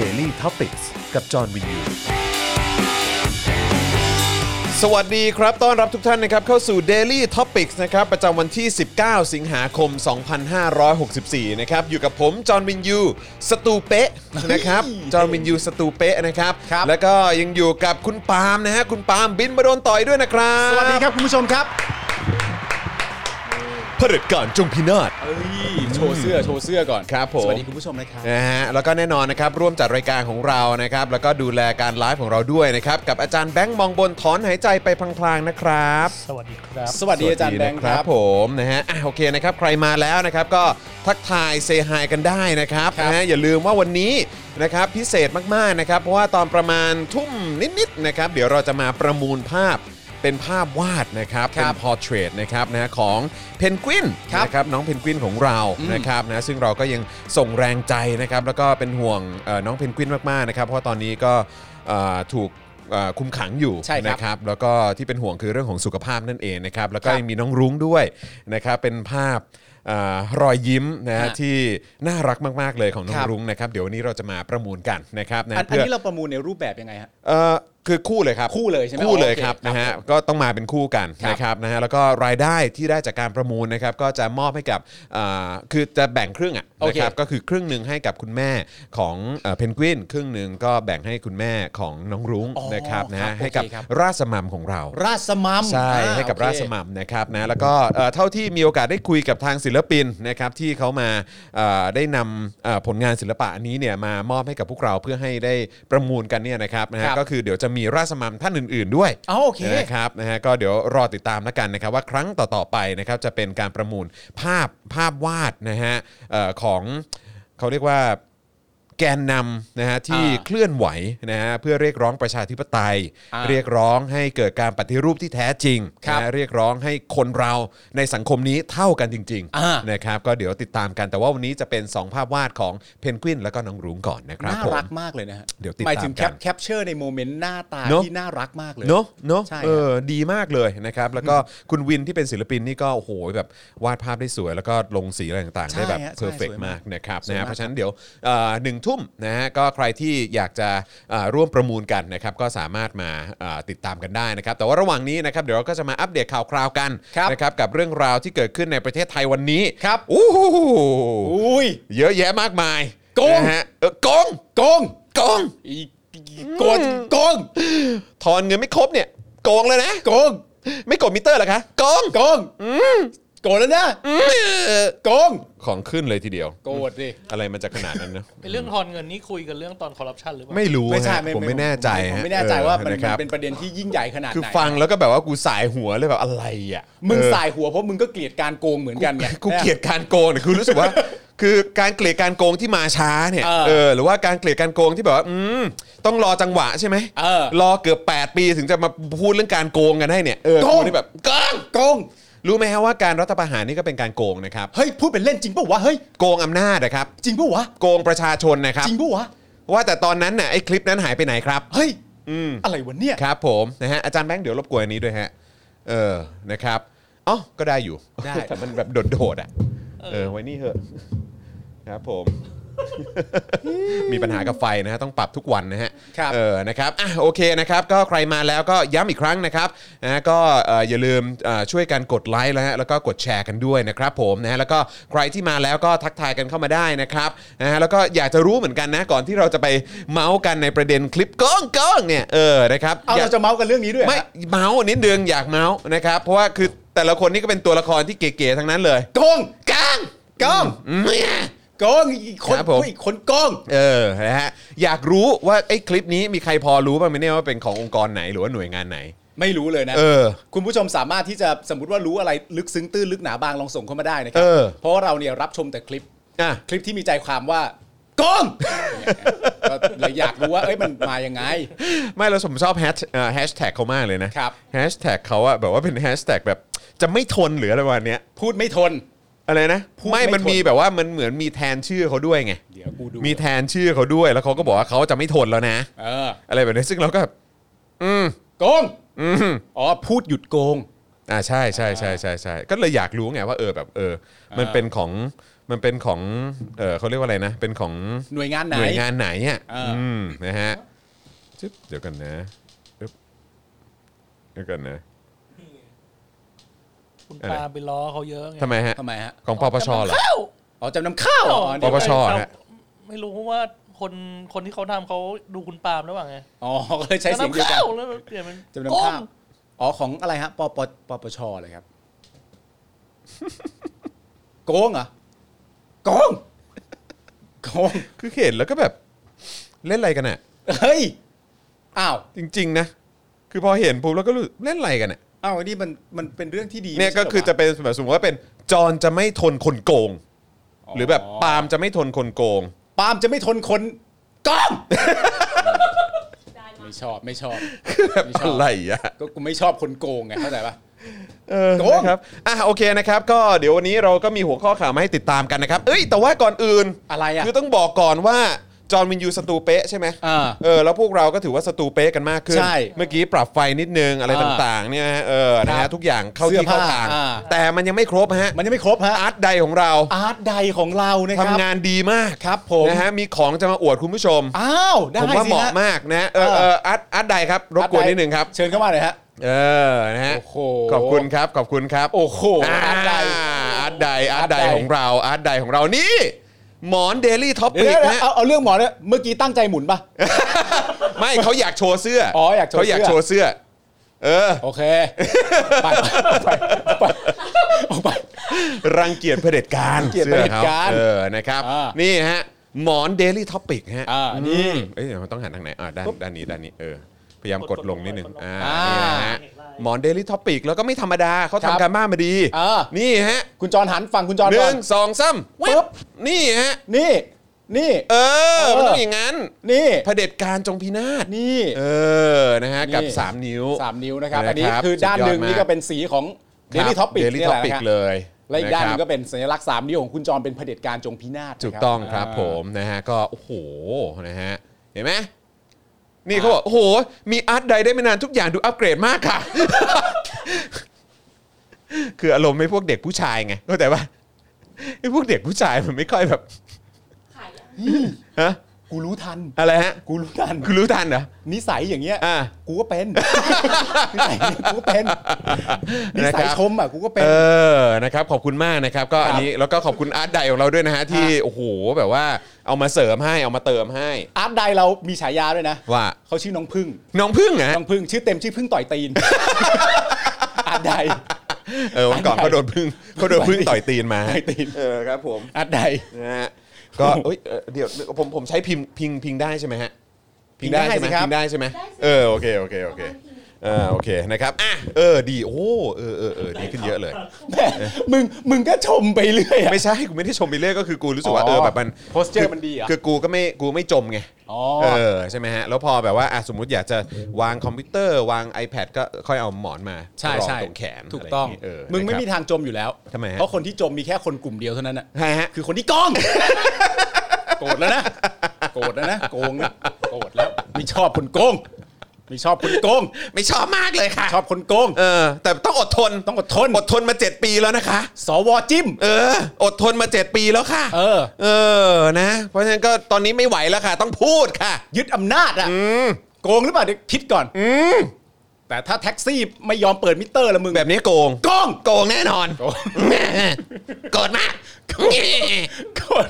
Daily t o p i c กกับจอห์นวินยู สวัสดีครับ ต้อนรับทุกท่านนะครับเข้าสู่ Daily Topics นะครับประจำวันที่ 19 สิงหาคม 2564 นะครับอยู่กับผม จอห์นวินยู สตูเปะนะครับ จอห์นวินยู สตูเปะนะครับ ครับ แล้วก็ยังอยู่กับคุณปาล์มนะฮะ คุณปาล์มบินมาโดนต่อยด้วยนะครับ สวัสดีครับคุณผู้ชมครับ เผด็จการจงพินาศ เอ้ยโชว์เสื้อโชว์เสื้อก่อน ครับผม สวัสดีคุณผู้ชมนะครับ นะฮะแล้วก็แน่นอนนะครับร่วมจัดรายการของเรานะครับแล้วก็ดูแลการไลฟ์ของเราด้วยนะครับกับอาจารย์แบงค์มองบนถอนหายใจไปพลางๆนะครับ สวัสดีครับ สวัสดีอาจารย์แบงค์ นะ ค ค รั รับ บผมนะฮะอ่ะโอเคนะครับใครมาแล้วนะครับก็ทักทายเซฮายกันได้นะครับ ครับ นะฮะอย่าลืมว่าวันนี้นะครับพิเศษมากๆนะครับเพราะว่าตอนประมาณทุ่มนิดๆนะครับเดี๋ยวเราจะมาประมูลภาพเป็นภาพวาดนะครับ ค เป็ รั น บ พอร์เทรตนะครับนะฮะของเพนกวิน ครับ นะครับน้องเพนกวินของเรานะครับนะซึ่งเราก็ยังส่งแรงใจนะครับแล้วก็เป็นห่วงเอ่อน้องเพนกวินมากๆนะครับเพราะว่าตอนนี้ก็เอ่อถูกเอ่อคุมขังอยู่ ใช่ครับ นะ ครับแล้วก็ที่เป็นห่วงคือเรื่องของสุขภาพนั่นเองนะครับแล้วก็ ครับ ยังมีน้องรุ้งด้วยนะครับเป็นภาพเอ่อรอยยิ้มนะฮะ ฮะ ที่น่ารักมากๆเลยของน้อ ค ง รับ รุ้งนะครับเดี๋ยววันนี้เราจะมาประมูลกันนะครับ อั นะ นอัน เพื่อ นี้เราประมูลในรูปแบบยังไงฮะ เอ่อคือคู่เลยครับ คู่เลยใช่ไหม คู่เลย โอเค ครับ ครับ นะฮะ ผม ก็ต้องมาเป็นคู่กัน ครับ นะครับนะฮะแล้วก็รายได้ที่ได้จากการประมูลนะครับก็จะมอบให้กับเอ่อคือจะแบ่งครึ่งอ่ะ โอ นะ เค ครับก็คือครึ่งหนึ่งให้กับคุณแม่ของเอ่อเพนกวินครึ่งหนึ่งก็แบ่งให้คุณแม่ของน้องรุ้งนะครับนะฮะให้กับ โอเคครับ ราชสมัมของเรา ราชสมัม ใช่ อ่ ให้กับ โอเค ราชมัมนะครับนะแล้วก็เอ่อเท่าที่มีโอกาสได้คุยกับทางศิลปินนะครับที่เขามาเอ่อได้นำเอ่อผลงานศิลปะอันนี้เนี่ยมามอบให้กับพวกเราเพื่อให้ได้ประมูลกันเนี่ยนะครับนะฮะ ครับ ก็คือเดี๋ยวจะมีราชมัมท่านอื่น ๆด้วย อ๋อโอเค นะครับนะฮะก็เดี๋ยวรอติดตามแล้วกันนะครับว่าครั้งต่อๆไปนะครับจะเป็นการประมูลภาพภาพวาดนะฮะเอ่อของเขาเรียกว่าแกนนำนะฮะที่ อ่า เคลื่อนไหวนะฮะเพื่อเรียกร้องประชาธิปไตย อ่า เรียกร้องให้เกิดการปฏิรูปที่แท้จริง ครับ นะเรียกร้องให้คนเราในสังคมนี้เท่ากันจริง อ่า นะครับก็เดี๋ยวติดตามกันแต่ว่าวันนี้จะเป็น 2 ภาพวาดของเพนกวินแล้วก็น้องรุ้งก่อนนะครับ น่า ผม รักมากเลยนะฮะ เดี๋ยวติด หมายถึง ตามกัน แคปเจอร์ในโมเมนต์หน้าตา เนอะ ที่น่ารักมากเลย เนอะเนอะ ใช่ เออดีมากเลยนะครับแล้วก็คุณวินที่เป็นศิลปินนี่ก็โอ้โหแบบวาดภาพได้สวย แล้วก็ลงสีอะไรต่างๆ ใช่ ได้แบบ ฮะใช่ เพอร์เฟก สวมามยาก ก นะครับ สวย นะฮะมาก เพราะฉะนั้นเดี๋ยวเอ่อหนึ่งทุ่มนะฮะก็ใครที่อยากจะเอ่อร่วมประมูลกันนะครับก็สามารถมาเอ่อติดตามกันได้นะครับแต่ว่าระหว่างนี้นะครับเดี๋ยวเราก็จะมาอัปเดตข่าวคราวกัน ครับ นะครับกับเรื่องราวที่เกิดขึ้นในประเทศไทยวันนี้ ครับ อู้หู อุ้ย เยอะแยะมากมาย โกง นะฮะเออโกง โกง โกง อีโกงโกง ถอนเงินไม่ครบเนี่ยโกงเลยนะ โกง ไม่กดมิเตอร์เหรอคะโกง โกงโกรธแล้วนะโกง ของขึ้นเลยทีเดียว โกรธดิ อะไรมันจะขนาดนั้นนะ เป็นเรื่องทอนเงินนี่คุยกันเรื่องตอนคอร์รัปชันหรือเปล่า ไม่รู้ ไม่ใช่ ฮะผมไม่แน่ใจ ผม ฮะ ไม่แน่ใจว่ามัน เออนะครับ เป็นประเด็นที่ยิ่งใหญ่ขนาดไหน คือฟังแล้วก็แบบว่ากูสายหัวเลยแบบอะไรอ่ะ มึง เออ สายหัวเพราะมึงก็เกลียดการโกงเหมือนกันไง กูเกลียดการโกงเนี่ยคือรู้สึก ว่า คือการเกลียดการโกงที่มาช้าเนี่ย เออ เออหรือว่าการเกลียดการโกงที่แบบว่าอืมต้องรอจังหวะใช่ไหม เออ รอเกือบ 8 ปีถึงจะมาพูดเรื่องการโกงกันได้เนี่ยเออ โกง กูนี่แบบ โกงโกง รู้ไหมฮะว่าการรัฐประหารนี่ก็เป็นการโกงนะครับ เฮ้ยพูดเป็นเล่นจริงปะวะเฮ้ย โกงอำนาจนะครับ จริงปะวะ โกงประชาชนนะครับ จริงปะวะ ว่าแต่ตอนนั้นน่ะไอ้คลิปนั้นหายไปไหนครับ เฮ้ย อืม อะไรวะเนี่ย ครับผมนะฮะอาจารย์แบงค์เดี๋ยวรบกวนอันนี้ด้วยฮะ เออนะครับอ๋อก็ได้อยู่ ได้ แต่มันแบบโดดๆอ่ะเออไว้นี่เหอะครับผม มีปัญหากับไฟนะฮะต้องปรับทุกวันนะฮะ ครับ เออนะครับอ่ะโอเคนะครับ ก็ใครมาแล้วก็ย้ำอีกครั้งนะครับนะฮะก็เอ่ออย่าลืมเอ่อช่วยกันกดไลค์แล้วฮะแล้วก็กดแชร์กันด้วยนะครับผมนะฮะแล้วก็ใครที่มาแล้วก็ทักทายกันเข้ามาได้นะครับนะฮะแล้วก็อยากจะรู้เหมือนกันนะ ก่อนที่เราจะไปเมาส์กันในประเด็นคลิปก้องก้องเนี่ยเออนะครับ เอา ยก เราจะเมาส์กันเรื่องนี้ด้วยเหรอ ไม่เมาส์นิดนึงอยากเมาส์นะครับ เพราะว่าคือแต่ละคนนี่ก็เป็นตัวละครที่เก๋ๆทั้งนั้นเลย โกง กาง โกง เนี่ย โกงอีกคน ครับผม อีกคนโกง เออนะฮะอยากรู้ว่าไอ้คลิปนี้มีใครพอรู้บ้างไหมเนี่ยว่าเป็นขององค์กรไหนหรือว่าหน่วยงานไหน ไม่รู้เลยนะ เออ คุณผู้ชมสามารถที่จะสมมติว่ารู้อะไรลึกซึ้งตื้นลึกหนาบางลองส่งเข้ามาได้นะครั เออ เพราะว่าเราเนี่ยรับชมแต่คลิป อ่ะ คลิปที่มีใจความว่าโก งก็เลยอยากรู้ว่าเอ้ยมันมายังไง ไม่เราผมชอบแฮชเอ่อแฮชแท็กเขามากเลยนะครับ แฮชแท็กเขาอะแบบว่าเป็นแฮชแท็กแบบจะไม่ทนหรืออะไรวันเนี้ย พูดไม่ทน อะไรนะ พูดไม่ ไม่มัน ทน มีแบบว่ามันเหมือนมีแทนชื่อเขาด้วยไง เดี๋ยวกูดู มีแทนชื่อเขาด้วยแล้วเขาก็บอกว่าเขาจะไม่ทนแล้วนะ เออ อะไรแบบนี้ซึ่งเราก็แบบอืม โกงอ๋อพูดหยุดโกง อ่าใช่ใช่ใช่ใช่ใช่ก็เลยอยากรู้ไงว่าเออแบบเออ มันเป็นของ มันเป็นของเออเขาเรียกว่าอะไรนะ เป็นของ หน่วยงานไหน หน่วยงานไหนอ่ะ เอออื มนะฮะจึ๊บเดี๋ยวกันนะอึ๊บเดี๋ยวกันนะ คุณปาไปล้อเขาเยอะไง ทำไมฮะ ทำไมฮะ ของปปชเหรอ เข้า อ๋อจำนำข้าวอ๋อ ป เดี๋ยว ปช เอ้า ฮะ ไม่รู้ว่าคนคนที่เขาทำเขาดูคุณปาล์มหรือเปล่าไง อ๋อ ก็เลยใช้เสียงเดียวกัน ข้าแล้วเปลี่ยนเป็น จำนำข้าว โกง อ๋อของอะไรฮะปปปปชเลย ครับ โกงเหรอโกงโกง คือเห็นแล้วก็แบบเล่นอะไรกันอ่ะ เฮ้ยอ้าว จริง ๆ นะ คือพอเห็นปุ๊บแล้วก็รู้สึกเล่นอะไรกันอ่ะ อ้าวนี่มันมันเป็นเรื่องที่ดี เนี่ยก็คือจะเป็นสมมติว่าเป็นจอนจะไม่ทนคนโกง หรือแบบปาล์มจะไม่ทนคนโกง ปาล์มจะไม่ทนคนโก ง ได้มา ไม่ชอบไม่ชอบไม่ช อะ อบ ไรอ่ะ ก็กูไม่ชอบคนโกงไงเข้าใจปะ เออ โกง นะครับ อ่ะโอเคนะครับ ก็เดี๋ยววันนี้เราก็มีหัวข้อข่าวมาให้ติดตามกันนะครับ เอ้ย แต่ว่าก่อนอื่น อะไรอ่ะ คือต้องบอกก่อนว่าจอห์นวินยูสตูเป๊ะใช่ไหม อ่า เออแล้วพวกเราก็ถือว่าสตูเป๊ะกันมากขึ้น ใช่ เมื่อกี้ปรับไฟนิดนึงอะไร อ่า ต่างๆเนี่ยฮะเออนะ ครั ฮะ บ ทุกอย่างเข้า เสื้อ ที่เข้า ผ้า ทาง อ่า แต่มันยังไม่ครบฮะ มันยังไม่ครบฮะ อาร์ตใดของเรา อาร์ตใดของเรานะค ทำ รับ งานดีมาก ครับผม นะฮะมีของจะมาอวดคุณผู้ชม อ้าวได้ ผมว่า สิ เหมาะ ฮะ มากนะเออเอออาร์ตอาร์ตใดครับรบกวนนิดนึงครับ เชิญเข้ามาหน่อยฮะ เออนะฮะ โอ้โห ขอบคุณครับขอบคุณครับ โอ้โหอาร์ตใด อาร์ตใดอาร์ตใด อาร์ตใด ของเราอาร์ตใดของเรานี่ หมอนเดลี่ท็อ เดี๋ ปิ ย ก วๆ นะ เอาเอาเรื่องหมอเนี่ยเมื่อกี้ตั้งใจหมุนป่ะ ไม่เขาอยากโชว์เสื้อ ออยากโชว์ เขา เสื้อ อยากโชว์เสื้อ เออ โอเค ไปไปไปออกไป รังเกียจเผด็จการ รังเกียจเผด็จการ สื้อขเออนะครับ อ่า นี่ฮะ หมอนเดลี่ท็อปิกฮะ อ่านี่ มเอ้ยเดี๋ยวมันต้องหันทางไหนอ่าด้านด้านนี้ด้านนี้เออพยายามกดลงนิดนึงอ่า อ่า นี่นะฮะหมอนเดลี่ท็อปิกแล้วก็ไม่ธรรมดาเขา ครับ ทำการบ้านมาดี อ่า นี่ฮะ คุณจรหันฝั่งคุณจร ห ก่อ นึ่ น งสองสาม ปึ๊บ นี่ฮะ นี่ นี่ เออ เออ มันต้องอย่างนั้น นี่ เผด็จการจงพินาศ นี่ เออ นะฮะ กับ นี่ 3 นิ้ว สามนิ้วนะครับ นะครับ อันนี้คือด้านหนึ่ง สุดยอดมาก นี่ก็เป็นสีของเดลี่ท็อปิก เดลี่ นี่ ท็อยแหละ ปิก นะฮะ เลย และอีกด้านหนึงก็ ะครับ เป็นสัญลักษณ์สามนิ้วของคุณจรเป็นเผด็จการจงพินาศนะครับ ถูกต้องครับ า ผม นะฮะ ก็ โอ้โห นะฮะ เห็นไหม นี่เขาบอก โอ้โห มีอาร์ตใดได้ไม่นานทุกอย่างดูอัปเกรดมากค่ะ คืออารมณ์ไม่พวกเด็กผู้ชายไงเข้าใจป่ะไอ้พวกเด็กผู้ชายมันไม่ค่อยแบบ ขายอะ ฮะ กูรู้ทัน อะไรฮะ กูรู้ทัน คือรู้ทันเหรอ นิสัยอย่างเงี้ย อ่า กูก็ เป็น นิสัยอย่างเงี้ยกูก็เป็น นิสัยชมอ่ะกูก็เป็น เออ นะครับ ขอบคุณมากนะครับ ก็อันนี้ แล้วก็ขอบคุณอาร์ตไดของเราด้วยนะฮะ ที่ โอ้โห แบบว่า เอามาเสริมให้ เอามาเติมให้ อาร์ตไดเรามีฉายาด้วยนะ ว่า เขาชื่อน้องพึ่ง น้องพึ่งเหรอฮะ น้องพึ่งชื่อเต็มชื่อพึ่งต่อยตีน อาร์ตได เออ วันก่อนเขาโดนพึ่งเขาโดนพึ่งต่อยตีนมา ต่อยตีน เออ ครับผม อาร์ตได นะฮะ ก็เอ้ยเอ่อเดี๋ยว ผม ผมใช้พิมพ์พิง พิงได้ใช่ไหมฮะ พิงได้ใช่ไหม พิงได้สิครับ พิงได้ใช่ไหมเออ โอเค โอเค โอเค เออ โอเค นะครับ อ่ะ เออ ดี โอ้ เออเออเออดีขึ้นเยอะเลย แหม่มึงมึงก็ชมไปเรื่อยอะ ไม่ใช่ กูไม่ได้ชมไปเรื่อยก็คือกูรู้สึกว่า อ๋อ เออแบบมัน posture มันดีเหรอ คือกูก็ไม่กูไม่จมไง อ๋อ เออใช่ไหมฮะ แล้วพอแบบว่าอ่ะสมมติอยากจะวางคอมพิวเตอร์ วาง iPad ก็ค่อยเอาหมอนมาร ใช่ อง ใช่ ตรงแขน ถูกต้อง ะรย่าเยเ มึงไม่มี นะครับ ทางจมอยู่แล้ว ทำไมฮะ เพราะคนที่จมมีแค่คนกลุ่มเดียวเท่านั้นน่ะ ใช่ฮะ คือคนที่กอง โกรธแล้วนะ โกรธแล้วนะ โกงนะโกรธแล้ว ไม่ชอบคนโกง ไม่ชอบคนโกง ไม่ชอบมากเลยค่ะ ชอบคนโกง เออ แต่ต้องอดทน ต้องอดทน อดทนมา 7 ปีแล้วนะคะ สวจิ้ม เออ อดทนมา 7 ปีแล้วค่ะ เออ เออนะ เพราะฉะนั้นก็ตอนนี้ไม่ไหวแล้วค่ะ ต้องพูดค่ะ ยึดอำนาจอ่ะโกงหรือเปล่าเดี๋ยวคิดก่อนแต่ถ้าแท็กซี่ไม่ยอมเปิดมิเตอร์ละมึง แบบนี้โกง โกง โกงแน่นอน โกง โกรธ มาก โกง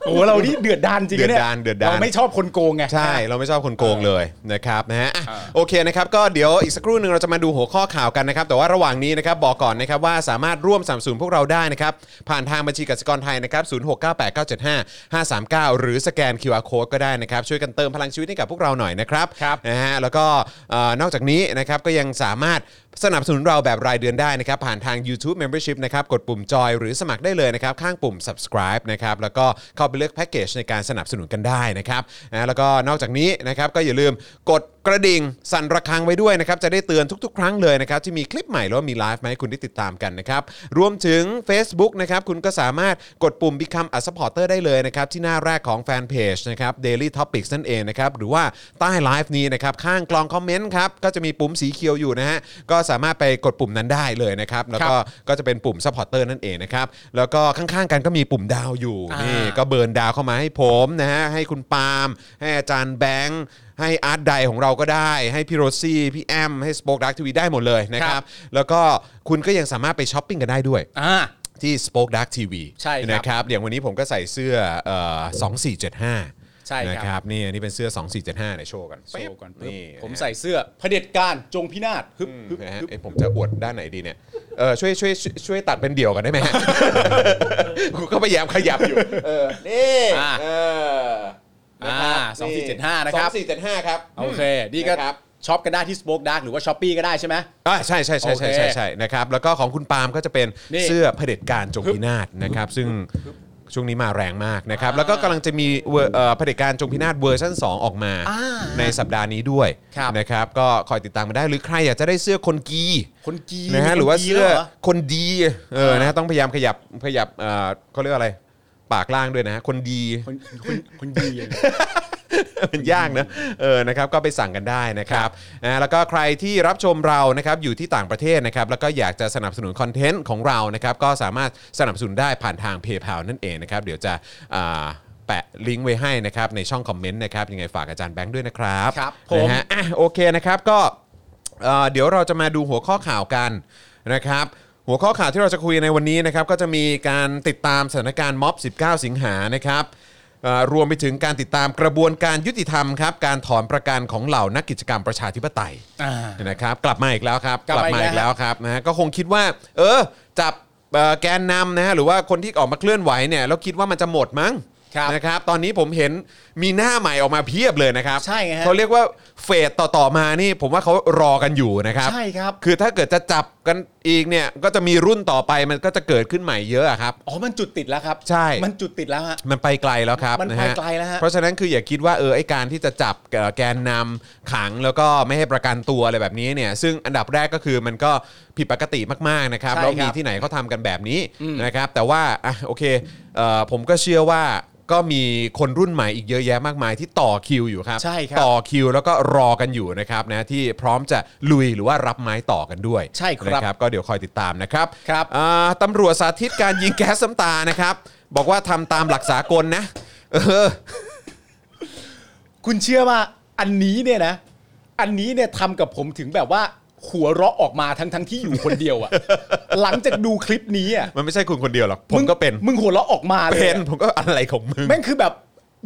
โอ้โหเรานี่เดือดดานจริงะ เดือดดานเดือดดาน เราไม่ชอบคนโกงไง ใช่เราไม่ชอบคนโกงเลยนะครับนะฮะอ่ะโอเคนะครับก็เดี๋ยวอีกสักครู่หนึ่งเราจะมาดูหัวข้อข่าวกันนะครับ แต่ว่าระหว่างนี้นะครับบอกก่อนนะครับว่าสามารถร่วมสนัมสูนพวกเราได้นะครับ ผ่านทางบัญชีกสิกรไทยนะครับศูนย์หกเก้าแปดเก้าเจ็ดห้าห้าสามเก้าหรือสแกน QR Code ก็ได้นะครับ ช่วยกันเติมพลังชีวิตให้กับพวกเราหน่อยนะครับ ครับ นะฮะแล้วก็เอ่อนอกจากนี้นะครับก็ยังสามารถสนับสนุนเราแบบรายเดือนได้นะครับ ผ่านทาง YouTube Membership นะครับกดปุ่มจอยหรือสมัครได้เลยนะครับ ข้างปุ่ม subscribe นะครับแล้วก็เข้าไปเลือกแพ็กเกจในการสนับสนุนกันได้นะครับนะแล้วก็นอกจากนี้นะครับก็อย่าลืมกด กระดิ่งสั่นระฆังไว้ด้วยนะครับ จะได้เตือนทุกๆ ครั้งเลยนะครับที่มีคลิปใหม่หรือว่ามีไลฟ์มาให้คุณได้ติดตามกันนะครับ รวมถึง Facebook นะครับคุณก็สามารถกดปุ่ม Become a supporter ได้เลยนะครับ ที่หน้าแรกของแฟนเพจนะครับ Daily Topics นั่นเองนะครับ หรือว่าใต้ไลฟ์นี้นะครับ ข้างกล่องคอมเมนต์ครับ ก็จะมีปุ่มสีเขียวอยู่นะฮะ ก็สามารถไปกดปุ่มนั้นได้เลยนะครับ แล้วก็ก็จะเป็นปุ่ม supporter นั่นเองนะครับ แล้วก็ข้างๆกันก็มีปุ่มดาวอยู่ อ่านี่ นี่ก็เบิร์นดาวเข้ามาให้ผมนะฮะให้คุณปาล์มให้อาจารย์แบงค์ให้อาร์ตไดของเราก็ได้ ให้พี่โรซี่พี่แอมให้สป o อ e ดักทวีได้หมดเลยนะครับแล้วก็คุณก็ยังสามารถไปช้อปปิ้งกันได้ด้วย อ่า ที่ Spoke Dark TV ใช่ครับ นะครับอย่างวันนี้ผมก็ใส่เสื้อเอ่อ2475 ใช่ครับ นะครับนี่อันนี้เป็นเสื้อ 2475ไหนโชว์กัน โชว์ก่อนปึ๊บ นี่ ผมใส่เสื้อเผด็จการจงพินาศฮึบฮึบ นะฮะ ฮึบ เอ๊ะผมจะอวดด้านไหนดีเนี่ยเออช่วยช่วยช่วยช่วยตัดเป็นเดี่ยวกันได้ไหมฮะ กูก็พยายามขยับอยู่เออนี่ อ่า เออนะค อ่า รับ สองสี่เจ็ดห้านะครับ สองสี่เจ็ดห้าครับ โอเค นี่ก็ นะครับ ช็อปกันได้ที่ Spoke Dark หรือว่าช้อปปี้ก็ได้ใช่ไหม อ่าใช่ใช่ใช่ใช่ โอเค ใช่ใช่นะครับแล้วก็ของคุณปาล์มก็จะเป็น นี่ เสื้อเผด็จการจงพินาศนะครับ ซึ่งช่วงนี้มาแรงมากนะครับ อ่า แล้วก็กำลังจะมีเวอร์เอ่อเผด็จการจงพินาศเวอร์ชัน2 ออกมา อ่า ในสัปดาห์นี้ด้วย ครับ นะครับ ก็คอยติดตามมาได้หรือใครอยากจะได้เสื้อคนกี คนกี นะฮะหรือว่าเสื้อ คนกีคนดีแล้วหรเออ อ่าน นะฮะต้องพยายามขยับขยับเอ่อเขาเรียกว่าอะไร ปากล่างด้วยนะฮะคนดี คนคนคนดีเลย มันยากนะเออนะครับก็ไปสั่งกันได้นะครับนะแล้วก็ใครที่รับชมเรานะครับอยู่ที่ต่างประเทศนะครับแล้วก็อยากจะสนับสนุนคอนเทนต์ของเรานะครับก็สามารถสนับสนุนได้ผ่านทางเพย์เพานั่นเองนะครับเดี๋ยวจะอ่าแปะลิงก์ไว้ให้นะครับในช่องคอมเมนต์นะครับยังไงฝากอาจารย์แบงค์ด้วยนะครับ ครับผม นะฮะอ่ะโอเคนะครับก็เอ่อเดี๋ยวเราจะมาดูหัวข้อข่าวกันนะครับ หัวข้อข่าวที่เราจะคุยในวันนี้นะครับก็จะมีการติดตามสถานการณ์ม็อบ 19 สิงหานะครับ เอ่อรวมไปถึงการติดตามกระบวนการยุติธรรมครับการถอนประกันของเหล่านักกิจกรรมประชาธิปไตย อ่า นะครับกลับมาอีกแล้วครับ กลับมาอีก อีกแล้วครับนะฮะก็คงคิดว่า เออจับเอ่อแกนนำนะฮะหรือว่าคนที่ออกมาเคลื่อนไหวเนี่ยแล้วคิดว่ามันจะหมดมั้ง ครับ นะครับตอนนี้ผมเห็นมีหน้าใหม่ออกมาเพียบเลยนะครับ ใช่ไงฮะ เขาเรียกว่าเฟสต่อๆมานี่ผมว่าเขารอกันอยู่นะครับ ใช่ครับ คือถ้าเกิดจะจับกันอีกเนี่ยก็จะมีรุ่นต่อไปมันก็จะเกิดขึ้นใหม่เยอะอะครับ อ๋อ มันจุดติดแล้วครับ ใช่ มันจุดติดแล้วฮะ มันไปไกลแล้วครัมันไปบะฮะ ไกลแล้วฮะ เพราะฉะนั้นคืออย่าคิดว่าเออไอการที่จะจับเอ่อแกนนำขังแล้วก็ไม่ให้ประกันตัวอะไรแบบนี้เนี่ยซึ่งอันดับแรกก็คือมันก็ผิดปกติมากๆนะครับ ใช่ครับ แล้วมีที่ไหนเขาทำกันแบบนี้นะครับ แต่ว่าอ่ะโอเคเอ่อผมก็เชื่อว่าก็มีคนรุ่นใหม่อีกเยอะแยะมากมายที่ต่อคิวอยู่ครับ ใช่ครับ ต่อคิวแล้วก็รอกันอยู่นะครับนะที่พร้อมจะลุยหรือว่ารับไม้ต่อกันด้วย ใช่ครับ นะก็เดี๋ยวคอยติดตามนะครับ ครับ อ่าตำรวจสาธิตการยิงแก๊สซ้ำตานะครับ บอกว่าทำตามหลักสากลนะ เออ คุณเชื่อว่าอันนี้เนี่ยนะ อันนี้เนี่ยทำกับผมถึงแบบว่าหัวเราะออกมาทั้งทั้งๆที่อยู่คนเดียว อะ หลังจากดูคลิปนี้อะ มันไม่ใช่คุณคนเดียวหรอก ผมก็เป็น มึงหัวเราะออกมาเลย เป็น อะ ผมก็อะไรของมึง แม่งคือแบบ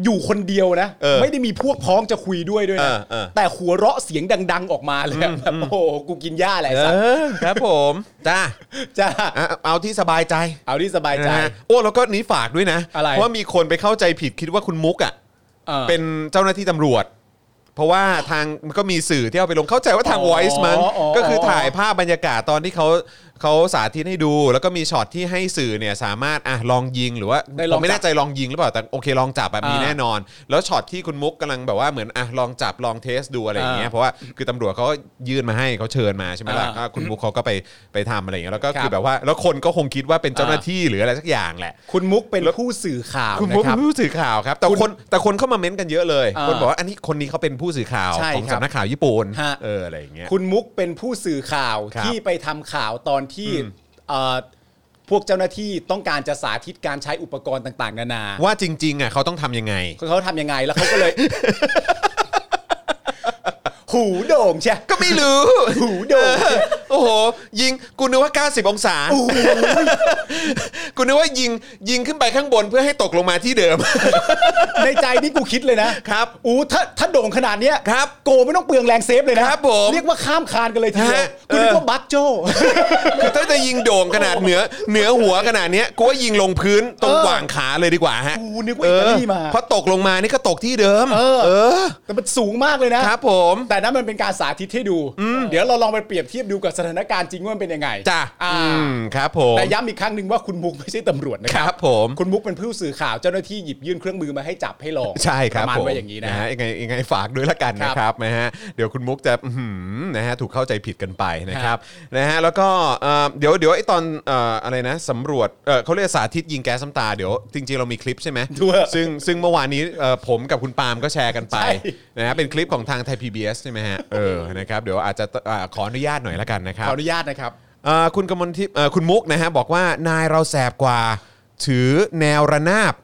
อยู่คนเดียวนะ เออ ไม่ได้มีพวกพ้องจะคุยด้วยด้วยนะ เออเออ แต่หัวเราะเสียงดัง ๆ ออกมาเลย อะแบบโอ้โหกูกินหญ้าแหละไอ้ เอ สัตว์ อ ครับผม จ้า จ้า อ่ะเอาที่สบายใจ เอาที่สบายใจ นะฮะโอ้แล้วก็นี้ฝากด้วยนะ อะไร เพราะว่ามีคนไปเข้าใจผิดคิดว่าคุณมุกอ่ะ ออ เป็นเจ้าหน้าที่ตำรวจ เพราะว่าทางมันก็มีสื่อที่เอาไปลงเข้าใจว่าทาง อ๋อ Voice มั้ง อ๋อ ก็คือถ่ายภาพบรรยากาศตอนที่เขาเขาสาธิตให้ดู แล้วก็มีช็อตที่ให้สื่อเนี่ยสามารถอ่ะลองยิงหรือว่า ได้ล ผ อมงจับไม่แน่ใจลองยิงหรือเปล่าแต่โอเคลองจับแบบมี อ่า แน่นอน แล้วช็อตที่คุณมุกกำลังแบบว่าเหมือนอ่ะลองจับลองเทสดูอะไรอย่างเงี้ย อ่า เพราะว่าคือตำรวจเขาก็ยื่นมาให้เขาเชิญมาใช่ไหมล่ะ อ่า ก็คุณมุกเขาก็ไปไปทำอะไรอย่างเงี้ยแล้วก็คื ครั อบ แบบว่าแล้วคนก็คงคิดว่าเป็นเจ้าหน้าที่หรืออะไรสักอย่างแหละ คุณมุกเป็นผู้สื่อข่าว คุณ นะ มุก ครั เป็ บ นผู้สื่อข่าวครับแต่ คุณ คนแต่คนเข้ามาเม้นต์กันเยอะเลย อ่า คนบอกว่าอันนี้คนนี้เขาเป็นผู้สื่อข่าว ใช่ ของ ครับ สำนักข่าวญี่ปุ่น ฮะ เอออะไรอย่างเงี้ย คุณมุกเป็นผู้สื่อข่าว ครับ ที่ไปทำข่าวตอนที่เอ่อพวกเจ้าหน้าที่ต้องการจะสาธิตการใช้อุปกรณ์ต่าง ๆ นานา ว่าจริงๆอ่ะเขาต้องทำยังไง เขาทำยังไงแล้วเขาก็เลย หูโด่งใช่ ก็ไม่รู้ หูโด่งใช่ โอ้โห ยิงกูนึกว่า 90 องศากูนึกว่ายิงยิงขึ้นไปข้างบนเพื่อให้ตกลงมาที่เดิม ในใจนี่กูคิดเลยนะครับ อู้ถ้าถ้าโด่งขนาดเนี้ย ครับ โกไม่ต้องเปลืองแรงเซฟเลยนะครับ ผม เรียกว่าข้ามคานกันเลยทีเดียว ฮะ กูนึก เออ ว่าบัคโจ คือถ้าจะยิงโด่งขนาดเหนือเหนือหัวขนาดเนี้ยกูว่ายิงลงพื้นตรง เออ หว่างขาเลยดีกว่าฮะ กูนึกว่าอิตาลีมา เพอตกลงมานี่ก็ตกที่เดิม เออ อ แต่มันสูงมากเลยนะ ครับผม แต่นั้นมันเป็นการสาธิตให้ดู เดี๋ยวเราลองไปเปรียบเทียบดูกับส ถานการณ์จริงว่ามันเป็นยังไง จ้ะ อ่า อืมครับผม แต่ย้ำอีกครั้งหนึ่งว่าคุณมุกไม่ใช่ตำรวจนะ ค ครั รั บบ ผม คุณมุกเป็นผู้สื่อข่าวเจ้าหน้าที่หยิบยื่นเครื่องมือมาให้จับให้ลอง ใช่ครับ ประมาณ ผม ว่าอย่างนี้นะฮะ ยังไงยังไงฝากด้วยละกัน ครั นะ บ ครับนะฮะเดี๋ยวคุณมุกจะอื้อหือนะฮะถูกเข้าใจผิดกันไปนะครับนะฮะแล้วก็เอ่อเดี๋ยวเดี๋ยวไอ้ตอนเอ่ออะไรนะสำรวจเอ่อเขาเรียกสาธิตยิงแก๊สน้ำตาเดี๋ยวจริงๆเรามีคลิปใช่ไหม ด้วย ซึ่งซึ่งเมื่อวานนี้เอ่อผมกับคุณปาล์มก็แชร์กันไป ใช่ นะฮะเป็นคลิปของทางไทยพีบีใช่ไหมฮะเออนะครับเดี๋ยวอาจจะเอ่อขออนุญาตหน่อยละกันนะค ข รับ ออนุญาตนะครับ เอ่อคุณกมลทิพย์เอ่อคุณมุกนะฮะบอกว่านายเราแสบกว่า ถือแนวระนาบ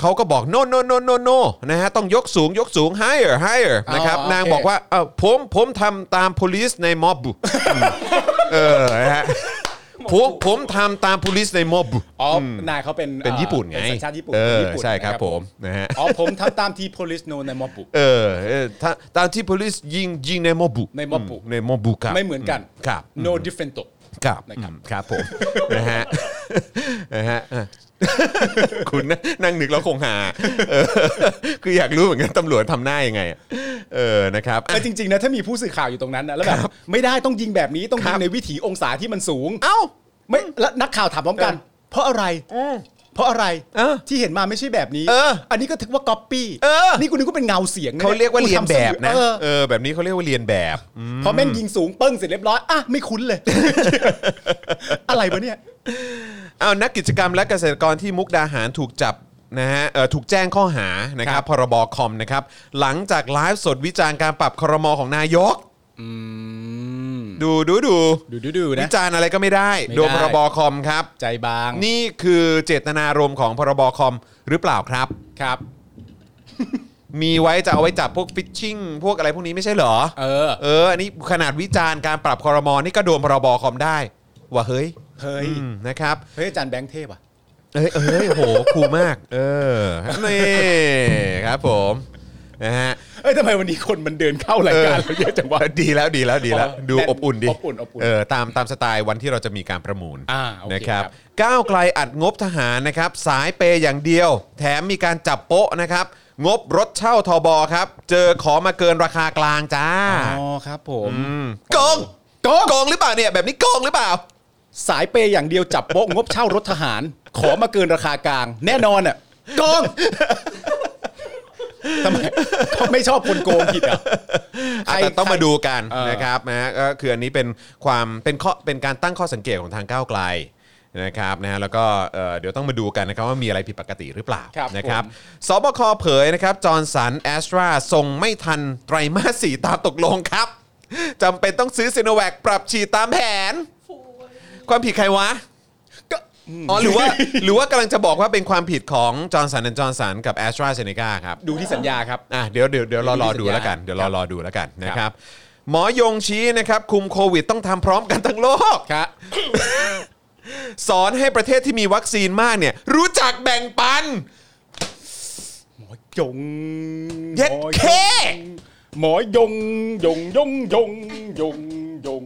เขาก็บอก no no no no no นะฮะต้องยกสูงยกสูง higher higher อ๋อ นะครัโอเคนบางบอกว่าเออผมผมทำตาม police ในม็อบ เออนะฮะผมผมทำตาม police ในม็อบ ๋ออนายเขาเป็น เป็นญี่ปุ่นไง เป็นสัญชาติญี่ปุ่น เออ ป็นญี่ปุ่น ใช่ครับ นะ ผมนะฮะ อ๋อผมทำตามที่ police know ในมอบุ เออเออถ้าตามที่ police ยิงยิงในม็อบ ในม็อบ ในม็อบครับ ไม่เหมือนกัน ครับ no different ต ครับ นะครับ อืมครับผม นะฮะนะฮะอ่ะ คุณนะนั่งนึกแล้วคงหาเอ อคืออยากรู้เหมือนกันตำรวจทำหน้ายังไงอะเออนะครับอ่ะ แต่จริงๆนะถ้ามีผู้สื่อข่าวอยู่ตรงนั้นนะแล้วแบบไม่ได้ต้องยิงแบบนี้ต้อง ค ยิ รับงในวิถีองศาที่มันสูง เอ้า ไม่แล้วนักข่าวถามพร้อมกัน เพราะอะไรเพราะอะไร เออ ที่เห็นมาไม่ใช่แบบนี้ เออ อันนี้ก็ถือว่าก๊อปปี้ เออ นี่กูนึกว่าเป็นเงาเสียงนะ เขาเรียกว่าเรียนแบบนะ เออ เออแบบนี้เขาเรียกว่าเรียนแบบอืม พอแม่งยิงสูงเปิ้งเสร็จเรียบร้อยอ่ะไม่คุ้นเลย อะไรวะเนี่ย อ้าวนักกิจกรรมและเกษตรกรที่มุกดาหารถูกจับนะฮะเอ่อถูกแจ้งข้อหานะครับพรบคอมนะครับ หลังจากไลฟ์สดวิจารณ์การปรับครมของนายก ดูดูดู ดูดูดู วิ นะ จารณ์อะไรก็ไม่ได้ ไม่ได้ โดนพรบคอมครับ ใจบาง นี่คือเจตนารมณ์ของพรบคอมหรือเปล่าครับ ครับ มีไว้จะเอาไว้จับพวกฟิชชิ่งพวกอะไรพวกนี้ไม่ใช่เหรอ เออ เออ อันนี้ขนาดวิจารณ์การปรับคอรมอนี่ก็โดนพรบคอมได้ ว่าเฮ้ย เฮ้ย อืมนะครับ เฮ้ยอาจารย์แบงค์เทพอ่ะ เอ้ยเอ้ยโอ้โห คูลมาก เออนี่ครับผมนะฮะ เอ้ยทำไมวันนี้คนมันเดินเข้ารายการ เออ เราเยอะจังวะ ดีแล้วดีแล้วดีแล้ว อ๋อ ดู แน่น อบอุ่นดี อบอุ่นอบอุ่น เออตามตามสไตล์วันที่เราจะมีการประมูล อ่าโอเค นะครับ ครับ ก้าวไกลอัดงบทหารนะครับ สายเปย์อย่างเดียว แถมมีการจับโป๊ะนะครับ งบรถเช่าทบครับ เจอขอมาเกินราคากลางจ้า อ๋อครับผม มโกงโกงโกงหรือเปล่าเนี่ย แบบนี้โกงหรือเปล่า สายเปย์อย่างเดียวจับโป๊ะงบเช่ารถทหาร ขอมาเกินราคากลาง แน่นอนอ่ะโกงทำไมเขาไม่ชอบคนโกงผิดเหรอ่ะ อาจจะต้องมาดูกัน เออ นะครับนะก็คืออันนี้เป็นความเป็นข้อเป็นการตั้งข้อสังเกตของทางก้าวไกลนะครับนะฮะแล้วก็เอ่อเดี๋ยวต้องมาดูกันนะครับว่ามีอะไรผิดปกติหรือเปล่า ครับ นะครับ ผม สบคเผยนะครับจอร์นสันแอสตราส่งไม่ทันไตรมาสสี่ตามตกลงครับจำเป็นต้องซื้อซีโนแวคปรับฉีดตามแผน ฟูย ความผิดใครวะอ๋อหรือว่าหรือว่ากำลังจะบอกว่าเป็นความผิดของจอร์นสันและจอร์นสันกับแอสตราเซเนกาครับ ดูที่สัญญาครับ อ่ะเดี๋ยวเดี๋ยวเดี๋ยวรอรอดู สัญญา แล้วกันเดี๋ยวรอรอดูแล้วกันนะค ครั รับ บ หมอยงชี้นะครับ คุมโควิดต้องทำพร้อมกันทั้งโลก ครับ สอนให้ประเทศที่มีวัคซีนมากเนี่ย รู้จักแบ่งปัน หมอยง เย็ด หมอ เข้ งหมอยงยงยงยงยงยง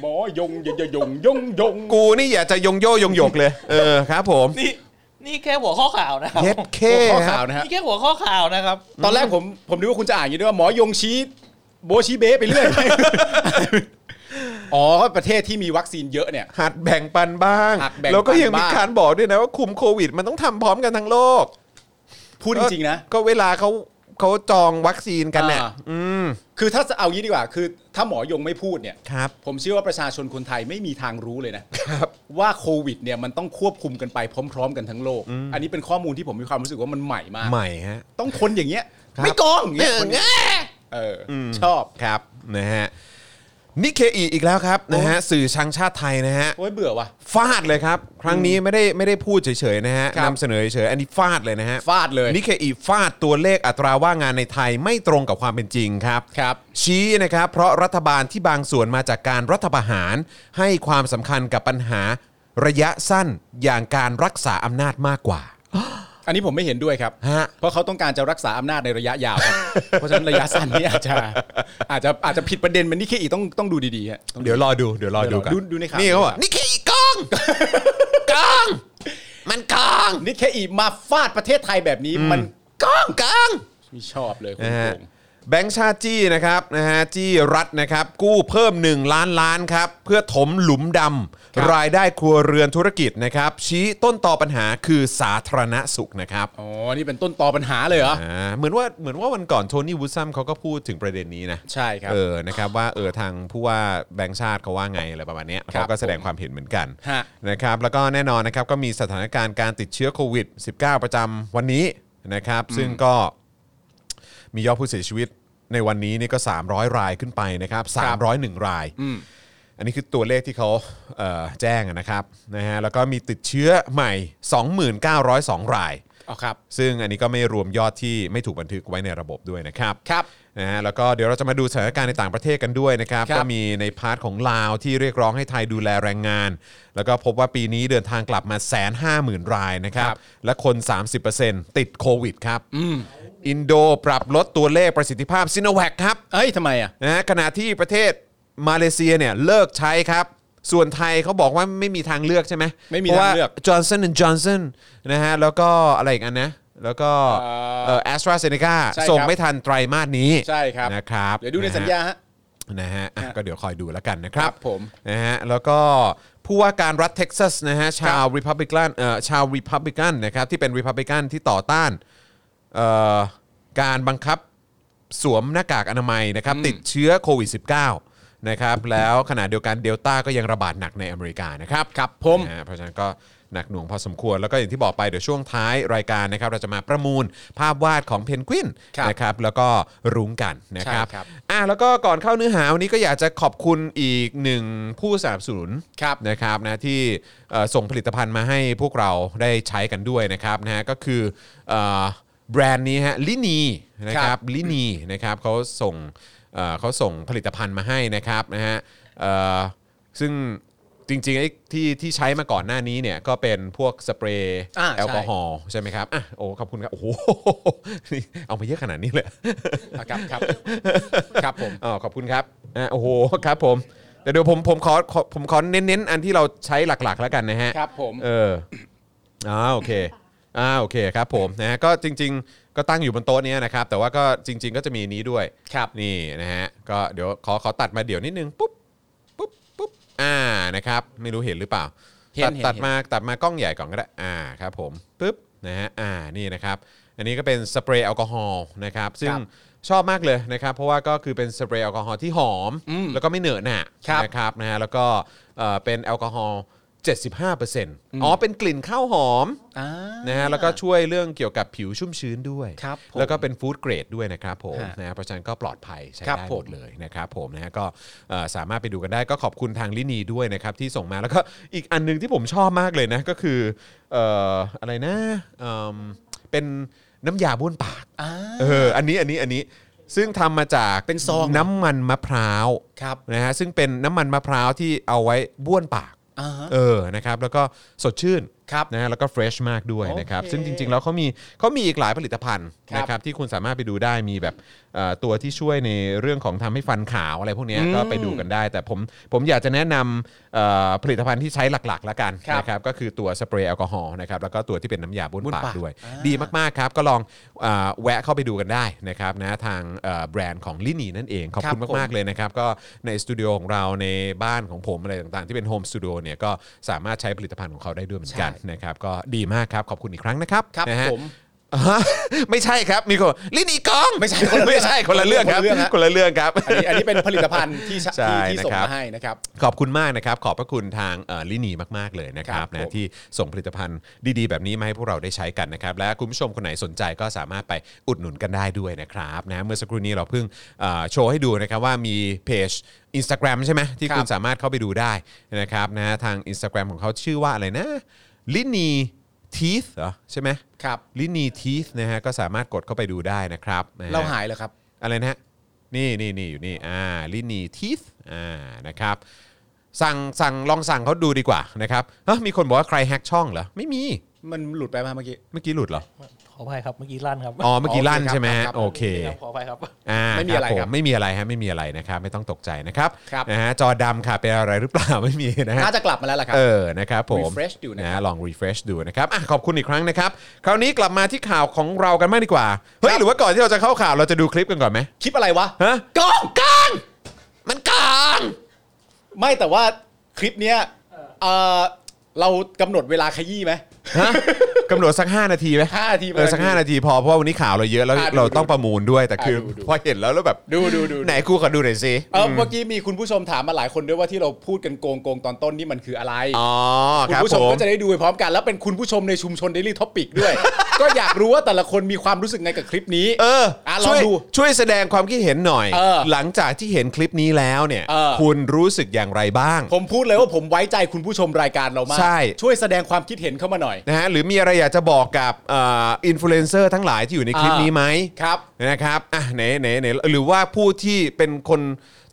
หมอยงยงยงยงยง กูนี่อยากจะยงโยยงหยกเลย เออครับผม นี่นี่แค่หัวข้อข่าวนะครับ เย็ดเค ข้อ ค ข่า รั ว บ นะฮะ นี่แค่หัวข้อข่าวนะครับ ตอนแรกผมผมนึกว่าคุณจะอ่านอย่างนี้ด้วยว่าหมอยงชี้โบะชี้เบ้ไปเรื่อย อ๋อประเทศที่มีวัคซีนเยอะเนี่ย หัดแบ่งปันบ้าง หัดแบ่งปันบ้าง แล้วก็ยังมีการบอกด้วยนะว่าคุมโควิด มันต้องทำพร้อมกันทั้งโลก พูดจริงๆนะ ก็ก็เวลาเขาเขาจองวัคซีนกันน่ะ อ่า อืม คือถ้าจะเอางี้ดีกว่า คือถ้าหมอยงไม่พูดเนี่ย ครับ ผมเชื่อว่าประชาชนคนไทยไม่มีทางรู้เลยนะว่าโควิดเนี่ยมันต้องควบคุมกันไปพร้อม ๆ กันทั้งโลก อันนี้เป็นข้อมูลที่ผมมีความรู้สึกว่ามันใหม่มาก ใหม่ฮะ ต้องคนอย่างเงี้ย ครับ ไม่กองอย่างเงี้ยคนเอออชอบ ครับนะฮะนิเคอีอีกแล้วครับนะฮะสื่อชังชาติไทยนะฮะ โอ้ยเบื่อว่ะ ฟาดเลยครับ ครั้งนี้ไม่ได้ไม่ได้พูดเฉยๆนะฮะ ครับ นำเสนอเฉยๆอันนี้ฟาดเลยนะฮะ ฟาดเลย นิเคอีฟาดตัวเลขอัตราว่างงานในไทยไม่ตรงกับความเป็นจริงครับ ครับ ชี้นะครับ เพราะรัฐบาลที่บางส่วนมาจากการรัฐประหาร ให้ความสำคัญกับปัญหาระยะสั้นอย่างการรักษาอำนาจมากกว่า อันนี้ผมไม่เห็นด้วยครับ ฮะ เพราะเขาต้องการจะรักษาอำนาจในระยะยาวครับเพราะฉะนั้นระยะสั้นนี่อาจจะอาจจะอาจจะผิดประเด็นมันนี่แค่อีกต้องต้องดูดีๆฮะต้อง เดี๋ยวรอดูเดี๋ยวรอดูกัน ดูดูในข่าว นี่เขาบอกนิเคอีก องกองมันกอง นี่แค่อีมาฟาดประเทศไทยแบบนี้มัน ก้องก้อง ไม่ชอบเลยคุณ นะ โก ฮะ ง แบงค์ชาติจี้นะครับนะฮะจี้รัฐนะครับ กู้เพิ่ม 1 ล้านล้านครับ เพื่อถมหลุมด ครับ ำรายได้ครัวเรือนธุรกิจนะครับ ชี้ต้นต่อปัญหาคือสาธารณสุขนะครับ อ๋อ นี่เป็นต้นตอปัญหาเลยเหรอ อ่าเหมือนว่าเหมือนว่าวันก่อนโทนี่วูดซัมเขาก็พูดถึงประเด็นนี้นะ ใช่ครับ เออ นะครับว่าเออทางผู้ว่าแบงค์ชาติเขาว่าไงอะไรประมาณเนี้ย ครั เขา บ ก็แสดงความเห็นเหมือนกัน ฮะ นะครับแล้วก็แน่นอนนะครับก็มีสถานการณ์การติดเชื้อโควิด -19 ประจำวันนี้นะครับ ซึ่งก็มียอดผู้เสียชีวิตในวันนี้นี่ก็ 300 รายขึ้นไปนะครับ 301 ราย อันนี้คือตัวเลขที่เขาเอ่อแจ้งนะครับนะฮะแล้วก็มีติดเชื้อใหม่ 2902 ราย เอาครับ ซึ่งอันนี้ก็ไม่รวมยอดที่ไม่ถูกบันทึกไว้ในระบบด้วยนะครับ ครับ นะฮะแล้วก็เดี๋ยวเราจะมาดูสถานการณ์ในต่างประเทศกันด้วยนะครับ ครับ ก็มีในพาร์ทของลาวที่เรียกร้องให้ไทยดูแลแรงงาน แล้วก็พบว่าปีนี้เดินทางกลับมาแสนห้าหมื่นรายนะครับ ครับ และคน 30%ติดโควิดครับอินโดปรับลดตัวเลขประสิทธิภาพซิโนแวคครับ เอ้ยทำไมอ่ะ นะฮะขณะที่ประเทศมาเลเซียเนี่ยเลิกใช้ครับ ส่วนไทยเขาบอกว่าไม่มีทางเลือกใช่ไหม ไม่มีทางเลือก จอห์นสันและจอห์นสันนะฮะแล้วก็อะไรอีกอันนะแล้วก็ เอ่อ แอสตราเซเนกา ใช่ครับ ส่งไม่ทันไตรมาสนี้ ใช่ครับ นะครับ เดี๋ยวดูในสัญญาฮะ นะฮะอ่ะก็เดี๋ยวคอยดูแล้วกันนะครับ ครับผม นะฮะแล้วก็ผู้ว่าการรัฐเท็กซัสนะฮะชาวริพับลิกันเอ่อชาวริพับลิกันนะครับที่เป็นริพับลิกันที่ต่อต้านเอ่อการบังคับสวมหน้ากากอนามัยนะครับติดเชื้อโควิด -19 นะครับแล้วขณะเดียวกันเดลต้าก็ยังระบาดหนักในอเมริกานะครับ ครับผม นะฮะเพราะฉะนั้นก็หนักหน่วงพอสมควร แล้วก็อย่างที่บอกไปเดี๋ยวช่วงท้ายรายการนะครับเราจะมาประมูลภาพวาดของเพนกวิน ครับ นะครับแล้วก็รุ้งกันนะครับ ใช่ครับ อ่ะแล้วก็ก่อนเข้าเนื้อหาวันนี้ก็อยากจะขอบคุณอีกหนึ่งผู้สนับสนุน ครับ นะครับนะที่เอ่อส่งผลิตภัณฑ์มาให้พวกเราได้ใช้กันด้วยนะครับนะฮะก็คือเอ่อแบรนด์นี้ฮะลินีนะค ครั รับบ ลินีนะครับเขาส่งเอ่อเขาส่งผลิตภัณฑ์มาให้นะครับนะฮะเอ่อซึ่งจริงๆไอ้ที่ที่ใช้มาก่อนหน้านี้เนี่ยก็เป็นพวกสเปรย์ อ่าใช่ แอลกอฮอล์ใช่ไหมครับอ่ะโอ้ขอบคุณครับโอ้โห นี่เอามาเยอะขนาดนี้เลย เอาครับครับ ครับผม อ๋อขอบคุณครับอ่ะโอ้โห ครับผม แต่เดี๋ยวผมผมขอขอผมขอเน้นๆ อันที่เราใช้หลักๆ แล้วกันนะฮะ ครับผม เอออ่าโอเคอ่าโอเคครับผมนะฮะก็จริง ๆ ก็ตั้งอยู่บนโต๊ะเนี้ยนะครับ แต่ว่าก็จริง ๆ ก็จะมีนี้ด้วย ครับ นี่นะฮะ ก็เดี๋ยวขอขอตัดมาเดี๋ยวนิดนึง ปุ๊บ ปุ๊บ ปุ๊บ อ่า นะครับ ไม่รู้เห็นหรือเปล่า เห็น ตัดตัเห็นด เห็น มา ตัดมากล้องใหญ่ก่อนก็ได้ อ่า ครับผม ปุ๊บ นะฮะ อ่า นี่นะครับ อันนี้ก็เป็นสเปรย์แอลกอฮอล์นะครับ ซึ่งชอบมากเลยนะครับ เพราะว่าก็คือเป็นสเปรย์แอลกอฮอล์ที่หอม แล้วก็ไม่เหนอะหนะครับ นะครับ นะฮะ แล้วก็เอ่อเป็นแอลกอฮอล์75%อ๋อ เป็นกลิ่นข้าวหอม อ่า นะฮะแล้วก็ช่วยเรื่องเกี่ยวกับผิวชุ่มชื้นด้วย ครับผม แล้วก็เป็นฟู้ดเกรดด้วยนะครับผม ฮะ นะฮะเพราะฉะนั้นก็ปลอดภัยใช้ ครับ ได้หผม ม ดเลยนะครับผมนะฮะก็เอ่อสามารถไปดูกันได้ก็ขอบคุณทางลินีด้วยนะครับที่ส่งมาแล้วก็อีกอันหนึงที่ผมชอบมากเลยนะก็คือเอ่ออะไรนะเอิ่มเป็นน้ำยาบ้วนปาก า เอออันนี้อันนี้อันนี้ซึ่งทำมาจาก เป็นซองเหรอ น้ำมันมะพร้าว ครับ นะฮะซึ่งเป็นน้ำมันมะพร้าวที่เอาไว้บ้วนปาก อ่าฮะ เออ นะครับ แล้วก็สดชื่น ครับ นะฮะแล้วก็เฟรชมากด้วย โอเค นะครับ ซึ่งจริง ๆ แล้วเขามีเขามีอีกหลายผลิตภัณฑ์ ครับ นะครับที่คุณสามารถไปดูได้ มีแบบเอ่อตัวที่ช่วยในเรื่องของทำให้ฟันขาวอะไรพวกเนี้ย อืม ก็ไปดูกันได้ แต่ผมผมอยากจะแนะนำเอ่อผลิตภัณฑ์ที่ใช้หลักๆ แล้วกัน ครับ นะครับ ก็คือตัวสเปรย์แอลกอฮอล์นะครับ แล้วก็ตัวที่เป็นน้ำยาบ้วน บ้วน ปาก ปาก ด้วย อ่า ดีมาก ๆ ครับ ก็ลองเอ่อแวะเข้าไปดูกันได้นะครับนะทางเอ่อแบรนด์ของลินีนั่นเอง ขอบคุณ ครับผม มาก ๆ เลยนะครับก็ในสตูดิโอของเราในบ้านของผมอะไรต่างๆ ที่เป็นโฮมสตูดิโอเนี่ยก็สามารถใช้ผลิตภัณฑ์ของเขาได้ด้วยเหมือนกัน ใช่ นะครับก็ดีมากครับ ขอบคุณอีกครั้งนะครับ ครับ นะฮะ ผม ฮะ ไม่ใช่ครับมีคนลินีกอง ไม่ใช่คนละเรื่อง ไม่ใช่คนละเรื่องครับ คนละเรื่องฮะ คนละเรื่องครับ อันนี้อันนี้เป็นผลิตภัณฑ์ ที่ชะ ใช่ ที่ที่ส่ง นะครับ มาให้นะครับ ขอบคุณมากนะครับ ขอบพระคุณทางเอ่อลินีมาก ๆ เลยนะค ค รั รั บบ นะ ผม ที่ส่งผลิตภัณฑ์ดี ๆ แบบนี้มาให้พวกเราได้ใช้กันนะครับ และคุณผู้ชมคนไหนสนใจก็สามารถไปอุดหนุนกันได้ด้วยนะครับนะเมื่อสักครู่นี้เราเพิ่งเอ่อโชว์ให้ดูนะครับว่ามีเพจ Instagram ใช่ไหมที่ ครับ คุณสามารถเข้าไปดูได้นะครับนะทาง Instagram ของเขาชื่อว่าอะไรนะลินีทีธเหรอใช่ไหม ครับ ลินีทีธนะฮะก็สามารถกดเข้าไปดูได้นะครับนะฮะ เราหายแล้วครับ อะไรนะฮะนี่นี่นี่อยู่นี่อ่าลินีทีสอ่านะครับสั่งสั่งลองสั่งเขาดูดีกว่านะครับเฮ้ยมีคนบอกว่าใครแฮกช่องเหรอ ไม่มี มันหลุดไปมาเมื่อกี้ เมื่อกี้หลุดเหรอ ขออภัยครับเมื่อกี้ลั่นครับ อ๋อ เมื่อกี้ลั่น โอเคครับ ใช่ไหมฮะ ครับ โอเค ครับขออภัยครับ อ่า ไม่มีอะไร ผ ครับ ไม่มีอะไรฮะ ไม่มีอะไรนะครับ ไม่ต้องตกใจนะครับ ครับ นะฮะ จอดำค่ะ เป็นอะไรหรือเปล่า ไม่มีนะฮะ น่าจะกลับมาแล้วล่ะครับ เออ นะครับผม refresh ดูนะครับ ลอง refresh ดูนะครับอ่ะขอบคุณอีกครั้งนะครับ คราวนี้กลับมาที่ข่าวของเรากันมากดีกว่า เฮ้ย หรือว่าก่อนที่เราจะเข้าข่าวเราจะดูคลิปกันก่อนไหม คลิปอะไรวะ ฮะกองกางมันกาง ไม่แต่ว่าคลิปเนี้ยเออเรากำหนดเวลาขยี้ไหม ฮะกำหนดสัก 5 นาทีไหม ห้านาที เออสัก 5 นาทีพอ เพราะว่าวันนี้ข่าวเราเยอะแล้ว ะดู เราต้องประมูลด้วย แต่คือ ดูดู พอเห็นแล้วแล้วแบบ ดูดูดู ไหนครูขอดูหน่อยสิ เออเมื่อกี้มีคุณผู้ชมถามมาหลายคนด้วยว่าที่เราพูดกันโกงโกงๆตอนต้นนี่มันคืออะไร อ๋อคคุณ รับ ผู้ชม ผม ก็จะได้ดูไปพร้อมกัน แล้วเป็นคุณผู้ชมในชุมชน Daily Topic ด้วย ก็อยากรู้ว่าแต่ละคนมีความรู้สึกไงกับคลิปนี้ เออ อ่ะล ช่ อง วย ดู ช่วยแสดงความคิดเห็นหน่อย เออ หลังจากที่เห็นคลิปนี้แล้วเนี่ย เออ คุณรู้สึกอย่างไรบ้าง ผมพูดเลยว่าผมไว้ใจคุณผู้ชมรายการเรามาก ใช่ ช่วยแสดงความคิดเห็นเข้ามาหน่อย นะฮะหรือมีอะไรอยากจะบอกกับเอ่ออินฟลูเอนเซอร์ทั้งหลายที่อยู่ในคลิป อ่านี้ นี้ไหม ครับ นะครับอ่ะไหนไหนไหนหรือว่าผู้ที่เป็นคน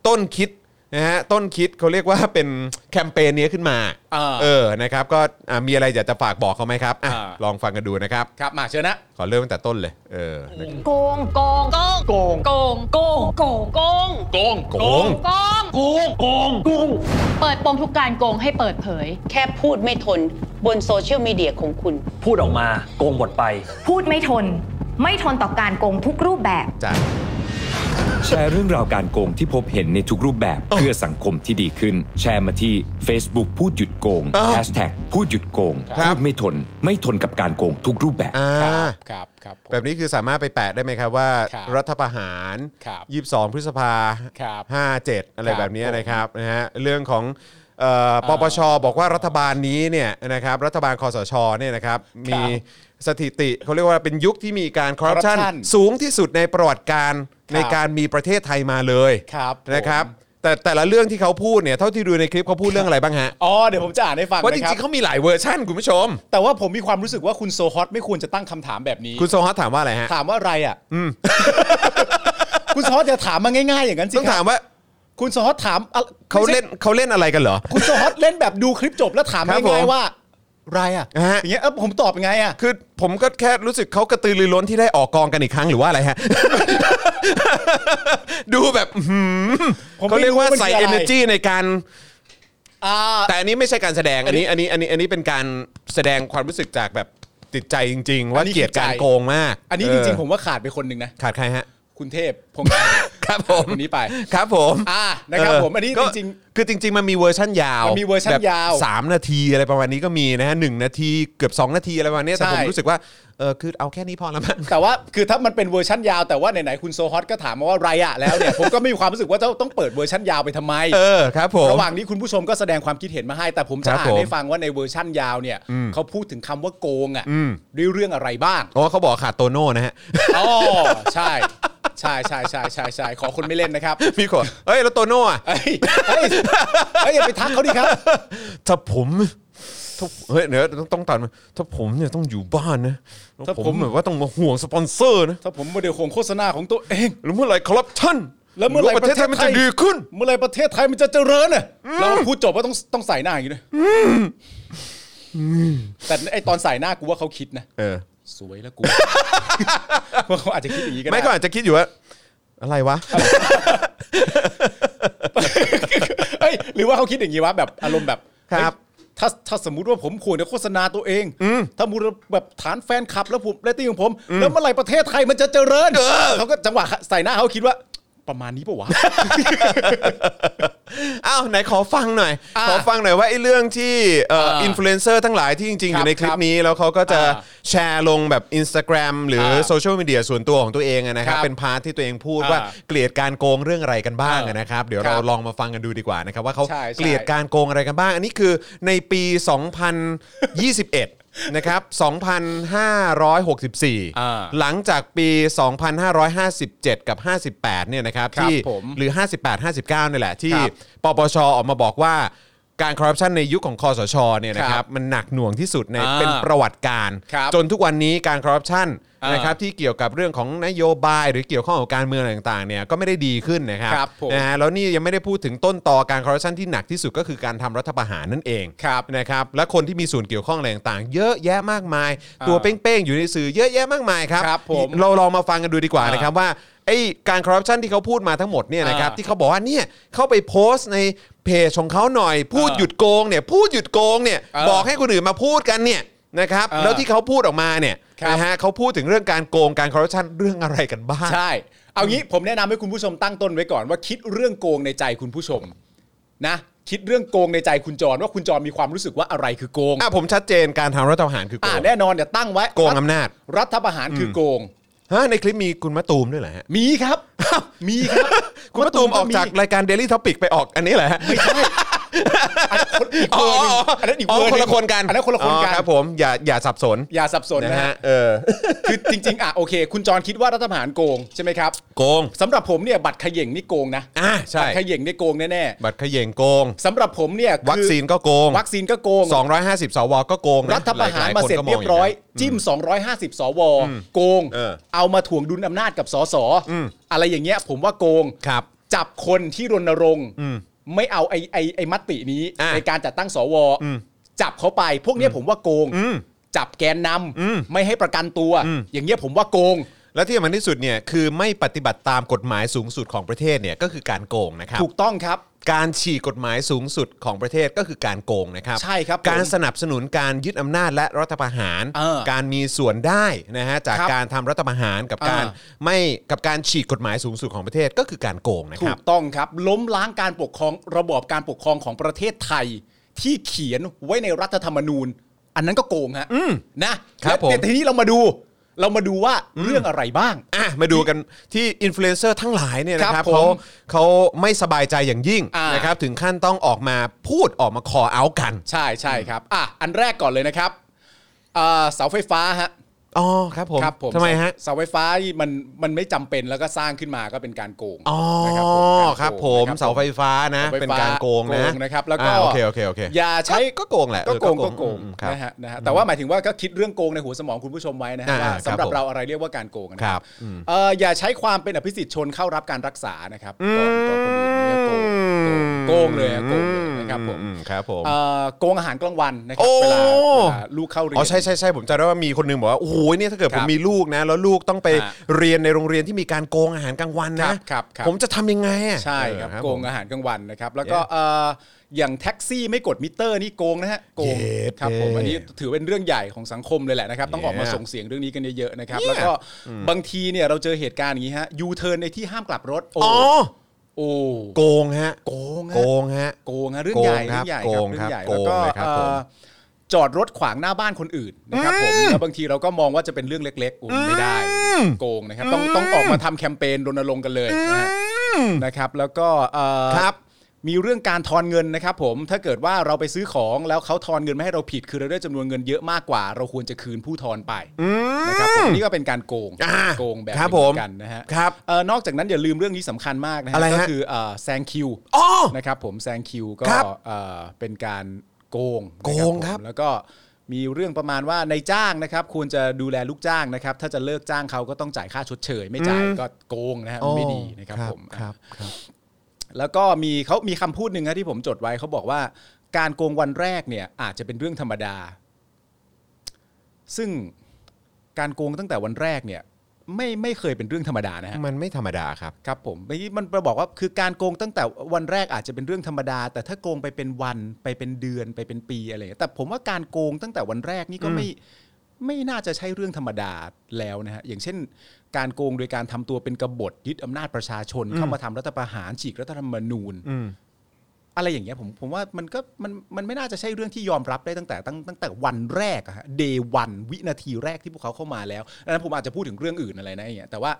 ต้นคิดนะฮะต้นคิดเขาเรียกว่าเป็นแคมเปญนี้ขึ้นมา อ่า เออนะครับก็อ่ะมีอะไรอยากจะฝากบอกเขาไหมครับอ่ะ อ่า ลองฟังกันดูนะครับ ครับมาเชิญนะ ขอเริ่มตั้งแต่ต้นเลยเออนะครับ โกง โกง โกง โกง โกง โกง โกง โกง โกง โกง โกง โกง เปิดปมทุกการโกงให้เปิดเผย แค่พูดไม่ทนบนโซเชียลมีเดียของคุณ พูดออกมาโกงหมดไป พูดไม่ทน ไม่ทนต่อการโกงทุกรูปแบบ จ้ะ แชร์เรื่องราวการโกงที่พบเห็นในทุกรูปแบบเพื่อสังคมที่ดีขึ้น แชร์มาที่ Facebook พูดหยุดโกงแฮชแท็กพูดหยุดโกง ครับ พูดไม่ทน ไม่ทนกับการโกงทุกรูปแบบ อ่า ครับครับผม แบบนี้คือสามารถไปแปะได้ไหมครับว่า ครับ รัฐประหาร ครับ ยี่สิบสองพฤษภา ครับ ห้าเจ็ดอะไร ครับ แบบนี้ ผม นะครับนะฮะเรื่องของเอ่อปปชบอกว่ารัฐบาลนี้เนี่ยนะครับรัฐบาลคอสชเนี่ยนะครับมีสถิติเขาเรียกว่าเป็นยุคที่มีการคอร์รัปชัน corruption สูงที่สุดในประวัติการในการมีประเทศไทยมาเลย ครับผม นะครับแต่แต่ละเรื่องที่เขาพูดเนี่ยเท่าที่ดูในคลิปเขาพูดเรื่องอะไรบ้างฮะ อ๋อเดี๋ยวผมจะอ่านให้ฟัง ว่าจ นะครั ริ บ งๆเขามีหลายเวอร์ชั่นคุณผู้ชม แต่ว่าผมมีความรู้สึกว่าคุณโซฮอตไม่ควรจะตั้งคำถามแบบนี้ คุณโซฮอตถามว่าอะไรฮะ ถามว่าอะไรอ่ะ คุณโซฮอตจะถามมาง่ายๆ อย่างนั้นสิ ต้อง ครับ ถามว่า คุณโซฮอตถามอะ เขาเล่นเขาเล่นอะไรกันเหรอ คุณโซฮอตเล่นแบบดูคลิปจบแล้วถาม ครับผม ง่ายๆว่าอะไรอ่ะ ฮะ อย่างเงี้ยเออผมตอบยังไงอ่ะ คือผมก็แค่รู้สึกเขากระตือรือร้นที่ได้ออกกองกันอีกครั้งหรือว่าอะไรฮะ ดูแบบอื้อหือ ผมไม่ เขาเรียกว่าใส่ รู้ว่ามันคืออะไร energy ในการ อ่า แต่อันนี้ไม่ใช่การแสดงอันนี้อันนี้อันนี้อันนี้เป็นการแสดงความรู้สึกจากแบบติดใจจริง ๆ ว่า อันนี้ เกลียด คือใจ การโกงมาก อันนี้ เ จริงๆผมว่าขาดไปคนหนึ่งนะ ขาดใครฮะ คุณเทพพงศ์ ครับผม คนนี้ไป ครับผม อ่านะครับ เ ผมอันนี้ ก็ จริง คือจริง ๆ มันมีเวอร์ชั่นยาว มันมีเวอร์ชัน แบบ ยาว สามนาทีอะไรประมาณนี้ก็มีนะฮะหนึ่งนาทีเกือบสองนาทีอะไรประมาณเนี้ยแต่ ใช่ ผมรู้สึกว่าเออคือเอาแค่นี้พอแล้วมั้ง แต่ว่าคือถ้ามันเป็นเวอร์ชั่นยาวแต่ว่าไหนๆคุณโซฮอตก็ถามมาว่าไรอะแล้วเนี่ย ผมก็ไม่มีความรู้สึกว่าจะต้องเปิดเวอร์ชั่นยาวไปทำไม เออครับผม ระหว่างนี้คุณผู้ชมก็แสดงความคิดเห็นมาให้ แต่ผมจะ ครับ อ่าน ผม ให้ฟังว่าในเวอร์ชั่นยาวเนี่ยเขาพูดถึงคำว่าโกงอะ อืม ด้วยเรื่องอะไรบ้าง อ๋อเขาบอกขาดโตโน่นะฮะ อ๋อใช่ใช่ใช่ใช่ใช่ใช่ขอคนไม่เล่นนะครับ มีคนเอ้ยแล้วโตโน่อะ เอ้ยเอ้ยเอ้ยอย่าไปทักเขาดิครับ ถ้าผมถ้าเฮ้ยเดี๋ยวต้องต้องตัดมาถ้าผมเนี่ยต้องอยู่บ้านนะถ้า ถ้า ผ ผม ม แบบว่าต้องมาห่วงสปอนเซอร์นะ ถ้าผมโมเดลของโฆษณาของตัวเอง หรือเมื่อไหร่คอร์รัปชัน แล้วเมื่อไหร่ ประเทศไทยมันจะดีขึ้น เมื่อไหร่ประเทศไทยมันจะเจริญน่ะเราพูดจบว่าต้องต้องใส่หน้าอย่างนี้ด้วยแต่ไอตอนใส่หน้ากูว่าเขาคิดนะ เออ สวยแล้ว กูว่าเขาอาจจะคิดอย่างนี้ก็ได้ ไม่ก็อาจจะคิดอยู่ว่า อะไรวะ เอ้ยหรือว่าเขาคิดอย่างนี้วะแบบอารมณ์แบบ ครับ เอ้ยถ้าถ้าสมมติว่าผมควรจะโฆษณาตัวเองถ้ามูลแบบฐานแฟนคลับแล้วผมได้ตีของผม แล้วเมื่อไหร่ประเทศไทยมันจะเจริญเขาก็จังหวะใส่หน้าเขาคิดว่า ประมาณนี้ปะวะ อ้าวไหนขอฟังหน่อย อ่ะ ขอฟังหน่อยว่าไอ้เรื่องที่เอ่ออินฟลูเอนเซอร์ทั้งหลายที่จริงๆ อ ครับ ยู่ในคลิปนี้ แล้วเขาก็จะแชร์ลงแบบ Instagram หรือโซเชียลมีเดียส่วนตัวของตัวเองอะนะครับ ครับ เป็นพาร์ทที่ตัวเองพูด อ่า ว่าเกลียดการโกงเรื่องอะไรกันบ้างอะนะครับ เดี๋ยว ครับ เราลองมาฟังกันดูดีกว่านะครับว่าเขา ใช่ใช่ เกลียดการโกงอะไรกันบ้าง อันนี้คือในปี 2021 นะครับ 2564 หลังจากปี 2557 กับ 58 เนี่ยนะครับ ครับ ที่ ผม หรือ 58 59นี่แหละ ที่ ครับ ปปชออกมาบอกว่า การคอร์รัปชันในยุคของคอสชเนี่ยนะค ครั รับบมันหนักหน่วงที่สุดใน อ่า เป็นประวัติการ ครับ จนทุกวันนี้การคอร์รัปชัน อ่าน นะครับที่เกี่ยวกับเรื่องของนโยบาย หรือเกี่ยวข้องกับการเมืองอะไรต่างๆเนี่ยก็ไม่ได้ดีขึ้นนะครับ ครับผม นะฮะแล้วนี่ยังไม่ได้พูดถึงต้นตอการคอร์รัปชันที่หนักที่สุดก็คือการทำรัฐประหารนั่นเอง ครับ นะครับและคนที่มีส่วนเกี่ยวข้องอะไรต่างๆ เยอะแยะมากมาย อ่า ตัวเป้งๆ อยู่ในสื่อเยอะแยะมากมายครับ ครับผม เราลองมาฟังกันดูดีกว่า อ่าน นะครับว่าไอ้การคอร์รัปชันที่เขาพูดมาทั้งหมดเนี่ยนะครับ อ่า ที่เขาบอกว่าเนี่ยเข้าไปโพสต์ในเพจของเขาหน่อย พูดหยุดโกงเนี่ยพูดหยุดโกงเนี่ย เออ บอกให้คนอื่นมาพูดกันเนี่ยนะครับ เออ แล้วที่เขาพูดออกมาเนี่ย ครับ นะฮะเขาพูดถึงเรื่องการโกงการคอร์รัปชันเรื่องอะไรกันบ้าง ใช่ เอางี้ผมแนะนำให้คุณผู้ชมตั้งต้นไว้ก่อนว่าคิดเรื่องโกงในใจคุณผู้ชมนะคิดเรื่องโกงในใจคุณจรว่าคุณจรมีความรู้สึกว่าอะไรคือโกง อ่ะผมชัดเจนการทำรัฐประหารคือโก อ่าง แน่นอนเนี่ยตั้งไว้ โกงอำนาจ รัฐประหารคือโกง ฮะในคลิปมีคุณมะตูมด้วยเหรอฮะ มีครับ มีครับ คุณมะตูมออกจากรายการ Daily Topic ไปออกอันนี้เหรอฮะ ไม่ใช่อันนั้นคนอีกเวอร์หนึงอันนั้นอีกเวอร์ห คนละคนกัน อันนั้นคนละคนกั อ๋ น อครับผมอย่าอย่าสับสน อย่าสับสนนะฮะ เออ คือจริง ๆ อ่ะโอเค คุณจรคิดว่ารัฐประหารโกงใช่ไหมครับ โกง สำหรับผมเนี่ยบัตรเขย่งนี่โกงนะ อ่าใช่ บัตรเขย่งนี่โกงแน่ บัตรเขย่งโกง ๆสำหรับผมเนี่ยคือ วัคซีนก็โกง วัคซีนก็โกง 250 สวก็โกงน รัฐประหาร ลยๆ มาเสร็จ คนก็ เรียบร้อย างนั้น จิ้ม 250 สว โกง เออ เอามาถ่วงดุลอำนาจกับสส อืม อะไรอย่างเงี้ย ผมว่าโกง ครับ จับคนที่รณรงค์ อืม ไม่เอาไอ้ไอ้ไอ้มตินี้ อ่ะ ในการจัดตั้งสว อืม จับเขาไป พวกเนี้ยผมว่าโกง อืม จับแกนน อืม ำไม่ให้ประกันตัว อืม อย่างเงี้ยผมว่าโกง และที่สำคัญที่สุดเนี่ยคือไม่ปฏิบัติตามกฎหมายสูงสุดของประเทศเนี่ยก็คือการโกงนะครับ ถูกต้องครับ การฉีกกฎหมายสูงสุดของประเทศก็คือการโกงนะครับ ใช่ครับผม การสนับสนุนการยึดอำนาจและรัฐประหาร เออ การมีส่วนได้นะฮะจาก ครับ การทำรัฐประหารกับการ เออ ไม่กับการฉีกกฎหมายสูงสุดของประเทศก็คือการโกงนะค ถู รับ กต้องครับ ล้มล้างการปกครองระบอบการปกครองของประเทศไทย ที่เขียนไว้ในรัฐธรรมนูญ อันนั้นก็โกงฮะนะครับ ผม แต่ทีนี้เรามาดู เรามาดูว่าเรื่องอะไรบ้าง อ่ะมาดูกันที่อินฟลูเอนเซอร์ทั้งหลายเนี่ยนะค ครั รับบ ผเขามเขาไม่สบายใจอย่างยิ่ง อ่าน นะครับถึงขั้นต้องออกมาพูดออกมาคอเอากัน ใช่ใช่ครับอ่ะอันแรกก่อนเลยนะครับอ่าเสาไฟฟ้าฮะ อ๋อครับผม ครับผม ทำไมฮะ เสาไฟฟ้านี่มันมันไม่จำเป็นแล้วก็สร้างขึ้นมาก็เป็นการโกง อ๋อ นะครับ ครับผม กโกงนะครับ เสาไฟฟ้านะ สไฟฟ้ เป็นการโกงนะ นะครับ แล้วก็ อ่าโอเคโอเคโอเค อย่าใช้ ก็โกงแหละ ก็โกง เออ ก็โกง อืมครับ นะฮะนะฮะแต่ว่าหมายถึงว่าก็คิดเรื่องโกงในหัวสมองคุณผู้ชมไว้นะฮะ อ่า ว่า ครับสำหรับ ผม เราอะไรเรียกว่าการโกงนะครับ อืม เอ่ออย่าใช้ความเป็นอภิสิทธิ์ชนเข้ารับการรักษานะครับก่อนก่อนคนอื่นเนี่ยโกงโกงเลยอะโกงเลยนะครับผม อืครับผม เอ่อโกงอาหารกลางวันนะครั โอ้ เวลาเวลาลูกเข้าเรียน อ๋อใช่ใช่ใช่ผมจำได้ว่ามีคนหนึงบอกว่าโอ้โหเนี่ยถ้าเกิด ครั ผ บ มมีลูกนะ แล้วลูกต้องไป ฮะ เรียนในโรงเรียนที่มีการโกงอาหารกลางวัน ครั นะ บครับครับ ผมจะทำยังไงอะ ใช่ครับ เออ โกง ผม อาหารกลางวันนะครับแล้วก็เอ่ออย่างแท็กซี่ไม่กดมิเตอร์นี่โกงนะฮะโกง เย็บ ครับผม เย็บ อันนี้ถือเป็นเรื่องใหญ่ของสังคมเลยแหละนะครับต้องออกมาส่งเสียงเรื่องนี้กันเยอะๆนะครับ เยี่ย แล้วก็บางทีเนี่ยเราเจอเหตุการณ์อย่างนี้ฮะยูเทิร์นในที่ห้ามกลับรถโอ้ อ๋อ โอ้ โกงฮะ โกงฮะ โกงฮะ โกงฮะเรื่องใหญ่ โกงครับ เรื่องใหญ่ โก ครังบเรื่ ครัโกงเลยคอบ งใหญ่แล้วก็รับผม เอ่อจอดรถขวางหน้าบ้านคนอื่นนะครับผมแล้วบางทีเราก็มองว่าจะเป็นเรื่องเล็กๆโอ้ไม่ได้โกงนะครับต้องต้องออกมาทำแคมเปญรณรงค์กันเลยนะฮะ อืม นะครับแล้วก็เอ่อ ครับ มีเรื่องการทอนเงินนะครับผมถ้าเกิดว่าเราไปซื้อของแล้วเขาทอนเงินมาให้เราผิดคือเราได้จำนวนเงินเยอะมากกว่า เราควรจะคืนผู้ทอนไปนะครับผมนี่ก็เป็นการโกง อ่า โกงแบบ ครับ นี้เหมื ผม อนกันนะฮะ ครับ เอ่อนอกจากนั้นอย่าลืมเรื่องนี้สำคัญมากนะฮะ อะไรฮะ ก็คือเอ่อแซงคิว อ๋อ นะครับผมแซงคิวก็ ครับ เอ่อเป็นการโกงนะ โกงครับ ผมแล้วก็มีเรื่องประมาณว่าในจ้างนะครับควรจะดูแลลูกจ้างนะครับถ้าจะเลิกจ้างเขาก็ต้องจ่ายค่าชดเชย ไม่จ่ายก็โกงนะฮะมันไม่ดีนะครับผม ครับครับ แล้วก็มีเขามีคำพูดหนึ่งนะที่ผมจดไว้เขาบอกว่า การโกงวันแรกเนี่ย อาจจะเป็นเรื่องธรรมดา ซึ่งการโกงตั้งแต่วันแรกเนี่ย ไม่ไม่เคยเป็นเรื่องธรรมดานะฮะ มันไม่ธรรมดาครับ ครับผมเมื่อกี้มันบอกว่าคือการโกงตั้งแต่วันแรกอาจจะเป็นเรื่องธรรมดา แต่ถ้าโกงไปเป็นวันไปเป็นเดือนไปเป็นปีอะไรอย่างเงี้ยแต่ผมว่าการโกงตั้งแต่วันแรกนี่ก็ไม่ไม่น่าจะใช่เรื่องธรรมดาแล้วนะฮะอย่างเช่น การโกงโดยการทำตัวเป็นกบฏยึดอำนาจประชาชนเข้ามาทำรัฐประหารฉีกรัฐธรรมนูญ อืม อะไรอย่างเงี้ยผมผมว่ามันก็มันมันไม่น่าจะใช่เรื่องที่ยอมรับได้ตั้งแต่ตั้งตั้งแต่วันแรกอะฮะ day one วินาทีแรกที่พวกเขาเข้ามาแล้วอันนั้นผมอาจจะพูดถึงเรื่องอื่นอะไรนะอย่างเงี้ยแต่ว่า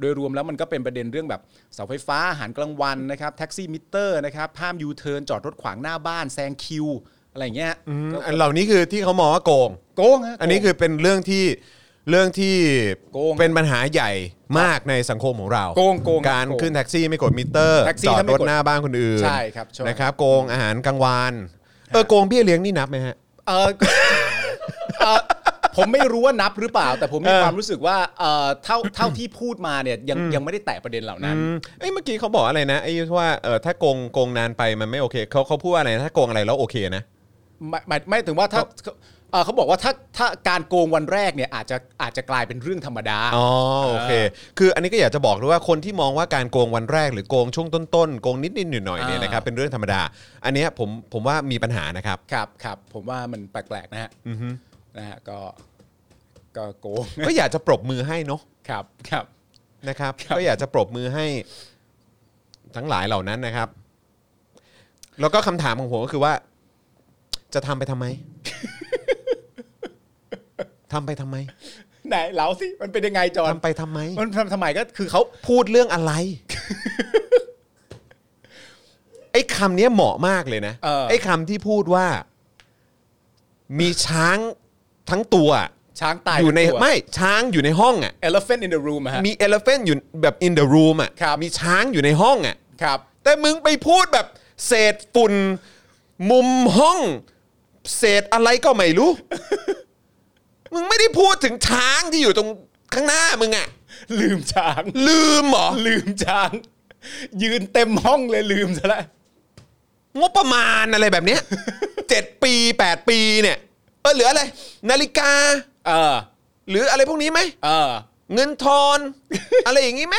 โดยรวมแล้วมันก็เป็นประเด็นเรื่องแบบเสาไฟฟ้าอาหารกลางวันนะครับแท็กซี่มิเตอร์นะครับห้ามยูเทิร์นจอดรถขวางหน้าบ้านแซงคิวอะไรอย่างเงี้ยก็ อันเหล่านี้คือที่เขามองว่าโกง โกงฮะ อันนี้คือเป็นเรื่องที่เรื่องที่ โกง เป็นปัญหาใหญ่มากในสังคมของเรา โกงโกง การ โกง ขึ้นแท็กซี่ไม่กดมิเตอร์ แท็กซี่ จอด ถ้าไม่ ร ก ถ ด หน้าบ้านคนอื่น ใช่ครับใช่ นะครับโกงอาหารกลางวัน เออโกงเบี้ยเลี้ยงนี่นับไหมฮะ เออ เอ่อผมไม่รู้ว่านับหรือเปล่า แต่ผมมี เออ ความรู้สึกว่าเอ่อเท่าเท่าที่พูดมาเนี่ยยังยังไม่ได้แตะประเด็นเหล่านั้น อืมเอ้ยเมื่อกี้เขาบอกอะไรนะไอ้ว่าเออถ้าโกงโกงนานไปมันไม่โอเคเขาเขาพูดว่าอะไรนะถ้าโกงอะไรแล้วโอเคนะ หมายหมายไม่ถึงว่าถ้าเอ่อเขาบอกว่าถ้าถ้าการโกงวันแรกเนี่ยอาจจะอาจจะกลายเป็นเรื่องธรรมดา อ๋อโอเค คืออันนี้ก็อยากจะบอกด้วยว่าคนที่มองว่าการโกงวันแรกหรือโกงช่วงต้นๆโกงนิดๆหน่อยๆเนี่ย อ่าน นะครับเป็นเรื่องธรรมดา อันเนี้ยผมผมว่ามีปัญหานะครับ ครับครับผมว่ามันแปลกๆนะฮะนะฮะก็ก็โกง ก็อยากจะปรบมือให้เนาะ ครับครับ นะครับ ครับ ก็อยากจะปรบมือให้ทั้งหลายเหล่านั้นนะครับ แล้วก็คำถามของผมก็คือว่า จะทำไป ทำไม ทำไปทำไม ไหนเล่าสิมันเป็นยังไงจอน ทำไปทำไม มันทำทำไมก็คือเขา พูดเรื่องอะไร ไอ้คำเนี้ยเหมาะมากเลยนะ เออ ไอ้คำที่พูดว่า มีช้างทั้งตัวอะ ช้างตาย อยู่ใน ทั้งตัว ไม่ ช้างอยู่ในห้องอ่ะ elephant in the room อะฮะ มี elephant อยู่แบบ in the room อ่ะ ครับ มีช้างอยู่ในห้องอ่ะ ครับ แต่มึงไปพูดแบบเศษฝุ่น มุมห้อง เศษอะไรก็ไม่รู้ มึงไม่ได้พูดถึงช้างที่อยู่ตรงข้างหน้ามึงอ่ะ ลืม ช้าง ลืมเหรอ ลืมช้าง ยืนเต็มห้องเลยลืมซะแล้ว งบประมาณอะไรแบบเนี้ย เจ็ดปีแปดปีเนี่ยเออเหลืออะไร นาฬิกา เออ หรืออะไรพวกนี้ไหม เออ เงินท อน อะไรอย่างนี้ไหม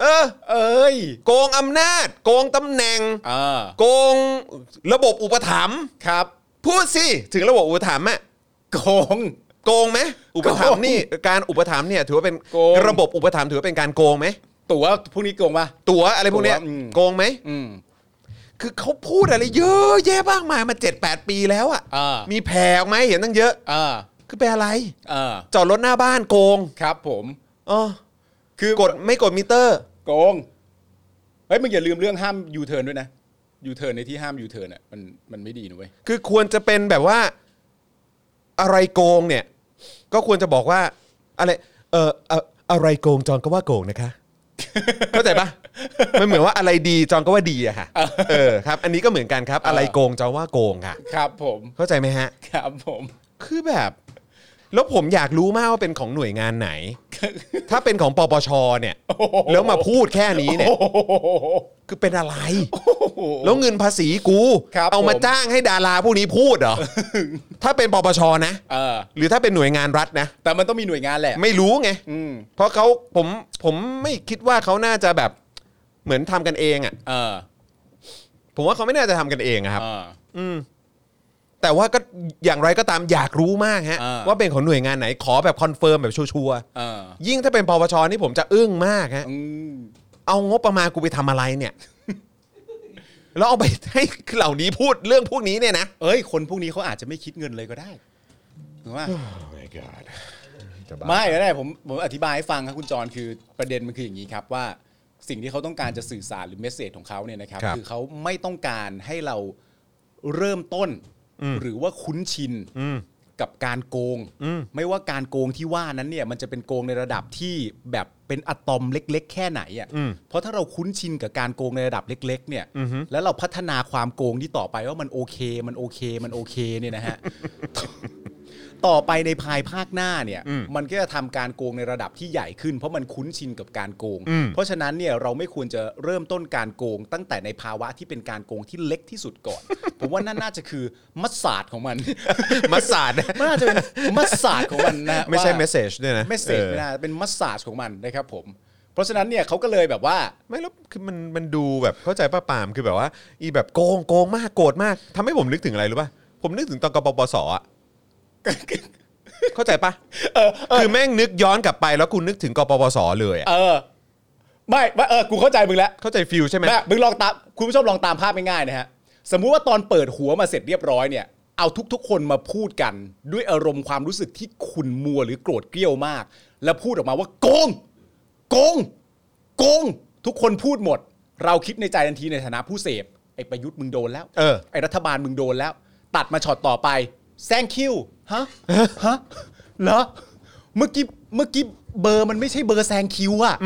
เออ เอ้ย โกงอำนาจ โกงตำแหน่ง เออ โกงระบบอุปถัมภ์ ครับ พูดสิถึงระบบอุปถัมภ์อะ โกง โกงไหมอุปถัมภ์นี่การอุปถัมภ์เนี่ยถือว่าเป็น โกง ระบบอุปถัมภ์ถือว่าเป็นการโกงไหม ตั๋วพวกนี้โกงปะ ตั๋วอะไรพวกเนี้ย ตั๋วอืม โกงไหม อืม คือเขาพูดอะไรเยอะแยะมากมายมาเจ็ดแปดปีแล้วอะ อ่ามี มีแผ่ออกมาให้เห็นตั้งเยอะ เออ คือเป็นอะไร เออ จอดรถหน้าบ้านโกง ครับผม อ๋อ คือก ดไม่กดมิเตอร์ โกง เฮ้ยมึงอย่าลืมเรื่องห้ามยูเทิร์นด้วยนะ ยูเทิร์นในที่ห้ามยูเทิร์นอ่ะ มัน มันไม่ดีนะเว้ย คือควรจะเป็นแบบว่าอะไรโกงเนี่ย ก็ควรจะบอกว่า อะไรเออเอ่ออะไรโกงจอนก็ว่าโกงนะคะ เข้าใจปะมันเหมือนว่าอะไรดีจอนก็ว่าดีอะค่ะเออครับ อันนี้ก็เหมือนกันครับ อะไรโกงจอนว่าโกงค่ะ ครับผม เข้าใจไหมฮะ ครับผม คือแบบ แล้วผมอยากรู้มากว่าเป็นของหน่วยงานไหน ถ้าเป็นของปปชเนี่ย แล้วมาพูดแค่นี้เนี่ย โอ้โห คือเป็นอะไร แล้วเงินภาษีกู ครับ เอามา ผม จ้างให้ดาราพวกนี้พูดเหร อ ถ้าเป็นปปชนะ เออ หรือถ้าเป็นหน่วยงานรัฐนะ แต่มันต้องมีหน่วยงานแหละ ไม่รู้ไง อืม เพราะเขาผมผมไม่คิดว่าเขาน่าจะแบบเหมือนทำกันเองอะ่ะ เออ ผมว่าเขาไม่น่าจะทำกันเองอะครับ เออ แต่ว่าก็อย่างไรก็ตามอยากรู้มากฮะ อ่า ว่าเป็นของหน่วยงานไหนขอแบบคอนเฟิร์มแบบชัวร์ เออ ๆยิ่งถ้าเป็นปปชนี่ผมจะอึ้งมากฮะ อืม เอางบประมาณกูไปทำอะไรเนี่ย แล้วเอาไปให้เหล่านี้พูดเรื่องพวกนี้เนี่ยนะ เอ้ย คนพวกนี้เขาอาจจะไม่คิดเงินเลยก็ได้ถูกไหม ไม่ไม่ได้ผมผมอธิบายให้ฟังครับคุณจรคือประเด็นมันคืออย่างนี้ครับว่าสิ่งที่เขาต้องการจะสื่อสารหรือเมสเซจของเขาเนี่ยนะครับ ครับ อเขาไม่ต้องการให้เราเริ่มต้นหรือว่าคุ้นชินกับการโกง ไม่ว่าการโกงที่ว่านั้นเนี่ยมันจะเป็นโกงในระดับที่แบบเป็นอะตอมเล็ก ๆ แค่ไหนอ่ะ อืม เพราะถ้าเราคุ้นชินกับการโกงในระดับเล็ก ๆ เนี่ย อือฮึ แล้วเราพัฒนาความโกงที่ต่อไปว่ามันโอเค มันโอเคมันโอเคเนี่ยนะฮะ ต่อไปในภายภาคหน้าเนี่ยมันก็จะทำการโกงในระดับที่ใหญ่ขึ้น เพราะมันคุ้นชินกับการโกง อืม เพราะฉะนั้นเนี่ยเราไม่ควรจะเริ่มต้นการโกง ตั้งแต่ในภาวะที่เป็นการโกงที่เล็กที่สุดก่อน ผมว่านั่นน่าจะคือมัสสาดของมัน มาสาดนะ มันน่าจะเป็นมัสสาดของมันนะ ไม่ใช่ ว่า เมสเซจด้วยนะ เมสเซจ ออ ไม่น่าเป็นมัสสาดของมันนะครับผม เพราะฉะนั้นเนี่ยเขาก็เลยแบบว่า ไม่แล้วคือมันมันดูแบบเข้าใจป้าปามคือแบบว่า อีแบบโกงโกงมากโกรธมากทำให้ผมนึกถึงอะไรรู้ป่ะผมนึกถึงตอนกปปสอ่ะ เข้าใจปะคือแม่งนึกย้อนกลับไปแล้วกูนึกถึงกปปสเลยอะ เออ ไม่ไม่เออกูเข้าใจมึงแล้ว เข้าใจฟิลใช่ไหม แม่มึงลองตามคุณผู้ชมลองตามภาพง่ายๆนะฮะ สมมุติว่าตอนเปิดหัวมาเสร็จเรียบร้อยเนี่ย เอาทุกๆคนมาพูดกัน ด้วยอารมณ์ความรู้สึกที่ขุ่นมัวหรือโกรธเกรี้ยวมาก แล้วพูดออกมาว่าโกง โกง โกง ทุกคนพูดหมด เราคิดในใจทันทีในฐานะผู้เสพไอ้ประยุทธ์มึงโดนแล้ว เออ ไอ้รัฐบาลมึงโดนแล้ว ตัดมาช็อตต่อไปแซงคิวฮะฮะเหรอเมื่อกี้เมื่อกี้เบอร์มันไม่ใช่เบอร์แซงคิวอะ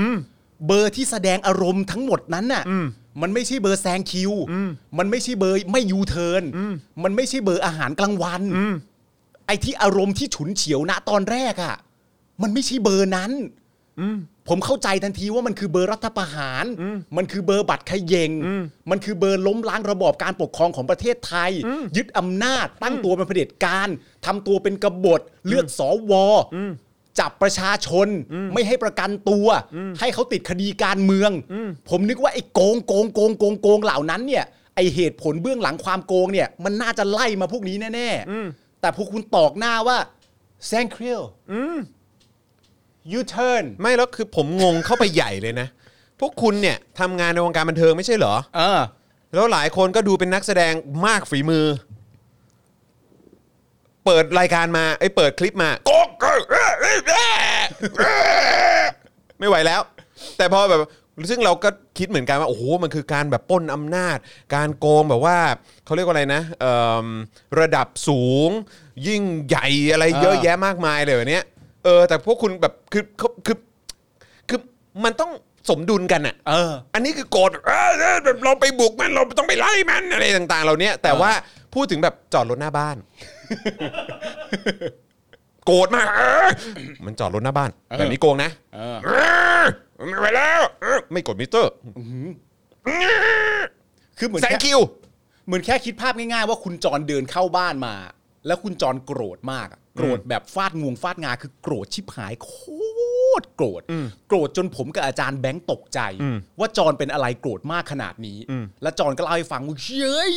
เบอร์ที่แสดงอารมณ์ทั้งหมดนั้นน่ะ มันไม่ใช่เบอร์แซงคิว มันไม่ใช่เบอร์ไม่ยูเทิร์นมันไม่ใช่เบอร์อาหารกลางวัน ไอ้ที่อารมณ์ที่ฉุนเฉียวณตอนแรกอะ่ะ มันไม่ใช่เบอร์นั้น ผมเข้าใจทันทีว่ามันคือเบอร์รัฐประหาร มันคือเบอร์บัตรเขยง มันคือเบอร์ล้มล้างระบอบการปกครองของประเทศไทย ยึดอำนาจ ตั้งตัวเป็นเผด็จการทำตัวเป็นกบฏ เลือกสอวอจับประชาชน ไม่ให้ประกันตัว ให้เขาติดคดีการเมือง ผมนึกว่าไอ้โกงโกงโกงโกงโกงเหล่านั้นเนี่ยไอเหตุผลเบื้องหลังความโกงเนี่ยมันน่าจะไล่มาพวกนี้แน่ๆแต่พวกคุณตอกหน้าว่าแซงเครียลยูเทิร์น ไม่แล้วคือผมงงเข้าไปใหญ่เลยนะ พวกคุณเนี่ยทำงานในวงการบันเทิงไม่ใช่เหรอ เออ แล้วหลายคนก็ดูเป็นนักแสดงมากฝีมือ เปิดรายการมาไอ้ยเปิดคลิปมาโก๊กไม่ไหวแล้ว แต่พอแบบซึ่งเราก็คิดเหมือนกันว่าโอ้โหมันคือการแบบปล้นอำนาจ การโกงแบบว่าเขาเรียกว่าอะไรนะเอิ่มระดับสูง ยิ่งใหญ่อะไรเยอะ อ่า แยะมากมายเลยแบบเนี้ยเออ แต่พวกคุณแบบคือเขาคือคือมันต้องสมดุลกันอะ เออ อันนี้คือโกรธเออเออแบบเราไปบุกมันเราต้องไปไล่มันอะไรต่างๆเหล่าเนี้ยแต่ว่าพูดถึงแบบจอดรถหน้า บ้าน โกรธมากเออมันจอดรถหน้าบ้านแบบนี้โกงนะ เออ เออไม่ไหวแล้วเออไม่กดมิเตอร์ คือเหมือน แซง แค่ คิว เหมือนแค่คิดภาพง่ายๆว่าคุณจรเดินเข้าบ้านมา แล้วคุณจรโกรธมากอะโกรธแบบฟาดงวงฟาดงาคือโกรธชิบหายโคตรโกรธโกรธจนผมกับอาจารย์แบงค์ตกใจ ว่าจรเป็นอะไรโกรธมากขนาดนี้ แล้วจรก็เล่าให้ฟังว่าเฮ้ย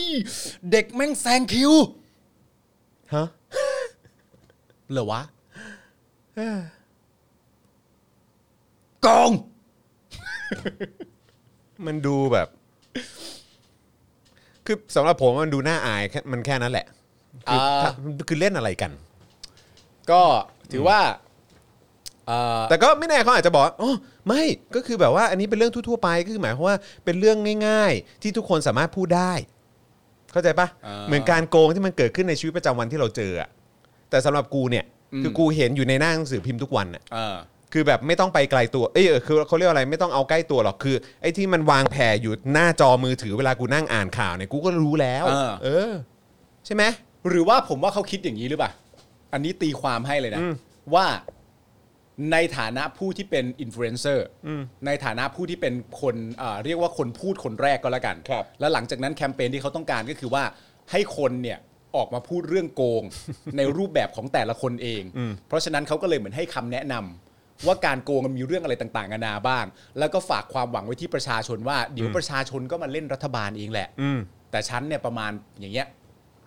เด็กแม่งแซงคิว ฮะ เหรอวะกอง มันดูแบบ คือสำหรับผมมันดูน่าอายแค่มันแค่นั้นแหละคือ อ่า ถ้าคือเล่นอะไรกัน ก็ถือว่าเอ่อ แต่ก็ไม่แน่เขาอาจจะบอกว่าอ๋อไม่ก็คือแบบว่าอันนี้เป็นเรื่องทั่วๆไปก็คือหมายความว่าเป็นเรื่องง่าย ๆ ที่ทุกคนสามารถพูดได้ เข้าใจปะ อ่า เหมือนการโกงที่มันเกิดขึ้นในชีวิตประจำวันที่เราเจออะแต่สำหรับกูเนี่ย อืม คือกูเห็นอยู่ในหน้าหนังสือพิมพ์ทุกวันอะ เออ คือแบบไม่ต้องไปไกลตัวเอยเออคือเขาเรียกว่าอะไรไม่ต้องเอาใกล้ตัวหรอกคือไอ้ที่มันวางแผ่อยู่หน้าจอมือถือเวลากูนั่งอ่านข่าวเนี่ยกูก็รู้แล้ว อ่า เออ ใช่ไหม หรือว่าผมว่าเขาคิดอย่างนี้หรือเปล่า อันนี้ตีความให้เลยนะ อืม ว่าในฐานะผู้ที่เป็นอินฟลูเอนเซอร์ อืม ในฐานะผู้ที่เป็นคนเอ่อเรียกว่าคนพูดคนแรกก็แล้วกัน ครับ แล้วหลังจากนั้นแคมเปญที่เขาต้องการก็คือว่าให้คนเนี่ยออกมาพูดเรื่องโก ง ในรูปแบบของแต่ละคนเอง เพราะฉะนั้นเขาก็เลยเหมือนให้คำแนะนำว่าการโกงมันมีเรื่องอะไรต่างๆนานาบ้าง แล้วก็ฝากความหวังไว้ที่ประชาชนว่าเดี๋ยวประชาชนก็มาเล่นรัฐบาลเองแหละ อืม แต่ฉันเนี่ยประมาณอย่างเงี้ย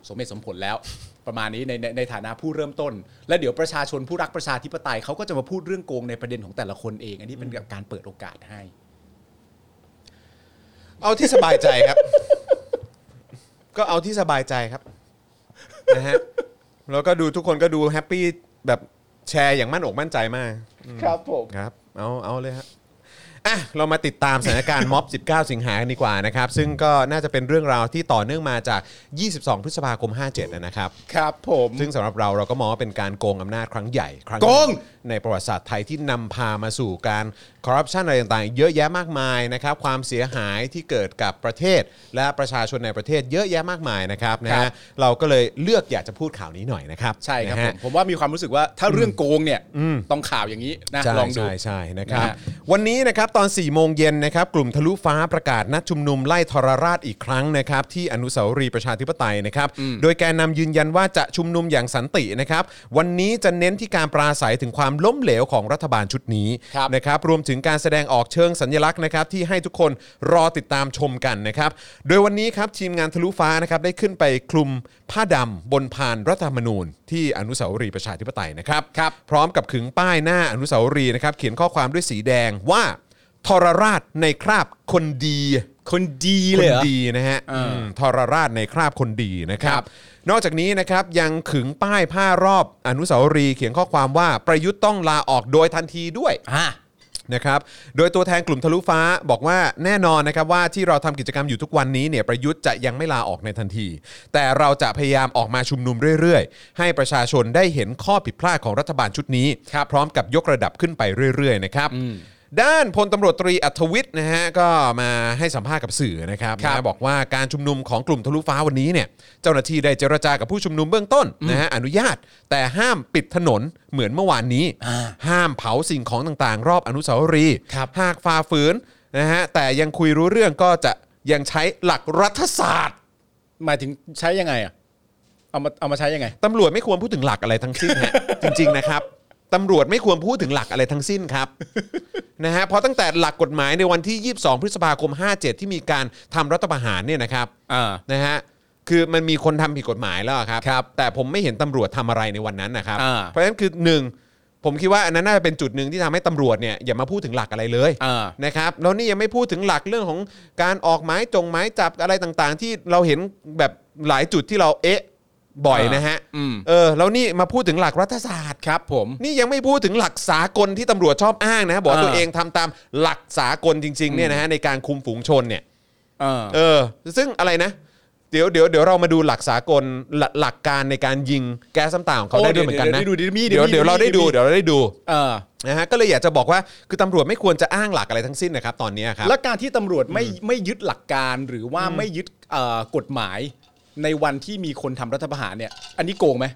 สมเหตุสมผลแล้ว ประมาณนี้ในในในฐานะผู้เริ่มต้น และเดี๋ยวประชาชนผู้รักประชาธิปไตยเขาก็จะมาพูดเรื่องโกงในประเด็นของแต่ละคนเอง อันนี้เป็นการเปิดโอกาสให้ เอาที่สบายใจครับ ก็เอาที่สบายใจครับนะฮะ แล้วก็ดูทุกคนก็ดูแฮปปี้แบบแชร์อย่างมั่นอกมั่นใจมาก ครับผม ครับ เอาเอาเลยครับอ่ะเรามาติดตามสถานการณ์ ม็อบ 19 สิงหากันดีกว่านะครับ ซึ่งก็น่าจะเป็นเรื่องราวที่ต่อเนื่องมาจาก 22 พฤษภาคม 57 นะครับ ครับผม ซึ่งสำหรับเราเราก็มองว่าเป็นการโกงอำนาจครั้งใหญ่ ครั้ง โกง ในประวัติศาสตร์ไทยที่นำพามาสู่การคอร์รัปชันอะไรต่างๆ เยอะแยะมากมายนะครับ ความเสียหายที่เกิดกับประเทศ และประชาชนในประเทศเยอะแยะมากมายนะครับนะฮะเราก็เลยเลือกอยากจะพูดข่าวนี้หน่อยนะครับ ใช่ครับ นะ ผ ฮะ ม ผมว่ามีความรู้สึกว่าถ้าเรื่องโกงเนี่ยต้องข่าวอย่างนี้นะ ใช่ ลองดู ใช่ใช่นะครับ นะฮะ วันนี้นะครับตอน4ี่โมงเย็นนะครับ กลุ่มทะลุฟ้าประกาศนัดชุมนุมไล่ทรราชอีกครั้งนะครับ ที่อนุสาวรีย์ประชาธิปไตยนะครับ โดยแกนนำยืนยันว่าจะชุมนุมอย่างสันตินะครับ วันนี้จะเน้นที่การปราศัยถึงความล้มเหลวของรัฐบาลชุดนี้ ครับ นะครับรวมถึงการแสดงออกเชิงสัญลักษณ์นะครับ ที่ให้ทุกคนรอติดตามชมกันนะครับ โดยวันนี้ครับทีมงานทะลุฟ้านะครับได้ขึ้นไปคลุมผ้าดำบนพานรัฐธรรมนูญ ที่อนุสาวรีย์ประชาธิปไตยนะครับ ครับ พร้อมกับขึงป้ายหน้าอนุสาวรีย์นะครับ เขียนข้อความด้วยสีแดงว่าทรราชในคราบคนดี คนดี ค เลนยเหรอ ดีนะฮะ เอออื มทรราชในคราบคนดีนะครั ครับ บ นอกจากนี้นะครับยังขึงป้ายผ้ารอบอนุสาวรีย์เขียนข้อความว่าประยุทธ์ต้องลาออกโดยทันทีด้วย อ่ะ นะครับ โดยตัวแทนกลุ่มทะลุฟ้าบอกว่าแน่นอนนะครับว่าที่เราทำกิจกรรมอยู่ทุกวันนี้เนี่ยประยุทธ์จะยังไม่ลาออกในทันที แต่เราจะพยายามออกมาชุมนุมเรื่อยๆ ให้ประชาชนได้เห็นข้อผิดพลาดของรัฐบาลชุดนี้ พร้อมกับยกระดับขึ้นไปเรื่อยๆนะครับ ด้านพลตำรวจตรีอัธวิทย์นะฮะก็มาให้สัมภาษณ์กับสื่อนะครับ ครับ นะบอกว่าการชุมนุมของกลุ่มทะลุฟ้าวันนี้เนี่ยเจ้าหน้าที่ได้เจรจากับผู้ชุมนุมเบื้องต้นนะฮะอนุญาต แต่ห้ามปิดถนนเหมือนเมื่อวานนี้ ห้ามเผาสิ่งของต่างๆ รอบอนุสาวรีย์หากฝ่าฝืนนะฮะแต่ยังคุยรู้เรื่องก็จะยังใช้หลักรัฐศาสตร์ หมายถึงใช้ยังไงอ่ะเอามาเอามาใช้ยังไง ตำรวจไม่ควรพูดถึงหลักอะไรทั้งสิ้น ฮะ จริงๆนะครับตำรวจไม่ควรพูดถึงหลักอะไรทั้งสิ้นครับ นะฮะเพราะตั้งแต่หลักกฎหมายในวันที่ 22 พฤษภาคม 57 ที่มีการทำรัฐประหารเนี่ยนะครับ อ่า นะฮะคือมันมีคนทำผิดกฎหมายแล้วอะครับ แต่ผมไม่เห็นตำรวจทำอะไรในวันนั้นนะครับ อ่า เพราะฉะนั้นคือหนึ่งผมคิดว่าอันนั้นน่าจะเป็นจุดหนึ่งที่ทำให้ตำรวจเนี่ยอย่ามาพูดถึงหลักอะไรเลย อ่า นะครับแล้วนี่ยังไม่พูดถึงหลักเรื่องของการออกหมายจงหมายจับอะไรต่างๆ ที่เราเห็นแบบหลายจุดที่เราเอ๊ะบ่อย อ่าน นะฮะ อืม เออแล้วนี่มาพูดถึงหลักรัฐศาสตร์ ครับผม นี่ยังไม่พูดถึงหลักสากลที่ตำรวจชอบอ้างนะบอกว่า อ่า ตัวเองทำตามหลักสากลจริงๆเนี่ยนะฮะในการคุมฝูงชนเนี่ย เออ เออซึ่งอะไรนะ เดี๋ยวเดี๋ยวเดี๋ยวเรามาดูหลักสากลหลักหลักการในการยิงแก๊สน้ำตาของเขา โอ้ ได้ด้วยเหมือนกันนะ เดี๋ยวเดี๋ยวเดี๋ยวดูดิมีดิมีดิ เดี๋ยวเราได้ มีดิ ดูเดี๋ยวเราได้ดู เออ นะฮะก็เลยอยากจะบอกว่าคือตำรวจไม่ควรจะอ้างหลักอะไรทั้งสิ้นนะครับตอนเนี้ยครับ และการที่ตำรวจไม่ไม่ยึดหลักการหรือว่าไม่ยึดเอ่อกฎหมาย ในวันที่มีคนทำรัฐประหารเนี่ย อันนี้โกงไหม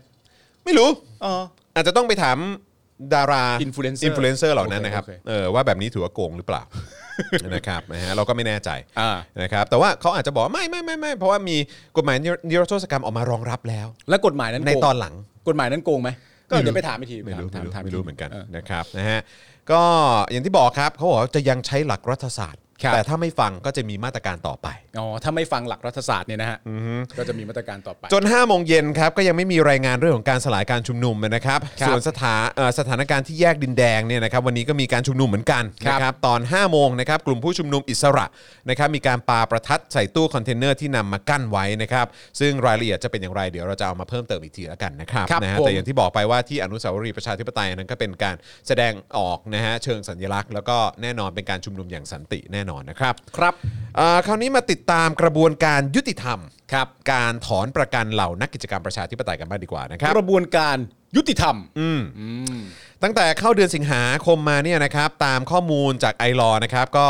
ไม่รู้ เออ อาจจะต้องไปถามดารา Influencer อินฟลูเอนเซอร์เหล่านั้นนะครับ โอเคโอเค เออว่าแบบนี้ถือว่าโกงหรือเปล่า นะครับนะฮะเราก็ไม่แน่ใจ อ่า นะครับแต่ว่าเขาอาจจะบอกว่าไม่ไม่ไม่ไม่เพราะว่ามีกฎหมายนิรโทษกรรมออกมารองรับแล้ว และกฎหมายนั้น ใน โกง ตอนหลัง กฎหมายนั้นโกงไหมก็เดี๋ยวไปถามอีกที ไม่รู้ ถา ไม่รู้ ถา ไม่รู้เหมือนกัน อ นะครับนะฮะก็อย่างที่บอกครับเขาบอกว่าจะยังใช้หลักรัฐศาสตร์ ครับ แต่ถ้าไม่ฟังก็จะมีมาตรการต่อไป อ๋อถ้าไม่ฟังหลักรัฐศาสตร์เนี่ยนะฮะก็จะมีมาตรการต่อไป จน5้าโมงเย็นครับก็ยังไม่มีรายงานเรื่องของการสลายการชุมนุมนะครับ ครับ ส่วนสถาเอ่อสถานการณ์ที่แยกดินแดงเนี่ยนะครับวันนี้ก็มีการชุมนุมเหมือนกัน ครับ นะครับตอน5้าโมงนะครับกลุ่มผู้ชุมนุมอิสระนะครับมีการปาประทัดใส่ตู้คอนเทนเนอร์ที่นำมากั้นไว้นะครับซึ่งรายละเอียดจะเป็นอย่างไรเดี๋ยวเราจะเอามาเพิ่มเติมอีกทีแล้วกันนะครับ ครับ นะฮะ ผม แต่อย่างที่บอกไปว่าที่อนุสาวรีย์ประชาธิปไตยนั้นก็เป็นการแสดงออกนะฮะเชิงสัญลักษณ์ แล้วก็แน่นอนเป็นการชุมนุมอย่างสันติแน่นอนนะครับ ครับ เอ่อคราวนี้มาติดตามกระบวนการยุติธรรม ครับการถอนประกันเหล่านักกิจกรรมประชาธิปไตยกันบ้างดีกว่านะครับ กระบวนการยุติธรรม ตั้งแต่เข้าเดือนสิงหาคมมาเนี่ยนะครับตามข้อมูลจากไอรอนะครับก็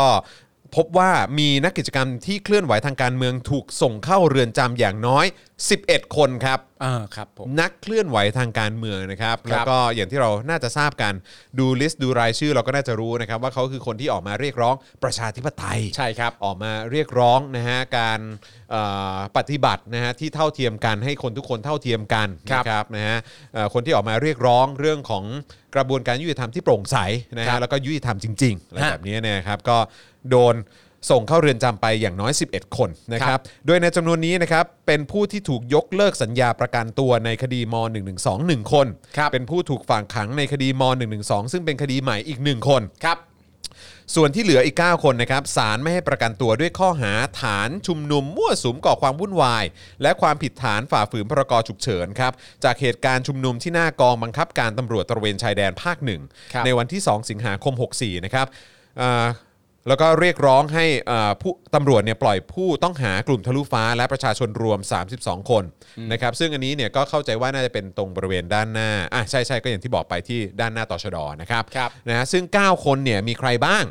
พบว่ามีนักกิจกรรมที่เคลื่อนไหวทางการเมืองถูกส่งเข้าเรือนจำอย่างน้อย 11 คนครับ อ่าครับผม นักเคลื่อนไหวทางการเมืองนะครับ แล้วก็อย่างที่เราน่าจะทราบกันดูลิสต์ดูรายชื่อเราก็น่าจะรู้นะครับว่าเขาคือคนที่ออกมาเรียกร้องประชาธิปไตย ใช่ครับ ออกมาเรียกร้องนะฮะการเอ่อปฏิบัตินะฮะที่เท่าเทียมกันให้คนทุกคนเท่าเทียมกัน ครับ นะครับนะฮะเอ่อคนที่ออกมาเรียกร้องเรื่องของกระบวนการยุติธรรมที่โปร่งใสนะ ครั ฮะ บ แล้วก็ยุติธรรมจริงๆอะไร ฮะ แบบนี้เนี่ยนะครับก็โดนส่งเข้าเรือนจำไปอย่างน้อย 11 คนนะค ครั รับ บ โดยในจำนวนนี้นะครับเป็นผู้ที่ถูกยกเลิกสัญญาประกันตัวในคดีม .112 หนึ่งคน ครับ เป็นผู้ถูกฝากขังในคดีม .112 ซึ่งเป็นคดีใหม่อีกหนึ่งคน ครับ ส่วนที่เหลืออีก 9 คนนะครับศาลไม่ให้ประกันตัวด้วยข้อหาฐานชุมนุมมั่วสุมก่อความวุ่นวาย และความผิดฐานฝ่าฝืนพรกฉุกเฉินครับจากเหตุการณ์ชุมนุมที่หน้ากองบังคับการตำรวจตระเวนชายแดนภาคหนึ่ง ครับ ในวันที่ 2 สิงหาคม 64 นะครับอ่าแล้วก็เรียกร้องให้อ่าผู้ตำรวจเนี่ยปล่อยผู้ต้องหากลุ่มทะลุฟ้าและประชาชนรวม 32 คนนะครับซึ่งอันนี้เนี่ยก็เข้าใจว่าน่าจะเป็นตรงบริเวณด้านหน้าอ่ะใช่ใช่ก็อย่างที่บอกไปที่ด้านหน้าตชดนะครับ ครับ นะฮะซึ่ง 9 คนเนี่ยมีใครบ้าง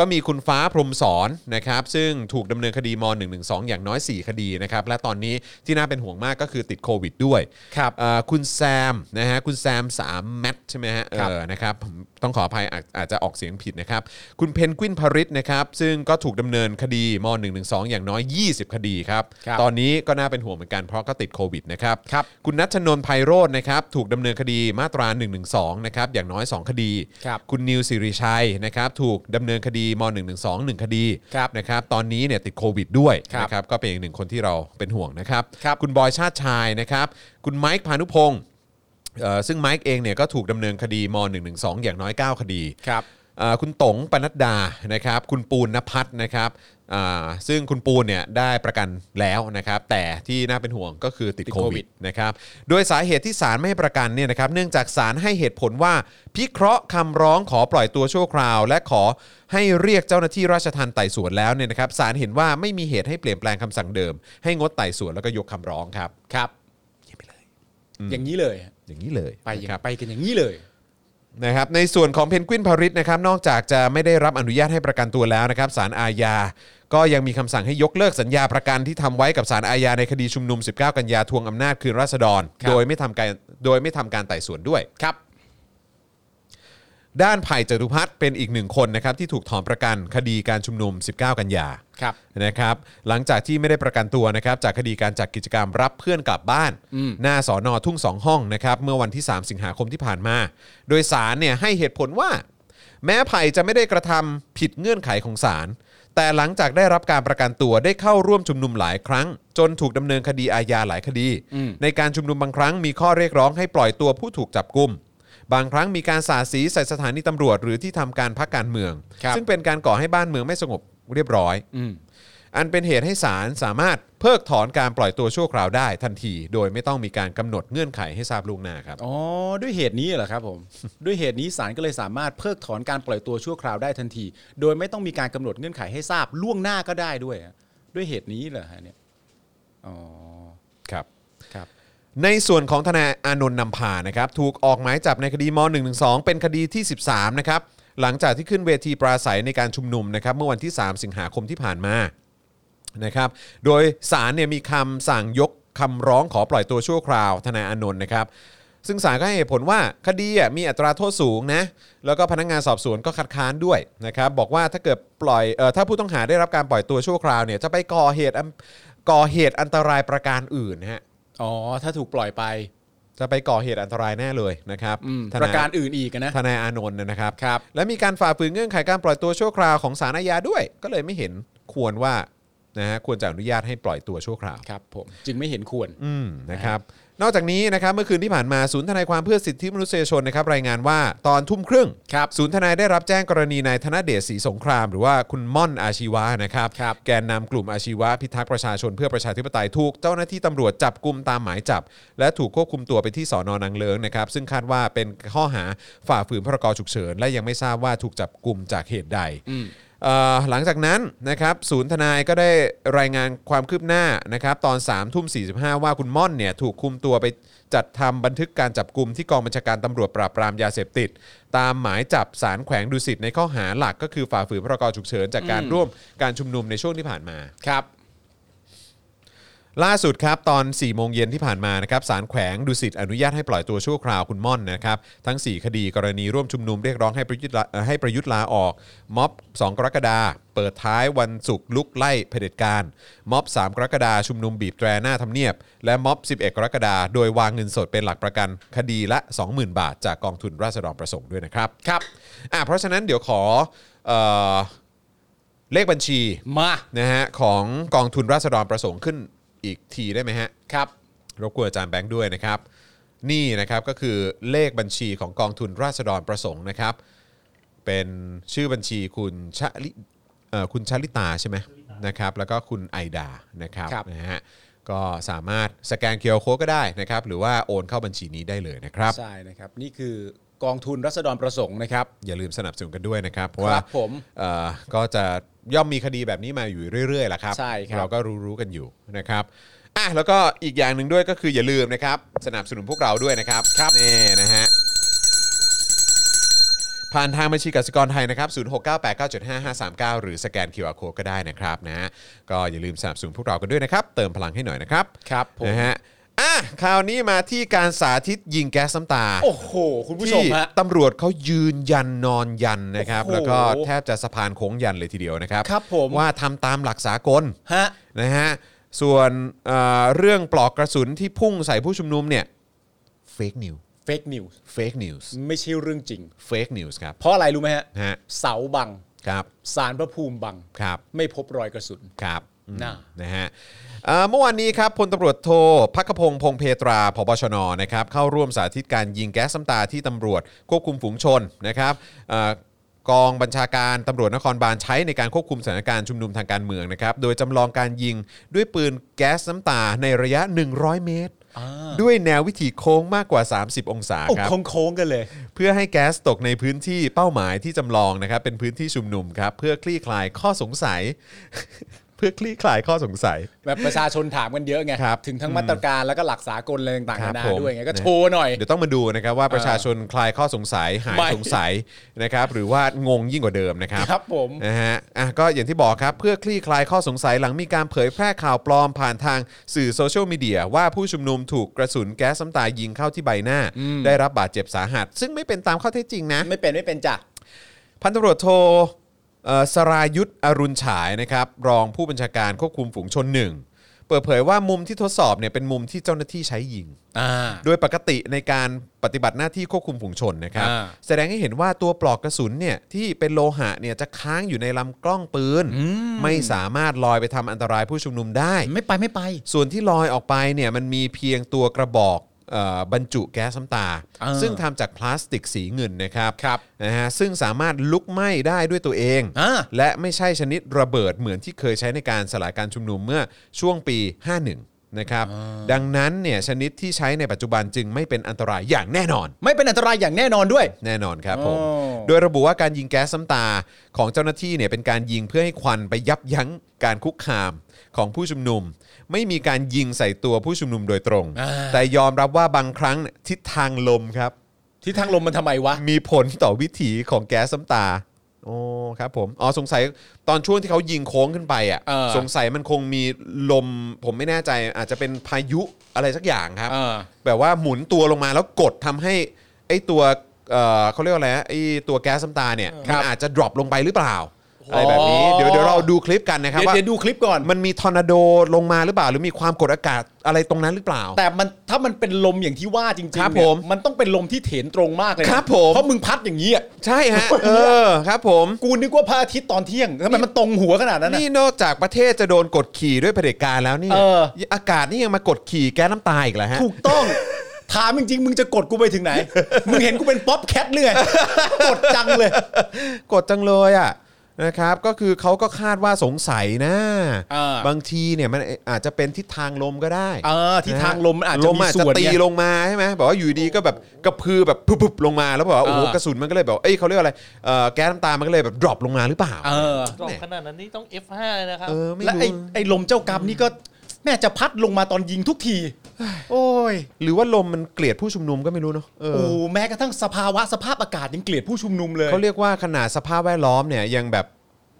ก็มีคุณฟ้าพรหมสอนนะครับซึ่งถูกดำเนินคดีม .112 อย่างน้อย 4 คดีนะครับและตอนนี้ที่น่าเป็นห่วงมากก็คือติดโควิดด้วย ครับ เอ่อคุณแซมนะฮะคุณแซมสามแมทใช่ไหมฮะ ครับ เออนะครับผมต้องขออภัยอาจอาจจะออกเสียงผิดนะครับ คุณเพนกวินพริตนะครับซึ่งก็ถูกดำเนินคดีม .112 อย่างน้อย 20 คดีครับ ครับ ตอน ตอนนี้ก็น่าเป็นห่วงเหมือนกันเพราะก็ติดโควิดนะครับ ครับ คุณนัชนนท์ไพโรธนะครับถูกดำเนินคดีมาตรา1นึนะครับอย่างน้อย 2 คดี ครับ ณนิวสิริชัยนะครับถูกดำเนินคดีม .112 หนึ่งคดี ครับ นะครับตอนนี้เนี่ยติดโควิดด้วย ครับ นะครับก็เป็นอีกหนึ่งคนที่เราเป็นห่วงนะครับ ครับ ณบอยชาติชายนะครับคุณไมค์พานุพงศ์เอ่อซึ่งไมค์เองเนี่ยก็ถูกดำเนินคดีม .112 อย่างน้อย 9 คดี ครับ เอ่อคุณต๋งปนัดดา นะครับ คุณปูนนภัทรนะครับอ่าซึ่งคุณปูนเนี่ยได้ประกันแล้วนะครับ แต่ที่น่าเป็นห่วงก็คือติด ติด โค โควิ วิด ด นะครับ โดยสาเหตุที่ศาลไม่ให้ประกันเนี่ยนะครับ เนื่องจากศาลให้เหตุผลว่า พิเคราะห์คำร้องขอปล่อยตัวชั่วคราว และขอให้เรียกเจ้าหน้าที่ราชทัณฑ์ไต่สวนแล้วเนี่ยนะครับ ศาลเห็นว่าไม่มีเหตุให้เปลี่ยนแปลงคำสั่งเดิม ให้งดไต่สวนแล้วก็ยกคำร้องครับ ครับอย่างนี้เลย อย่างนี้เลย ไปอย่าง นะครับ ไปกันอย่างนี้เลย นะครับในส่วนของเพนกวินพาริสนะครับนอกจากจะไม่ได้รับอนุญาตให้ประกันตัวแล้วนะครับศาลอาญา ก็ยังมีคำสั่งให้ยกเลิกสัญญาประกันที่ทำไว้กับศาลอาญาในคดีชุมนุม 19 กันยาทวงอำนาจคืนราษฎร ครับ โดยไม่ทำการโดยไม่ทำการไต่สวนด้วย ครับ ด้านไผ่จตุพัฒน์เป็นอีกหนึ่งคนนะครับที่ถูกถอนประกันคดีการชุมนุม 19 กันยา ครับ นะครับหลังจากที่ไม่ได้ประกันตัวนะครับจากคดีการจัดกิจกรรมรับเพื่อนกลับบ้าน อืม หน้าสอนอทุ่งสองห้องนะครับเมื่อวันที่ 3 สิงหาคมที่ผ่านมา โดยสารเนี่ยให้เหตุผลว่า แม้ไผ่จะไม่ได้กระทำผิดเงื่อนไขของศาลแต่หลังจากได้รับการประกันตัวได้เข้าร่วมชุมนุมหลายครั้ง จนถูกดำเนินคดีอาญาหลายคดี ในการชุมนุมบางครั้งมีข้อเรียกร้องให้ปล่อยตัวผู้ถูกจับกุม บางครั้งมีการสาดสีใส่สถานีตำรวจหรือที่ทำการพักการเมือง ครับ ซึ่งเป็นการก่อให้บ้านเมืองไม่สงบเรียบร้อย อืม อันเป็นเหตุให้ศาลสามารถเพิกถอนการปล่อยตัวชั่วคราวได้ทันที โดยไม่ต้องมีการกำหนดเงื่อนไขให้ทราบล่วงหน้าครับ อ๋อ ด้วยเหตุนี้เหรอครับผม ด้วยเหตุนี้ศาลก็เลยสามารถเพิกถอนการปล่อยตัวชั่วคราวได้ทันที โดยไม่ต้องมีการกำหนดเงื่อนไขให้ทราบล่วงหน้าก็ได้ด้วยอะด้วยเหตุนี้เหรอฮะเนี่ยอ๋อ ครับ ครับ ในส่วนของทนายอานนท์นำพานะครับถูกออกหมายจับในคดีม .112 เป็นคดีที่ 13 นะครับ หลังจากที่ขึ้นเวทีปราศัยในการชุมนุมนะครับเมื่อวันที่ 3 สิงหาคมที่ผ่านมานะครับโดยศาลเนี่ยมีคำสั่งยกคำร้องขอปล่อยตัวชั่วคราวทนายอานนท์นะครับ ซึ่งศาลก็ให้เหตุผลว่าคดีอ่ะมีอัตราโทษสูงนะแล้วก็พนักงานสอบสวนก็คัดค้านด้วยนะครับบอกว่าถ้าเกิดปล่อยเอ่อถ้าผู้ต้องหาได้รับการปล่อยตัวชั่วคราวเนี่ยจะไปก่อเหตุอันก่อเหตุอันตรายประการอื่นนะฮะ อ๋อ ถ้าถูกปล่อยไป จะไปก่อเหตุอันตรายแน่เลยนะครับ อืม ทนย ประการอื่นอีกอะนะ ทนายอานนท์นะครับ ครับ และมีการฝ่าฝืนเงื่อนไขการปล่อยตัวชั่วคราวของศาลอาญาด้วย ก็เลยไม่เห็นควรว่านะฮะควรจะอนุญาตให้ปล่อยตัวชั่วคราว ครับผม จึงไม่เห็นควร อืมนะครับนอกจากนี้นะครับเมื่อคืนที่ผ่านมาศูนย์ทนายความเพื่อสิทธิมนุษยชนนะครับรายงานว่าตอนทุ่มครึ่ง ครับ ศูนย์ทนายได้รับแจ้งกรณีนายธนเดชศรีสงคราม หรือว่าคุณม่อนอาชีวะนะครับ ครับ แกนนำกลุ่มอาชีวะพิทักษ์ประชาชนเพื่อประชาธิปไตยถูกเจ้าหน้าที่ตำรวจจับกลุ่มตามหมายจับ และถูกควบคุมตัวไปที่สอนอนางเลิงนะครับซึ่งคาดว่าเป็นข้อหาฝ่าฝืนพรกฉุกเฉิน และยังไม่ทราบว่าถูกจับกลุ่มจากเหตุใด เอ่อหลังจากนั้นนะครับศูนย์ทนายก็ได้รายงานความคืบหน้านะครับตอน3ามทุ่มสีว่าคุณม่อนเนี่ยถูกคุมตัวไปจัดทำบันทึกการจับกลุ่มที่กองบัญชาการตำรวจปราบปรามยาเสพติด ตามหมายจับสารแขวงดุสิตในข้อหาหลักก็คือฝ่าฝืนพรกฉุกเฉินจากการร่วมการชุมนุมในช่วงที่ผ่านมา ครับ ล่าสุดครับตอน4ี่โมงเย็นที่ผ่านมานะครับสารแขวงดุสิตอนุญาตให้ปล่อยตัวชั่วคราวคุณม่อนนะครับทั้ง 4 คดีกรณีร่วมชุมนุมเรียกร้องให้ประยุทธ์ลาเอ่อให้ประยุทธ์ลาออก ม็อบ 2 กรกฎาเปิดท้ายวันศุกร์ลุกไล่เผด็จการ ม็อบ 3 กรกฎาชุมนุมบีบแตรหน้าทำเนียบ และม็อบ 11 กรกฎาโดยวางเงินสดเป็นหลักประกันคดีละ 20,000 บาท จากกองทุนราษฎรประสงค์ด้วยนะครับ ครับ อ่ะเพราะฉะนั้นเดี๋ยวขอเอ่อเลขบัญชี มา นะฮะของกองทุนราษฎรประสงค์ขึ้นอีกทีได้ไหมฮะ ครับ รบกวนอาจารย์แบงค์ด้วยนะครับ นี่นะครับก็คือเลขบัญชีของกองทุนราษฎรประสงค์นะครับ เป็นชื่อบัญชีคุณชะลิเอ่อคุณชลิตาใช่ไหมนะครับ แล้วก็คุณไอดานะครับ ครับ นะฮะก็สามารถสแกนเคอร์โคก็ได้นะครับ หรือว่าโอนเข้าบัญชีนี้ได้เลยนะครับ ใช่นะครับ นี่คือกองทุนรัษฎรประสงค์นะครับ อย่าลืมสนับสนุนกันด้วยนะครับ เพราะว่า ผม เอ่อก็จะย่อมมีคดีแบบนี้มาอยู่เรื่อยๆแหละครับ ใช่ครับ เราก็รู้ๆกันอยู่นะครับอ่ะแล้วก็อีกอย่างหนึ่งด้วยก็คืออย่าลืมนะครับ สนับสนุนพวกเราด้วยนะครับครับนี่นะฮะผ่านทางบัญชีกสิกรไทยนะครับ0698975539 หรือสแกน QR Code ก็ได้นะครับนะฮะก็อย่าลืมสนับสนุนพวกเรากันด้วยนะครับ เติมพลังให้หน่อยนะครับ ครับผม นะฮะอ่ะคราวนี้มาที่การสาธิตยิงแก๊สน้ำตา โอ้โห คุณผู้ชมฮะ ที่ตำรวจเขายืนยันนอนยันนะครับ โอ้โห แล้วก็แทบจะสะพานโค้งยันเลยทีเดียวนะครับ ครับผม ว่าทำตามหลักสากล ฮะ นะฮะส่วนเอ่อเรื่องปลอกกระสุนที่พุ่งใส่ผู้ชุมนุมเนี่ยเฟกนิว เฟกนิวส์ เฟกนิวส์ ไม่ใช่เรื่องจริง เฟกนิวส์ครับ เพราะอะไรรู้ไหมฮะ ฮะ เสาบัง ครับ สารพระภูมิบัง ครับ ไม่พบรอยกระสุน ครับอืม น่า นะฮะเอ่อเมื่อวานนี้ครับพลตำรวจโทพักขพงศ์พงเพตราพบชนนะครับเข้าร่วมสาธิตการยิงแก๊สซ้ำตาที่ตำรวจควบคุมฝูงชนนะครับเอ่อ กองบัญชาการตำรวจนครบาลใช้ในการควบคุมสถานการณ์ชุมนุมทางการเมืองนะครับ โดยจำลองการยิงด้วยปืนแก๊สน้ำตาในระยะ 100 เมตร ด้วยแนววิถีโค้งมากกว่า 30 องศา โอ้ ครับ โค้งๆกันเลย เพื่อให้แก๊สตกในพื้นที่ เป้าหมายที่จำลองนะครับ เป็นพื้นที่ชุมนุมครับ เพื่อคลี่คลายข้อสงสัย เพื่อคลี่คลายข้อสงสัย แบบประชาชนถามกันเยอะไง ครับ ถึงทั้งมาตรการแล้วก็หลักสากลอะไรต่าง ค ๆ รั นา บ นา ผม ด้วยไงก็โชว์หน่อย เดี๋ยวต้องมาดูนะครับว่าประชาชนคลายข้อสงสัยหาย ไม่ สงสัยนะครับหรือว่างงยิ่งกว่าเดิมนะครับ ครับผม นะฮะอ่ะก็อย่างที่บอกครับเพื่อคลี่คลายข้อสงสัยหลังมีการเผยแพร่ข่าวปลอมผ่านทางสื่อโซเชียลมีเดียว่าผู้ชุมนุมถูกกระสุนแก๊สน้ำตายิงเข้าที่ใบหน้า อืม ได้รับบาดเจ็บสาหัส ซึ่งไม่เป็นตามข้อเท็จจริงนะ ไม่เป็นไม่เป็นจ้ะ พันตำรวจโทเอ่อสรายุทธอรุณฉายนะครับ รองผู้บัญชาการควบคุมฝูงชนหนึ่งเปิดเผยว่ามุมที่ทดสอบเนี่ยเป็นมุมที่เจ้าหน้าที่ใช้ยิง อ่า โดยปกติในการปฏิบัติหน้าที่ควบคุมฝูงชนนะครับ อ่า แสดงให้เห็นว่าตัวปลอกกระสุนเนี่ยที่เป็นโลหะเนี่ยจะค้างอยู่ในลำกล้องปืน ไม่สามารถลอยไปทำอันตรายผู้ชุมนุมได้ ไม่ไปไม่ไป ส่วนที่ลอยออกไปเนี่ยมันมีเพียงตัวกระบอกเอ่อบรรจุแก๊สน้ำตา อ่า ซึ่งทำจากพลาสติกสีเงินนะครับ ครับ นะฮะซึ่งสามารถลุกไหม้ได้ด้วยตัวเอง อ่า และไม่ใช่ชนิดระเบิดเหมือนที่เคยใช้ในการสลายการชุมนุมเมื่อช่วงปี 51 นะครับ ดังนั้นเนี่ยชนิดที่ใช้ในปัจจุบันจึงไม่เป็นอันตรายอย่างแน่นอน ไม่เป็นอันตรายอย่างแน่นอนด้วย แน่นอนครับผม โอ้ โดยระบุว่าการยิงแก๊สซ้ำตาของเจ้าหน้าที่เนี่ยเป็นการยิงเพื่อให้ควันไปยับยั้งการคุกคามของผู้ชุมนุม ไม่มีการยิงใส่ตัวผู้ชุมนุมโดยตรง แต่ยอมรับว่าบางครั้งทิศทางลมครับ ทิศทางลมมันทำไมวะ มีผลต่อวิถีของแก๊สซ้ำตาโอ้ครับผมอ๋อสงสัยตอนช่วงที่เขายิงโค้งขึ้นไปอ่ะ เออ สงสัยมันคงมีลม ผมไม่แน่ใจอาจจะเป็นพายุอะไรสักอย่างครับ อ่า แบบว่าหมุนตัวลงมาแล้วกดทำให้ไอ้ตัวเอ่อเขาเรียกว่าอะไรนะไอ้ตัวแก๊สน้ำตาเนี่ย ครั มัน บ อาจจะดรอปลงไปหรือเปล่าอะไรแบบนี้เดี๋ยว อ๋อ เดี๋ยวเราดูคลิปกันนะครับ เดี๋ยว ว่า เดี๋ยวดูคลิปก่อน มันมีทอร์นาโดลงมาหรือเปล่า หรือมีความกดอากาศอะไรตรงนั้นหรือเปล่า แต่มันถ้ามันเป็นลมอย่างที่ว่าจริงๆ ครับ เนี่ย ผม มันต้องเป็นลมที่เถนตรงมากเลยนะครับ ผม เพราะมึงพัดอย่างนี้อ่ะ ใช่ฮะ วัน เอ เนี้ย อครับผม กูนึกว่าพระอาทิตย์ตอนเที่ยงทำไมมันตรงหัวขนาดนั้นน่ะ นี่นอกจากประเทศจะโดนกดขี่ด้วยเผด็จการแล้วเนี่ย เออ อากาศนี่ยังมากดขี่แก๊สน้ำตาอีกแล้วฮะ ถูกต้อง ถามจริงๆมึงจะกดกูไปถึงไหน มึงเห็นกูเป็นป๊อปแคทหรือไงกดจังเลย กดจังเลยอ่ะนะครับก็คือเขาก็คาดว่าสงสัยนะ อ่า บางทีเนี่ยมันอาจจะเป็นทิศทางลมก็ได้ อ่าทิศทางลมอาจจะ ลมอาจ มีส่ จะ วน ตี เนี่ย ลงมาใช่ไหมบอกว่าอยู่ดีก็แบบกระพือแบบปุ๊บๆลงมาแล้วแบบว่าโอ้โห อ่าก ระสุนมันก็เลยแบบเอ้ยเขาเรียกว่าอะไรเอ่อแก๊สน้ำตามันก็เลยแบบดรอปลงมาหรือเปล่า เออ กรอบขนาดนั้นนี่ต้อง F5 เลยนะครับ เออไม่ และไอ้ รู้ ไอ้ลมเจ้ากรรมนี่ก็แม่จะพัดลงมาตอนยิงทุกที โอ้ย หรือว่าลมมันเกลียดผู้ชุมนุมก็ไม่รู้เนาะเออ โอ้แม้กระทั่งสภาวะสภาพอากาศยังเกลียดผู้ชุมนุมเลย เขาเรียกว่าขนาดสภาพแวดล้อมเนี่ยยังแบบ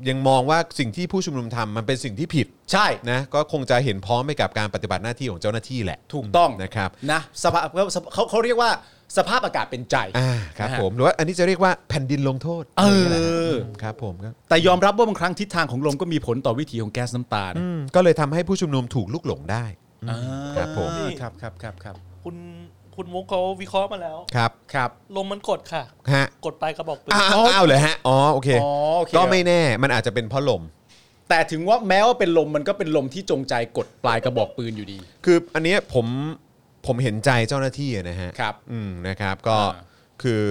ยังมองว่าสิ่งที่ผู้ชุมนุมทำมันเป็นสิ่งที่ผิด ใช่ นะก็คงจะเห็นพ้องไปกับการปฏิบัติหน้าที่ของเจ้าหน้าที่แหละ ถูกต้อง นะครับ นะสภาพเขาเขาเขาเรียกว่าสภาพอากาศเป็นใจ อ่าครับ นะฮะ ผมหรือว่าอันนี้จะเรียกว่าแผ่นดินลงโทษ เออ ะไรย่างเงี้ยนะฮะครับผมครับ แต่ยอมรับว่าบางครั้งทิศทางของลมก็มีผลต่อวิถีของแก๊สน้ำตานะ อืมก็เลยทำให้ผู้ชุมนุมถูกลุกหลงได้ อ่า ครับผม ครับครับครับครับ คุณคุณมุกเขาวิเคราะห์มาแล้ว ครับ ครับ ลมมันกดค่ะ ฮะ กดไปกระบอกปืน อ้าวอ้าวเลยฮะอ๋อโอเค อ๋อโอเค ก็ไม่แน่มันอาจจะเป็นเพราะลม แต่ถึงว่าแม้ว่าเป็นลมมันก็เป็นลมที่จงใจกดปลายกระบอกปืนอยู่ดี คืออันเนี้ยผมผมเห็นใจเจ้าหน้าที่นะฮะ ครับ อืมนะครับก็ อ่า คือ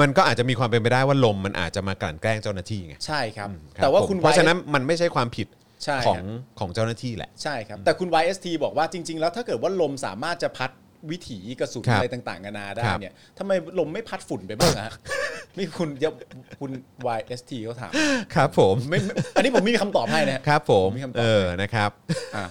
มันก็อาจจะมีความเป็นไปได้ว่าลมมันอาจจะมากลั่นแกล้งเจ้าหน้าที่ไง ใช่ครับ อืมรับ แต่ว่า ผม คุณ เพราะฉะนั้นมันไม่ใช่ความผิด ใช่ครับ ของของเจ้าหน้าที่แหละ ใช่ครับ แต่คุณ YST บอกว่าจริง ๆ แล้วถ้าเกิดว่าลมสามารถจะพัดวิถีกระสุน ครับ อะไรต่างๆนานาได้ ครับ เนี่ยทำไมลมไม่พัดฝุ่นไปบ้าง อะฮะ นี่คุณเดี๋ยวคุณ YST เขาถาม ครับผม ไม่ไม่อันนี้ผมไม่มีคำตอบให้นะฮะ ครับผม มีคำตอบ เออนะครับ อ่ะ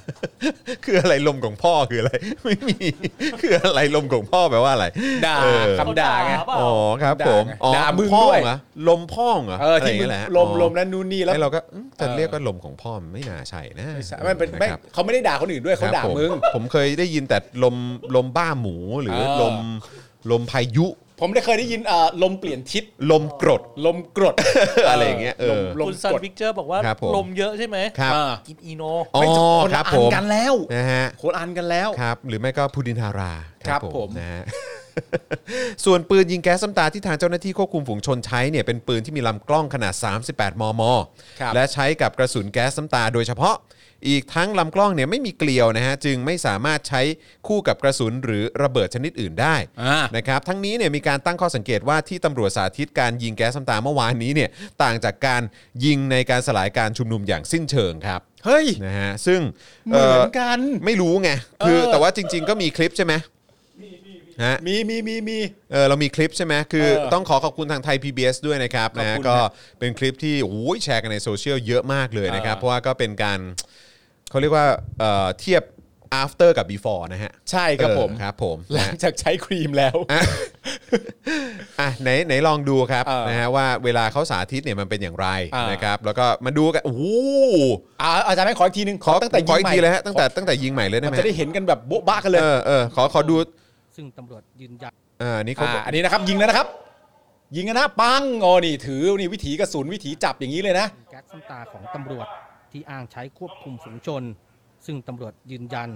คืออะไรลมของพ่อคืออะไร ไม่มี คืออะไรลมของพ่อแปลว่าอะไร ด่า เออ คำด่าไง เปล่ อ๋อครับผม ด่าไง อ๋อ ด่ามึง พ่อ ด้วย เหรอลมพ่อเหรอ เออ อะไรอที่ย่าง มึ เงี้ยงแหละ ลมลม นะ นั่นนู่นนี่ แล้ แล้วว เราก็อืมจะ เออ เรียกว่าลมของพ่อมันไม่น่าใช่นะ ไม่ใช่ไม่เป็นไม่ นะครับ เขาไม่ได้ด่าคนอื่นด้วยเขา ครับ ด่า ผม มึง ผมเคยได้ยินแต่ลมลมบ้าหมูหรือ เออ ลมลมพายุ ผมได้เคยได้ยินเอ่อลมเปลี่ยนทิศ ลมกรด ลมกรด อะไรอย่างเงี้ยเออ ลมลม คุณซัน กรด พิกเจอร์บอกว่า ครับผม ลมเยอะใช่ไหม ครับ อ่า กินอีโน อ๋อ ไม่ใช่คน ค ละ รับ อั ผ น ม กันแล้ว นะฮะ คนละอันกันแล้ว ครับหรือไม่ก็พูดินทารา ครับผม นะ ฮะ ส่วนปืนยิงแก๊สซ้ำตาที่ทางเจ้าหน้าที่ควบคุมฝูงชนใช้เนี่ยเป็นปืนที่มีลำกล้องขนาด 38 มม ครับ และใช้กับกระสุนแก๊สซ้ำตาโดยเฉพาะ อีกทั้งลำกล้องเนี่ยไม่มีเกลียวนะฮะจึงไม่สามารถใช้คู่กับกระสุนหรือระเบิดชนิดอื่นได้ อ่า นะครับทั้งนี้เนี่ยมีการตั้งข้อสังเกตว่าที่ตำรวจสาธิตการยิงแก๊สน้ำตาเมื่อวานนี้เนี่ยต่างจากการยิงในการสลายการชุมนุมอย่างสิ้นเชิงครับ เฮ้ย นะฮะซึ่ง เหมือนกัน เอ่อไม่รู้ไงคือ เออ แต่ว่าจริง ๆ ก็มีคลิปใช่ไหม ฮะ มีมีมีมี เออเรามีคลิปใช่ไหมคือ เออ ต้องขอขอบคุณทางไทย PBS ด้วยนะครับ ขอบ นะ คุณ ก็ ครับ เป็นคลิปที่โอ้ยแชร์กันในโซเชียลเยอะมากเลยนะครับ เออ เพราะว่าก็เป็นการเขาเรียกว่าเอ่อเทียบ after กับ before นะฮะ ใช่ครับผม เออครับผม หลั นะ ง ฮะ จากใช้ครีมแล้ว อ่ะไหนไหนลองดูครับ เออ นะฮะว่าเวลาเขาสาธิตเนี่ยมันเป็นอย่างไร เออ นะครับ แล้วก็มาดูกันโอ้โห อ่าอาจารย์ให้ขออีกทีหนึง ขอ ตั้งแต่ ขออีกงใหม่ ทีเลยฮะตั้งแต่ตั้งแต่ยิงใหม่เลยได้ มัไหนม จะได้เห็นกันแบบโบ๊ะบ้ากันเลย เออเออขอขอดู ซึ่งตำรวจยืนยัน อ่านี่เขา อ่าอันนี้นะครับ ยิงแล้วนะครับ ยิงกันนะปังอ๋อนี่ถือนี่วิถีกระสุนวิถีจับอย่างนี้เลยนะ แก๊สซ้ำตาของตำรวจที่อ้างใช้ควบคุมฝูงชน ซึ่งตำรวจยืนยัน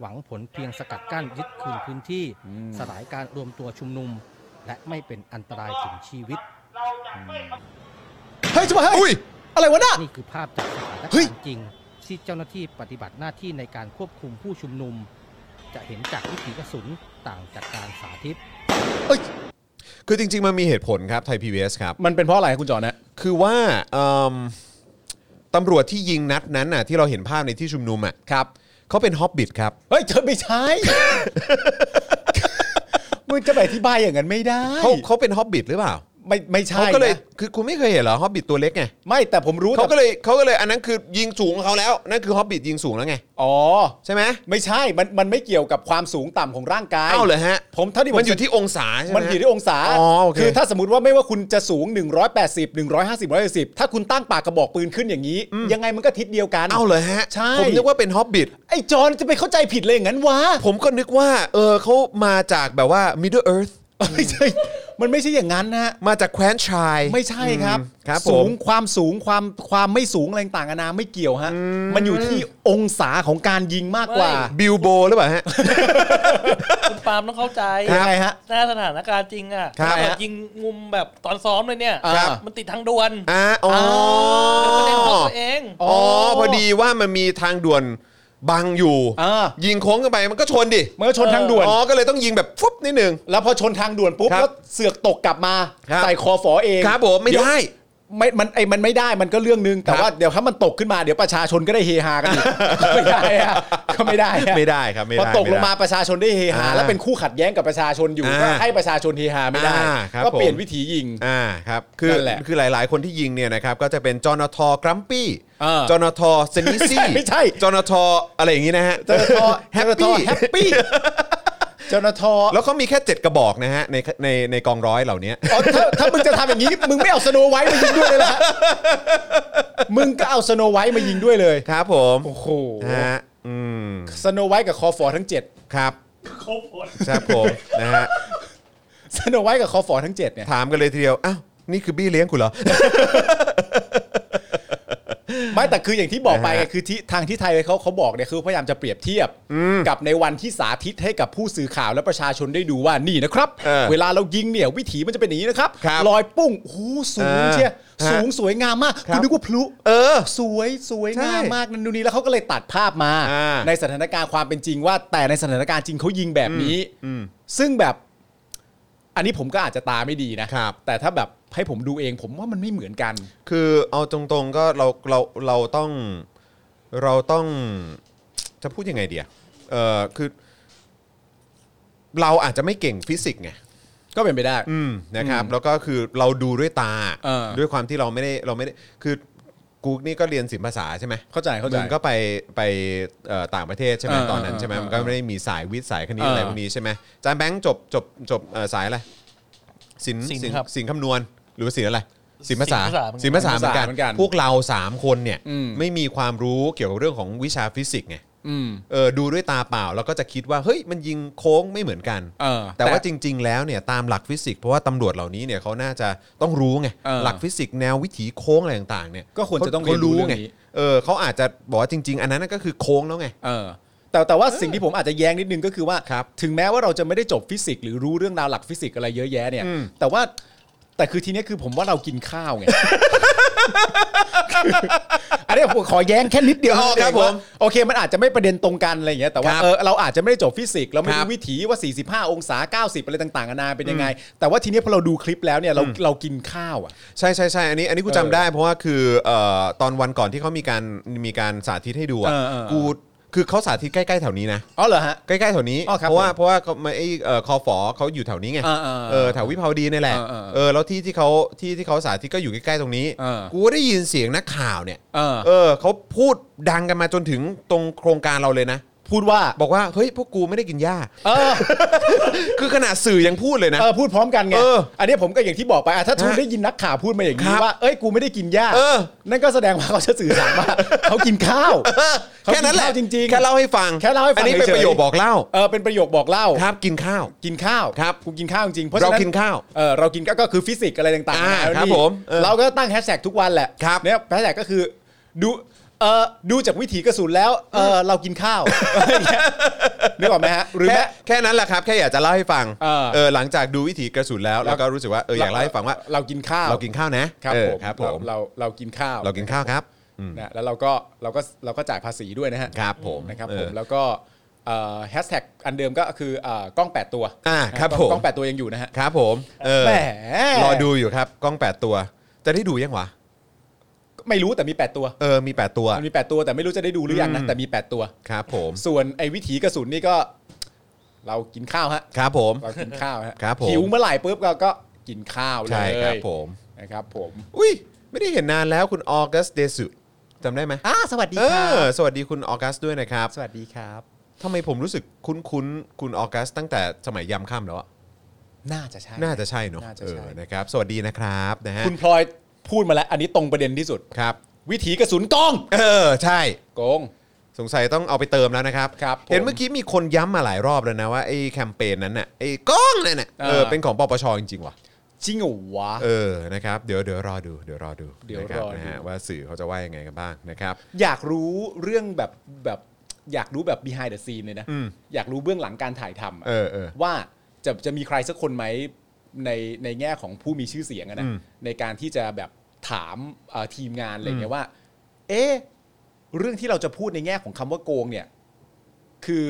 หวังผลเพียงสกัดกั้นยึดคืนพื้นที่ สลายการรวมตัวชุมนุม และไม่เป็นอันตรายถึงชีวิต เฮ้ยจะมาเฮ้ อุ้ ย ย อะไรวะน่ะ นี่คือภาพจากสถาน เฮ้ กาย รณ์จริง ที่เจ้าหน้าที่ปฏิบัติหน้าที่ในการควบคุมผู้ชุมนุม จะเห็นจากวิถีกระสุนต่างจากการสาธิต คือจริง ๆ มันมีเหตุผลครับไทย PBS ครับ มันเป็นเพราะอะไรครับคุณจอนะ คือว่าเอิ่มตำรวจที่ยิงนัดนั้นน่ะที่เราเห็นภาพในที่ชุมนุมอ่ะครับเขาเป็นฮอบบิทครับ เฮ้ยเธอไม่ ใช่ มึงจะไปอธิบายอย่างนั้นไม่ได้ เขาเขาเป็นฮอบบิทหรือเปล่า ไม่ไม่ใช่ เขาก็เลย นะ คือคุณไม่เคยเห็นเหรอฮอบบิทตัวเล็กไง ไม่แต่ผมรู้ เขาก็ แต่ เลยเขาก็เลยอันนั้นคือยิงสูงของเขาแล้วนั่นคือฮอบบิทยิงสูงแล้วไง อ๋อ ใช่ไหม ไม่ใช่ มันมันไม่เกี่ยวกับความสูงต่ำของร่างกาย เอ้าเลยฮะ ผมเท่าที่ผม มันอยู่ที่องศาใช่ไหม มันอยู่ที่องศา อ๋อโอเค คือถ้าสมมติว่าไม่ว่าคุณจะสูง 180 150 110 ถ้าคุณตั้งปากกระบอกปืนขึ้นอย่างนี้ ยังไงมันก็ทิศเดียวกัน เอ้าเลยฮะ ใช่ ผมนึกว่าเป็นฮอบบิท ไอ้จอนจะไปเข้าใจผิดเลยอย่างนั้นวะ ผมก็นึกว่าเออเขามาจากแบบว่า Middle Earth ไม่ใช่ มันไม่ใช่อย่างนั้นนะฮะ มาจากแคว้นชาย ไม่ใช่ครับ ครับผม สูงความสูงความความไม่สูงอะไรต่างกันานาไม่เกี่ยวฮะ มันอยู่ที่องศาของการยิงมากกว่า บิลโบหรือเปล่าฮะ คุณปาล์มต้องเข้าใจ ครับยังไงฮะ หน้าสถานการณ์จริงอ่ะ ครับ แบบยิงมุมแบบตอนซ้อมเลยเนี่ย ครับ มันติดทางด่วน อ่าอ๋อ แล้วก็เล่นของตัวเอง อ๋อพอดีว่ามันมีทางด่วนบังอยู่ อ่า ยิงโค้งกันไปมันก็ชนดิ เมื่อชนทางด่วน อ๋อ ก็เลยต้องยิงแบบฟุบนิดนึง แล้วพอชนทางด่วนปุ๊บ ครับ แล้วเสือกตกกลับมา ครับ ใส่คอฝอเอง ครับผมไม่ เยว ได้ ไม่มันไอ้มันไม่ได้มันก็เรื่องนึง แต่ ครับ ว่าเดี๋ยวถ้ามันตกขึ้นมาเดี๋ยวประชาชนก็ได้เฮฮากัน อีก ไม่ได้อะก็ไม่ได้อะ ไม่ได้ครับไม่ พอ ได้ ตกลงมา ไได้ ประชาชนได้เฮฮา อ่า แล้วเป็นคู่ขัดแย้งกับประชาชนอยู่ อ่า ก็ให้ประชาชนเฮฮาไม่ได้ อ่าครับ ก็เปลี่ยน ผม วิธียิง อ่าครับคือ นั่นแหละ คือหลาย ๆ คนที่ยิงเนี่ยนะครับก็จะเป็นจอนทกรัมปี้ อ่า จอนทเซนิซี่ ไม่ใช่ จอนทอะไรอย่างงี้นะฮะ เจาหน้าทอ แฮปปี้ แฮปปี้เจ้าหน้าทอ แล้วเขามีแค่ 7 กระบอกนะฮะในในในกองร้อยเหล่านี้ อ๋อถ้าถ้ามึงจะทำอย่างนี้ มึงไม่เอาสโนไวท์มายิงด้วยเลยล่ะ มึงก็เอาสโนไวท์มายิงด้วยเลย ครับผม โอ้โห ฮะอืม สโนไวท์กับคอฟอร์ทั้ง 7 ครับ ครบหมด ครับผมนะฮะ สโนไวท์กับคอฟอร์ทั้ง 7 เนี่ย ถามกันเลยทีเดียว อ้าว นี่คือบี้เลี้ยงคุณเหรอ ไม่แต่คืออย่างที่บอกไป นะฮะ ไงคือที่ทางที่ไทยเขาเขาบอกเนี่ยคือพยายามจะเปรียบเทียบกับในวันที่สาธิตให้กับผู้สื่อข่าวและประชาชนได้ดูว่านี่นะครับ เออ เวลาเรายิงเนี่ยวิถีมันจะเป็นอย่างนี้นะครับ ครับ ลอยปุ้งโอ้โหสูง เออ เชีย ฮะ สูงสวยงามมาก ครั คุ บ ณนึกว่าพลุ เออ สวยสวยงาม ใช่ มากนั่นดูนนี่แล้วเขาก็เลยตัดภาพมา อ่า ในสถานการณ์ความเป็นจริงว่า แต่ในสถานการณ์จริงเขายิงแบบนี้ซึ่งแบบอันนี้ผมก็อาจจะตาไม่ดีนะครับ แต่ถ้าแบบให้ผมดูเองผมว่ามันไม่เหมือนกัน คือเอาตรงๆก็เราเราเราต้องเราต้องจะพูดยังไงเดียเออคือ เราอาจจะไม่เก่งฟิสิกส์ไง ก็เป็นไปได้ อืมนะครับ แล้วก็คือเราดูด้วยตา เออ ด้วยความที่เราไม่ได้เราไม่ได้ คือกูนี่ก็เรียนศิลปภาษาใช่ไหม เข้าใจเข้าใจ มึงก็ไปไปเอ่อต่างประเทศใช่ไหม เออ ตอนนั้น เออ ใช่ไหม เออ มันก็ไม่ได้มีสายวิทย์สายคณิต เอออ อะไรพวกนี้ใช่ไหมอาจารย์แบงค์จบจบจบเอ่อสายอะไรศิลป์ ศิลป์ ศิล ครับ ป์ศิลป์คำนวณหรือว่าศิลป์อะไรศิลปภาษา ศิ ศิล ล ปภาปภา ษา ษา เหมือน เหมือนกั กัน น พวกเราสามคนเนี่ย อืม ไม่มีความรู้เกี่ยวกับเรื่องของวิชาฟิสิกส์ไง อืม เออดูด้วยตาเปล่าแล้วก็จะคิดว่าเฮ้ยมันยิงโค้งไม่เหมือนกัน เออ แต่ แต่ ว่าจริง ๆ แล้วเนี่ยตามหลักฟิสิกส์เพราะว่าตำรวจเหล่านี้เนี่ยเขาน่าจะต้องรู้ไง เออ หลักฟิสิกส์แนววิถีโค้งอะไรต่างๆเนี่ย ก็ควรจะต้องเรี เขา ยนรู้รู้เรื่ ไง องนี้ เออเขาอาจจะบอกว่าจริง ๆ อันนั้นนะก็คือโค้งแล้วไง เออแต่แต่ว่าสิ่งที่ผมอาจจะแย้งนิดนึงก็คือว่า ครับ ถึงแม้ว่าเราจะไม่ได้จบฟิสิกส์หรือรู้เรื่องราวหลักฟิสิกส์อะไรเยอะแยะเนี่ย อืม แต่ว่าแต่คือทีเนี้ยคือผมว่าเรากินข้าวไง อันเนี้ยผมขอแย้งแค่นิดเดียว อ๋อครับ เองว่า ผม โอเคมันอาจจะไม่ประเด็นตรงกันอะไรอย่างเงี้ยแต่ว่า ครับ เออเราอาจจะไม่ได้จบฟิสิกส์เราไม่ ครั รู้ บ วิถีว่า 45 องศา 90 อะไรต่างๆนานาเป็นยังไง แต่ว่าทีเนี้ยพอเราดูคลิปแล้วเนี่ยเราเรากินข้าวอ่ะ ใช่ใช่ใช่อันนี้อันนี้กูจำ เออ ได้เพราะว่าคือเอ่อตอนวันก่อนที่เขามีการมีการสาธิตให้ดูอ่ะ เออเออเออ กู คือเขาสาธิตใกล้ๆแถวนี้นะ อ๋อเหรอฮะ ใกล้ๆแถวนี้ อ๋อครับ เพราะว่า ผม เพราะว่าเขาไม่ไอ้เอ่อคอฟอเขาอยู่แถวนี้ไง อ่าๆๆ เออแถววิภาวดีนี่แหละ อ่าๆ เออแล้วที่ที่เขาที่ที่เขาสาธิตก็อยู่ใกล้ๆตรงนี้ อ่ากู กูได้ยินเสียงนักข่าวเนี่ย เออ เออเขาพูดดังกันมาจนถึงตรงโครงการเราเลยนะ พูดว่า บอกว่าเฮ้ยพวกกูไม่ได้กินหญ้า เออ คือขนาดสื่อยังพูดเลยนะ เออพูดพร้อมกันไง เออ อันนี้ผมก็อย่างที่บอกไปอ่ะถ้าทุน ฮะ ได้ยินนักข่าวพูดมาอย่าง ค นี้ รับ ว่าเอ้ยกูไม่ได้กินหญ้า เออ นั่นก็แสดงว่าเขาจะสื่อสาร ว่า เขากินข้าว เออ ขา แค่นั้นแหละ กิข้าวจริงๆ แค่เล่าให้ฟัง แค่เล่าให้ฟัง อันนี้เป็น เฉยๆ ประโยคบอกเล่า เออเป็นประโยคบอกเล่า ครับกินข้าว กินข้าว ครับ คุณกินข้าวจริงๆเพราะ เรา ฉะ กินข้าว เออเรากินก็ก็คือฟิสิกส์อะไรต่าง อ่า ๆนะครับ นี่ ผมเออ เราก็ตั้งแฮชแท็กทุกวันแหละ ครับ เนี่ยแฮชแท็กก็คือดูเออดูจากวิถีกระสุนแล้วเออเรากินข้าว นึกออกไหมฮะหรือ แค่ แม้ แค่นั้นแหละครับแค่อยากจะเล่าให้ฟัง เออ เออหลังจากดูวิถีกระสุนแล้วแล้วก็รู้สึกว่าเอออยากเล่าให้ฟังว่า เรากินข้าว เรากินข้าวนะครับ เออ ผม ครับผม เราเราเรากินข้าว เรากินข้าวครับ นะแล้วเราก็เราก็เราก็จ่ายภาษีด้วยนะฮะ ครับผม นะครับ เออ ผมแล้วก็แฮชแท็กอันเดิมก็คือเอ่อกล้อง 8 ตัว อ่าครับ กล้ง ผม กล้อง 8 ตัวยังอยู่นะฮะ ครับผมเออ แหม รอดูอยู่ครับกล้อง 8 ตัว จะได้ดูยังวะ ไม่รู้แต่มี 8 ตัว เออมี 8 ตัว มันมี 8 ตัวแต่ไม่รู้จะได้ดูหรือยังนะแต่มี 8 ตัว ครับผม ส่วนไอ้วิถีกระสุนนี่ก็ เรากินข้าวฮะ ครับผม เรากินข้าวฮะ ครับผม หิวเมื่อไหร่ปุ๊บเราก็กินข้าวเลย ใช่ครับผม นะครับผม อุ้ยไม่ได้เห็นนานแล้วคุณออกัสเดซุจำได้ไหม อ้ าสวัสดี เอ ครั อบ สวัสดีคุณออกัสด้วยนะครับ สวัสดีครับ ทำไมผมรู้สึกคุ้นคุ้นๆคุณออกัสตั้งแต่สมัยยามค่ำแล้วอะ น่าจะใช่ น่าจะใช่เนอะ น่าจะ เอ ใช่ อนะครับ สวัสดีนะครับนะฮะ คุณพลอยพูดมาแล้ว อันนี้ตรงประเด็นที่สุด ครับ วิถีกระสุนกล้อง เออใช่ โกง สงสัยต้องเอาไปเติมแล้วนะครับ ครับผม เห็นเมื่อกี้มีคนย้ำมาหลายรอบแล้วนะว่าไอ้แคมเปญนั้นน่ะไอ้กล้องนั่นน่ะ เออ เออเป็นของปปชจริงๆว่ะ จริงเหรอวะ เออนะครับเดี๋ยวเดี๋ยวรอดูเดี๋ยวรอดู เดี๋ยว นะคบ รอดู นะฮะว่าสื่อเขาจะว่ายังไงกันบ้างนะครับ อยากรู้เรื่องแบบแบบอยากรู้แบบ behind the scene เลยนะ อืม อยากรู้เบื้องหลังการถ่ายทำอะ เออเออ ว่าจะจะมีใครสักคนไหมในในแง่ของผู้มีชื่อเสียงอะนะ อืม ในการที่จะแบบถามเอ่อทีมงานอะไรเงี้ยว่า เอ๊ะเรื่องที่เราจะพูดในแง่ของคำว่าโกงเนี่ย คือ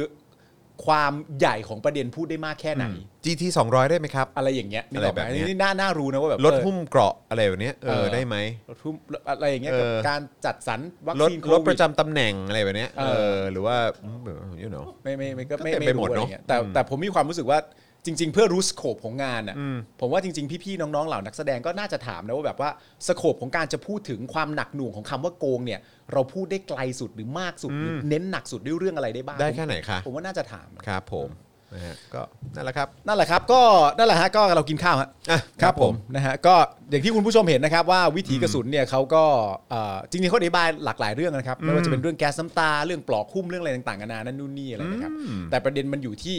ความใหญ่ของประเด็นพูดได้มากแค่ไหน GT 200 ได้ไหมครับ อะไรอย่างเงี้ยนึกออกไหม อะไรแบบเนี้ย นี่น่าน่ารู้นะว่าแบบ รถ เออ หุ้มเกราะอะไรแบบเนี้ยเอ เอ อ อ ได้ไหม รถหุ้มอะไรอย่างเงี้ย เออ กับการจัดสรรวัค รถ ซีนโค รถป วิด ระจำตำแหน่งอะไรแบบเนี้ย เอ เอ อ อหรือว่าอืม you know ไม่ไม่ไม่ก็ไม่ ก็เต็ม ไม่ ไปห รู้ มด อะไร เนอะ เงี้ยแต่ อืม แต่ผมมีความรู้สึกว่าจริง ๆ เพื่อรู้สโคปของงานอ่ะ อืม ผมว่าจริง ๆ พี่ ๆ น้อง ๆ เหล่านักแสดงก็น่าจะถามนะว่าแบบว่าสโคปของการจะพูดถึงความหนักหน่วงของคำว่าโกงเนี่ย เราพูดได้ไกลสุดหรือมากสุดหรือเน้นหนักสุดด้วยเรื่องอะไรได้บ้าง ได้แค่ไหนคะ ผมว่าน่าจะถาม ครับผมนะฮะก็นั่นแหละครับ นั่นแหละครับก็นั่นแหละฮะก็เรากินข้าวฮะ อ่ะ ค ครั รับบ ผ ผม ม นะฮะก็อย่างที่คุณผู้ชมเห็นนะครับว่าวิถีกระสุนเนี่ยเขาก็เอ่อจริงๆเขาอธิบายหลากหลายเรื่องนะครับไม่ว่าจะเป็นเรื่องแก๊สน้ำตาเรื่องปลอกหุ้มเรื่องอะไรต่างๆนานานั่นนู่นนี่อะไรนะครับแต่ประเด็นมันอยู่ที่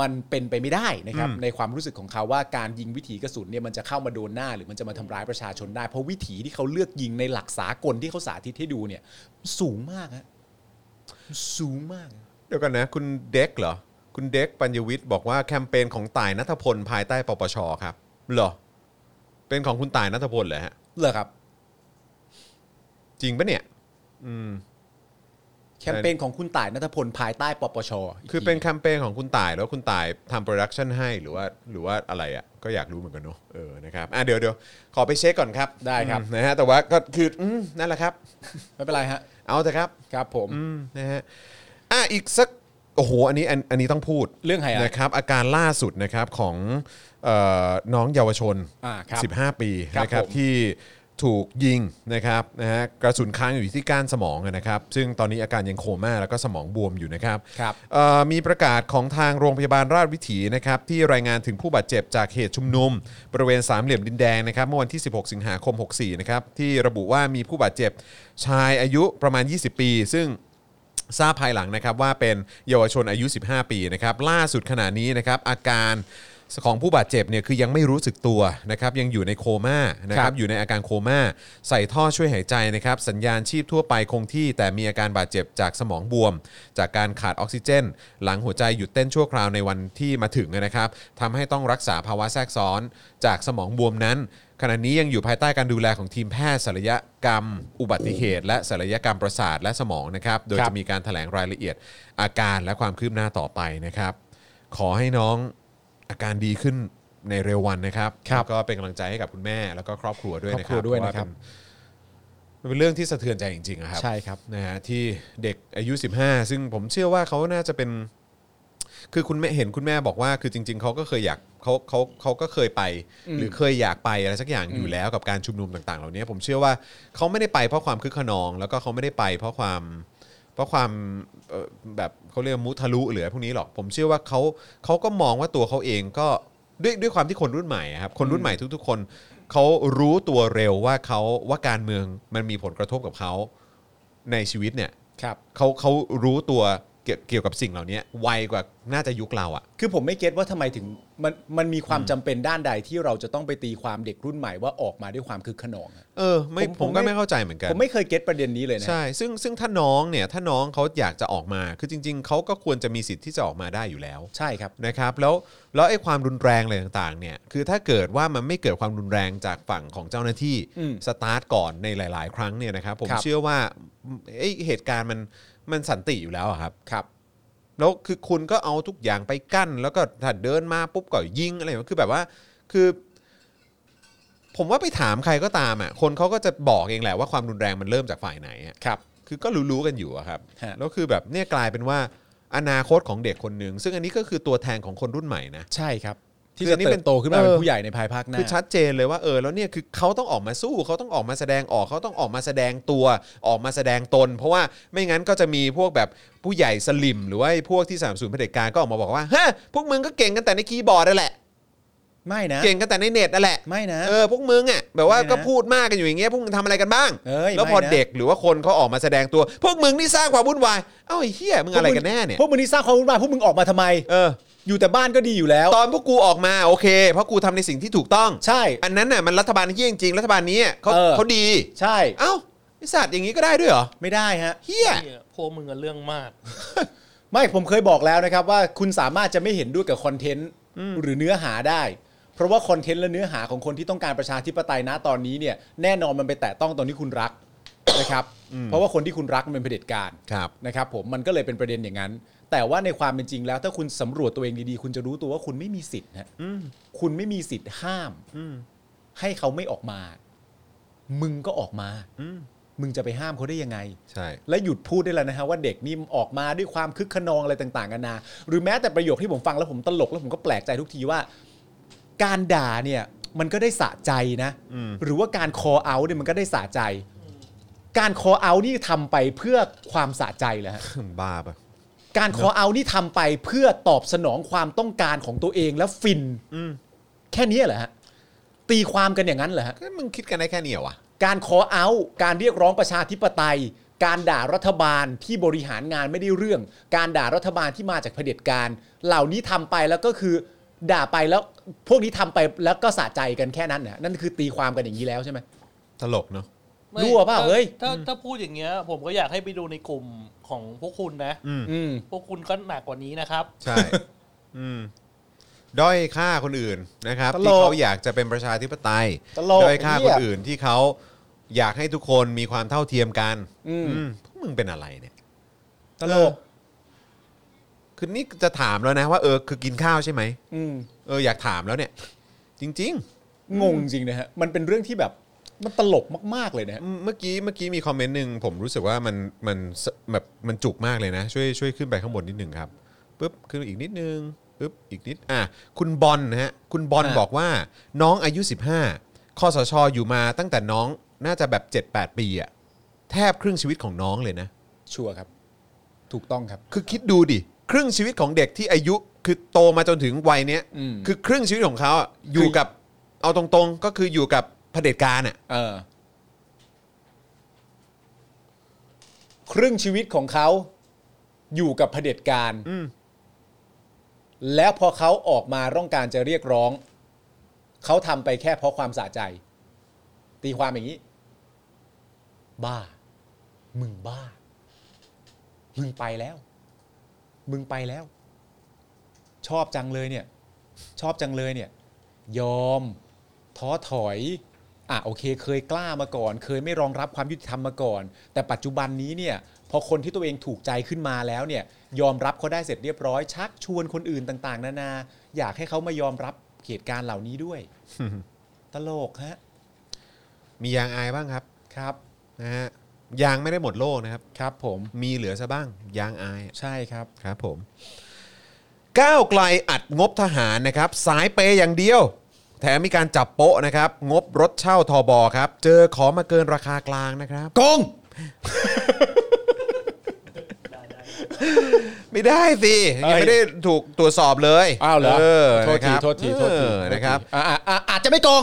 มันเป็นไปไม่ได้นะครับในความรู้สึกของเขาว่าการยิงวิถีกระสุนเนี่ยมันจะเข้ามาโดนหน้าหรือมันจะมาทำร้ายประชาชนได้ เพราะวิถีที่เขาเลือกยิงในหลักสากลที่เขาสาธิตให้ดูเนี่ยสูงมากฮะสูงมาก เดี๋ยวกันนะคุณเด็กเหรอคุณเด็กปัญญวิทย์บอกว่าแคมเปญของต่ายนัทพลภายใต้ปปชครับเหรอเป็นของคุณต่ายนัทพลเหรอฮะ เหรอครับ จริงปะเนี่ย แคมเปญของคุณต่ายนัทพลภายใต้ปปชก คือเป็น ที แคมเปญของคุณต่ายแล้วคุณต่ายทำโปรดักชันให้หรือว่าหรือว่าอะไรอ่ะก็อยากรู้เหมือนกันเนาะเออนะครับอ่ะเดี๋ยวเดี๋ยวขอไปเช็คก่อนครับ ได้ครับ อืมนะฮะแต่ว่าก็คืออืมนั่นแหละครับ ไม่เป็นไรฮะ เอาเถอะครับ ครับผม อืมนะฮะอ่ะอีกสักโอ้โหอันนี้อันอันนี้ต้องพูด เรื่องใครอ่ะ นะครับอาการล่าสุดนะครับของเอ่อน้องเยาวชน อ่าครับ 15 ปี ครับ นะครับ ผม ที่ถูกยิงนะครับนะฮะกระสุนค้างอยู่ที่ก้านสมองนะครับ ซึ่งตอนนี้อาการยังโคม่าแล้วก็สมองบวมอยู่นะครับ ครับ เอ่อมีประกาศของทางโรงพยาบาลราชวิถีนะครับที่รายงานถึงผู้บาดเจ็บจากเหตุชุมนุม บริเวณสามเหลี่ยมดินแดงนะครับเมื่อวันที่ 16 สิงหาคม 64 นะครับที่ระบุว่ามีผู้บาดเจ็บชายอายุประมาณ 20 ปี ซึ่ง ทราบภายหลังนะครับว่าเป็นเยาวชนอายุ 15 ปีนะครับล่าสุดขณะนี้นะครับอาการของผู้บาดเจ็บเนี่ยคือยังไม่รู้สึกตัวนะครับยังอยู่ในโคม่านะค ครั รับบ อยู่ในอาการโคม่าใส่ท่อช่วยหายใจนะครับสัญญาณชีพทั่วไปคงที่ แต่มีอาการบาดเจ็บจากสมองบวม จากการขาดออกซิเจน หลังหัวใจหยุดเต้นชั่วคราวในวันที่มาถึงนะครับทำให้ต้องรักษาภาวะแทรกซ้อนจากสมองบวมนั้น ขณะนี้ยังอยู่ภายใต้การดูแลของทีมแพทย์ศัลยกรรม อุบัติเหตุ และศัลยกรรมประสาทและสมองนะครับ โดย ครับ จะมีการถแถลงรายละเอียดอาการและความคืบหน้าต่อไปนะครับ ขอให้น้องอาการดีขึ้นในเร็ววันนะครับรบก็เป็นกำลังใจให้กับคุณแม่แล้วก็ครอบครัวด้วยนะค ครอบครั รับ วด้วยนะครับ เพาว่าเป็น มันเป็นเรื่องที่สะเทือนใจจริงๆอะครับ ใช่ครับ นะฮะที่เด็กอายุ 15 ซึ่งผมเชื่อว่าเขาน่าจะเป็น คือคุณแม่เห็นคุณแม่บอกว่า คือจริง ๆ เขาก็เคยอยากเขาเขาเขาก็เคยไป หรือเคยอยากไปอะไรสักอย่างอยู่แล้วกับการชุมนุมต่าง ๆ เหล่านี้ผมเชื่อว่าเขาไม่ได้ไปเพราะความคึกขนอง แล้วก็เขาไม่ได้ไปเพราะความ เพราะความเอ่อแบบเขาเรียกมุทะลุหรืออะไรพวกนี้หรอกผมเชื่อว่าเขาเขาก็มองว่าตัวเขาเองก็ด้วยด้วยความที่คนรุ่นใหม่อะครับคนรุ่นใหม่ทุก ๆ คนเขารู้ตัวเร็วว่าเขาว่าการเมืองมันมีผลกระทบกับเขา ในชีวิตเนี่ย ครับ เขาเขารู้ตัวเกี่ยวเกี่ยวกับสิ่งเหล่านี้ไวกว่าน่าจะยุคเราอะ่ะ คือผมไม่เก็ตว่าทำไมถึงมันมันมีความจำเป็นด้านใดที่เราจะต้องไปตีความเด็กรุ่นใหม่ว่าออกมาด้วยความคึกขนองอะ เออไม่ผมก็ไม่เข้าใจเหมือนกัน ผมไม่เคยเก็ตประเด็นนี้เลยนะ ใช่ ซึ่งซึ่งถ้าน้องเนี่ยถ้าน้องเขาอยากจะออกมา คือจริง ๆ เขาก็ควรจะมีสิทธิ์ที่จะออกมาได้อยู่แล้ว ใช่ครับ นะครับแล้วแล้วไอ้ความรุนแรงอะไรต่างๆเนี่ยคือถ้าเกิดว่ามันไม่เกิดความรุนแรงจากฝั่งของเจ้าหน้าที่ อืม สตาร์ทก่อนในหลาย ๆ ครั้งเนี่ยนะครับผม ครับ เชื่อว่าเอ้ยเหตุการณ์มันมันสันติอยู่แล้วอะครับ ครับ แล้วคือคุณก็เอาทุกอย่างไปกั้น แล้วก็ถ้าเดินมาปุ๊บก็ยิงอะไรแบบนี้คือแบบว่าคือ ผมว่าไปถามใครก็ตามอ่ะคนเขาก็จะบอกเองแหละว่าความรุนแรงมันเริ่มจากฝ่ายไหนอะ ครับ คือก็รู้ๆกันอยู่อะครับ ฮะ แล้วคือแบบเนี่ยกลายเป็นว่าอนาคตของเด็กคนหนึ่งซึ่งอันนี้ก็คือตัวแทนของคนรุ่นใหม่นะ ใช่ครับ ที่ คืออั จะ นนี้เป็ เติ น บโตขึ้นมาเป็น เออ ผู้ใหญ่ในภายภาคหน้า คือชัดเจนเลยว่าเออแล้วเนี่ยคือเขาต้องออกมาสู้เขาต้องออกมาแสดงออกเขาต้องออกมาแสดงตัวออกมาแสดงตน เพราะว่าไม่งั้นก็จะมีพวกแบบผู้ใหญ่สลิม หรือว่าไอ้พวกที่สามสูนเผด็จการก็ออกมาบอกว่าฮะพวกมึงก็เก่งกันแต่ในคีย์บอร์ดนั่นแหละ ไม่นะ เก่งกันแต่ในเน็ตนั่นแหละ ไม่นะ เออพวกมึงอ่ะแบบว่า ไม่นะ ก็พูดมากกันอยู่อย่างเงี้ยพวกมึงทำอะไรกันบ้าง เอ้ย แล้วพอ ไม่นะ เด็กหรือว่าคนเขาออกมาแสดงตัว พวกมึงนี่สร้างความวุ่นวายเอ้าไอ้เหี้ยมึงอะไรกันแน่เนี่ย พวกมึงนี่สร้างความวุ่นวายพวกมึงออกมาทำไม เออ อยู่แต่บ้านก็ดีอยู่แล้ว ตอนพวกกูออกมาโอเค เพราะกูทำในสิ่งที่ถูกต้อง ใช่ อันนั้นน่ะมันรัฐบาลเยี่ยงจริงรัฐบาลนี้เขา เออ เขาดี ใช่ เอ้าไอสัตว์อย่างนี้ก็ได้ด้วยเหรอ ไม่ได้ฮะ เฮีย พวกมึงอะเรื่องมาก ไม่ผมเคยบอกแล้วนะครับว่าคุณสามารถจะไม่เห็นด้วยกับคอนเทนต์หรือเนื้อหาได้ เพราะว่าคอนเทนต์และเนื้อหาของคนที่ต้องการประชาธิปไตยนะตอนนี้เนี่ยแน่นอนมันไปแตะต้องตอนที่คุณรัก นะครับเพราะว่าคนที่คุณรักมันเป็นเผด็จการ ครับ นะครับผมมันก็เลยเป็นประเด็นอย่างนั้น แต่ว่าในความเป็นจริงแล้ว ถ้าคุณสำรวจตัวเองดีๆ คุณจะรู้ตัวว่าคุณไม่มีสิทธิ์ฮะคุณไม่มีสิทธิ์ห้ามให้เขาไม่ออกมา มึงก็ออกมามึงจะไปห้ามเขาได้ยังไง ใช่ และหยุดพูดได้แล้วนะฮะว่าเด็กนี่ออกมาด้วยความคึกขนองอะไรต่างๆกันานาหรือแม้แต่ประโยคที่ผมฟังแล้วผมตลกแล้วผมก็แปลกใจทุกทีว่า การด่าเนี่ยมันก็ได้สะใจนะ หรือว่าการ call out เนี่ยมันก็ได้สะใจ การ call out นี่ทำไปเพื่อความสะใจเหรอฮะ บ้าปะ การ call out นี่ทำไปเพื่อตอบสนองความต้องการของตัวเองแล้วฟินแค่นี้เหรอฮะตีความกันอย่างนั้นเหรอฮะ ก็มึงคิดกันได้แค่นี้เหรอวะ การ call out การเรียกร้องประชาธิปไตย การด่ารัฐบาลที่บริหารงานไม่ได้เรื่อง การด่ารัฐบาลที่มาจากเผด็จการ เหล่านี้ทำไปแล้วก็คือ ด่าไปแล้วพวกนี้ทำไปแล้วก็สะใจกันแค่นั้นนะนั่นคือตีความกันอย่างนี้แล้วใช่ไหม ตลกเนาะ ไม่ รั่วเปล่า ถ้ เฮ้ย ถ้าถ้าพูดอย่างเงี้ย ผมก็อยากให้ไปดูในกลุ่มของพวกคุณนะ อืม อืม พวกคุณก็หนักกว่านี้นะครับ ใช่ อืมด้อยค่าคนอื่นนะครับ ตลก ที่เขาอยากจะเป็นประชาธิปไตย ตลก ด้อยค่าคเหี้น ย อื่นที่เขาอยากให้ทุกคนมีความเท่าเทียมกัน อืม อืมพวกมึงเป็นอะไรเนี่ย ตลก คือนี่จะถามแล้วนะว่าเออคือกินข้าวใช่ไหม อืม เอออยากถามแล้วเนี่ย จริง ๆ งงจริงนะฮะมันเป็นเรื่องที่แบบมันตลกมากๆเลยนะฮะ เมื่อกี้เมื่อกี้มีคอมเมนต์หนึ่งผมรู้สึกว่ามันมันสแบบมันจุกมากเลยนะ ช่วยช่วยขึ้นไปข้างบนนิดหนึ่งครับปึ๊บขึ้นอีกนิดนึงปึ๊บอีกนิดอ่ะคุณบอลนะฮะคุณบอล อ่ะ บอกว่าน้องอายุ 15คอสชอยู่มาตั้งแต่น้องน่าจะแบบ 7-8 ปีอะแทบครึ่งชีวิตของน้องเลยนะ ชัวร์ครับ ถูกต้องครับ คือคิดดูดิ ครึ่งชีวิตของเด็กที่อายุคือโตมาจนถึงวัยเนี้ย อืม คือครึ่งชีวิตของเขาอะอยู่กับเอาตรงๆ ก็คืออยู่กับเผด็จการอ่ะ เออ ครึ่งชีวิตของเขาอยู่กับเผด็จการ แล้วพอเขาออกมาต้องการจะเรียกร้อง เขาทำไปแค่เพราะความสะใจ ตีความอย่างนี้ บ้า มึงบ้า มึงไปแล้ว มึงไปแล้ว ชอบจังเลยเนี่ย ชอบจังเลยเนี่ย ยอม ท้อถอย อ่ะโอเค เคยกล้ามาก่อน เคยไม่รองรับความยุติธรรมมาก่อน แต่ปัจจุบันนี้เนี่ย พอคนที่ตัวเองถูกใจขึ้นมาแล้วเนี่ย ยอมรับเขาได้เสร็จเรียบร้อย ชักชวนคนอื่นต่าง ๆ นานา อยากให้เขามายอมรับเหตุการณ์เห ล่านี้ด้วย ตลกฮะ มียางอายบ้างครับ ครับ นะฮะยางไม่ได้หมดโลกนะครับ ครับผม มีเหลือซะบ้าง ยางอายอะ ใช่ครับ ครับผม ก้าวไกลอัดงบทหารนะครับ สายเปย์อย่างเดียว แถมมีการจับโปะนะครับ งบรถเช่าทอบอครับ เจอของมาเกินราคากลางนะครับ กง ไม่ได้สิยังเอ้ย ไม่ได้ถูกตรวจสอบเลย อ้าวเหรอ เออ โทษนะคทีรับ โทษทีโทษที เออนะครับ อ่าอ่าอ่าอาจจะไม่โกง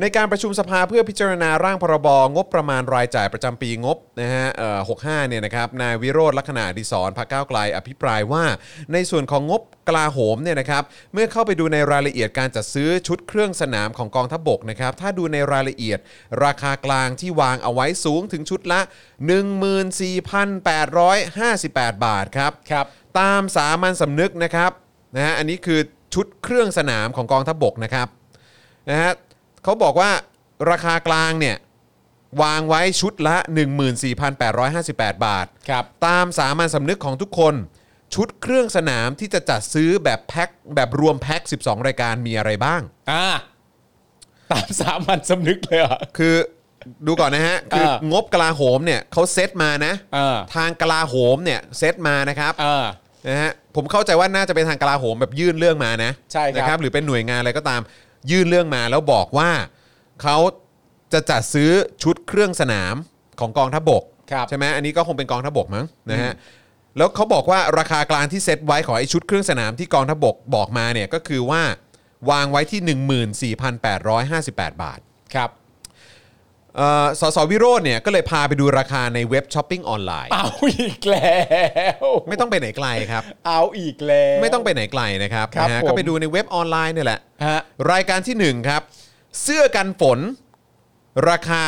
ในการประชุมสภาเพื่อพิจารณาร่างพรบงบประมาณรายจ่ายประจำปีงบนะฮะเอ่อ65เนี่ยนะครับนายวิโรธลักษณะดิศรพรรคก้าวไกลอภิปรายว่า ในส่วนของงบกลาโหมเนี่ยนะครับเมื่อเข้าไปดูในรายละเอียดการจัดซื้อชุดเครื่องสนามของกองทัพบกนะครับถ้าดูในรายละเอียด ราคากลางที่วางเอาไว้สูงถึงชุดละ 14,858 บาทครับ ครับ ตามสามัญสำนึกนะครับนะฮะอันนี้คือชุดเครื่องสนามของกองทัพบกนะครับนะฮะเขาบอกว่าราคากลางเนี่ยวางไว้ชุดละ 14,858 บาท ครับ ตามสามัญสำนึกของทุกคน ชุดเครื่องสนามที่จะจัดซื้อแบบแพ็คแบบรวมแพ็ค 12 รายการมีอะไรบ้าง อ่าตามสามัญสำนึกเลยเหรอ่ะ คือดูก่อนนะฮะ คือ เออง บกลาโหมเนี่ยเขาเซตมานะ เออ ทางกลาโหมเนี่ยเซตมานะครับ อ่า นะฮะผมเข้าใจว่าน่าจะเป็นทางกลาโหมแบบยื่นเรื่องมานะ ใช่ครับ นะครับ หรือเป็นหน่วยงานอะไรก็ตามยื่นเรื่องมาแล้วบอกว่าเขาจะจัดซื้อชุดเครื่องสนามของกองทัพบก ครับ ใช่ไหมอันนี้ก็คงเป็นกองทัพบกมั้งนะฮะแล้วเขาบอกว่าราคากลางที่เซ็ตไว้ของไอ้ชุดเครื่องสนามที่กองทัพบกบอกมาเนี่ยก็คือว่าวางไว้ที่ 14,858 บาท ครับ เอ่อสสวิโรจน์เนี่ยก็เลยพาไปดูราคาในเว็บช้อปปิ้งออนไลน์ เอาอีกแล้ว ไม่ต้องไปไหนไกลครับ เอาอีกแล้ว ไม่ต้องไปไหนไกลนะครับ ครับ นะฮะ ผม ก็ไปดูในเว็บออนไลน์เนี่ยแหละ ฮะ รายการที่ 1 ครับ เสื้อกันฝน ราคา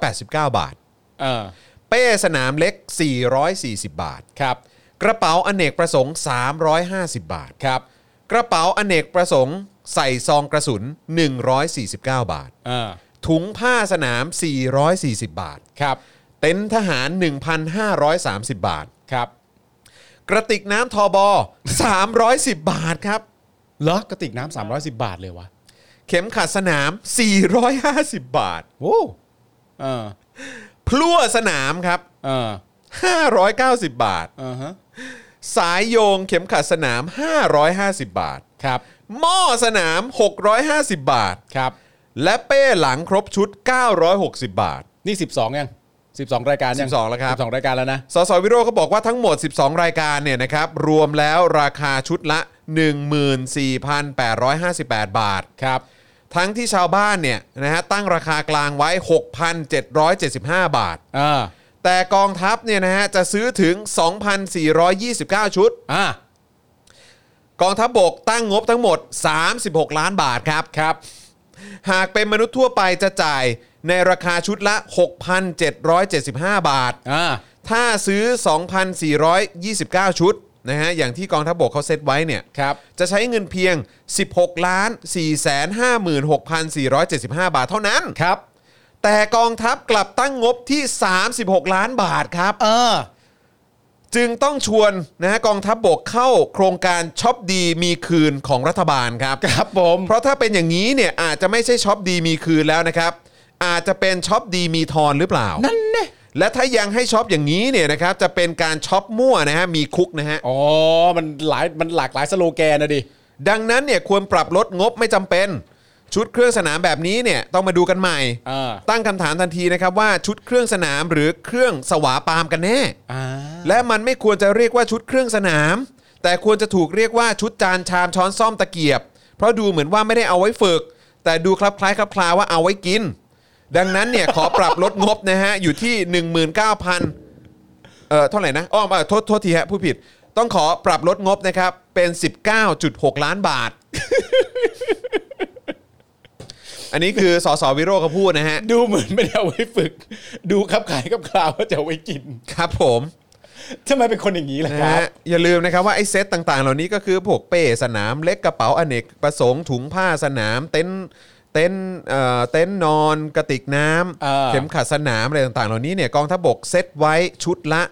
189 บาท เออ เป้สนามเล็ก 440 บาท ครับ กระเป๋าอเนกประสงค์ 350 บาท ครับ กระเป๋าอเนกประสงค์ ใส่ซองกระสุน 149 บาท เออ ถุงผ้าสนาม 440 บาท ครับ เต็นท์ทหาร 1,530 บาท ครับ กระติกน้ำทอบอ310 บาทครับ เหรอกระติกน้ำสามร้อยสิบบาทเลยวะ เข็มขัดสนาม 450 บาท โอ้เออ พลั่วสนามครับ เออ 590 บาท เออฮะ สายโยงเข็มขัดสนาม 550 บาท ครับ หม้อสนาม 650 บาท ครับ และเป้หลังครบชุด 960 บาท นี่สิบสองยังสิบสองรายการยัง 12แล้วครับ สิบสองรายการแล้วนะ สสวิโรจน์ก็บอกว่าทั้งหมด 12 รายการเนี่ยนะครับ รวมแล้วราคาชุดละ 14,858 บาท ครับ ทั้งที่ชาวบ้านเนี่ยนะฮะตั้งราคากลางไว้ 6,775 บาท อ่า แต่กองทัพเนี่ยนะฮะจะซื้อถึง 2,429 ชุด อ่า กองทัพบกตั้งงบทั้งหมด 36 ล้านบาทครับ ครับ หากเป็นมนุษย์ทั่วไปจะจ่ายในราคาชุดละ 6,775 บาท อ่า ถ้าซื้อ 2,429 ชุดนะฮะ อย่างที่กองทัพบกเขาเซตไว้เนี่ย ครับ จะใช้เงินเพียง 16 ล้าน 456,475 บาทเท่านั้น ครับ แต่กองทัพกลับตั้งงบที่ 36 ล้านบาทครับ เออ จึงต้องชวนนะฮะกองทัพบกเข้าโครงการช็อปดีมีคืนของรัฐบาลครับ ครับผม เพราะถ้าเป็นอย่างนี้เนี่ยอาจจะไม่ใช่ช็อปดีมีคืนแล้วนะครับ อาจจะเป็นช็อปดีมีทอนหรือเปล่า นั่นเนี่ย และถ้ายังให้ช็อปอย่างนี้เนี่ยนะครับจะเป็นการช็อปมั่วนะฮะมีคุกนะฮะ อ๋อ มันหลาย มันหลากหลายสโลแกนนะดิ ดังนั้นเนี่ยควรปรับลดงบไม่จำเป็น ชุดเครื่องสนามแบบนี้เนี่ยต้องมาดูกันใหม่ อ่า ตั้งคำถามทันทีนะครับว่าชุดเครื่องสนามหรือเครื่องสวาปามกันแน่ อ่า และมันไม่ควรจะเรียกว่าชุดเครื่องสนาม แต่ควรจะถูกเรียกว่าชุดจานชามช้อนซ่อมตะเกียบ เพราะดูเหมือนว่าไม่ได้เอาไว้ฝึก แต่ดูคลับคล้ายคลับคลาว่าเอาไว้กิน ดังนั้นเนี่ย ขอปรับลดงบนะฮะ อยู่ที่ 19,000เอ่อเท่าไหร่นะอ้อมเอ่อโทษโทษทีฮะผู้ผิด ต้องขอปรับลดงบนะครับ เป็น 19.6 ล้านบาท อันนี้คือสสวิโรจน์เขาพูดนะฮะ ดูเหมือนไม่ได้เอาไว้ฝึก ดูครับขายครับคราวว่าจะเอาไว้กิน ครับผม ทำไมเป็นคนอย่างนี้ล่ะค นะ รับ ฮะอย่าลืมนะครับว่าไอ้เซตต่างๆ เหล่านี้ก็คือพวกเป้สนามเล็กกระเป๋าอเนกประสงค์ถุงผ้าสนาม เต็นท์เต็นท์เอ่อเต็นท์นอนกระติกน้ เออ ำเข็มขัดสนามอะไรต่างๆ เหล่านี้เนี่ยกองทัพบกเซตไว้ชุดละ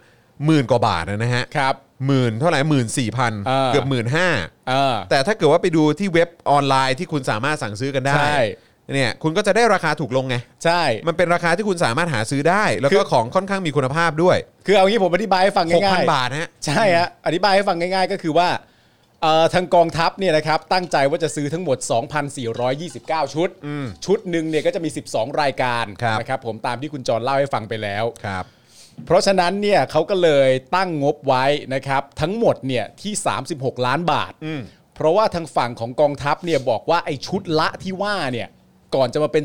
หมื่นกว่าบาทนะฮะ ครับ หมื่นเท่าไหร่หมื่นสี่พัน เออ เกือบหมื่นห้า เออ แต่ถ้าเกิดว่าไปดูที่เว็บออนไลน์ที่คุณสามารถสั่งซื้อกันได้ ใช่ เนี่ยคุณก็จะได้ราคาถูกลงไง ใช่ มันเป็นราคาที่คุณสามารถหาซื้อได้ แล้วก็ของค่อนข้างมีคุณภาพด้วย คือเอางี้ผมอธิบายให้ฟังง่าย 6,000 ๆ บาทนะฮะ ใช่ฮะอธิบายให้ฟังง่ายๆ ก็คือว่าเอ่อทางกองทัพเนี่ยนะครับตั้งใจว่าจะซื้อทั้งหมด 2,429 ชุด ชุดหนึ่งเนี่ยก็จะมี 12 รายการ ครับ นะครับผมตามที่คุณจรเล่าให้ฟังไปแล้ว ครับ เพราะฉะนั้นเนี่ยเขาก็เลยตั้งงบไว้นะครับทั้งหมดเนี่ยที่ 36 ล้านบาท เพราะว่าทางฝั่งของกองทัพเนี่ยบอกว่าไอ้ชุดละที่ว่าเนี่ยก่อนจะมาเป็น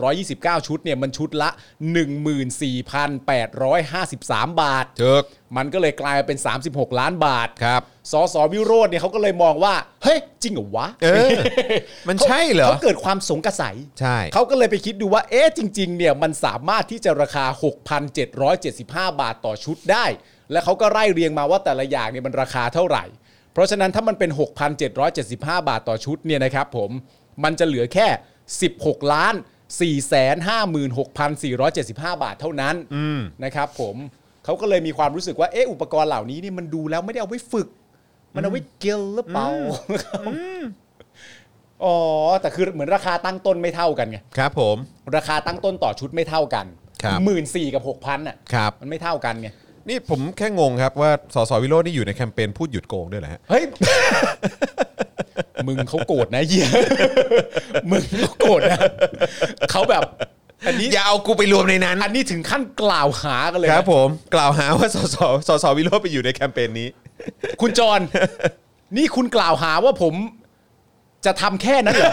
2,429 ชุดเนี่ยมันชุดละ 14,853 บาท เถิก มันก็เลยกลายเป็น 36 ล้านบาท ครับ สอสอวิโรจน์เนี่ยเขาก็เลยมองว่า เฮ้ย จริงเหรอวะ เออ มันใช่เหรอ เขาเกิดความสงกระสัย ใช่ เขาก็เลยไปคิดดูว่า เอ๊ะ จริง ๆ เนี่ย มันสามารถที่จะราคา 6,775 บาทต่อชุดได้ และเขาก็ไล่เรียงมาว่าแต่ละอย่างเนี่ยมันราคาเท่าไหร่ เพราะฉะนั้นถ้ามันเป็น 6,775 บาทต่อชุดเนี่ยนะครับผม มันจะเหลือแค่ 16 ล้าน 456,475 บาทเท่านั้น นะครับผมเขาก็เลยมีความรู้สึกว่าเอะอุปกรณ์เหล่านี้นี่มันดูแล้วไม่ได้เอาไว้ฝึก มันเอาไว้เกลหรือเปล่าอ๋อแต่คือเหมือนราคาตั้งต้นไม่เท่ากันไง ครับผม ราคาตั้งต้นต่อชุดไม่เท่ากัน ครับ หมื่นสี่กับหกพันอ่ะ ครับ มันไม่เท่ากันไง นี่ผมแค่งงครับว่าสสวิโรจน์นี่อยู่ในแคมเปญพูดหยุดโกงด้วยเหรอฮะ เฮ้ย มึงเขาโกรธนะเหี้ยมึงเขาโกรธนะเขาแบบ อันนี้ อย่าเอากูไปรวมในนั้น อันนี้ถึงขั้นกล่าวหากันเลย ค นะ รับผม กล่าวหา ว่าสสสสวิโรจน์ไปอยู่ในแคมเปญนี้ คุณจร นี่คุณกล่าวหาว่าผมจะทำแค่นั้นเหรอ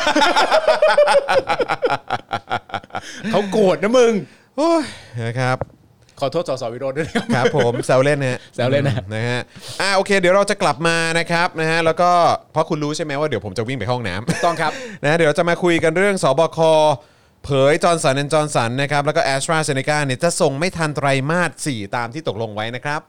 เขาโกรธนะมึง โอ้ยนะครับ ขอโทษสสวิโรจน์ด้วยนะครับ ครับผม แซวเล่นนะฮะ แซวเล่นนะ อืมนะฮะอ่าโอเค เดี๋ยวเราจะกลับมานะครับนะฮะแล้วก็เพราะคุณรู้ใช่ไหมว่าเดี๋ยวผมจะวิ่งไปห้องน้ำ ต้องครับ นะเดี๋ยวจะมาคุยกันเรื่องสบคเผยจอร์นสันแอนจอร์นสันนะครับแล้วก็แอสตราเซเนกาเนี่ยจะส่งไม่ทันไตรมาส 4 ตามที่ตกลงไว้นะครับ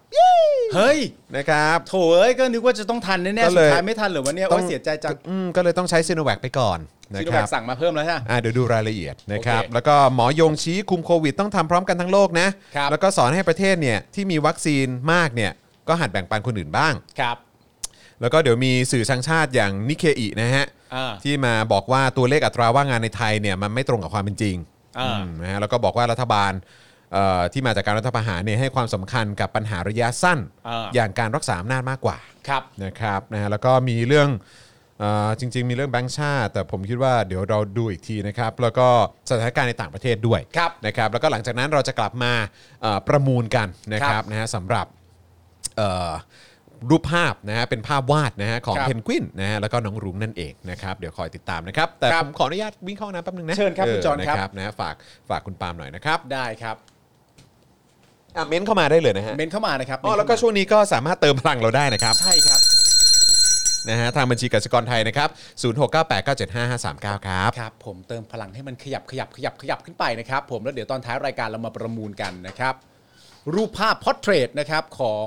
เฮ้ย นะครับ โถเอ้ย ก็นึกว่าจะต้องทันแน่ ก็ ๆ เล สุ ย ดท้ายไม่ทันเหรือวะเนี่ย โอ้ยเสียใจจัง อืมก็เลยต้องใช้ซีโนแวคไปก่อนนะ ซีโน ค แว รับ คสั่งมาเพิ่มแล้วใช่ไหม อ่าเดี๋ยวดูรายละเอียดนะครับ โอเค แล้วก็หมอยงชี้คุมโควิดต้องทำพร้อมกันทั้งโลกนะ ครับ แล้วก็สอนให้ประเทศเนี่ยที่มีวัคซีนมากเนี่ยก็หัดแบ่งปันคนอื่นบ้าง ครับ แล้วก็เดี๋ยวมีสื่อชังชาติอย่างนิเคอินะฮะ อ่า ที่มาบอกว่าตัวเลขอัตราว่างงานในไทยเนี่ยมันไม่ตรงกับความเป็นจริง อ่า อืมนะฮะแล้วก็บอกว่ารัฐบาลเอ่อที่มาจากการรัฐประหารเนี่ยให้ความสำคัญกับปัญหาระยะสั้น อย่างการรักษาอำนาจมากกว่า ครับ นะครับนะฮะแล้วก็มีเรื่องเอ่อจริง ๆ มีเรื่องแบงค์ชาติ แต่ผมคิดว่าเดี๋ยวเราดูอีกทีนะครับ แล้วก็สถานการณ์ในต่างประเทศด้วย ครับ นะครับแล้วก็หลังจากนั้นเราจะกลับมาเอ่อประมูลกันนะครับนะฮะสำหรับ เอ่อรูปภาพนะฮะเป็นภาพวาดนะฮะของ ครับ เพนกวินนะฮะแล้วก็น้องรุ้งนั่นเองนะครับเดี๋ยวคอยติดตามนะครับ แต่ ครับ ผมขออนุญาตวิ่งเข้าห้องน้ำแป๊บนึงนะ เชิญครับคุณจอห์นครับ นะฝากฝากคุณปาล์มหน่อยนะครับ ได้ครับ อ่ะเม้นเข้ามาได้เลยนะฮะ เมนเข้ามานะครับ อ๋อแล้วก็ช่วงนี้ก็สามารถเติมพลังเราได้นะครับ ใช่ครับ นะฮะทางบัญชีกสิกรไทยนะครับ0698975539 ครับ ครับผมเติมพลังให้มันขยับขยับขยับขยับขึ้นไปนะครับผมแล้วเดี๋ยวตอนท้ายรายการเรามาประมูลกันนะครับ รูปภาพพอร์เทรตนะครับของ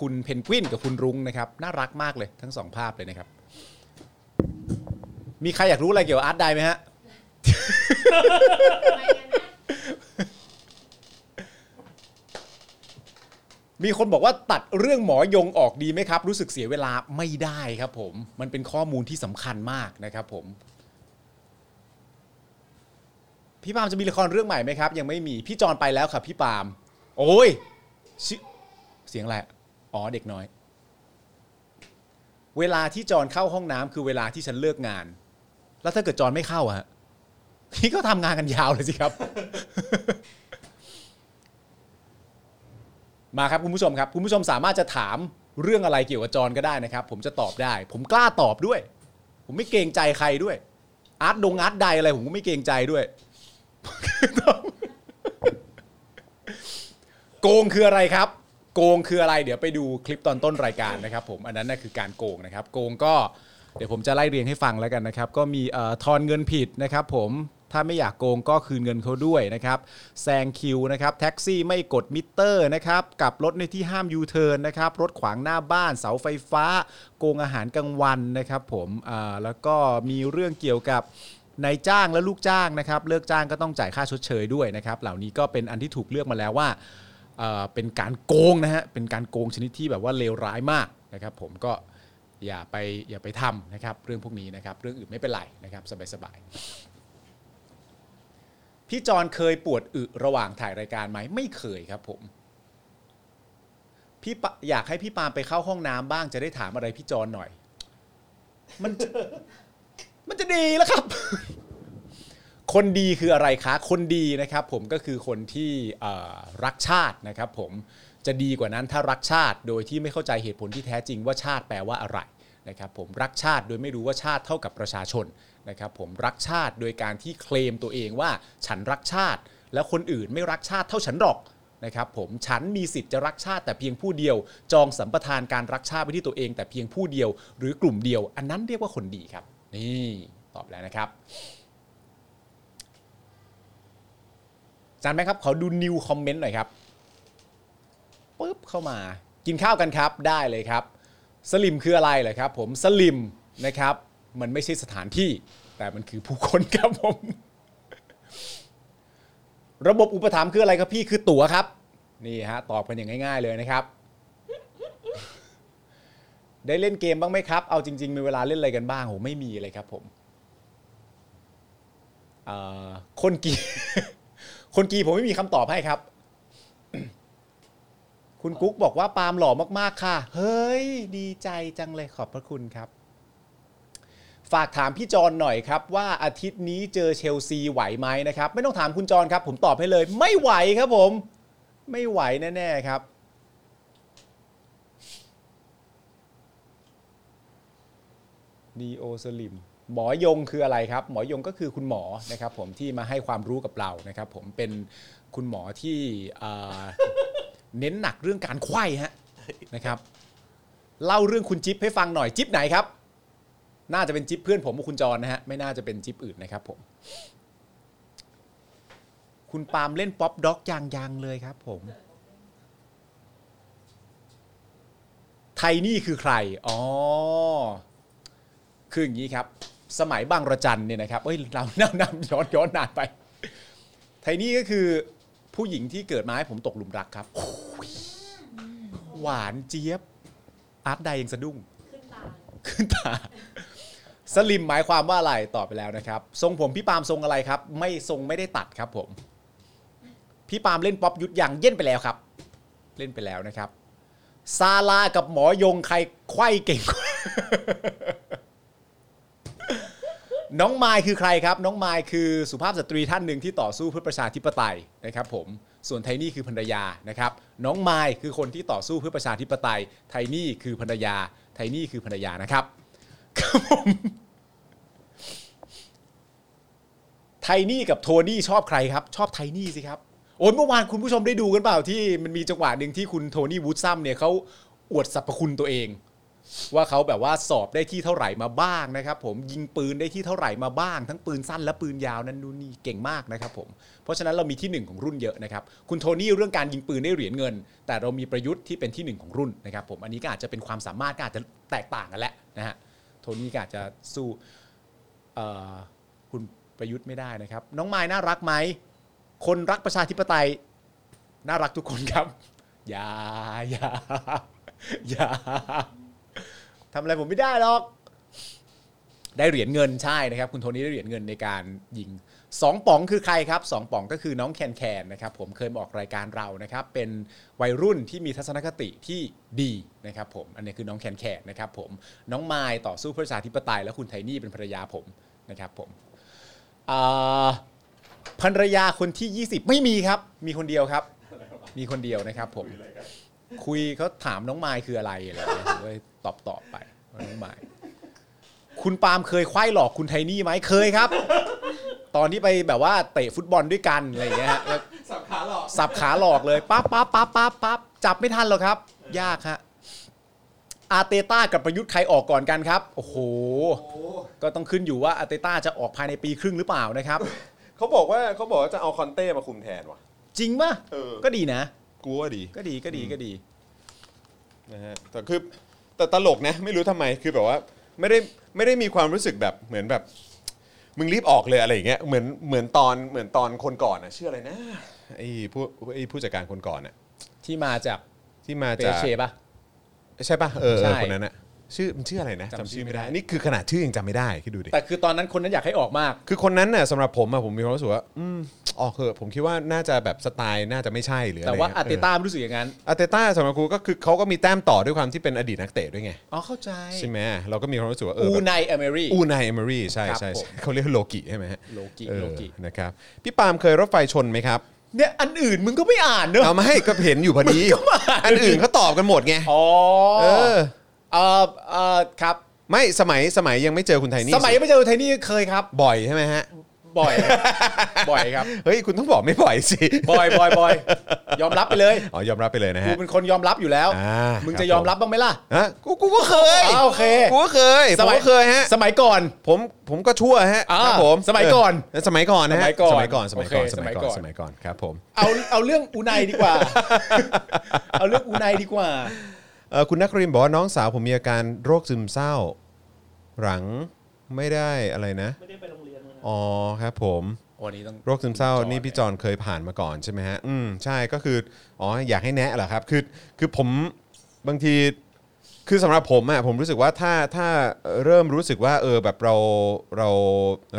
คุณเพนกวินกับคุณรุ้งนะครับ น่ารักมากเลยทั้งสองภาพเลยนะครับ มีใครอยากรู้อะไรเกี่ยวกับอาร์ตไดไหมฮะ มีคนบอกว่าตัดเรื่องหมอยงออกดีไหมครับ รู้สึกเสียเวลาไม่ได้ครับผม มันเป็นข้อมูลที่สำคัญมากนะครับผม พี่ปาล์มจะมีละครเรื่องใหม่ไหมครับ ยังไม่มีพี่จอนไปแล้วครับพี่ปาล์มโอ้ยชื่อเสียงอะไรอ๋อเด็กน้อย เวลาที่จอนเข้าห้องน้ำคือเวลาที่ฉันเลิกงาน แล้วถ้าเกิดจอนไม่เข้าอะฮะพี่ก็ทำงานกันยาวเลยสิครับ มาครับคุณผู้ชมครับ คุณผู้ชมสามารถจะถามเรื่องอะไรเกี่ยวกับจอนก็ได้นะครับ ผมจะตอบได้ ผมกล้าตอบด้วย ผมไม่เกรงใจใครด้วย อาร์ตดงอาร์ตใดอะไรผมก็ไม่เกรงใจด้วย โกงคืออะไรครับ โกงคืออะไร เดี๋ยวไปดูคลิปตอนต้นรายการนะครับผมอันนั้นน่ะคือการโกงนะครับ โกงก็เดี๋ยวผมจะไล่เรียงให้ฟังแล้วกันนะครับ ก็มีเอ่อทอนเงินผิดนะครับผมถ้าไม่อยากโกงก็คืนเงินเขาด้วยนะครับแซงคิวนะครับแท็กซี่ไม่กดมิเตอร์นะครับกลับรถในที่ห้ามยูเทิร์นนะครับรถขวางหน้าบ้านเสาไฟฟ้า โกงอาหารกลางวันนะครับผมอ่าแล้วก็มีเรื่องเกี่ยวกับ นายจ้างและลูกจ้างนะครับเลิกจ้างก็ต้องจ่ายค่าชดเชยด้วยนะครับ เหล่านี้ก็เป็นอันที่ถูกเลือกมาแล้วว่าเอ่อเป็นการโกงนะฮะเป็นการโกงชนิดที่แบบว่าเลวร้ายมากนะครับผมก็อย่าไปอย่าไปทำนะครับเรื่องพวกนี้นะครับเรื่องอื่นไม่เป็นไรนะครับสบายๆ พี่จอนเคยปวดอึระหว่างถ่ายรายการไหมไม่เคยครับผมพี่ปะอยากให้พี่ปาล์มไปเข้าห้องน้ำบ้างจะได้ถามอะไรพี่จอนหน่อย มัน มันจะดีแล้วครับ คนดีคืออะไรคะ คนดีนะครับผมก็คือคนที่เอ่อรักชาตินะครับผมจะดีกว่านั้นถ้ารักชาติโดยที่ไม่เข้าใจเหตุผลที่แท้จริงว่าชาติแปลว่าอะไรนะครับผมรักชาติโดยไม่รู้ว่าชาติเท่ากับประชาชนนะครับผมรักชาติโดยการที่เคลมตัวเองว่า ฉันรักชาติ แล้วคนอื่นไม่รักชาติเท่าฉันหรอกนะครับผมฉันมีสิทธิ์จะรักชาติแต่เพียงผู้เดียว จองสัมปทานการรักชาติไว้ที่ตัวเอง แต่เพียงผู้เดียว หรือกลุ่มเดียว อันนั้นเรียกว่าคนดีครับ นี่ตอบแล้วนะครับ จานแบงค์ครับ ขอดูนิวคอมเมนต์หน่อยครับปุ๊บเข้ามา กินข้าวกันครับได้เลยครับ สลิมคืออะไรเหรอครับ ผมสลิมนะครับ มันไม่ใช่สถานที่ แต่มันคือผู้คนครับผม ระบบอุปถัมภ์คืออะไรครับพี่คือตั๋วครับ นี่ฮะตอบกันอย่างง่าย ๆเลยนะครับ ได้เล่นเกมบ้างไหมครับ เอาจริง ๆ มีเวลาเล่นอะไรกันบ้างโหไม่มีเลยครับผมเอ่อคนกี คนกีผมไม่มีคำตอบให้ครับ คุณกุ๊กบอกว่าปาล์มหล่อมากๆค่ะ เฮ้ย ดีใจจังเลยขอบพระคุณครับ ฝากถามพี่จรหน่อยครับ ว่าอาทิตย์นี้เจอเชลซีไหวไหมนะครับ ไม่ต้องถามคุณจรครับ ผมตอบให้เลย ไม่ไหวครับผม ไม่ไหวแน่ๆครับ นีโอสลิมหมอยงคืออะไรครับ หมอยงก็คือคุณหมอนะครับผมที่มาให้ความรู้กับเรานะครับ ผมเป็นคุณหมอที่เอ่ อ เน้นหนักเรื่องการไข้ฮะนะครับ เล่าเรื่องคุณจิ๊บให้ฟังหน่อยจิ๊บไหนครับ น่าจะเป็นจิ๊บเพื่อนผมกับคุณจรนะฮะไม่น่าจะเป็นจิ๊บอื่นนะครับผม คุณปาล์มเล่นป๊อปด็อกยางยางๆเลยครับ ผม ไทนี่คือใครอ๋อ คืออย่างนี้ครับ สมัยบางระจันเนี่ยนะครับเอ้ยเรา นำนำย้อนย้อนนานไป ไทนี่ก็คือผู้หญิงที่เกิดมาให้ผมตกหลุมรักครับโอ้ยหวานเจี๊ยบ อาร์ตไดยังสะดุ้ง ขึ้นตา สลิมหมายความว่าอะไรตอบไปแล้วนะครับ ทรงผมพี่ปาล์มทรงอะไรครับ ไม่ทรงไม่ได้ตัดครับผม พี่ปาล์มเล่นป๊อปยุทธอย่างเย็นไปแล้วครับ เล่นไปแล้วนะครับ ซาลากับหมอยงใครไขว้เก่งกว่า น้องไมายคือใครครับ น้องไมายคือสุภาพสตรีท่านหนึ่งที่ต่อสู้เพื่อประชาธิปไตยนะครับผมส่วนไทนี่คือภรรยานะครับ น้องไมายคือคนที่ต่อสู้เพื่อประชาธิปไตย ไทนี่คือภรรยา ไทนี่คือภรรยานะครับครับผมไทนี่กับโทนี่ชอบใครครับ ชอบไทนี่สิครับโอ้ยเมื่อวานคุณผู้ชมได้ดูกันเปล่าที่มันมีจังหวะหนึ่งที่คุณโทนี่วูดซัมเนี่ยเขาอวดสรรพคุณตัวเอง ว่าเขาแบบว่าสอบได้ที่เท่าไหร่มาบ้างนะครับ ผมยิงปืนได้ที่เท่าไหร่มาบ้าง ทั้งปืนสั้นและปืนยาวนั้นนู่นนี่เก่งมากนะครับผมเพราะฉะนั้นเรามีที่หนึ่งของรุ่นเยอะนะครับคุณโทนี่เรื่องการยิงปืนได้เหรียญเงิน แต่เรามีประยุทธ์ที่เป็นที่หนึ่งของรุ่นนะครับผมอันนี้ก็อาจจะเป็นความสามารถก็อาจจะแตกต่างกันแหละนะฮะโทนี่ก็อาจจะสู้เอ่อคุณประยุทธ์ไม่ได้นะครับ น้องไม้น่ารักไหมคนรักประชาธิปไตย น่ารักทุกคนครับ อย่าอย่าอย่า ทำอะไรผมไม่ได้หรอก ได้เหรียญเงินใช่นะครับ คุณโทนี่ได้เหรียญเงินในการยิงสองป๋องคือใครครับสองป๋องก็คือน้องแคนแคนนะครับผมเคยมาออกรายการเรานะครับ เป็นวัยรุ่นที่มีทัศนคติที่ดีนะครับผมอันนี้คือน้องแคนแคนนะครับผมน้องไมายต่อสู้เพื่อประชาธิปไตย และคุณไทนี่เป็นภรรยาผมนะครับผมอ่าภรรยาคนที่ 20 ไม่มีครับ มีคนเดียวครับ มีคนเดียวนะครับผม คุยเขาถามน้องไมายคืออะไรอะไรอย่างเงี้ยผมก็เลยตอบตอบไปว่าน้องไมายคุณปาล์มเคยไขว้หลอกคุณไทนี่ไหมเคยครับ ตอนที่ไปแบบว่าเตะฟุตบอลด้วยกันอะไรอย่างเงี้ยฮะแล้ว สับขาหลอก สับขาหลอกเลยปั๊บปั๊บปั๊บปั๊บปั๊บจับไม่ทันหรอกครับ ยากฮะอาร์เตต้ากับประยุทธ์ใครออกก่อนกันครับ โอ้โห ก็ต้องขึ้นอยู่ว่าอาร์เตต้าจะออกภายในปีครึ่งหรือเปล่านะครับ เขาบอกว่าเขาบอกว่าจะเอาคอนเต้มาคุมแทนว่ะ จริงป่ะ เออ ก็ดีนะ กูว่าดี ก็ดีก็ดีก็ดี นะฮะแต่คือแต่ตลกนะไม่รู้ทำไมคือแบบว่าไม่ได้ไม่ได้มีความรู้สึกแบบเหมือนแบบ มึงรีบออกเลยอะไรอย่างเงี้ยเหมือนเหมือนตอนเหมือนตอนคนก่อนอะชื่ออะไรนะไอ้ผู้ไอ้ผู้จัดการคนก่อนอะ ที่มาจาก ที่มา เป จาก เชปะ ใช่ปะเออเอ ใช่ อคนนั้นอะ ชื่อมันชื่ออะไรนะ จำ จำชื่อ ชื่อไม่ ไม่ได้ ได้ นี่คือขนาดชื่อยังจำไม่ได้คิดดูดิ แต่คือตอนนั้นคนนั้นอยากให้ออกมาก คือคนนั้นน่ะสำหรับผมอะผมมีความรู้สึกว่าอืมออกเถอะผมคิดว่าน่าจะแบบสไตล์น่าจะไม่ใช่หรืออะไร แต่ว่าอา เงี้ย ร์เตต้าไม่รู้สึกอย่างนั้น อาร์เตต้าสำหรับกูก็คือเขาก็มีแต้มต่อด้วยความที่เป็นอดีตนักเตะด้วยไง อ๋อเข้าใจ ใช่ไหมเราก็มีความรู้สึกว่าเออ อู แบบ ไนเอเมรี่ อูนายเอมอรี่ใช่ ครับ ใช่ ผม ใช่เขาเรียกโลกิใช่ไหมฮะ โลกิ เออ โลกิ นะครับพี่ปาล์มเคยรถไฟชนไหมครับ เนี่ยอันอื่นมึงก็ไม่อ่านเนอะ เอามาให้ก็เห็นอยู่พ อดีอันอื่นเขาตอบกันหมดไง อ๋อ เออ เออเออครับ ไม่สมัยสมัยยังไม่เจอคุณไทนี่ สมัยไม่เจอไทนี่เคยครับ บ่อยใช่ไหมฮะ บ่อย บ่อยครับ เฮ้ยคุณต้องบอกไม่บ่อยสิ บ่อยบ่อยบ่อยยอมรับไปเลย อ๋อยอมรับไปเลยนะ กู ฮะ เป็นคนยอมรับอยู่แล้ว อ่ามึ มึงจะยอมรับบ้างไหมล่ะ ฮะกูกูก็เคย อ้าวโอเค กูก็เคยผมก็เคยฮะ สมัยก่อน ผมผมก็ชั่วฮะ อ่า ครับผม สมัยก่อน เสมัยก่อนนะฮะ สมัยก่อน สมัยก่อนสมัยก่อนสมัยก่โอเคสมัยก่อ อน น สมัยก่อนครับผม เอาเอาเรื่องอูไนดีกว่า เอาเรื่องอูไนดีกว่า เอ่อคุณนักเรียนบอกว่าน้องสาวผมมีอาการโรคซึมเศร้า หลังไม่ได้อะไรนะ ไม่ได้ไปโรงเรียนเลยนะ อ๋อครับผม วันนี้ต้อง โรคซึมเศร้า คุณจอน นี่พี่จอนเคยผ่านมาก่อนใช่ไหมฮะ อืมใช่ก็คืออ๋ออยากให้แนะเหรอครับคือคือผมบางทีคือสำหรับผมอะผมรู้สึกว่าถ้าถ้าเริ่มรู้สึกว่าเออแบบเราเรา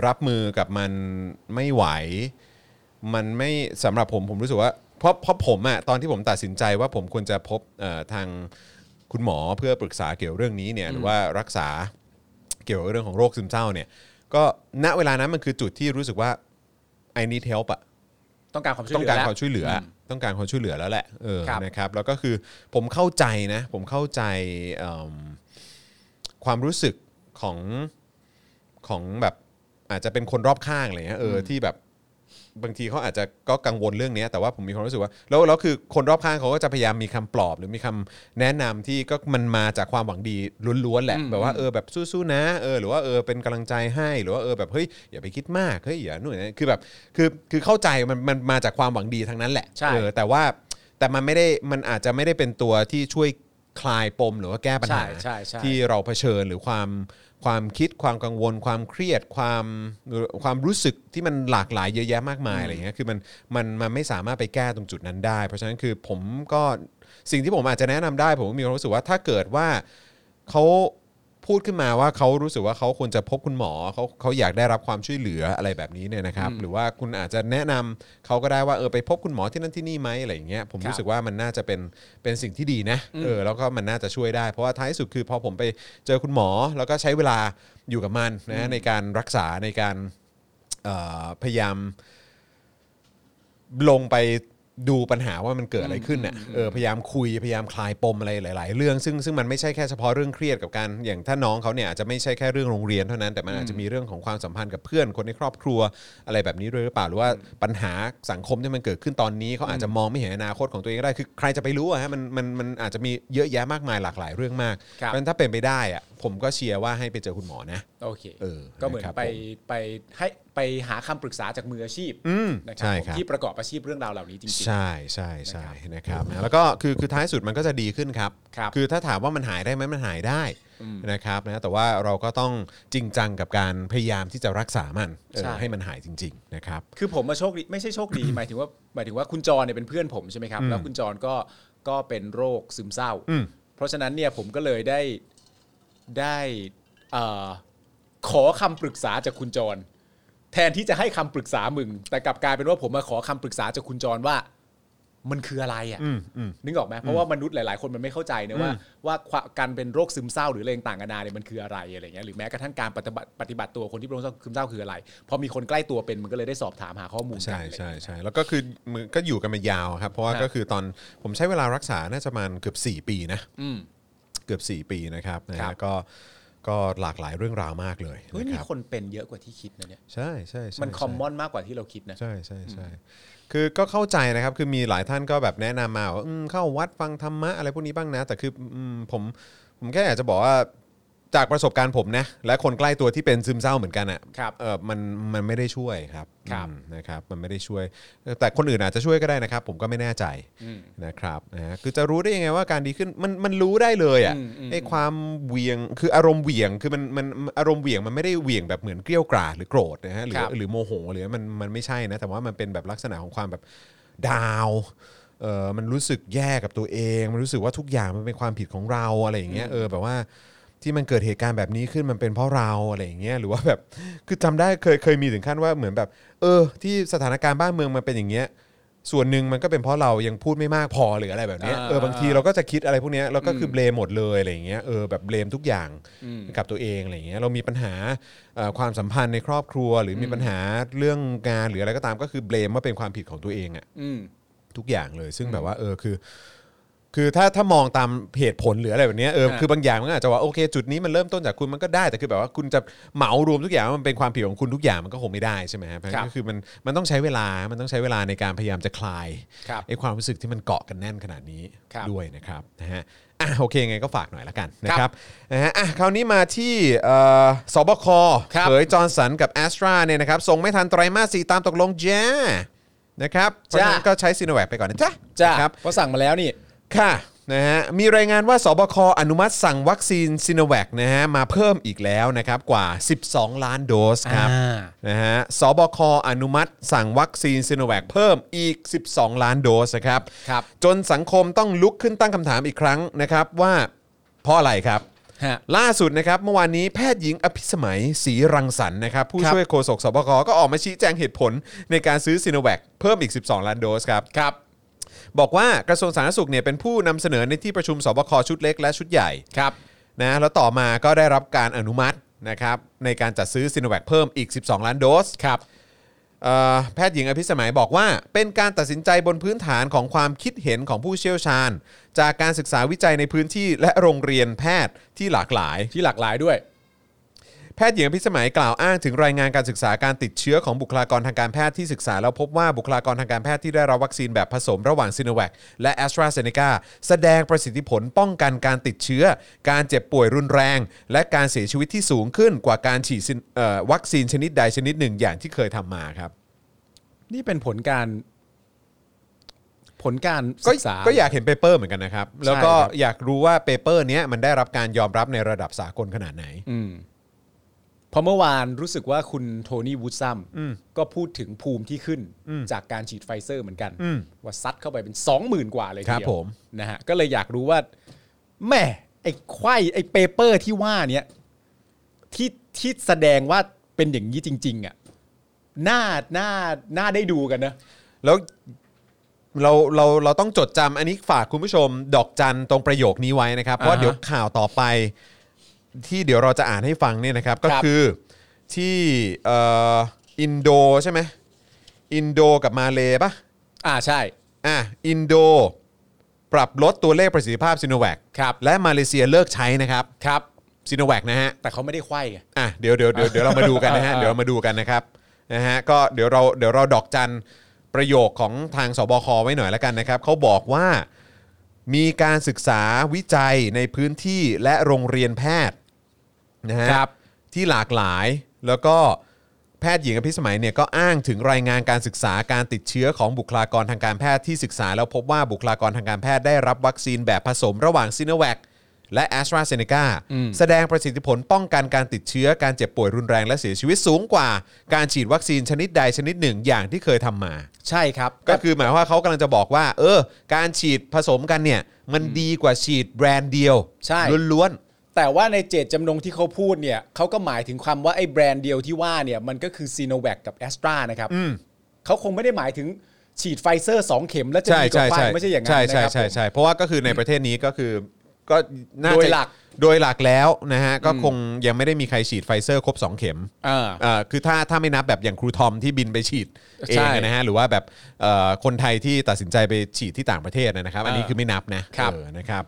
รับมือกับมันไม่ไหว มันไม่สำหรับผมผมรู้สึกว่าเพราะเพราะผมอะตอนที่ผมตัดสินใจว่าผมควรจะพบเอ่อทางคุณหมอเพื่อปรึกษาเกี่ยวเรื่องนี้เนี่ยหรือว่ารักษา เกี่ยวกับเรื่องของโรคซึมเศร้าเนี่ย ก็ณเวลานั้นมันคือจุดที่รู้สึกว่า I need help อะ ต้องการความช่วย ต้อ เหงลือ การ แล้ว ความช่วยเหลืออต้องการความช่วยเหลือแล้วแหละเออ ครับ นะครับ แล้วก็คือผมเข้าใจนะ ผมเข้าใจเอิ่มความรู้สึกของของแบบอาจจะเป็นคนรอบข้างอะไรเงี้ยเอออที่แบบบางทีเขาอาจจะก็กังวลเรื่องเนี้ยแต่ว่าผมมีความรู้สึกว่า แล้วแล้วคือคนรอบข้างเขาก็จะพยายามมีคำปลอบ หรือมีคำแนะนำที่ก็มันมาจากความหวังดีล้วนๆแหละแบบว่าเออแบบสู้ๆนะเออหรือว่าเออเป็นกำลังใจให้หรือว่าเออแบบเฮ้ยอย่าไปคิดมากเฮ้ยอย่านู่นนะคือแบบคือคือเข้าใจมันมันมาจากความหวังดีทั้งนั้นแหละ ใช่ เออแต่ว่าแต่มันไม่ได้มันอาจจะไม่ได้เป็นตัวที่ช่วยคลายปมหรือว่าแก้ปัญหา ใช่ใช่ใช่ ที่เราเผชิญหรือความความคิดความกังวล ความเครียดความความรู้สึกที่มันหลากหลายเยอะแยะมากมายอะไรเงี้ยคือมันมันมันไม่สามารถไปแก้ตรงจุดนั้นได้ เพราะฉะนั้นคือผมก็สิ่งที่ผมอาจจะแนะนำได้ ผมก็มีความรู้สึกว่าถ้าเกิดว่าเขาพูดขึ้นมาว่าเขารู้สึกว่าเขาควรจะพบคุณหมอเขาเขาอยากได้รับความช่วยเหลืออะไรแบบนี้เนี่ยนะครับ หรือว่าคุณอาจจะแนะนำเขาก็ได้ว่าเออไปพบคุณหมอที่นั่นที่นี่ไหมอะไรอย่างเงี้ยผม ครับ รู้สึกว่ามันน่าจะเป็นเป็นสิ่งที่ดีนะเออแล้วก็มันน่าจะช่วยได้ เพราะว่าท้ายสุดคือพอผมไปเจอคุณหมอแล้วก็ใช้เวลาอยู่กับมันนะในการรักษาในการเอ่อพยายาม ลงไปดูปัญหาว่ามันเกิดอะไรขึ้นเนี่ยเออพยายามคุยพยายามคลายปมอะไรหลาย ๆ เรื่อง ซึ่งซึ่งมันไม่ใช่แค่เฉพาะเรื่องเครียดกับการอย่างถ้าน้องเขาเนี่ยอาจจะไม่ใช่แค่เรื่องโรงเรียนเท่านั้นแต่มันอาจจะมีเรื่องของความสัมพันธ์กับเพื่อนคนในครอบครัวอะไรแบบนี้ด้วยหรือเปล่าหรือว่าปัญหาสังคมที่มันเกิดขึ้นตอนนี้เขาอาจจะมองไม่เห็นอนาคตของตัวเองก็ได้คือใครจะไปรู้อะฮะมันมันมันอาจจะมีเยอะแยะมากมายหลากหลายเรื่องมากเพ ครัราะบฉะนั้นถ้าเป็นไปได้อะผมก็เชียร์ว่าให้ไปเจอคุณหมอนะ โอเค เออ ก็เหมือน นะครับ ไป ผม ไปให้ไปหาคำปรึกษาจากมืออาชีพ อืม นะ ใช่ ผม ครับ ที่ประกอบอาชีพเรื่องราวเหล่านี้จริง ใช่ใช่ใช่นะครับนะแล้วก็คือคือท้ายสุดมันก็จะดีขึ้นครับ ครับ อถ้าถามว่ามันหายได้ไหมมันหายได้ อืม นะครับนะแต่ว่าเราก็ต้องจริงจังกับการพยายามที่จะรักษามันเออ ใช่ ให้มันหายจริง ๆ นะครับ ๆ คือผมมาโชคดีไม่ใช่โชคดี หมายถึงว่าหมายถึงว่าคุณจรเนี่ยเป็นเพื่อนผมใช่ไหมครับ แล้วคุณจรก็ก็เป็นโรคซึมเศร้า อืม เพราะฉะนั้นเนี่ยผมก็เลยได้ได้เอ่อขอคำปรึกษาจากคุณจร แทนที่จะให้คำปรึกษามึง แต่กลับกลายเป็นว่าผมมาขอคำปรึกษาจากคุณจรว่า มันคืออะไรอ่ะ อืมอืม นึกออกไหมเพราะว่ามนุษย์หลาย ๆ คนมันไม่เข้าใจนะว่าว่าความการเป็นโรคซึมเศร้าหรืออะไรต่างๆนานาเนี่ยมันคืออะไรอะไรเงี้ยหรือแม้กระทั่งการปฏิบัติปฏิบัติตัวคนที่เป็นโรคซึมเศร้าคืออะไร พอมีคนใกล้ตัวเป็นมันก็เลยได้สอบถามหาข้อมูลกัน ใช่ อะไร ใช่ เงี้ย ใช่แล้วก็คือมันก็อยู่กันมายาวครับ เพราะว่า ครับ ก็คือตอนผมใช้เวลารักษาน่าจะประมาณเกือบ 4 ปีนะ อืม เกือบ 4 ปีนะครับนะ ครั ฮะ บ ก็ก็หลากหลายเรื่องราวมากเลย เฮ้ย นะ มี ครับ คนเป็นเยอะกว่าที่คิดนะเนี่ย ใช่ใช่ใช่ มันคอม ใช่ มอนมากกว่าที่เราคิดนะ ใช่ใช่ใช่คือก็เข้าใจนะครับ คือมีหลายท่านก็แบบแนะนำมาว่าอืมเข้าวัดฟังธรรมะอะไรพวกนี้บ้างนะ แต่คืออืมผมผมแค่อยากจะบอกว่าจากประสบการณ์ผมนะ และคนใกล้ตัวที่เป็นซึมเศร้าเหมือนกันอะ ครับ เออมันมันไม่ได้ช่วยครับ ครับ อืมนะครับ มันไม่ได้ช่วย แต่คนอื่นอาจจะช่วยก็ได้นะครับ ผมก็ไม่แน่ใจ อืม นะครับนะฮะคือจะรู้ได้ยังไงว่าการดีขึ้นมันมันรู้ได้เลยอะ อืมอืม ไอ้ความเหวียงคืออารมณ์เหวียงคือมันมันอารมณ์เหวียงมันไม่ได้เหวียงแบบเหมือนเกลี้ยวกราดหรือโกรธนะฮะหรือ ครับ หรือโมโหหรือมันมันไม่ใช่นะ แต่ว่ามันเป็นแบบลักษณะของความแบบดาวเออมันรู้สึกแย่กับตัวเอง มันรู้สึกว่าทุกอย่างมันเป็นความผิดของเราอะไรอย่างเงี้ยเออแบบว่า ที่มันเกิดเหตุการณ์แบบนี้ขึ้นมันเป็นเพราะเราอะไรอย่างเงี้ยหรือว่าแบบคือจำได้เคยเคยมีถึงขั้นว่าเหมือนแบบ เออ ที่สถานการณ์บ้านเมืองมันเป็นอย่างเงี้ย ส่วนหนึ่งมันก็เป็นเพราะเรายังพูดไม่มากพอหรืออะไรแบบเนี้ย อ่า เออบางทีเราก็จะคิดอะไรพวกเนี้ยแล้วก็คืออ ม เบลมหมดเลยอะไรอย่างเงี้ยเออแบบเบลมทุกอย่าง อืม กับตัวเองอะไรอย่างเงี้ยเรามีปัญหาเอ่อความสัมพันธ์ในครอบครัว หรือมี อืม ปัญหาเรื่องงานหรืออะไรก็ตามก็คือเบลมว่าเป็นความผิดของตัวเองอะ อืม ทุกอย่างเลย ซึ่งแบบว่าเออคือ คือถ้าถ้ามองตามเหตุผลหรืออะไรแบบเนี้ยเออ อ่า คือบางอย่างมันก็อาจจะว่าโอเค จุดนี้มันเริ่มต้นจากคุณมันก็ได้แต่คือแบบว่าคุณจะเหมารวมทุกอย่างว่ามันเป็นความผิดของคุณทุกอย่างมันก็คงไม่ได้ใช่ไหมฮะเพราะฉะนั้นก็คือมันมันต้องใช้เวลามันต้องใช้เวลาในการพยายามจะคลาย ครับ ไอความรู้สึกที่มันเกาะกันแน่นขนาดนี้ ครับ ด้วยนะครับนะฮะอ่ะโอเคไงก็ฝากหน่อยละกันนะครับนะฮะอ่ะคราวนี้มาที่เอ่อสบคเผยจอร์นสันกับแอสตราเนี่ยนะครับส่งไม่ทันไตรมาสสี่ตามตกลงจ้านะครับเพราะฉะนั้นก็ใช้ซีโนแวคไปก่อนนะจ๊ะ จ้า นะครับ เพราะสั่งมาแล้วนี่ ค่ะนะฮะมีรายงานว่าสบคอนุมัติสั่งวัคซีนซิโนแวคนะฮะมาเพิ่มอีกแล้วนะครับกว่า 12 ล้านโดสครับ อ่า นะฮะสบคอนุมัติสั่งวัคซีนซิโนแวคเพิ่มอีก 12 ล้านโดสนะครับ ครับ จนสังคมต้องลุกขึ้นตั้งคำถามอีกครั้งนะครับว่าเพราะอะไรครับ ฮะ ล่าสุดนะครับเมื่อวานนี้แพทย์หญิงอภิสมัยศรีรังสรรค์นะครับผู้ ครับ ช่วยโฆษกสบคก็ออกมาชี้แจงเหตุผลในการซื้อซีโนแวคเพิ่มอีก 12 ล้านโดสครับครับ บอกว่ากระทรวงสาธารณสุขเนี่ยเป็นผู้นำเสนอในที่ประชุมสบคชุดเล็กและชุดใหญ่ ครับ นะแล้วต่อมาก็ได้รับการอนุมัตินะครับในการจัดซื้อซีโนแวคเพิ่มอีก 12 ล้านโดสครับ เอ่อแพทย์หญิงอภิสมัยบอกว่า เป็นการตัดสินใจบนพื้นฐานของความคิดเห็นของผู้เชี่ยวชาญ จากการศึกษาวิจัยในพื้นที่และโรงเรียนแพทย์ที่หลากหลาย ที่หลากหลายด้วย แพทย์หญิงอภิสมัยกล่าวอ้างถึงรายงานการศึกษาการติดเชื้อของบุคลากรทางการแพทย์ที่ศึกษา แล้วพบว่าบุคลากรทางการแพทย์ที่ได้รับวัคซีนแบบผสมระหว่างซิโนแวคและแอสตราเซเนกาแสดงประสิทธิผลป้องกันการติดเชื้อ การเจ็บป่วยรุนแรง และการเสียชีวิตที่สูงขึ้นกว่าการฉีดซินเอ่อวัคซีนชนิดใดชนิดหนึ่งอย่างที่เคยทำมาครับ นี่เป็นผลการ ผลการ ก็ ศึกษา ก็อยากเห็นเปเปอร์เหมือนกันนะครับ แล้วก็ ครับ อยากรู้ว่าเปเปอร์เนี้ยมันได้รับการยอมรับในระดับสากลขนาดไหน อืมเพราะเมื่อวานรู้สึกว่าคุณโทนี่วูดซัมก็พูดถึงภูมิที่ขึ้นจากการฉีดไฟเซอร์เหมือนกัน อืม ว่าซัดเข้าไปเป็น 20,000 กว่าเลยที ครับ เดียว ผม นะฮะก็เลยอยากรู้ว่าแม่ไอ้ไข่ไอ้เปเปอร์ที่ว่าเนี้ยที่ที่แสดงว่าเป็นอย่างนี้จริง ๆ อ่ะน่าน่าน่าได้ดูกันนะ แล้วเราเราเราต้องจดจำอันนี้ฝากคุณผู้ชม ดอกจันตรงประโยคนี้ไว้นะครับ เพราะ อ่าฮะ เดี๋ยวข่าวต่อไป ที่เดี๋ยวเราจะอ่านให้ฟังเนี่ยนะครับ ก็ ครับ คือที่เอ่ออินโดใช่ไหมอินโดกับมาเลย์ปะ อ่าใช่ อ่ะอินโด ปรับลดตัวเลขประสิทธิภาพซิโนแวค ครับ และมาเลเซียเลิกใช้นะครับ ครับ ซิโนแวคนะฮะ แต่เขาไม่ได้ไข่ไง อ่ะเดี๋ยวเดี๋ยวเดี๋ยวเดี๋ยวเรามาดูกันนะฮะ อ่า เดี๋ยวเรามาดูกันนะครับนะฮะก็เดี๋ยวเราเดี๋ยวเราดอกจันประโยคของทางสบคไว้หน่อยละกันนะครับเขาบอกว่ามีการศึกษาวิจัยในพื้นที่และโรงเรียนแพทย์นะฮะที่หลากหลายแล้วก็แพทย์หญิงอภิสมัยเนี่ยก็อ้างถึงรายงานการศึกษาการติดเชื้อของบุคลากรทางการแพทย์ที่ศึกษา แล้วพบว่าบุคลากรทางการแพทย์ได้รับวัคซีนแบบผสมระหว่างซิโนแวคและแอสตราเซเนกา แสดงประสิทธิผลป้องกันการติดเชื้อการเจ็บป่วยรุนแรงและเสียชีวิตสูงกว่า การฉีดวัคซีนชนิดใดชนิดหนึ่งอย่างที่เคยทำมา ใช่ครับ ก็คือหมายความว่าเขากำลังจะบอกว่า เออ การฉีดผสมกันเนี่ย มันดีกว่าฉีดแบรนด์เดียว ใช่ ล้วน แต่ว่าในเจตจำนงที่เขาพูดเนี่ยเขาก็หมายถึงคำว่าไอ้แบรนด์เดียวที่ว่าเนี่ยมันก็คือซีโนแว c กับแอสตรานะครับ อืม เขาคงไม่ได้หมายถึงฉีดไฟเซอร์ 2 เข็มแล้ว ๆ จะมีกับไฟไม่ใช่อย่างนั้น ใช่ นะ ใช่ ครับ ใช่ ผม ใช่เพราะว่าก็คือในประเทศนี้ก็คือก็น่าจะ โดยหลัก โดยหลักแล้วนะฮะก็คงยังไม่ได้มีใครฉีดไฟเซอร์ครบสองเข็ม อ่า เอ่อคือถ้าถ้าไม่นับแบบอย่างครูทอมที่บินไปฉีดเอ ใช่ งนะฮะหรือว่าแบบเอ่อคนไทยที่ตัดสินใจไปฉีดที่ต่างประเทศนะครับ อันนี้ เออ คือไม่นับนะครับ เออนะครับ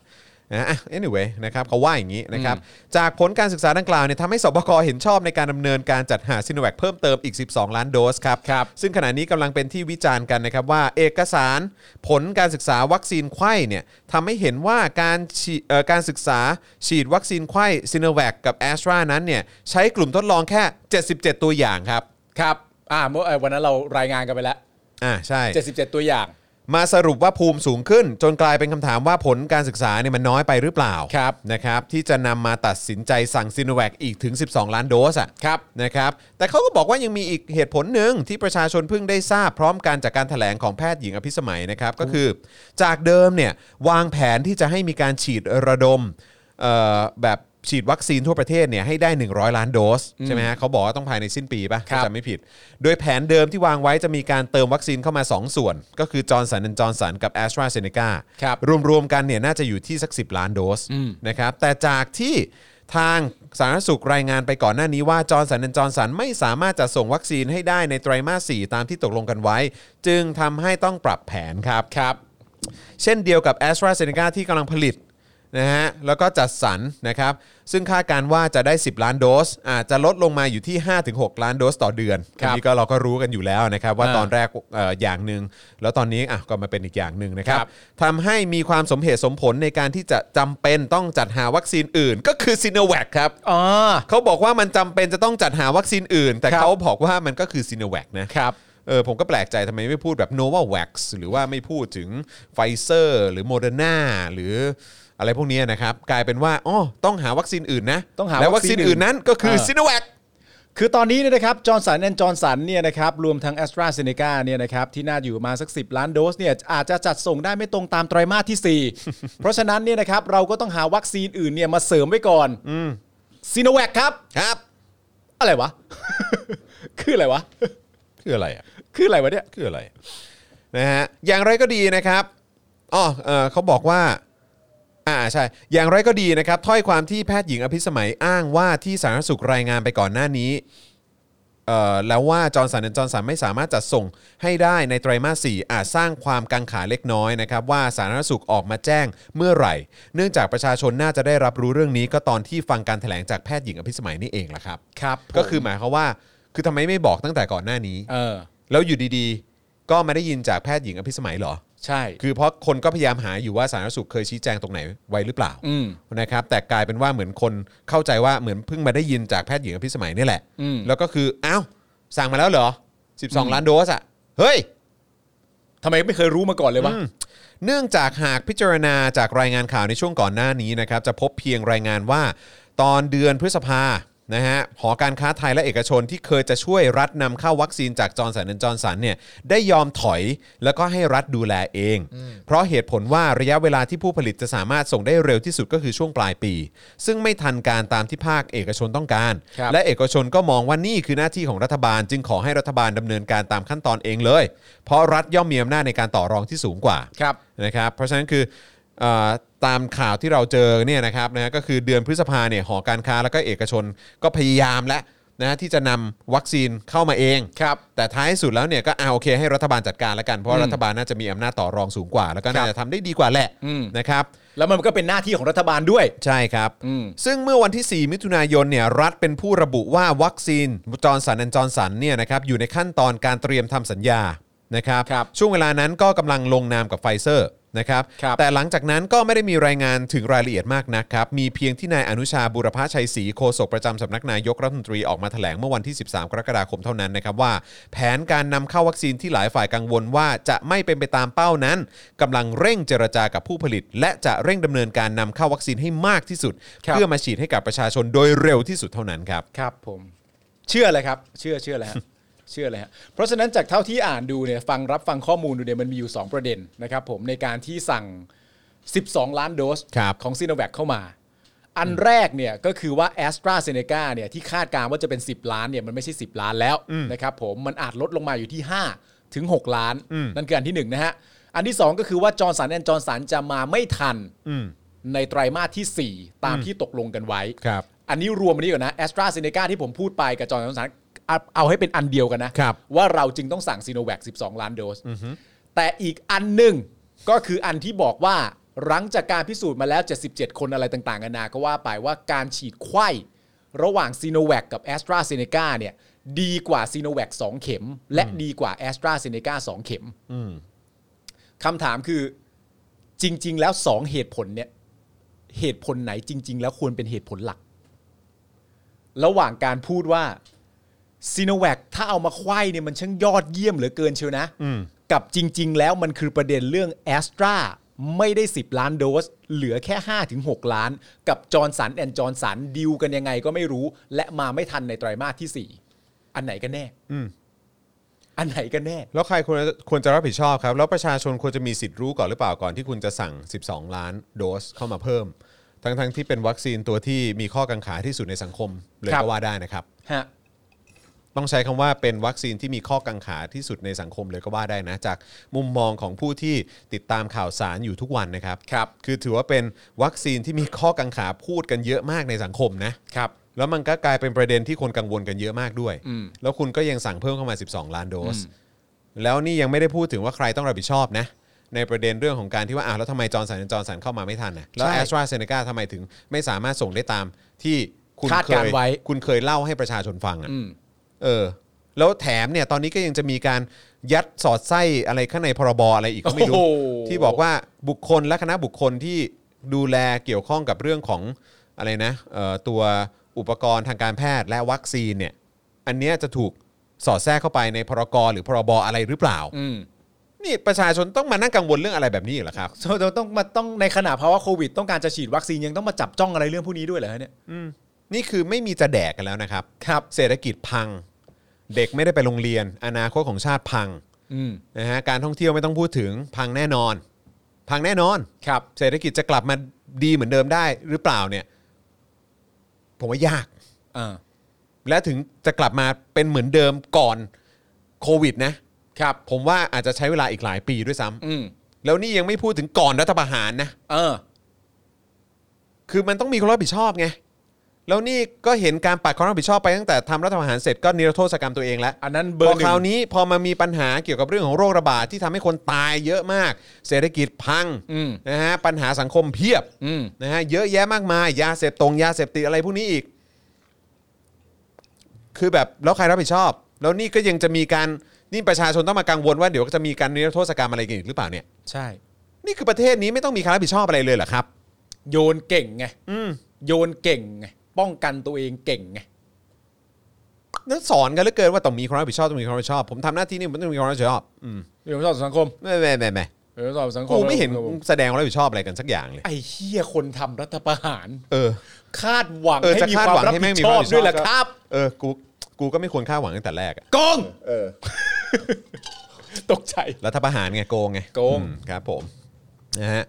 นะอ่ะ anyway นะครับเขาว่าอย่างนี้นะครับจากผลการศึกษาดังกล่าวเนี่ยทำให้สบคเห็นชอบในการดำเนินการจัดหาซิโนแวคเพิ่มเติมอีก 12 ล้านโดสครับ ซึ่งขณะนี้กำลังเป็นที่วิจารณ์กันนะครับว่าเอกสารผลการศึกษาวัคซีนไข้เนี่ยทำให้เห็นว่าการฉีเอ่อการศึกษาฉีดวัคซีนไข้ซิโนแวคกับแอสตรานั้นเนี่ยใช้กลุ่มทดลองแค่ 77 ตัวอย่างครับ ครับอ่าเมื่อเอ่อวันนั้นเรารายงานกันไปแล้ว อ่าใช่ 77 ตัวอย่าง มาสรุปว่าภูมิสูงขึ้น จนกลายเป็นคำถามว่าผลการศึกษาเนี่ยมันน้อยไปหรือเปล่า ครับ นะครับ ที่จะนำมาตัดสินใจสั่งซิโนแวคอีกถึง 12 ล้านโดสอ่ะ ครับ นะครับ แต่เขาก็บอกว่ายังมีอีกเหตุผลหนึ่งที่ประชาชนเพิ่งได้ทราบพร้อมกันจากการถแถลงของแพทย์หญิงอภิสมัยนะครับ ก็คือ จากเดิมเนี่ยวางแผนที่จะให้มีการฉีดระดมเอ่อแบบ ฉีดวัคซีนทั่วประเทศเนี่ยให้ได้ 100 ล้านโดสใช่ไหมฮะเขาบอกว่าต้องภายในสิ้นปีป่ะถ้าจำไม่ผิด โดยแผนเดิมที่วางไว้จะมีการเติมวัคซีนเข้ามา 2 ส่วน ก็คือจอร์นสันจอร์นสันกับแอสตราเซเนการ ับ รวมๆกันเนี่ยน่าจะอยู่ที่สัก 10 ล้านโดสนะครับแต่จากที่ทางสาธารณสุขรายงานไปก่อนหน้านี้ว่าจอร์นสันจอร์นสันไม่สามารถจะส่งวัคซีนให้ได้ในไตรมาส4ตามที่ตกลงกันไว้ จึงทำให้ต้องปรับแผนครับ เช่นเดียวกับ a s t r a z e ซ e c a ที่กำลังผลิตนะฮะแล้วก็จัดสรรนะครับ ซึ่งคาดการณ์ว่าจะได้ 10 ล้านโดสอาจจะลดลงมาอยู่ที่ 5-6 ล้านโดสต่อเดือน ครับ อันนี้ก็เราก็รู้กันอยู่แล้วนะครับ ว่า อ่า ตอนแรกเอ่ออย่างหนึ่งแล้วตอนนี้อ่ะก็มาเป็นอีกอย่างหนึ่งนะครับ ครับ ทำให้มีความสมเหตุสมผลในการที่จะจำเป็นต้องจัดหาวัคซีนอื่น ก็คือซีโนแวคครับ อ๋อ เขาบอกว่ามันจำเป็นจะต้องจัดหาวัคซีนอื่น แต่ ครับ เขาบอกว่ามันก็คือซีโนแวคนะ ครับ เออผมก็แปลกใจทำไมไม่พูดแบบ Novavax หรือว่าไม่พูดถึงไฟเซอร์หรือโมเดอร์นาหรืออะไรพวกเนี้ยนะครับ กลายเป็นว่าอ๋อต้องหาวัคซีนอื่นนะ ต้องหา และ วั วัค คซี ซีน นอื่น อื่นนั้นก็คือ เออ ซิโนแวค คือตอนนี้เนี่ยนะครับจอร์นสันแอนจอร์นสันเนี่ยนะครับรวมทั้งแอสตราเซเนกาเนี่ยนะครับที่น่าจะอยู่ประมาณสัก 10 ล้านโดสเนี่ยอาจจะจัดส่งได้ไม่ตรงตามไตรมาสที่ 4 เพราะฉะนั้นเนี่ยนะครับเราก็ต้องหาวัคซีนอื่นเนี่ยมาเสริมไว้ก่อนซีโนแวคครับ ครับ อะไรวะ คืออะไรวะ คืออะไรอ่ะ คืออะไรวะเนี่ย คืออะไรนะฮะอย่างไรก็ดีนะครับอ๋อเออเขาบอกว่าอ่าใช่ อย่างไรก็ดีนะครับ ถ้อยความที่แพทย์หญิงอภิสมัยอ้างว่าที่สาธารณสุขรายงานไปก่อนหน้านี้เอ่อแล้วว่าจอร์นสันจอร์นสันไม่สามารถจัดส่งให้ได้ในไตรมาส 4 อาจสร้างความกังขาเล็กน้อยนะครับ ว่าสาธารณสุขออกมาแจ้งเมื่อไหร่ เนื่องจากประชาชนน่าจะได้รับรู้เรื่องนี้ก็ตอนที่ฟังการแถลงจากแพทย์หญิงอภิสมัยนี่เองล่ะครับ ครับ ก็คือหมายความว่าคือทำไมไม่บอกตั้งแต่ก่อนหน้านี้ เออ แล้วอยู่ดีๆ ก็มาได้ยินจากแพทย์หญิงอภิสมัยเหรอ ใช่ คือเพราะคนก็พยายามหาอยู่ว่าสาธารณสุขเคยชี้แจงตรงไหนไว้หรือเปล่า อืม นะครับ แต่กลายเป็นว่าเหมือนคนเข้าใจว่าเหมือนเพิ่งมาได้ยินจากแพทย์หญิงอภิสมัยนี่แหละ อืม แล้วก็คืออ้าวสั่งมาแล้วเหรอ 12 ล้านโดสอะเฮ้ย ทำไมไม่เคยรู้มาก่อนเลยวะ อืมเนื่องจากหากพิจารณาจากรายงานข่าวในช่วงก่อนหน้านี้นะครับจะพบเพียงรายงานว่า ตอนเดือนพฤษภานะฮะหอการค้าไทยและเอกชนที่เคยจะช่วยรัฐนำเข้าวัคซีนจากจอร์นสันจอร์นสันเนี่ยได้ยอมถอยแล้วก็ให้รัฐดูแลเอง เพราะเหตุผลว่าระยะเวลาที่ผู้ผลิตจะสามารถส่งได้เร็วที่สุดก็คือช่วงปลายปี ซึ่งไม่ทันการตามที่ภาคเอกชนต้องการ ครับ และเอกชนก็มองว่านี่คือหน้าที่ของรัฐบาล จึงขอให้รัฐบาลดำเนินการตามขั้นตอนเองเลย เพราะรัฐย่อมมีอำนาจในการต่อรองที่สูงกว่า ครับ นะครับเพราะฉะนั้นคือเอ่อตามข่าวที่เราเจอเนี่ยนะครับนะฮะก็คือเดือนพฤษภาเนี่ยหอการค้าแล้วก็เอกชนก็พยายามและนะที่จะนำวัคซีนเข้ามาเองครับแต่ท้ายสุดแล้วเนี่ยก็เอาโอเคให้รัฐบาลจัดการแล้วกันเพราะว่ารัฐบาลน่าจะมีอำนาจต่อรองสูงกว่า แล้วก็น่าจะทำได้ดีกว่าแหละ อืม นะครับ แล้วมันก็เป็นหน้าที่ของรัฐบาลด้วย ใช่ครับ อืม ซึ่งเมื่อวันที่ 4 มิถุนายนเนี่ยรัฐเป็นผู้ระบุว่าวัคซีนจอร์นสันแอนจอร์นสันเนี่ยนะครับอยู่ในขั้นตอนการเตรียมทำสัญญานะครับ ครับ ช่วงเวลานั้นก็กำลังลงนามกับไฟเซอร์นะครับ ครับ แต่หลังจากนั้นก็ไม่ได้มีรายงานถึงรายละเอียดมากนักครับ มีเพียงที่นายอนุชาบุรพชัยศรีโฆษกประจำสำนักนายกรัฐมนตรีออกมาแถลงเมื่อวันที่ 13 กรกฎาคมเท่านั้นนะครับว่า แผนการนำเข้าวัคซีนที่หลายฝ่ายกังวลว่าจะไม่เป็นไปตามเป้านั้นกำลังเร่งเจรจากับผู้ผลิต และจะเร่งดำเนินการนำเข้าวัคซีนให้มากที่สุด ครับ เพื่อมาฉีดให้กับประชาชนโดยเร็วที่สุดเท่านั้นครับ ครับผม เชื่อเลยครับ เชื่อเชื่อเลยฮะ เชื่อเลยฮะเพราะฉะนั้นจากเท่าที่อ่านดูเนี่ยฟังรับฟังข้อมูลดูเนี่ยมันมีอยู่ 2 ประเด็นนะครับผมในการที่สั่ง 12 ล้านโดส ครับ ของซีโนแวคเข้ามา อันแรกเนี่ยก็คือว่าแอสตราเซเนกาเนี่ยที่คาดการณ์ว่าจะเป็น 10 ล้านเนี่ยมันไม่ใช่ 10 ล้านแล้วนะครับผมมันอาจลดลงมาอยู่ที่ 5 ถึง 6 ล้าน อืม นั่นคืออันที่ 1 นะฮะ อันที่ 2 ก็คือว่าจอร์นสันแอนจอร์นสันจะมาไม่ทัน อืม ในไตรมาสที่ 4 ตามที่ตกลงกันไว้ ครับ อันนี้รวมอันนี้ก่อนนะแอสตราเซเนกาที่ผมพูดไปกับจอร์นสันเอาเอาให้เป็นอันเดียวกันนะ ครับ ว่าเราจึงต้องสั่งซีโนแวค12 ล้านโดส แต่อีกอันหนึ่งก็คืออันที่บอกว่าหลังจากการพิสูจน์มาแล้ว 77 คนอะไรต่างๆกันานาก็ว่าไปว่าการฉีดไข้ระหว่างซีโนแวคกับแอสตราเซเนกาเนี่ยดีกว่าซีโนแวค2เข็ม และดีกว่าแอสตราเซเนกา2เข็มคำถามคือจริง ๆ แล้ว 2 เหตุผลเนี่ย เหตุผลไหนจริง ๆ แล้วควรเป็นเหตุผลหลัก ระหว่างการพูดว่าซีโนแวคถ้าเอามาไขว้เนี่ยมันช่างยอดเยี่ยมเหลือเกินเชียวนะ อืม กับจริง ๆ แล้วมันคือประเด็นเรื่องแอสตราไม่ได้ 10 ล้านโดส เหลือแค่ 5-6 ล้าน กับจอร์นสันแอนจอร์นสันดิวกันยังไงก็ไม่รู้ และมาไม่ทันในไตรมาสที่ 4 อันไหนกันแน่ อืม อันไหนกันแน่ แล้วใครควรควรจะรับผิดชอบครับ แล้วประชาชนควรจะมีสิทธิ์รู้ก่อนหรือเปล่าก่อนที่คุณจะสั่ง 12 ล้านโดสเข้ามาเพิ่ม ทั้งทั้งที่เป็นวัคซีนตัวที่มีข้อกังขาที่สุดในสังคมเลย ครับ ก็ว่าได้นะครับ ฮะ ต้องใช้คำว่าเป็นวัคซีนที่มีข้อกังขาที่สุดในสังคมเลยก็ว่าได้นะ จากมุมมองของผู้ที่ติดตามข่าวสารอยู่ทุกวันนะครับครับคือถือว่าเป็นวัคซีนที่มีข้อกังขาพูดกันเยอะมากในสังคมนะครับแล้วมันก็กลายเป็นประเด็นที่คนกังวลกันเยอะมากด้วย อืม แล้วคุณก็ยังสั่งเพิ่มเข้ามา 12 ล้านโดส แล้วนี่ยังไม่ได้พูดถึงว่าใครต้องรับผิดชอบนะ ในประเด็นเรื่องของการที่ว่าอ้าวแล้วทำไมจอร์นสันจอร์สันเข้ามาไม่ทันนะแล้ว ใช่ แอสตราเซเนกาทำไมถึงไม่สามารถส่งได้ตามที่คุณ คาด เค การ ย ณ์ไว้ คุณเคยเล่าให้ประชาชนฟังอ่ะ อืม เออแล้วแถมเนี่ยตอนนี้ก็ยังจะมีการยัดสอดไส้อะไรข้างในพรบอะไรอีกก็ไม่รู้ โอ้โห ที่บอกว่าบุคคลและคณะบุคคลที่ดูแลเกี่ยวข้องกับเรื่องของอะไรนะเอ่อตัวอุปกรณ์ทางการแพทย์และวัคซีนเนี่ยอันเนี้ยจะถูกสอดแทรกเข้าไปในพรกรหรือพรบอะไรหรือเปล่า อืม นี่ประชาชนต้องมานั่งกังวลเรื่องอะไรแบบนี้เหรอครับ เราต้องมาต้องในขณะภาวะโควิด ต้องการจะฉีดวัคซีนยังต้องมาจับจ้องอะไรเรื่องพวกนี้ด้วยเหรอฮะเนี่ย นี่คือไม่มีจะแดกกันแล้วนะครับครับ เศรษฐกิจพัง เด็กไม่ได้ไปโรงเรียน อนาคตของชาติพัง อืม นะฮะการท่องเที่ยวไม่ต้องพูดถึงพังแน่นอน พังแน่นอนครับ เศรษฐกิจจะกลับมาดีเหมือนเดิมได้หรือเปล่าเนี่ย ผมว่ายาก อ่า และถึงจะกลับมาเป็นเหมือนเดิมก่อนโควิดนะครับ ผมว่าอาจจะใช้เวลาอีกหลายปีด้วยซ้ำ อืม แล้วนี่ยังไม่พูดถึงก่อนรัฐประหารนะ เออ คือมันต้องมีคนรับผิดชอบไง แล้วนี่ก็เห็นการปัดความรับผิดชอบไปตั้งแต่ทำรัฐประหารเสร็จก็นิรโทษกรรมตัวเองแล้ว อันนั้นเบ พ อ อ ร์หนึ่ คราว ง นี้พอมามีปัญหาเกี่ยวกับเรื่องของโรคระบาดที่ทำให้คนตายเยอะมาก เศรษฐกิจพัง อืม นะฮะปัญหาสังคมเพียบ อืม นะฮะเยอะแยะมากมาย ยาเสพตรงยาเสพติดอะไรพวกนี้อีก คือแบบแล้วใครรับผิดชอบ แล้วนี่ก็ยังจะมีการนี่ประชาชนต้องมากังวลว่าเดี๋ยวจะมีการนิรโทษกรรมอะไรกันอีกหรือเปล่าเนี่ย ใช่ นี่คือประเทศนี้ไม่ต้องมีใครรับผิดชอบอะไรเลยเหรอครับ โยนเก่งไง อืม โยนเก่งไง ป้องกันตัวเองเก่งไง นั่นสอนกันเหลือเกินว่าต้องมีความรับผิดชอบต้องมีความรับผิดชอบผมทำหน้าที่นี่ผมต้องมีความรับผิดชอบอืม เรื่องสอบสังคม ไม่ไม่ไม่ไม่ เรื่องสอบสังคม กูไม่เห็นแสดงความรับผิดชอบอะไรกันสักอย่างเลย ไอ้เฮียคนทำรัฐประหาร เออ คาดหวัง เออ ให้ จะ มี คาด ความ หวัง รับ ให้ ผิ แม่ง ด มี ช ค อ วาม บ รับผิดชอบ ด้วยล่ะครับ เออกูกูก็ไม่ควรคาดหวังตั้งแต่แรกอะ กอง เออ ตกใจ รัฐประหารไงโกงไง โกง อืมครับผมนะฮะ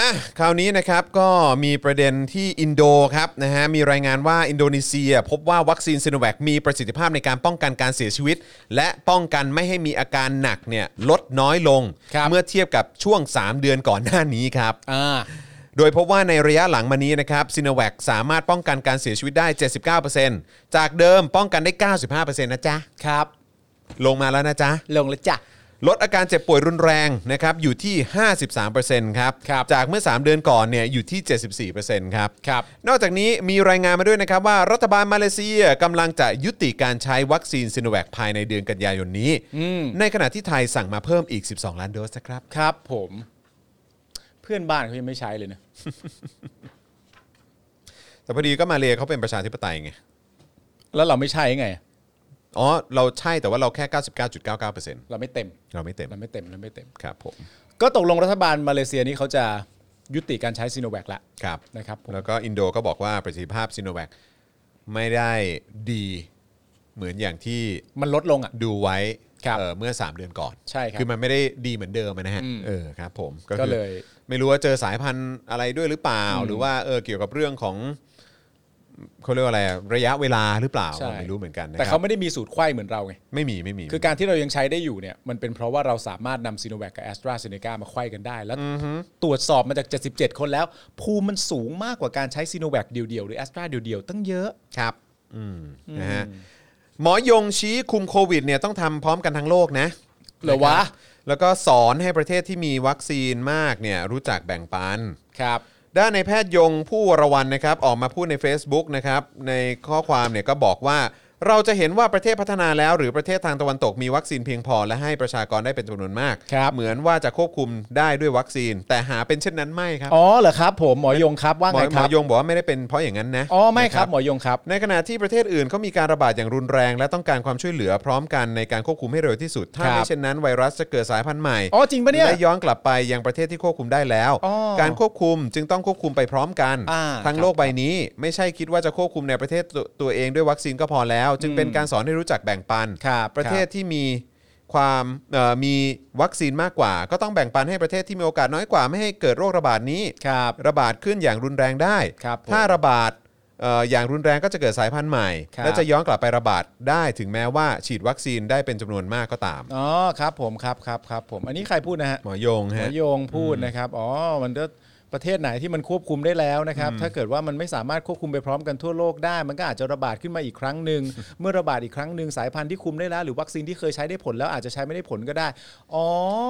อ่ะคราวนี้นะครับก็มีประเด็นที่อินโดครับนะฮะมีรายงานว่าอินโดนีเซีย พบว่าวัคซีนซิโนแวคมีประสิทธิภาพในการป้องกันการเสียชีวิต และป้องกันไม่ให้มีอาการหนักเนี่ยลดน้อยลง เมื่อเทียบกับช่วง 3 เดือนก่อนหน้านี้ครับ อ่า โดยพบว่าในระยะหลังมานี้นะครับซีโนแวคสามารถป้องกันการเสียชีวิตได้ 79%จากเดิมป้องกันได้ 95%นะจ๊ะ ครับ ลงมาแล้วนะจ๊ะ ลงแล้วจ้ะ ลดอาการเจ็บป่วยรุนแรงนะครับอยู่ที่ 53%ครับ ครับ จากเมื่อ 3 เดือนก่อนเนี่ยอยู่ที่ 74%ครับ ครับ นอกจากนี้มีรายงานมาด้วยนะครับว่ารัฐบาลมาเลเซียกำลังจะยุติการใช้วัคซีนซิโนแวคภายในเดือนกันยายนนี้ ในขณะที่ไทยสั่งมาเพิ่มอีก 12 ล้านโดสนะครับ ครับผม เพื่อนบ้านเขายังไม่ใช้เลยนะ แต่พอดีก็มาเลเขาเป็นประชาธิปไตยไง แล้วเราไม่ใช่ไง อ๋อ เราใช่แต่ว่าเราแค่ 99.99% เราไม่เต็ม เราไม่เต็ม เราไม่เต็ม เราไม่เต็ม ครับผม ก็ตกลงรัฐบาลมาเลเซียนี้เขาจะยุติการใช้ซีโนแวคละ ครับ นะครับผม แล้วก็อินโดก็บอกว่าประสิทธิภาพซีโนแวคไม่ได้ดีเหมือนอย่างที่ มันลดลงอ่ะ ดูไว้ ครับ เอ่อเมื่อ 3 เดือนก่อน ใช่ครับ คือมันไม่ได้ดีเหมือนเดิมอะนะฮะเออครับผมคือ ก็เลย ไม่รู้ว่าเจอสายพันธุ์อะไรด้วยหรือเปล่า หรือว่าเออเกี่ยวกับเรื่องของเขาเรียกว่าอะไรอะระยะเวลาหรือเปล่า ใช่ ไม่รู้เหมือนกันนะคแต่รั เขา บ ไม่ได้มีสูตรไข้เหมือนเราไง ไม่มีไม่มี คือการที่เรายังใช้ได้อยู่เนี่ยมันเป็นเพราะว่าเราสามารถนำซีโนแวคกับแอสตราเซเนกามาไขว้กันได้ แล้วตรวจสอบมาจาก 77 คนแล้ว ภูมิมันสูงมากกว่าการใช้ซีโนแวคเดียวๆ หรือแอสตราเดียวๆ ตั้งเยอะ ครับอืมนะฮะหมอยงชี้คุมโควิดเนี่ยต้องทำพร้อมกันทั้งโลกนะ เหรอวะ แล้วก็สอนให้ประเทศที่มีวัคซีนมากเนี่ยรู้จักแบ่งปัน ครับ ด้านในแพทย์ยงผู้วรวันนะครับออกมาพูดใน Facebook นะครับในข้อความเนี่ยก็บอกว่า เราจะเห็นว่าประเทศพัฒนาแล้ว หรือประเทศทางตะวันตกมีวัคซีนเพียงพอ และให้ประชากรได้เป็นจำนวนมาก ครับ เหมือนว่าจะควบคุมได้ด้วยวัคซีน แต่หาเป็นเช่นนั้นไม่ครับ อ๋อเหรอครับผมหมอยงครับว่า หมอ ไง ห ค มอ รับ ยงบอกว่าไม่ได้เป็นเพราะอย่างนั้นนะ อ๋อไม่ นะครับ หมอยงครับ ในขณะที่ประเทศอื่นเขามีการระบาดอย่างรุนแรง และต้องการความช่วยเหลือพร้อมกันในการควบคุมให้เร็วที่สุด ถ้า ครั ไม่ บ เช่นนั้นไวรัสจะเกิดสายพันธุ์ใหม่ อ๋อจริงปะเนี่ย และย้อนกลับไปยังประเทศที่ควบคุมได้แล้ว อ๋อ การควบคุมจึงต้องควบคุมไปพร้อมกัน อ่า ทั้งโลกใบนี้ไม่ใช่คิดว่าจะควบคุมในประเทศตัวตัวเองด้วยวัคซีนก็พอแล้ว จึงเป็นการสอนให้รู้จักแบ่งปัน ครับ ประเทศที่มี ความเอ่อมีวัคซีนมากกว่า ก็ต้องแบ่งปันให้ประเทศที่มีโอกาสน้อยกว่าไม่ให้เกิดโรคระบาดนี้ ครับ ระบาดขึ้นอย่างรุนแรงได้ ครับผม ถ้าระบาดเอ่ออย่างรุนแรงก็จะเกิดสายพันธุ์ใหม่ ครับ และจะย้อนกลับไประบาดได้ถึงแม้ว่าฉีดวัคซีนได้เป็นจำนวนมากก็ตาม อ๋อครับผมครับครับครับผม อันนี้ใครพูดนะฮะ หมอยง หม ฮะ อโยงพูดนะครับ อ๋อ มันก็ประเทศไหนที่มันควบคุมได้แล้วนะครับ ถ้าเกิดว่ามันไม่สามารถควบคุมไปพร้อมกันทั่วโลกได้ มันก็อาจจะระบาดขึ้นมาอีกครั้งห นึ่ง เมื่อระบาดอีกครั้งหนึ่งสายพันธุ์ที่คุมได้แล้ว หรือวัคซีนที่เคยใช้ได้ผลแล้วอาจจะใช้ไม่ได้ผลก็ได้ อ๋อ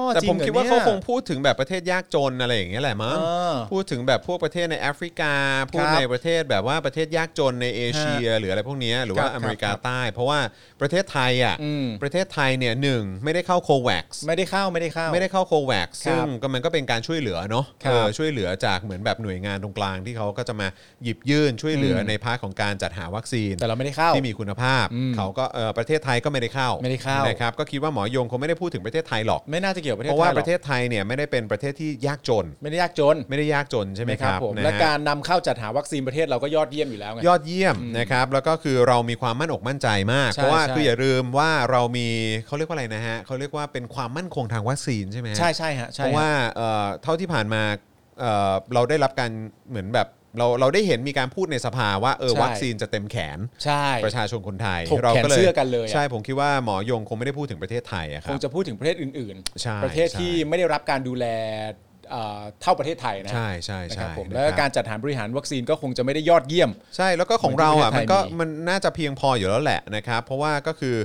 แต่ จริ ผม งหรอ คิดว่าเขา นี่ย คงพูดถึงแบบประเทศยากจนอะไรอย่างเงี้ยแหละมั้ง เออ พูดถึงแบบพวกประเทศในแอฟริกา พูด ครับ ในประเทศแบบว่าประเทศยากจนในเอเชีย หรืออะไรพวกเนี้ยหรือว่า ครับ อเมริกา ครับ ใต้ เพราะว่าประเทศไทยอ่ะ อืม ประเทศไทยเนี่ยหนึ่งไม่ได้เข้าโควัค ไม่ได้เข้าไม่ได้เข้า ไม่ได้เข้าโควัค ครับ ซึ่งก็มันก็เป็นการช่วยเหลือเนาะ ครับ เออช่วยเหลือจากเหมือนแบบหน่วยงานตรงกลางที่เขาก็จะมาหยิบยื่นช่วยเหลืออ ม ในพาร์ทของการจัดหาวัคซีน แต่เราไม่ได้เข้า ที่มีคุณภาพ อืม เขาก็เออประเทศไทยก็ไม่ได้เข้า ไม่ได้เข้าน ครับก็คิดว่าหมอยงคงไม่ได้พูดถึงประเทศไทยหรอก ไม่น่าจะเกี่ยวกับประเทศ เพราะว่า ไทยห ป อ ระเทศไทยเนี่ยไม่ได้เป็นประเทศที่ยากจน ไม่ได้ยากจน ไม่ได้ยากจนใช่ไหม นะ ค ครั รับ ผม นฮ และการนำเข้าจัดหาวัคซีนประเทศเราก็ยอดเยี่ยมอยู่แล้วไง ยอดเยี่ยมนะครับแล้วก็คือเรามีความมั่นอกมั่นใจมาก ใช่ เพราะว่า ใช่ คืออย่าลืมว่าเรามีเขาเรียกว่าอะไรนะฮะเขาเรียกว่าเป็นความมั่นคงทางวัคซีนใช่ไหมฮะ ใช่ใช่ฮะใช่ เพราะว่า ฮะ เอ่อเท่าที่ผ่านมาเอ่อเราได้รับการเหมือนแบบเราเราได้เห็นมีการพูดในสภาว่าเออ ใช่ วัคซีนจะเต็มแขน ใช่ ประชาชนคนไทย ถกแขนเสื้อกันเลยอะ ใช่ผมคิดว่าหมอยงคงไม่ได้พูดถึงประเทศไทยอะค ครับ งจะพูดถึงประเทศอื่น ใช่ ๆ ประเทศที่ ใช่ ไม่ได้รับการดูแลเอ่อเท่าประเทศไทยนะฮะ ใช่ใช่ นะค ใช่ รับผม นะ และ คบ การจัดหารบริหารวัคซีนก็คงจะไม่ได้ยอดเยี่ยม ใช่แล้วก็ของเราอ่ะ เหมื มั อน นที่ ก็ ประเทศไทยมี มันน่าจะเพียงพออยู่แล้วแหละนะครับ เพราะว่าก็คือ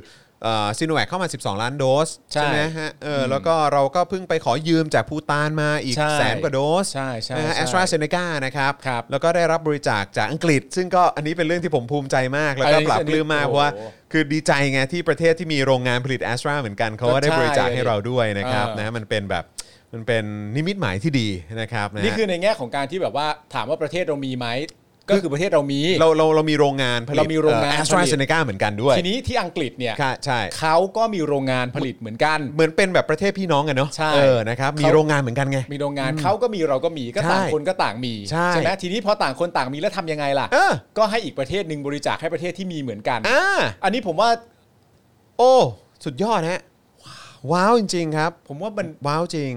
ซีโนแวคเข้ามา 12 ล้านโดส ใช่ ไหมฮะเอออแล้วก็เราก็เพิ่งไปขอยืมจากภูตานมาอีก ใช่ แสนกว่าโดส ใช่ใช่ แอสตราเซเนกานะครับ ครับ แล้วก็ได้รับบริจาคจากอังกฤษ ซึ่งก็อันนี้เป็นเรื่องที่ผมภูมิใจมาก แล้วก็ อันนี้ ปรับปลื้มมาก อันนี้ เพราะว่า โอ้โห คือดีใจไงที่ประเทศที่มีโรงงานผลิตแอสตราเหมือนกันเขาก็ได้ ก็ใช่ บริจาคให้เราด้วยนะครับ เออ นะมันเป็นแบบมันเป็นนิมิตหมายที่ดีนะครับะฮะ นี่คือในแง่ของการที่แบบว่าถามว่าประเทศเรามีไหม ก็คือประเทศเรามี เราเราเรามีโรงงานผลิต เรามีโรงงาน แอส ผ ตรา ลิต เซเนกาเหมือนกันด้วย ทีนี้ที่อังกฤษเนี่ย ค่ะใช่ เขาก็มีโรงงานผลิตเหมือนกัน เหมือนเป็นแบบประเทศพี่น้องกันเนาะ ใช่ เออนะครับมี เขา โรงงานเหมือนกันไง มีโรงงานเขาก็มีเราก็มีก็ต่าง ใช่ คนก็ต่างมี ใช่ ไหมทีนี้พอต่างคนต่างมีแล้วทำยังไงล่ะ เออ ก็ให้อีกประเทศหนึ่งบริจาคให้ประเทศที่มีเหมือนกัน อ่า อันนี้ผมว่า โอ้ สุดยอดฮะว้าวจริง ๆ ครับ ผมว่ามัน ว้าวจริง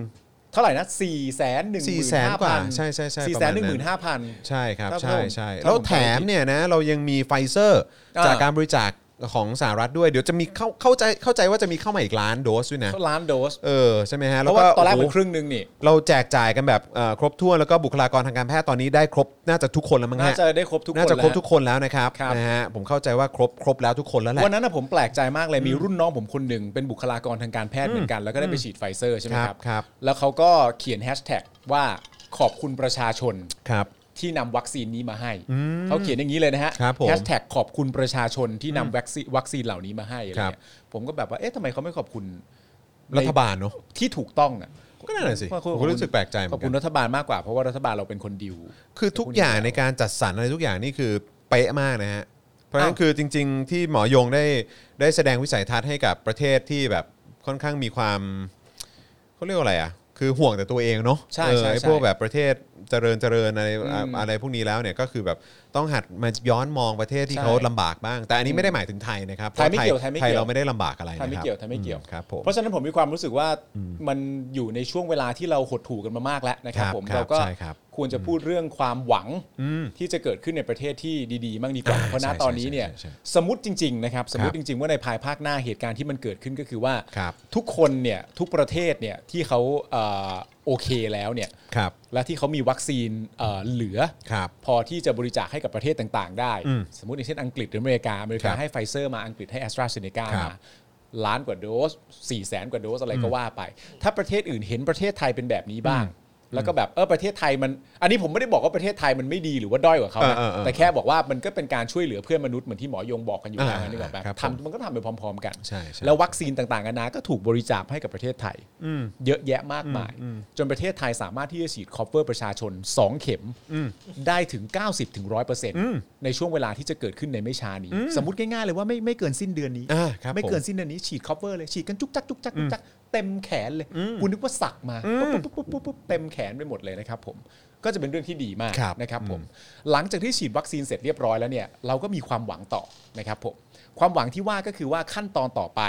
เท่าไหร่นะสี่แสนหนึ่งหมื่นห้า 400,000ก พั ว่าน ใช่ใช่ใช่ สี่ ประ แส มาณ น นั้ หนึ่งหมื่ น นห้าพัน ใช่ครับ ครับ ใช่ ผม ใช่ ครับ แล้ว ผม แถมเนี่ยนะเรายังมีไฟเซอร์ อ่า จากการบริจาคของสหรัฐด้วย เดี๋ยวจะมีเข้าเข้าใจเข้าใจว่าจะมีเข้ามาอีกล้านโดสด้วยนะ ล้านโดส เออใช่ไหมฮะ เพราะว่าตอนแรกมัน โโห ครึ่งหนึงนี่ เราแจกจ่ายกันแบบเอ่อครบถ้วนแล้วก็บุคลากรทางการแพทย์ตอนนี้ได้ครบน่าจะทุกคนแล้วมั้ง น่า ฮะ จะได้ครบทุกคน น่าจะครบ แล้ว ทุกคนแล้วนะครับ ครับ นะฮะผมเข้าใจว่าครบครบแล้วทุกคนแล้วแหละ วันนั้นนะผมแปลกใจมากเลยมีรุ่นน้องผมคนหนึ่งเป็นบุคลากรทางการแพทย์เหมือนกัน แล้วก็ได้ไปฉีดไฟเซอร์ใช่ไหม ค ค รั รั บบ ครับ แล้วเขาก็เขียนแฮชแท็กว่าขอบคุณประชาชน ครับ ที่นำวัคซีนนี้มาให้ เขาเขียนอย่างนี้เลยนะฮะ ครับผม แฮชแท็กขอบคุณประชาชนที่นำวัคซีนวัคซีนเหล่านี้มาให้อะไร ครับ เงี้ยผมก็แบบว่าเอ๊ะทำไมเขาไม่ขอบคุณใน รัฐบาลเนาะ ที่ถูกต้องอ่ะ ก็นั่นแหละสิ ว่า ผมก็รู้สึกแปลกใจเหมื ข อ อน บ กั คุณ น รัฐบาลมากกว่าเพราะว่ารัฐบาลเราเป็นคนดิว คือทุกอย่างในการจัดสรรอะไรทุกอย่างนี่คือเป๊ะมากนะฮะเพราะฉะนั้น อ้าว คือจริง ๆ ที่หมอยงได้ได้แสดงวิสัยทัศน์ให้กับประเทศที่แบบค่อนข้างมีความเขาเรียกว่าอะไรอ่ะคือห่วงแต่ตัวเองเนาะ ใช่ เออ ใช่ ไอ้ ใช่ พวกแบบประเทศเจริญเจริญอะไรอะไรพวกนี้แล้วเนี่ยก็คือแบบต้องหัดมาย้อนมองประเทศที่ ใช่ เขาลำบากบ้าง แต่อันนี้ไม่ได้หมายถึงไทยนะครับ ไทยไม่เกี่ยว พ ไท ราะ ยไม่ ไท เกี่ ย ยว เราไม่ได้ลำบากอะไร ทำไม่ นะครับ เกี่ยวทำไม่เกี่ยว อืครับผม เพราะฉะนั้นผมมีความรู้สึกว่ามันอยู่ในช่วงเวลาที่เราหดถู่กันมามากแล้วนะคครัรับบ ผม ครับ เราก็ ใช่ครับ ควรจะพูดเรื่องความหวัง อืม ที่จะเกิดขึ้นในประเทศที่ดีๆมากดีกว่า อ่า เพราะณ ใช่ ตอนนี้เนี่ย ใช่ใช่ใช่ สมมติจริงๆนะครับสมมติจริง ๆ ว่าในภายภาคหน้าเหตุการณ์ที่มันเกิดขึ้นก็คือว่า ครับ ทุกคนเนี่ยทุกประเทศเนี่ยที่เขาเอ่อโอเคแล้วเนี่ย ครับ และที่เขามีวัคซีนเอ่อเหลือ ครับ พอที่จะบริจาคให้กับประเทศต่าง ๆ ได้ อืม สมมติอย่างเช่นอังกฤษหรืออเมริกา อเมริ ครั กา บ ให้ไฟเซอร์มาอังกฤษให้แอสตราเซเนกา ครับ มาล้านกว่าโดส4ี่แสนกว่าโดสอะไรก็ว่าไป ถ้าประเทศอื่นเห็นประเทศไทยเป็นแบบนี้บ้าง แล้วก็แบบเออประเทศไทยมัน อันนี้ผมไม่ได้บอกว่าประเทศไทยมันไม่ดีหรือว่าด้อยกว่าเขานะ เออเออเออ แต่แค่บอกว่ามันก็เป็นการช่วยเหลือเพื่อนมนุษย์เหมือนที่หมอยงบอกกันอยู่แล้ว อ่า นี่แบบ ครับผม ทำมันก็ทำไปพร้อม ๆ กัน ใช่ใช่ แล้ววัคซีนต่างๆกันานาก็ถูกบริจาคให้กับประเทศไทย อืม เยอะแยะมากมาย จนประเทศไทยสามารถที่จะฉีดคอ v เ r ประชาชน 2 เข็มได้ถึง 90-100%ถึง100%ในช่วงเวลาที่จะเกิดขึ้นในไม่ช้านี้ สมมติง่ายๆเลยว่าไม่ไม่เกินสิ้นเดือนนี้ อ่าครับ ไม่เกินสิ้นเดือนนี้ฉีดคอ v เ r เลย ฉีดกันจุกจักจุกจักจุกจักเต็มแขนเลยคุณนึกว่าสักมาปุ๊บปุ๊บปุ๊บปุ๊บปุ๊บเต็มแขนไปหมดเลยนะครับผมก็จะเป็นเรื่องที่ดีมาก ครับ นะครับผมหลังจากที่ฉีดวัคซีนเสร็จเรียบร้อยแล้วเนี่ยเราก็มีความหวังต่อนะครับผมความหวังที่ว่าก็คือว่าขั้นตอนต่อไป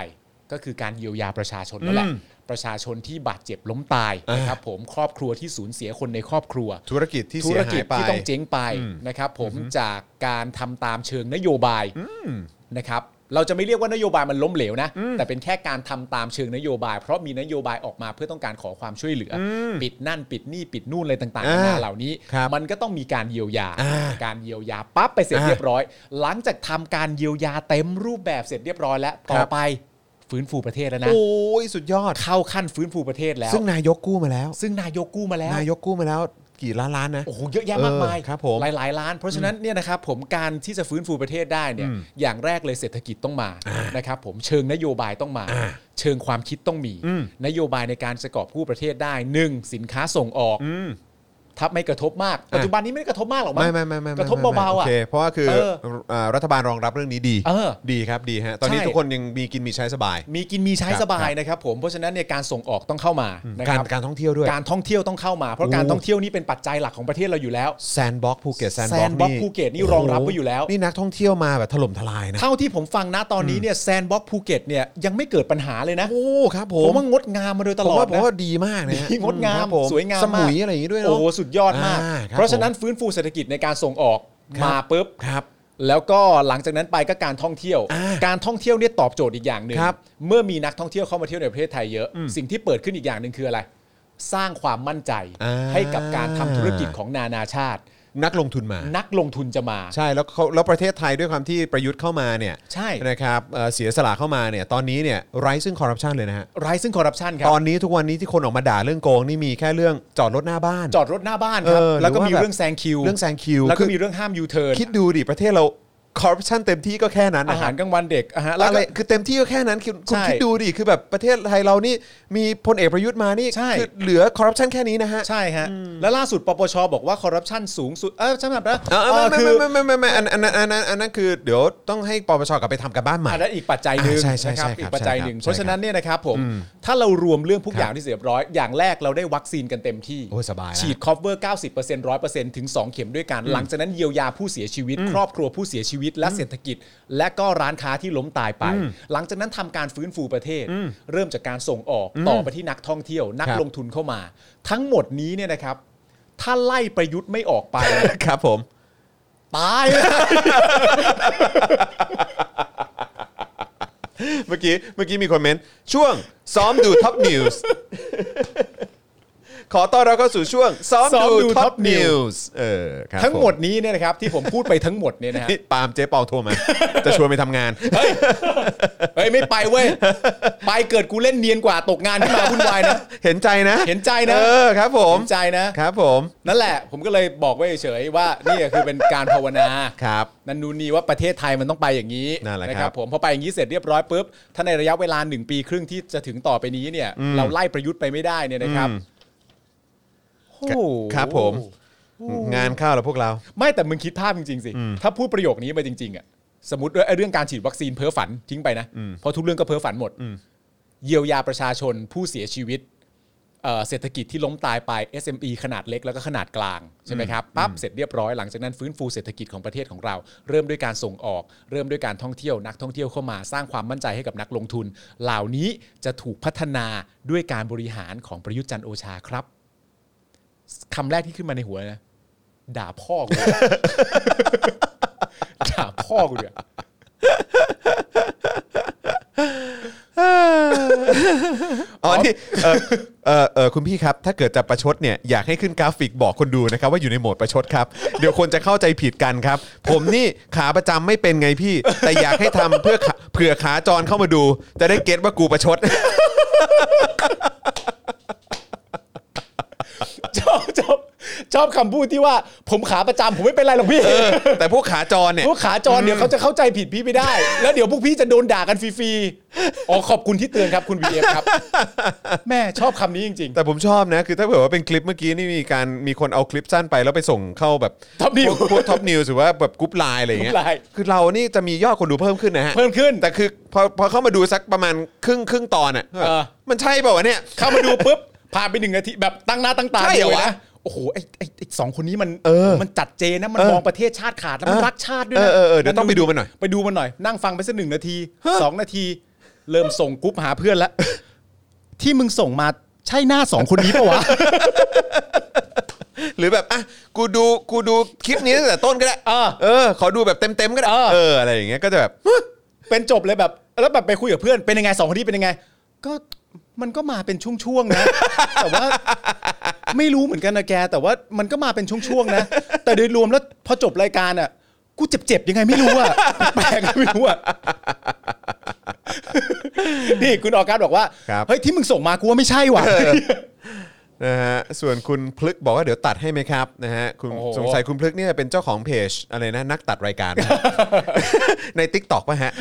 ก็คือการเยียวยาประชาชนนั่นแหละ อืม ประชาชนที่บาดเจ็บล้มตาย อ่าน นะครับผมครอบครัวที่สูญเสียคนในครอบครัว ธุรกิจที่ ธุ เสีย ร หา กิจ ยไป ที่ต้องเจ๊งไป อืม นะครับผมจากการทำตามเชิงนโยบาย อืม นะครับ เราจะไม่เรียกว่านโยบายมันล้มเหลวนะ อืม แต่เป็นแค่การทำตามเชิงนโยบาย เพราะมีนโยบายออกมาเพื่อต้องการขอความช่วยเหลืออ ม ปิดนั่นปิดนี่ปิดนู่นอะไรต่างๆ อ่า นานาเหล่านี้ ครับ มันก็ต้องมีการเยียวยา อ่า การเยียวยาปั๊บไปเสร็จ อ่า เรียบร้อย หลังจากทำการเยียวยาเต็มรูปแบบเสร็จเรียบร้อยแล้ว ค ต่อ รับ ไปฟื้นฟูประเทศแล้วนะ โอ้ยสุดยอด เข้าขั้นฟื้นฟูประเทศแล้ว ซึ่งนายกกู้มาแล้ว ซึ่งนายกกู้มาแล้ว นายกกู้มาแล้วกี่ล้านล้านนะ โอ้โหเยอะแยะมากมาย เออครับผม หลายหลายๆล้าน เพราะฉะนั้นเนี่ยนะครับผมการที่จะฟื้นฟูประเทศได้เนี่ยอย่างแรกเลยเศรษฐกิจต้องมานะครับผมเชิงนโยบายต้องมา เชิงความคิดต้องมี นโยบายในการจะกอบกู้ประเทศได้หนึ่งสินค้าส่งออก อืม ทับไม่กระทบมาก ปัจจุบันนี้ไม่ได้กระทบมากหรอกง ไม่ไม่ไม่ไม่ กระทบเบาๆอ่ะ โเคเพราะว่าคือ เออ เอ่อรัฐบาลรองรับเรื่องนี้ดี เออ ดีครับดีฮะตอนนี้ ใช่ ทุกคนยังมีกินมีใช้สบาย มีกินมีใช้ ครับ สบายนะครับผมเพราะฉะนั้นเนี่ยการส่งออกต้องเข้ามานะค การ รับ การท่องเที่ยวด้วย การท่องเที่ยวต้องเข้ามา เพราะการ โอ้ ท่องเที่ยวนี่เป็นปัจจัยหลักของประเทศเราอยู่แล้ว แซนบ็อกภูเก็ตแซน Sandbox ภูเก็ตนี่รองรับไว้อยู่แล้ว นี่นักท่องเที่ยวมาแบบถล่มทลายนะ เท่าที่ผมฟังนะตอนนี้เนี่ยแซนบ็อกภูเก็ตเนี่ยยังไม่เกิดปัญหาเลยนะ โอ้ครับผ ผม มว่างดงามมาโดยต ผม ลอว่าดผม นะ ว่าดีมากนะฮะ ดีงดงา ค ม รับผ สวยงาม ส มา มุ ก ยอะไรอย่างงี้ด้วยเนะ โอ้โหสุดยอดมาก อ่าครับ เพราะฉะนั้นฟื้นฟูเศรษฐกิจในการส่งออก ครับ มาปุ๊บ ครับ แล้วก็หลังจากนั้นไปก็การท่องเที่ยว อ่า การท่องเที่ยวเนี่ยตอบโจทย์อีกอย่างหนึ่ง ครับ เมื่อมีนักท่องเที่ยวเข้ามาเที่ยวในประเทศไทยเยอะ อืม สิ่งที่เปิดขึ้นอีกอย่างหนึ่งคืออะไร สร้างความมั่นใจ อ่า ให้กับการทำธุรกิจของนานาชาติ นักลงทุนมา นักลงทุนจะมา ใช่แล้วเขาแล้วประเทศไทยด้วยความที่ประยุทธ์เข้ามาเนี่ย ใช่ นะครับเอ่อเสียสละเข้ามาเนี่ยตอนนี้เนี่ยไร้ซึ่งคอร์รัปชันเลยนะฮะ ไร้ซึ่งคอร์รัปชันครั ต บ อนนี้ทุกวันนี้ที่คนออกมาด่าเรื่องโกงนี่มีแค่เรื่องจอดรถหน้าบ้าน จอดรถหน้าบ้านครับ เออ แล้วก็ หรือว่า มี แบบ เรื่องแซงคิว เรื่องแซงคิว แล้ว คื ก็ อ มีเรื่องห้ามยูเทิร์น คิดดูดิ ประเทศเราคอร์รัปชันเต็มที่ก็แค่นั้น อา นะค หา รั ร บ กลางวันเด็กอะฮะแล้ว อะไร ก็ คือเต็มที่ก็แค่นั้นคุณคุณ ใช่ คิดดูดิ คือแบบประเทศไทยเรานี่มีพลเอกประยุทธ์มานี่ ใช่ คือเหลือคอร์รัปชันแค่นี้นะฮะ ใช่ฮะ แล้วล่าสุดปปชบอกว่าคอร์รัปชันสูงสุด เออใช่ไหมครับ เออ เออ ไม่ คือ ไม่ไม่ไม่ไม่ไม่อันอันอันนั้นอันนั้นคือเดี๋ยวต้องให้ปปชกลับไปทำกันบ้านใหม่ อันนั้นอีกปัจจัยหนึ่ง อ่าใช่ใช่ นะค ใช่ รับ ครับ อีกปัจจัยหนึ่ง ใช่ครับ เพราะฉะนั้นเนี่ยนะครับผม อืม ถ้าเรารวมเรื่องทุก ครับ อย่างที่เสียบร้อย อย่างแรกเราได้วัคซีนกันเต็มที่ โอ้ยสบายแล้ว ฉีดคอฟเวอร์ 90% 100%ถึง 2 เข็มด้วยกัน หลังจากนั้นเยียวยาผู้เสียชีวิต ครอบครัวผู้เสียชีวิต และเศรษฐกิจ และก็ร้านค้าที่ล้มตายไป หลังจากนั้นทำการฟื้นฟูประเทศ เริ่มจากการส่งออกต่อไปที่นักท่องเที่ยว นัก ครับ ลงทุนเข้ามา ทั้งหมดนี้เนี่ยนะครับ ถ้าไล่ประยุทธ์ไม่ออกไป ครับผม ตายเลย เมื่อกี้เมื่อกี้มีคอมเมนต์ช่วงซ้อมดูท็อปนิวส์ ขอต้อนรับเข้าสู่ช่วงซ้อม ซ้อม ดู ดู ท็อ Top ปนิว News ส์เออครับ ทั้งหมด ผ นี้เนี่ยนะครับ ที่ผมพูดไปทั้งหมดเนี่ยนะฮะ นี่ปาล์มเจ๊เปาโทร มา จะชวนไปทำงาน เฮ้ย ไม่ไปเว้ย ไปเกิดกูเล่นเนียนกว่าตกงานขึ้นมาวุ่นวายนะ เห็นใจนะ เห็นใจนะ เออครับ ผม เห็นใจนะ ครับผม นั่นแหละ ผมก็เลยบอกไว้เฉยๆว่านี่คือเป็นการภาวนา ครับ นันนูนนีว่าประเทศไทยมันต้องไปอย่างนี้ นั่นแหละครับ ผมพอไปอย่างนี้เสร็จเรียบร้อยปุ๊บถ้าในระยะเวลาหนึ่งปีครึ่งที่จะถึงต่อไปนี้เนี่ย เราไล่ประยุทธ์ไปไม่ได้เนี่ยนะครับ อืม โอ้โห ครับผม งานเข้าแล้วพวกเรา ไม่แต่มึงคิดภาพจริงๆสิ ถ้าพูดประโยคนี้มาจริงๆอะสมมติว่าไอ้เรื่องการฉีดวัคซีนเพ้อฝันทิ้งไปนะ เพราะทุกเรื่องก็เพ้อฝันหมด เยียวยาประชาชนผู้เสียชีวิตเอ่อเศรษฐกิจที่ล้มตายไป SME ขนาดเล็กแล้วก็ขนาดกลาง ใช่ไหมครับปั๊บเสร็จเรียบร้อยหลังจากนั้นฟื้นฟูเศรษฐกิจของประเทศของเรา เริ่มด้วยการส่งออก เริ่มด้วยการท่องเที่ยวนักท่องเที่ยวเข้ามาสร้างความมั่นใจให้กับนักลงทุน เหล่านี้จะถูกพัฒนาด้วยการบริหารของประยุทธ์จันทร์โอชาครับคำแรกที่ขึ้นมาในหัวนะ ด่าพ่อกู ด่าพ่อกูเดี๋ย อ๋อนี่เออเออเออคุณพี่ครับ ถ้าเกิดจะประชดเนี่ยอยากให้ขึ้นกราฟิกบอกคนดูนะครับ ว่าอยู่ในโหมดประชดครับ เดี๋ยวคนจะเข้าใจผิดกันครับ ผมนี่ขาประจำไม่เป็นไงพี่ แต่อยากให้ทำเพื่อขาเผื่อขาจรเข้ามาดู จะได้เก็ตว่ากูประชด ชอบชอบชอบคำพูดที่ว่า ผมขาประจำผมไม่เป็นไรหรอกพี่ แต่พวกขาจรเนี่ย พวกขาจรเดี๋ยวเขาจะเข้าใจผิดพี่ไม่ได้ แล้วเดี๋ยวพวกพี่จะโดนด่ากันฟรีๆอ๋อขอบคุณที่เตือนครับคุณบีเอฟครับ แม่ชอบคำนี้จริง แต่ผมชอบนะ คือถ้าเผื่อว่าเป็นคลิปเมื่อกี้นี่มีการมีคนเอาคลิปสั้นไปแล้วไปส่งเข้าแบบ ๆท็อปนิว พวกพวกท็อปนิวหรือว่าแบบกรุ๊ปไลน์อะไรอย่างเงี้ย กรุ๊ปไลน์ คือเรานี่จะมียอดคนดูเพิ่มขึ้นนะฮะ เพิ่มขึ้น แต่คือพอพอเข้ามาดูสักประมาณครึ่งครึ่งตอนอ่ะ เออ มันใช่เปล่าวะเนี่ย เข้ามาดูปุ๊บผ่านไปหนึ่งนาทีแบบตั้งหน้าตั้งตา ใช่เหรอ ดู วะ นะโอ้โหไอ้ไอ้ไอ้สองคนนี้มัน เออ มันจัดเจนนะมัน เออ มองประเทศชาติขาดแล้วมัน เออ รักชาติด้วยนะ เออเออเออเดี๋ยวต้องไปดูมันหน่อย ไปดูมันหน่อย นั่งฟังไปสักหนึ่งนาทีสองนาที เริ่มส่งกรุ๊ปหาเพื่อนแล้ว ที่มึงส่งมาใช่หน้าสองคนนี้ปะวะ หรือแบบอ่ะกูดูกูดูคลิปนี้ตั้งแต่ต้นก็ได้ เออ เออขอดูแบบเต็มๆก็ได้ เออ เอออะไรอย่างเงี้ยก็จะแบบ เป็นจบเลยแบบ แล้วแบบไปคุยกับเพื่อนเป็นยังไงสองคนนี้เป็นยังไง ก็มันก็มาเป็นช่วงๆนะ แต่ว่าไม่รู้เหมือนกันนะแก แต่ว่ามันก็มาเป็นช่วงๆนะ แต่โดยรวมแล้วพอจบรายการอ่ะ กูเจ็บๆยังไงไม่รู้อ่ะ แปลกๆไม่รู้อ่ะ นี่คุณออกัสบอกว่า ครับ เฮ้ยที่มึงส่งมากูว่าไม่ใช่ว่ะ นะฮะส่วนคุณพลึกบอกว่าเดี๋ยวตัดให้ไหมครับนะฮะคุณ โอ้โห สงสัยคุณพลึกเนี่ยเป็นเจ้าของเพจอะไรนะนักตัดรายการ ใน t ิ k t o k ป่ะฮะ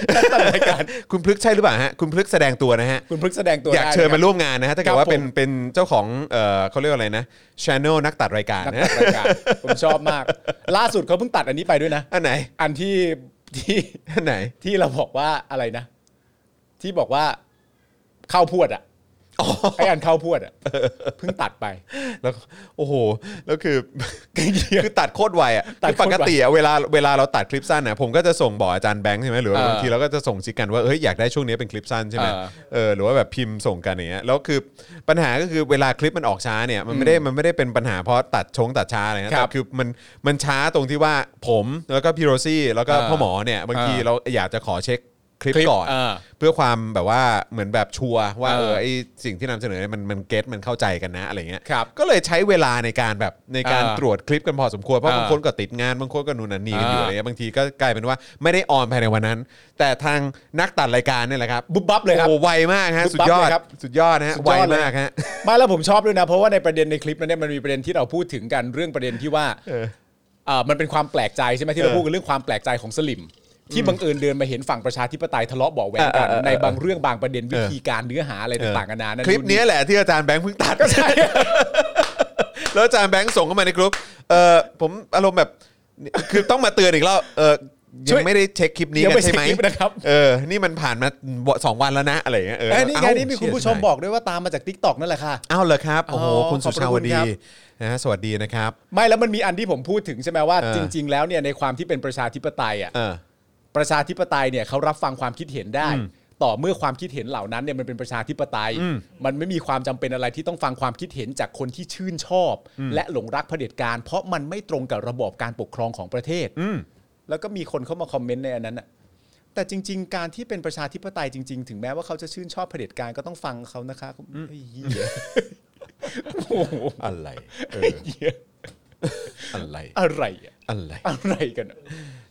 รายการ คุณพลึกใช่หรือเปล่าฮะคุณพลึกแสดงตัวนะฮะ คุณพฤกษ์แสดงตัว อยาก ได้ เชิญมา นะ ร่วมงานนะฮะถ้าเกิ ครั ด บ ว่าเป็น ผม เป็นเจ้าของเอ่อเขาเรียกว่าอะไรนะชานอลนักตัดรายการ คนะรับฮะ รายการผมชอบมาก ล่าสุดเขาเพิ่งตัดอันนี้ไปด้วยนะ อันไหน อันที่ที่ อันไหน ที่เราบอกว่าอะไรนะ ที่บอกว่าข้าวพวดอะไออันข้าวพวดอะเพิ่งตัดไป แล้วโอ้โหแล้วคือ คือตัดโคตรไวอ่ะ ตัด คือ โค ป ตรไว กติอะเวลาเวลาเราตัดคลิปสั้นนะผมก็จะส่งบอกอาจารย์แบงค์ใช่ไหมหรือเออบว่าางทีเราก็จะส่งซิกกันว่าเอ้ยอยากได้ช่วงนี้เป็นคลิปสั้นใช่ไหม เออ เออหรือว่าแบบพิมพ์ส่งกันอย่างเงี้ยแล้วคือปัญหาก็คือเวลาคลิปมันออกช้าเนี่ยมันไม่ได้มันไม่ได้เป็นปัญหาเพราะตัดชงตัดช้าอะไรนะครับ แต่คือมันมันช้าตรงที่ว่าผมแล้วก็พี่โรซี่แล้วก็ เออ พ่อหมอเนี่ยบางที เออ เราอยากจะขอเช็คคลิป คลิป ก่อน เออ เพื่อความแบบว่าเหมือนแบบชัวร์ว่า เออ เออไอสิ่งที่นำเสนอเนี่ยมันมันเก็ตมันเข้าใจกันนะอะไรเงี้ย ครับ ก็เลยใช้เวลาในการแบบในการ อ่า ตรวจคลิปกันพอสมควร เพราะ อ่า บางคนก็ติดงานบางคนก็นู่นนั่นนี่กันอยู่ อ่า อะไรเงี้ยบางทีก็กลายเป็นว่าไม่ได้ออนภายในวันนั้น แต่ทางนักตัดรายการเนี่ยแหละครับ บุบบับเลยครับ โอ้ไวมากฮะ ปุ๊ สุ บ ด ปั๊ยอดบเลยครับ สุดยอดนะฮะ สุด ไวย อดเลย มากฮะ ไม่แล้วผมชอบด้วยนะ เพราะว่าในประเด็นในคลิปนั้นเนี่ยมันมีประเด็นที่เราพูดถึงกันเรื่องประเด็นที่ว่า เออ เอ่อมันเป็นความแปลกใจใช่ไหมที่เรา เออ พูดกันเรื่องความแปลกใจของสลิม ที่บังเอิญเดินมาเห็นฝั่งประชาธิปไตยทะเลาะเบาะแหวงกัน เออเออเออ ในบางเรื่องบางประเด็นวิธีการเนื้อหาอะไรต่างๆกันานานั่น คลิปเนี้ยแหละที่อาจารย์แบงค์เพิ่งตัดก็ใช่ แล้วอาจารย์แบงค์ส่งเข้ามาในกลุ่มเออผมอารมณ์แบบคือต้องมาเตือนอีกแล้วเออยังไม่ได้เช็คคลิปนี้ ยัง กั ไม่ นใช่ ใช่ ไหม คลิปนะครับ เออนี่มันผ่านมาสองวันแล้วนะอะไรเงี้ยเออ เอ้ยนี่ไง เอ้า นี่มีคุณผู้ชม เย บอกด้วยว่าตามมาจากทิกตอกนั่นแหละค่ะ อ้าวเหรอครับ โอ้โห อ๋อ คุณสุ ขอบพ ชา ระ ว คุณ ดี ครับ นะฮะสวัสดีนะครับ ไม่แล้วมันมีอันที่ผมพูดถึงใช่ไหมว่า เออ จริง ๆ แล้วเนี่ยในความที่เป็นประชาธิปไตยอ่ะ เออ ประชาธิปไตยเนี่ยเขารับฟังความคิดเห็นได้ ต่อเมื่อความคิดเห็นเหล่านั้นเนี่ยมันเป็นประชาธิปไตย มันไม่มีความจำเป็นอะไรที่ต้องฟังความคิดเห็นจากคนที่ชื่นชอบ และหลงรักเผด็จการ เพราะมันไม่ตรงกับระบอบการปกครองของประเทศ อืม แล้วก็มีคนเข้ามาคอมเมนต์ในอันนั้นอ่ะแต่จริง ๆ การที่เป็นประชาธิปไตยจริง ๆ ถึงแม้ว่าเขาจะชื่นชอบเผด็จการก็ต้องฟังเขานะคะไอ้เหี้ยโอ้โห อะไร เออ ไอ้เหี้ย อะไร อะไรอะ อะไร อะไรกันอะ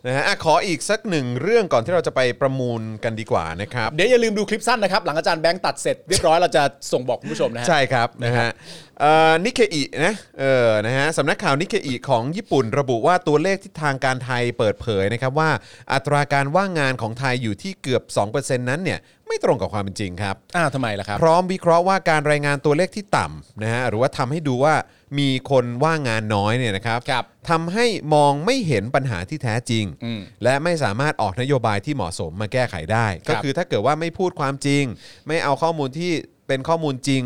นะฮะอ่ะขออีกสักหนึ่งเรื่องก่อนที่เราจะไปประมูลกันดีกว่านะครับ เดี๋ยวอย่าลืมดูคลิปสั้นนะครับ หลังอาจารย์แบงค์ตัดเสร็จเรียบร้อยเราจะส่งบอกคุณผู้ชมนะฮะ ใช่ครับนะฮะนิเคอินะเออนะฮะสำนักข่าวนิเคอิของญี่ปุ่นระบุว่าตัวเลขทิศทางการไทยเปิดเผยนะครับว่าอัตราการว่างงานของไทยอยู่ที่เกือบ 2%นั้นเนี่ยไม่ตรงกับความเป็นจริงครับ อ้าวทำไมล่ะครับ พร้อมวิเคราะห์ว่าการรายงานตัวเลขที่ต่ำนะฮะหรือว่าทำให้ดูว่ามีคนว่างงานน้อยเนี่ยนะครับ ครับ ทำให้มองไม่เห็นปัญหาที่แท้จริง อืม และไม่สามารถออกนโยบายที่เหมาะสมมาแก้ไขได้ ครับ ก็คือถ้าเกิดว่าไม่พูดความจริง ไม่เอาข้อมูลที่เป็นข้อมูลจริง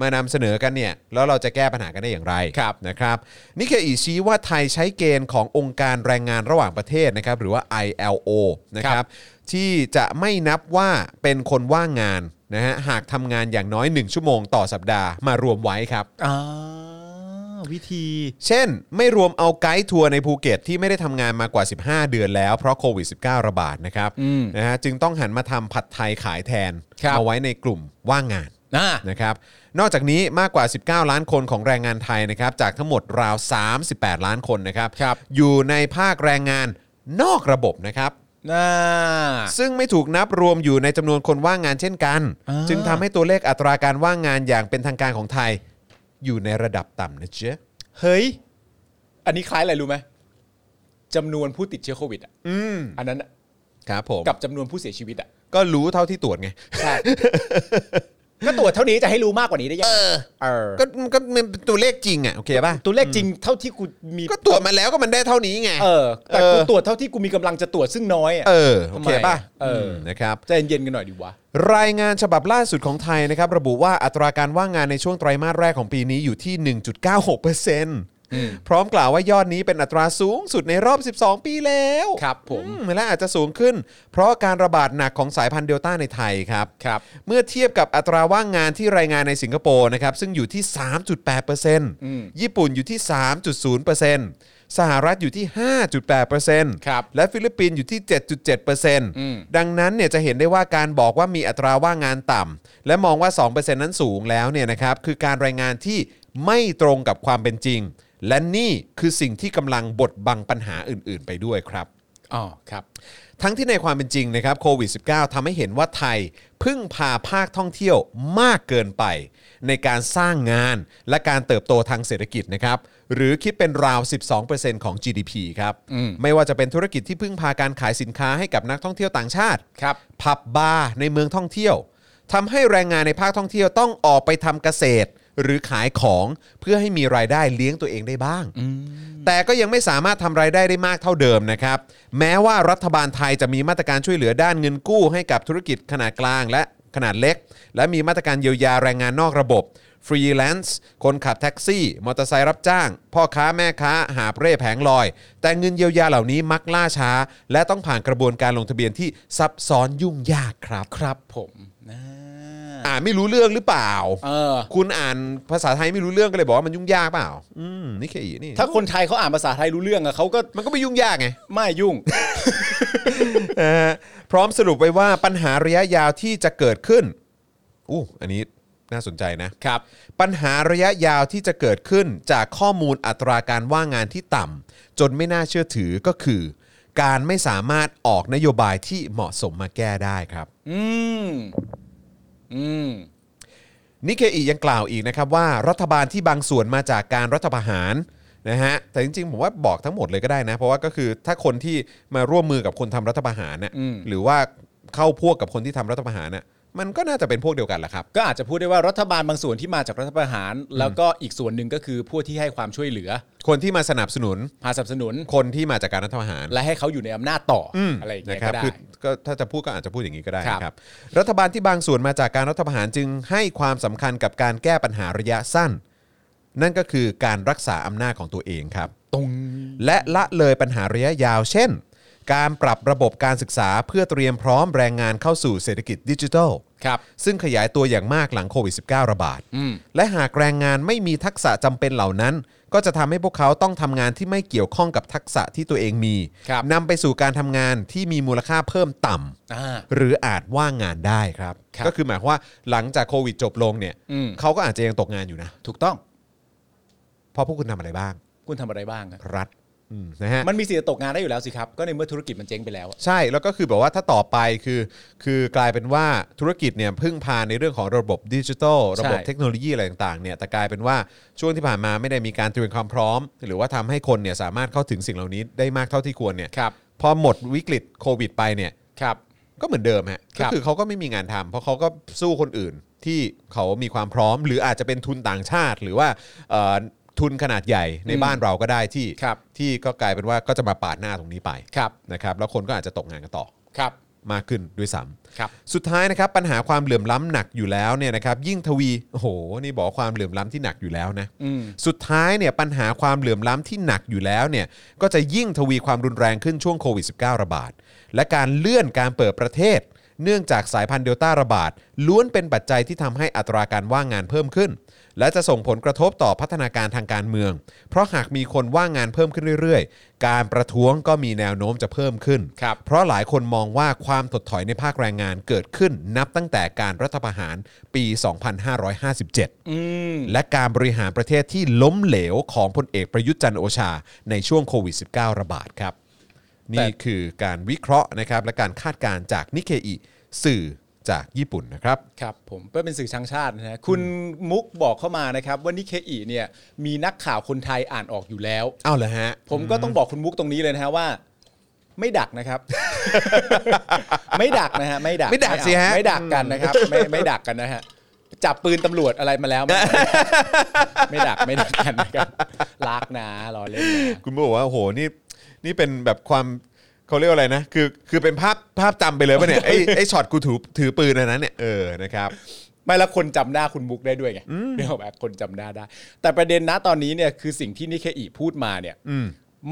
มานำเสนอกันเนี่ยแล้วเราจะแก้ปัญหากันได้อย่างไร ครับ นะครับนิเคอีชี้ว่าไทยใช้เกณฑ์ขององค์การแรงงานระหว่างประเทศนะครับหรือว่า ILO นะครับ ที่จะไม่นับว่าเป็นคนว่างงานนะฮะหากทำงานอย่างน้อย 1 ชั่วโมงต่อสัปดาห์มารวมไว้ครับ อ่าวิธี เช่น ไม่รวมเอาไกด์ทัวร์ในภูเก็ตที่ไม่ได้ทำงานมากว่า 15 เดือนแล้วเพราะโควิด -19 ระบาดนะครับ อืม นะฮะจึงต้องหันมาทำผัดไทยขายแทน ครับ มาไว้ในกลุ่มว่างงาน นะ นะครับ นอกจากนี้มากกว่า 19 ล้านคนของแรงงานไทยนะครับ จากทั้งหมดราว 38 ล้านคนนะครับ ครับ อยู่ในภาคแรงงานนอกระบบนะครับ น่า ซึ่งไม่ถูกนับรวมอยู่ในจำนวนคนว่างงานเช่นกัน อ่า จึงทำให้ตัวเลขอัตราการว่างงานอย่างเป็นทางการของไทย อยู่ในระดับต่ำนะเจ๊ะ เฮ้ย อันนี้คล้ายอะไรรู้ไหมจำนวนผู้ติดเชื้อโควิดอ่ะ อืม อันนั้นอะ ครับผม กับจำนวนผู้เสียชีวิตอ่ะ ก็รู้เท่าที่ตรวจไง ใช่ก็ตรวจเท่านี้จะให้รู้มากกว่านี้ได้ยังไงเออ ก็ก็มันเป็นตัวเลขจริงอ่ะโอเคป่ะ ตัวเลขจริงเท่าที่กูมี ก็ตรวจมาแล้วก็มันได้เท่านี้ไง เออแต่กู เออ ตรวจเท่าที่กูมีกำลังจะตรวจซึ่งน้อยอ่ะ เออโอเคป่ะ ทำไมอะเอออื มนะครับ ใจเย็นๆกันหน่อยดีวะ รายงานฉบับล่าสุดของไทยนะครับ ระบุว่าอัตราการว่างงานในช่วงไตรมาสแรกของปีนี้อยู่ที่ 1.96%เ พร้อมกล่าวว่ายอดนี้เป็นอัตราสูงสุดในรอบ 12 ปีแล้ว ครับผม อืมและอาจจะสูงขึ้น เพราะการระบาดหนักของสายพันธุ์เดลต้าในไทยครับ ครับ เมื่อเทียบกับอัตราว่างงานที่รายงานในสิงคโปร์นะครับซึ่งอยู่ที่ ม 3.8%ญี่ปุ่นอยู่ที่ 3.0%สหรัฐอยู่ที่ 5.8% ครับ และฟิลิปปินส์อยู่ที่ ม 7.7%ดังนั้นเนี่ยจะเห็นได้ว่าการบอกว่ามีอัตราว่างงานต่ำและมองว่า 2%นั้นสูงแล้วเนี่ยนะครับคือการรายงานที่ไม่ตรงกับความเป็นจริง และนี่คือสิ่งที่กำลังบดบังปัญหาอื่น ๆ ไปด้วยครับ อ๋อครับ ทั้งที่ในความเป็นจริงนะครับโควิด -19 ทำให้เห็นว่าไทยพึ่งพาภาคท่องเที่ยวมากเกินไป ในการสร้างงานและการเติบโตทางเศรษฐกิจนะครับหรือคิดเป็นราว 12%ของ GDP ครับ อืม ไม่ว่าจะเป็นธุรกิจที่พึ่งพาการขายสินค้าให้กับนักท่องเที่ยวต่างชาติ ครับ ผับบาร์ในเมืองท่องเที่ยวทำให้แรงงานในภาคท่องเที่ยวต้องออกไปทำเกษตร หรือขายของเพื่อให้มีรายได้เลี้ยงตัวเองได้บ้าง แต่ก็ยังไม่สามารถทำรายได้ได้มากเท่าเดิมนะครับ แม้ว่ารัฐบาลไทยจะมีมาตรการช่วยเหลือด้านเงินกู้ให้กับธุรกิจขนาดกลางและขนาดเล็ก และมีมาตรการเยียวยาแรงงานนอกระบบ ฟรีแลนซ์คนขับแท็กซี่ มอเตอร์ไซค์รับจ้าง พ่อค้าแม่ค้า หาบเร่แผงลอย แต่เงินเยียวยาเหล่านี้มักล่าช้า และต้องผ่านกระบวนการลงทะเบียนที่ซับซ้อนยุ่งยากครับ ครับผมนะ อ่านไม่รู้เรื่องหรือเปล่า เออ คุณอ่านภาษาไทยไม่รู้เรื่องก็เลยบอกว่ามันยุ่งยากเปล่า อืมนี่เคอีนี่ ถ้าคนไทยเขาอ่านภาษาไทยรู้เรื่องอะเขาก็ มันก็ไม่ยุ่งยากไง ไม่ยุ่ง เออพร้อมสรุปไว้ว่าปัญหาระยะยาวที่จะเกิดขึ้นอู้อันนี้น่าสนใจนะครับ ปัญหาระยะยาวที่จะเกิดขึ้นจากข้อมูลอัตราการว่างงานที่ต่ำจนไม่น่าเชื่อถือก็คือ การไม่สามารถออกนโยบายที่เหมาะสมมาแก้ได้ครับ อืม อืม นิเคอียังกล่าวอีกนะครับว่ารัฐบาลที่บางส่วนมาจากการรัฐประหารนะฮะแต่จริงๆผมว่าบอกทั้งหมดเลยก็ได้นะ เพราะว่าก็คือถ้าคนที่มาร่วมมือกับคนทำรัฐประหารเนี่ย อืม หรือว่าเข้าพวกกับคนที่ทำรัฐประหารเนี่ยมันก็น่าจะเป็นพวกเดียวกันแหละครับ ก็อาจจะพูดได้ว่ารัฐบาลบางส่วนที่มาจากรัฐประหาร แล้วก็อีกส่วนหนึ่งก็คือพวกที่ให้ความช่วยเหลือ คนที่มาสนับสนุน พาสนับสนุน คนที่มาจากการรัฐประหาร และให้เขาอยู่ในอำนาจต่ออ ม อะไรอย่าง นะ เงี้ย ครับก็ได้ คือก็ถ้าจะพูดก็อาจจะพูดอย่างนี้ก็ได้ ครับ นะครับรัฐบาลที่บางส่วนมาจากการรัฐประหารจึงให้ความสำคัญกับการแก้ปัญหาระยะสั้น นั่นก็คือการรักษาอำนาจของตัวเองครับ ตรง และละเลยปัญหาระยะยาว เช่น การปรับระบบการศึกษาเพื่อเตรียมพร้อมแรงงานเข้าสู่เศรษฐกิจดิจิทัล ครับ ซึ่งขยายตัวอย่างมากหลังโควิด -19 ระบาด อืม และหากแรงงานไม่มีทักษะจำเป็นเหล่านั้น ก็จะทำให้พวกเขาต้องทำงานที่ไม่เกี่ยวข้องกับทักษะที่ตัวเองมี ครับ นำไปสู่การทำงานที่มีมูลค่าเพิ่มต่ำ อ่า หรืออาจว่างงานได้ครับ ครับ ก็คือหมายความว่าหลังจากโควิดจบลงเนี่ย อืม เขาก็อาจจะยังตกงานอยู่นะ ถูกต้อง เพราะพวกคุณทำอะไรบ้าง คุณทำอะไรบ้างอะ รัฐอืมนะฮะ มันมีสิทธิ์จะตกงานได้อยู่แล้วสิครับ ก็ในเมื่อธุรกิจมันเจ๊งไปแล้วอะ ใช่ แล้วก็คือแบบว่าถ้าต่อไปคือคือกลายเป็นว่าธุรกิจเนี่ยพึ่งพาในเรื่องของระบบดิจิทัลระบบเทคโนโลยีอะไรต่างๆเนี่ยแต่กลายเป็นว่าช่วงที่ผ่านมาไม่ได้มีการเตรียมความพร้อม หรือว่าทำให้คนเนี่ยสามารถเข้าถึงสิ่งเหล่านี้ได้มากเท่าที่ควรเนี่ย ครับ พอหมดวิกฤตโควิดไปเนี่ย ครับ ก็เหมือนเดิมฮะ คก็รับ คือเขาก็ไม่มีงานทำเพราะเขาก็สู้คนอื่นที่เขามีความพร้อม หรืออาจจะเป็นทุนต่างชาติ หรือว่าเอ่อทุนขนาดใหญ่ในบ้านเราก็ได้ที่ ครับ ที่ก็กลายเป็นว่าก็จะมาปาดหน้าตรงนี้ไป ครับ นะครับแล้วคนก็อาจจะตกงานกันต่อ ครับ มากขึ้นด้วยซ้ ครับ ำสุดท้ายนะครับปัญหาความเหลื่อมล้ำหนักอยู่แล้วเนี่ยนะครับยิ่งทวีโอ้โหนี่บอกว่าความเหลื่อมล้ำที่หนักอยู่แล้วนะ อืม สุดท้ายเนี่ยปัญหาความเหลื่อมล้ำที่หนักอยู่แล้วเนี่ยก็จะยิ่งทวีความรุนแรงขึ้นช่วงโควิด -19 ระบาด และการเลื่อนการเปิดประเทศ เนื่องจากสายพันธุ์เดลต้าระบาดล้วนเป็นปัจจัยที่ทำให้อัตราการว่างงานเพิ่มขึ้น และจะส่งผลกระทบต่อพัฒนาการทางการเมือง เพราะหากมีคนว่างงานเพิ่มขึ้นเรื่อยๆ การประท้วงก็มีแนวโน้มจะเพิ่มขึ้น ครับ เพราะหลายคนมองว่าความถดถอยในภาคแรงงานเกิดขึ้นนับตั้งแต่การรัฐประหารปี 2557 อืม และการบริหารประเทศที่ล้มเหลวของพลเอกประยุทธ์จันทร์โอชา ในช่วงโควิด -19 ระบาดครับ แต่ นี่คือการวิเคราะห์นะครับและการคาดการณ์จากนิเคอิสื่อจากญี่ปุ่นนะครับ ครับผมเพื่อเป็นสื่อช้างชาตินะฮะคุณมุกบอกเข้ามานะครับว่านิเคอีเนี่ยมีนักข่าวคนไทยอ่านออกอยู่แล้ว เอาเหรอฮะ ผมก็ต้องบอกคุณมุกตรงนี้เลยนะฮะว่า ไม่ดักนะครับ ไม่ดักนะฮะไม่ดัก ไม่ดักสิฮะ ไม่ดักกันนะครับ ไม่ไม่ดักกันนะฮะจับปืนตำรวจอะไรมาแล้ว ไม่ไม่ดักไม่ดักกันนะครับลากนะรอเล่นนะ คุณบอกว่าโอ้โหนี่นี่เป็นแบบความเขาเรียกว่าอะไรนะคือคือเป็นภาพภาพจำไปเลยป่ะเนี่ยไอ้ไอ้ช็อตกูถือถือปืนอันนั้นเนี่ยเออนะครับ ไม่และคนจำหน้าคุณมุกได้ด้วยไงเรียกว่าคนจำหน้าได้ แต่ประเด็นนะตอนนี้เนี่ยคือสิ่งที่นิเคอีพูดมาเนี่ย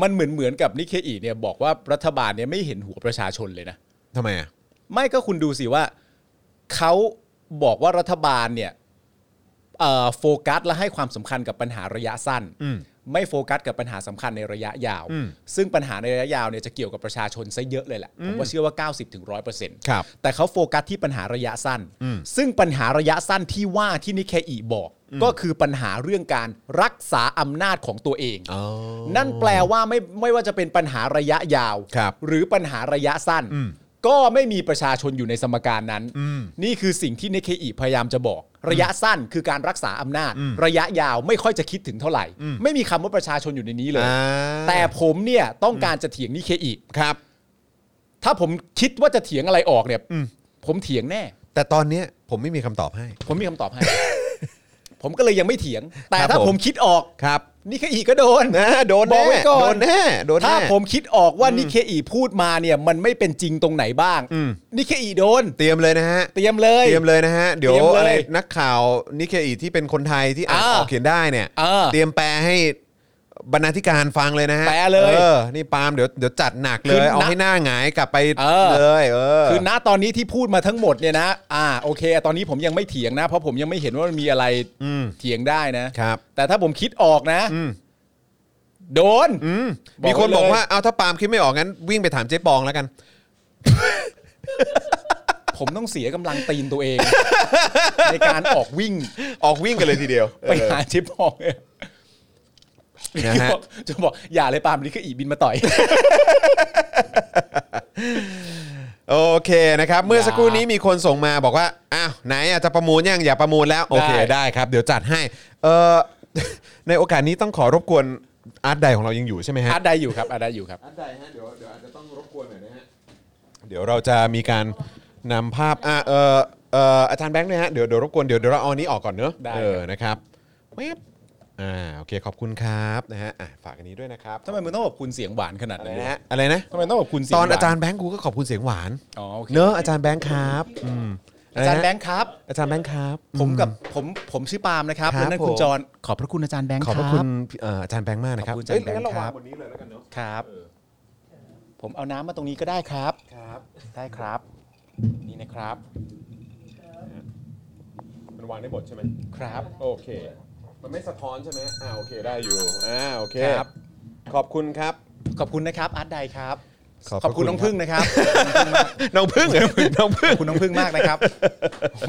มันเหมือนเหมือนกับนิเคอีเนี่ยบอกว่ารัฐบาลเนี่ยไม่เห็นหัวประชาชนเลยนะ ทำไมอ่ะ ไม่ก็คุณดูสิว่าเขาบอกว่ารัฐบาลเนี่ยเอ่อโฟกัสและให้ความสำคัญกับปัญหาระยะสั้น อืม ไม่โฟกัสกับปัญหาสำคัญในระยะยาว อืม ซึ่งปัญหาในระยะยาวเนี่ยจะเกี่ยวกับประชาชนซะเยอะเลยแหละผมว่าเชื่อว่า 90-100%ถึงร้อยเปอร์เซ็นต์ ครับ แต่เขาโฟกัสที่ปัญหาระยะสั้น อืม ซึ่งปัญหาระยะสั้นที่ว่าที่นิเคอีบอก ก็คือปัญหาเรื่องการรักษาอำนาจของตัวเอง อ๋อ นั่นแปลว่าไม่ไม่ว่าจะเป็นปัญหาระยะยาว ครับ หรือปัญหาระยะสั้น อืม ก็ไม่มีประชาชนอยู่ในสมการนั้น อืม นี่คือสิ่งที่นิเคอีพยายามจะบอก ระยะสั้นคือการรักษาอำนาจ อืม ระยะยาวไม่ค่อยจะคิดถึงเท่าไหร่ อืม ไม่มีคำว่าประชาชนอยู่ในนี้เลย อ่า แต่ผมเนี่ยต้องการจะเถียงนิเคอี ครับ ถ้าผมคิดว่าจะเถียงอะไรออกเนี่ย อืม ผมเถียงแน่ แต่ตอนเนี้ยผมไม่มีคำตอบให้ ผมมีคำตอบให้ ผมก็เลยยังไม่เถียง แต่ ครับ ถ้า ผม ผมคิดออก ครับ นี่เคอีก็โดน นะโดน บอก แน่ ไว้ก่อน โดนแน่โดนแน่ ถ้าผมคิดออกว่านิเคอีพูดมาเนี่ย มันไม่เป็นจริงตรงไหนบ้าง อืม นิเคอีโดน เตรียมเลยนะฮะ เตรียมเลย เตรียมเลยนะฮะ เดี๋ยว เตรียมเลย อะไรนักข่าวนิเคอีที่เป็นคนไทยที่อ่านออ่าอกเขียนได้เนี่ย อ่า เตรียมแปลให้บรรณาธิการฟังเลยนะฮะ แปลเลย ออนี่ปาล์มเดี๋ยวเดี๋ยวจัดหนักเล คื ย อ เอา ณ ให้หน้าหงายกลับไป เออ เลยเออ คือณตอนนี้ที่พูดมาทั้งหมดเนี่ยนะ อ่าโอเค ตอนนี้ผมยังไม่เถียงนะ เพราะผมยังไม่เห็นว่ามันมีอะไร อืม เถียงได้นะ ครับ แต่ถ้าผมคิดออกนะ อืม โดน อืม บอกไว้ มีคนบอก เลย ว่าเอาถ้าปาล์มคิดไม่ออกงั้นวิ่งไปถามเจ๊ปองแล้วกัน ผมต้องเสียกำลังตีนตัวเอง ในการออกวิ่ง ออกวิ่งกันเลยทีเดียว ไปหาชิปพองเนี่ย เออนะฮะ จะบอกอย่าเลยปาล์มนี่คืออีบินมาต่อย โอเคนะครับ เมื่อสักครู่นี้มีคนส่งมาบอกว่าอ้าวไหนอ่ะจะประมูลยังอย่าประมูลแล้ว โอเค ได้ ได้ครับ เดี๋ยวจัดให้เอ อ ในโอกาสนี้ต้องขอรบกวนอาร์ตไดของเรายังอยู่ใช่ไหมฮะ อาร์ตได้อยู่ครับอาร์ตได้อยู่ครับ อันใดฮะเดี๋ยวเดี๋ยวอาจจะต้องรบกวนหน่อยนะฮะเดี๋ยวเราจะมีการนำภาพอ่ะเออเอออาจารย์แบงค์เนี่ยฮะเดี๋ยวเดี๋ยวรบกวนเดี๋ยวเดี๋ยวเราเอาอันนี้ออกก่อนเนอะ ได้ครับ เออนะครับเว็บอ่าโอเคขอบคุณครับนะฮะอ่ะฝากอันนี้ด้วยนะครับ ทำไมมึงต้องขอบคุณเสียงหวานขนาด อะไร นั้น นะ นะ ฮะอะไรนะ ทำไมต้องขอบคุณเสียง ต ห อ วน อาจารย์แบงค์กูก็ขอบคุณเสียงหวาน อ๋อโอเค เนอะอาจารย์แบงค์ครับอืม อาจารย์ ะ แบ ไนะ งค์ครับ อาจารย์แบงค์ครับ ผมกับ อื ผมผมชื่อปาล์มนะครับ ครับ และนั่นคุณ ผม จรขอบพระคุณอาจารย์แบงค์ ขอบพ ค ระ รั คุณ บ เอ่ออาจารย์แบงค์มากนะครับ ขอบคุณอาจารย์ เยงั้น แบงค์ เวาง ครับ บนนี้เลยแล้วกันเนอะ ครับ ผมเอาน้ำมาตรงนี้ก็ได้ครับครับได้ครับ นี่นะครับ มันวางได้หมดใช่ไหม ครับ โอเค มันไม่สะท้อนใช่ไหมอ่าโอเคได้อยู่ อ่าโอเค ครับ ขอบคุณครับ ขอบคุณนะครับอาร์ตไดครับ ขอบพระ ขอบคุคุณณ น้องพึ่งนะครับ น้องพึ่ ง น้องพึ่ ข ง อบคุณน้องพึ่งมากนะครับโอ้โห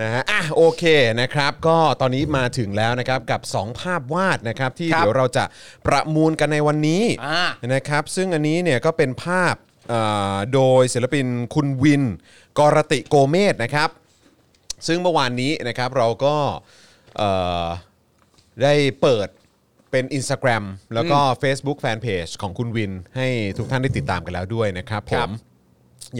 นะฮะ อ่ะโอเคนะครับ ก็ตอนนี้มาถึงแล้วนะครับกับ 2 ภาพวาดนะครับที่ ครับ เดี๋ยวเราจะประมูลกันในวันนี้ อ่า นะครับซึ่งอันนี้เนี่ยก็เป็นภาพเอ่อโดยศิลปินคุณวิน กรติโกเมศนะครับ ซึ่งเมื่อวานนี้นะครับเราก็เอ่อได้เปิดเป็น Instagram แล้วก็ Facebook Fanpage ของคุณวิน ให้ทุกท่านได้ติดตามกันแล้วด้วยนะครับผ ครับ ม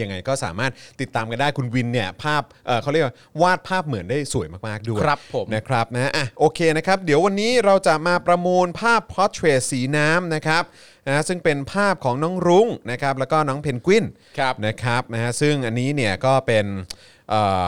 ยังไงก็สามารถติดตามกันได้คุณวินเนี่ยภาพเอ่อเขาเรียกว่าวาดภาพเหมือนได้สวยมากๆด้วย ครับผม นะครับนะอ่ะโอเคนะครับ เดี๋ยววันนี้เราจะมาประมูลภาพ Portrait สีน้ำนะครับนะซึ่งเป็นภาพของน้องรุ้งนะครับแล้วก็น้องเพนกวิน ครับ นะครับนะฮะซึ่งอันนี้เนี่ยก็เป็นเอ่อ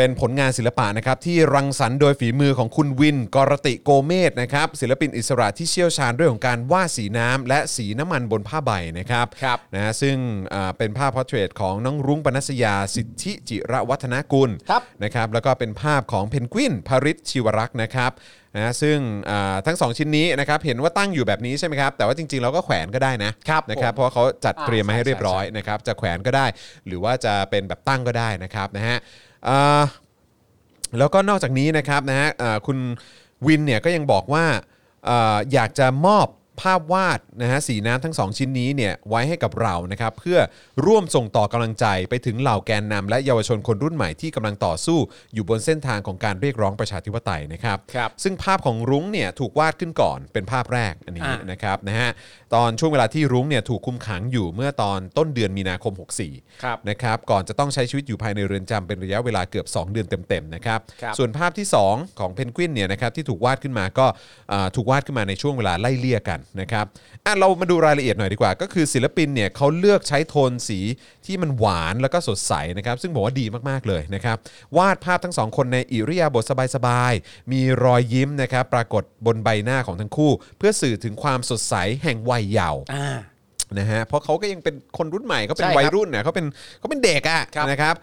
เป็นผลงานศิลปะนะครับที่รังสรรค์โดยฝีมือของคุณวิน กรติโกเมศนะครับศิลปินอิสระที่เชี่ยวชาญเรื่องของการวาดสีน้ำและสีน้ำมันบนผ้าใบนะครับ ครับ นะฮะซึ่งอ่าเป็นภาพพอร์เทรตของน้องรุ้งปนัสยาสิทธิจิระวัฒนกุล ครับ นะครับแล้วก็เป็นภาพของเพนกวินพริตชิวรักษ์นะครับนะฮะซึ่งอ่าทั้งสองชิ้นนี้นะครับเห็นว่าตั้งอยู่แบบนี้ใช่ไหมครับแต่ว่าจริงๆเราก็แขวนก็ได้นะครับ นะครับ ผม เพราะว่าเขาจัดเตรียมมาให้ อ่าใช่ เรียบร้อยนะครับจะแขวนก็ได้ หรือว่าจะเป็นแบบตั้งก็ได้นะครับนะฮะอ่า แล้วก็นอกจากนี้นะครับนะฮะเอ่อคุณวินเนี่ยก็ยังบอกว่าเอ่ออยากจะมอบภาพวาดนะฮะสีน้ำทั้งสองชิ้นนี้เนี่ยไว้ให้กับเรานะครับเพื่อร่วมส่งต่อกำลังใจไปถึงเหล่าแกนนำและเยาวชนคนรุ่นใหม่ที่กำลังต่อสู้อยู่บนเส้นทางของการเรียกร้องประชาธิปไตยนะครับ ครับ ซึ่งภาพของรุ้งเนี่ยถูกวาดขึ้นก่อนเป็นภาพแรกอันนี้ อ่า นะครับนะฮะตอนช่วงเวลาที่รุ้งเนี่ยถูกคุมขังอยู่เมื่อตอนต้นเดือนมีนาคม 64 ครับ นะครับก่อนจะต้องใช้ชีวิตอยู่ภายในเรือนจำเป็นระยะเวลาเกือบ 2 เดือนเต็มๆนะครับ ครับ ส่วนภาพที่ 2 ของเพนกวินเนี่ยนะครับที่ถูกวาดขึ้นมาก็อ่าถูกวาดขึ้นมาในช่วงเวลาไล่เลี่ยกัน นะครับอ่ะเรามาดูรายละเอียดหน่อยดีกว่า ก็คือศิลปินเนี่ยเขาเลือกใช้โทนสีที่มันหวานแล้วก็สดใสนะครับ ซึ่งผมว่าดีมากๆเลยนะครับ วาดภาพทั้งสองคนในอิริยาบถสบายๆ มีรอยยิ้มนะครับ ปรากฏบนใบหน้าของทั้งคู่ เพื่อสื่อถึงความสดใสแห่งวัยเยาว์ อ่า นะฮะเพราะเขาก็ยังเป็นคนรุ่นใหม่เขาเป็ ใช่ น ครับ วัยรุ่นเนี่ยเขาเป็นเขาเป็นเด็กอะ ครับ นะครับ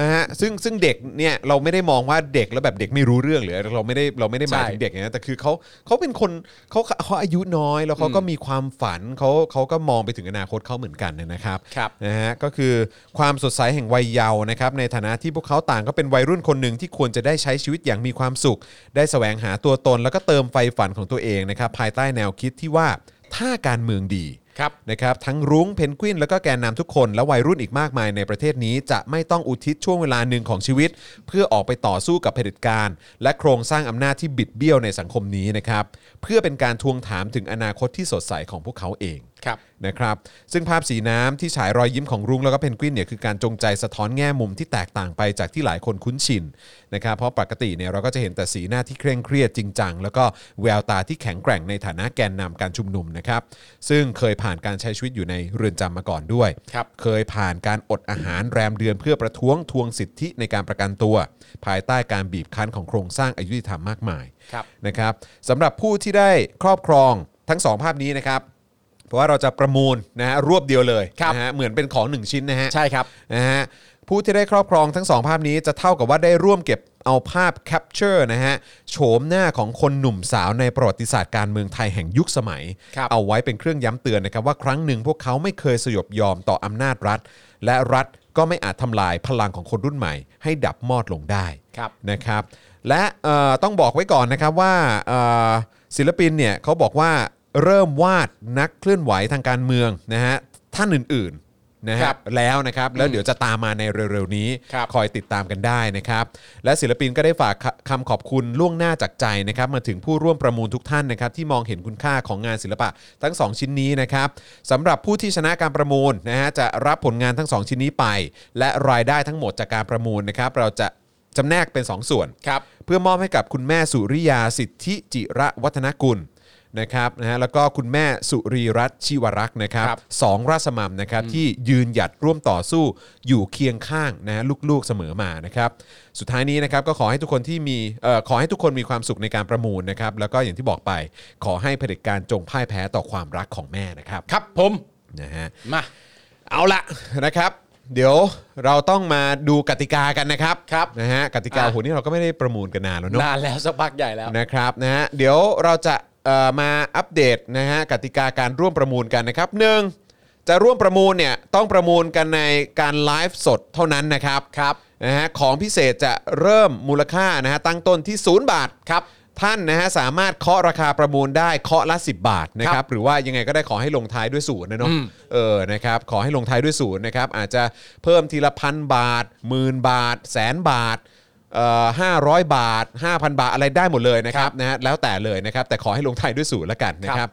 นะฮะซึ่งซึ่งเด็กเนี่ยเราไม่ได้มองว่าเด็กแล้วแบบเด็กไม่รู้เรื่องหรือเราไม่ได้เราไม่ได้หมาย ใช่ ถึงเด็กอย่างนะแต่คือเขาเขาเป็นคนเขาเขาอายุน้อยแล้วเขาก็มีความฝันเขาเขาก็มองไปถึงอนาคตเขาเหมือนกันเนี่ยนะครับ ครับ นะฮะก็คือความสดใสแห่งวัยเยาว์นะครับในฐานะที่พวกเขาต่างก็เป็นวัยรุ่นคนหนึ่งที่ควรจะได้ใช้ชีวิตอย่างมีความสุข ได้แสวงหาตัวตน แล้วก็เติมไฟฝันของตัวเองนะครับภายใต้แนวคิดที่ว่าถ้าการเมืองดี ครับ นะครับทั้งรุ้งเพนกวิน แล้วก็แกนนำทุกคน และวัยรุ่นอีกมากมายในประเทศนี้ จะไม่ต้องอุทิศช่วงเวลาหนึ่งของชีวิต เพื่อออกไปต่อสู้กับเผด็จการ และโครงสร้างอำนาจที่บิดเบี้ยวในสังคมนี้นะครับเพื่อเป็นการทวงถามถึงอนาคตที่สดใสของพวกเขาเอง ครับ นะครับซึ่งภาพสีน้ำที่ฉายรอยยิ้มของรุ้งแล้วก็เพนกวินเนี่ยคือการจงใจสะท้อนแง่มุมที่แตกต่างไปจากที่หลายคนคุ้นชินนะครับเพราะปกติเนี่ยเราก็จะเห็นแต่สีหน้าที่เคร่งเครียดจริงจังแล้วก็แววตาที่แข็งแกร่งในฐานะแกนนำการชุมนุมนะครับซึ่งเคยผ่านการใช้ชีวิตอยู่ในเรือนจำมาก่อนด้วย ครับ เคยผ่านการอดอาหารแรมเดือนเพื่อประท้วงทวงสิทธิในการประกันตัว ภายใต้การบีบคั้นของโครงสร้างอายุติธรรมมากมาย ครับ นะครับสำหรับผู้ที่ได้ครอบครองทั้งสองภาพนี้นะครับ เพราะว่าเราจะประมูลนะฮะรวบเดียวเลย ครับ นะฮะเหมือนเป็นของหนึ่งชิ้นนะฮะ ใช่ครับ นะฮะผู้ที่ได้ครอบครองทั้งสองภาพนี้จะเท่ากับว่าได้ร่วมเก็บเอาภาพแคปเจอร์นะฮะโฉมหน้าของคนหนุ่มสาวในประวัติศาสตร์การเมืองไทยแห่งยุคสมัย ครับ เอาไว้เป็นเครื่องย้ำเตือนนะครับว่าครั้งหนึ่งพวกเขาไม่เคยสยบยอมต่ออำนาจรัฐ และรัฐก็ไม่อาจทำลายพลังของคนรุ่นใหม่ ให้ดับมอดลงได้ ครับ นะครับ และเอ่อต้องบอกไว้ก่อนนะครับว่าเอ่อศิลปินเนี่ยเขาบอกว่าเริ่มวาดนักเคลื่อนไหวทางการเมืองนะฮะท่านอื่นๆนะฮะ ครับ แล้วนะครับแล้วเดี๋ยวจะตามมาในเร็วๆนี้ ครับ อยติดตามกันได้นะครับ และศิลปินก็ได้ฝากคคำขอบคุณล่วงหน้าจากใจนะครับมาถึงผู้ร่วมประมูลทุกท่านนะครับที่มองเห็นคุณค่าของงานศิลปะทั้ง 2 ชิ้นนี้นะครับสำหรับผู้ที่ชนะการประมูลนะฮะจะรับผลงานทั้ง 2 ชิ้นนี้ไป และรายได้ทั้งหมดจากการประมูลนะครับเราจะจำแนกเป็น 2 ส่วน ครับ เพื่อมอบให้กับคุณแม่สุริยาสิทธิจิระวัฒนกุลนะครับนะฮะแล้วก็คุณแม่สุรีรัตน์ชีวรักษ์นะครับ ครับ สองราชสมัมนะครับที่ยืนหยัดร่วมต่อสู้อยู่เคียงข้างนะฮะลูกๆเสมอมานะครับสุดท้ายนี้นะครับก็ขอให้ทุกคนที่มีเอ่อขอให้ทุกคนมีความสุขในการประมูลนะครับแล้วก็อย่างที่บอกไปขอให้เผด็จการจงพ่ายแพ้ต่อความรักของแม่นะครับ ครับผม นะฮะ มา เอาละนะครับ เดี๋ยวเราต้องมาดูกติกากันนะครับครับนะฮะกติกา อ่ะ โหนี่เราก็ไม่ได้ประมูลกันนานแล้วเนอะ นานแล้วสักพักใหญ่แล้ว นะครับนะฮะเดี๋ยวเราจะเอ่อมาอัปเดตนะฮะกติกาการร่วมประมูลกันนะครับหนึ่งจะร่วมประมูลเนี่ยต้องประมูลกันในการไลฟ์สดเท่านั้นนะครับครับนะฮะของพิเศษจะเริ่มมูลค่านะฮะตั้งต้นที่ 0 บาทครับท่านนะฮะสามารถเคาะราคาประมูลได้เคาะละ 10 บาทนะค ครั รับบหรือว่ายังไงก็ได้ขอให้ลงท้ายด้วยศูนย์นะเนาะ อืม เออนะครับขอให้ลงท้ายด้วยศูนย์นะครับอาจจะเพิ่มทีละพันบาทหมื่นบาท แสนบาท ห้าร้อยบาท 5,000 บาทอะไรได้หมดเลยนะครับนะฮะแล้วแต่เลยนะครับ แต่ขอให้ลงท้ายด้วยศูนย์ละกันนะค ครั รับ บ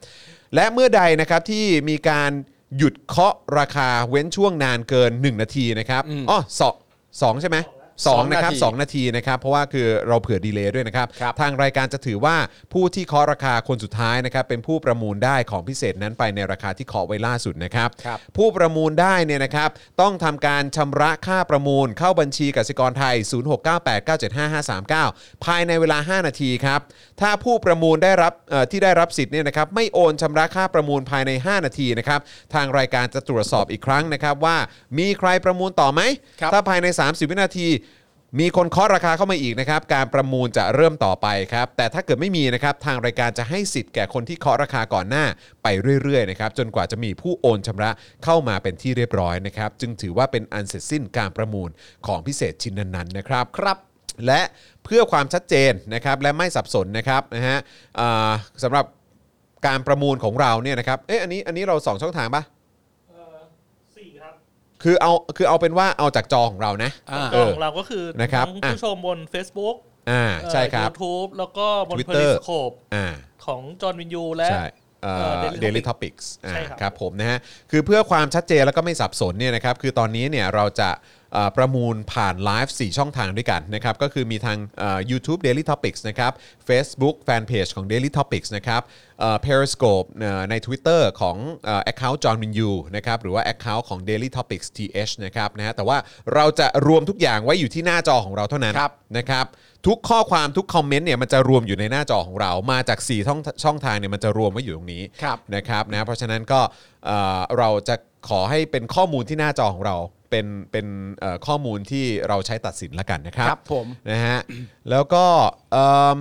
และเมื่อใดนะครับที่มีการหยุดเคาะราคาเว้นช่วงนานเกิน 1 นาทีนะครับอ๋อสองสองใช่ไหมสองนะครับสองนาทีนะครับ เพราะว่าคือเราเผื่อดีเลย์ด้วยนะครับ ครับ ทางรายการจะถือว่าผู้ที่เคาะราคาคนสุดท้ายนะครับเป็นผู้ประมูลได้ของพิเศษนั้นไปในราคาที่เคาะไว้ล่าสุดนะครับ ครับ ผู้ประมูลได้เนี่ยนะครับต้องทำการชำระค่าประมูล เข้าบัญชีกสิกรไทย 0698975539 ภายในเวลา 5 นาทีครับ ถ้าผู้ประมูลได้รับเอ่อที่ได้รับสิทธิ์เนี่ยนะครับไม่โอนชำระค่าประมูลภายใน 5 นาทีนะครับทางรายการจะตรวจสอบอีกครั้งนะครับว่ามีใครประมูลต่อไหม ครับ ถ้าภายใน 30 วินาที มีคนเคาะราคาเข้ามาอีกนะครับ การประมูลจะเริ่มต่อไปครับ แต่ถ้าเกิดไม่มีนะครับ ทางรายการจะให้สิทธิ์แก่คนที่เคาะราคาก่อนหน้าไปเรื่อยๆนะครับ จนกว่าจะมีผู้โอนชำระเข้ามาเป็นที่เรียบร้อยนะครับ จึงถือว่าเป็นอันเสร็จสิ้นการประมูลของพิเศษชิ้นนั้นๆนะครับ ครับ และเพื่อความชัดเจนนะครับ และไม่สับสนนะครับนะฮะอ่าสำหรับการประมูลของเราเนี่ยนะครับ เอ๊ะอันนี้อันนี้เราสองช่องทางปะ สี่ครับ คือเอาคือเอาเป็นว่าเอาจากจอของเรานะ อ่า เออ ของเราก็คือ นะครับ ทั้ง อ่ะ ผู้ชมบน Facebook อ่าใช่ครับ ยูทูบแล้วก็บน Twitter เพลิสโคป อ่า ของจอห์นวินยูและ ใช่เดลิ Daily ทอพิกส์ ใช่ครับ ครับผมนะฮะคือเพื่อความชัดเจนแล้วก็ไม่สับสนเนี่ยนะครับคือตอนนี้เนี่ยเราจะ เอ่อประมูลผ่านไลฟ์4ช่องทางด้วยกันนะครับก็คือมีทางเอ่อ YouTube Daily Topics นะครับ Facebook Fanpage ของ Daily Topics นะครับเอ่อ Periscope เอ่อใน Twitter ของเอ่อ Account John Win You นะครับหรือว่า Account ของ Daily Topics TH นะครับนะฮะแต่ว่าเราจะรวมทุกอย่างไว้อยู่ที่หน้าจอของเราเท่านั้นนะครับ ทุกข้อความทุกคอมเมนต์เนี่ยมันจะรวมอยู่ในหน้าจอของเรามาจาก4ช่องช่องทางเนี่ยมันจะรวมไว้อยู่ตรงนี้ ครับ นะครับนะเพราะฉะนั้นก็เอ่อเราจะขอให้เป็นข้อมูลที่หน้าจอของเราเป็นเป็นเอ่อข้อมูลที่เราใช้ตัดสินละกันนะครับ ครับผม นะฮะ แล้วก็เอิ่ม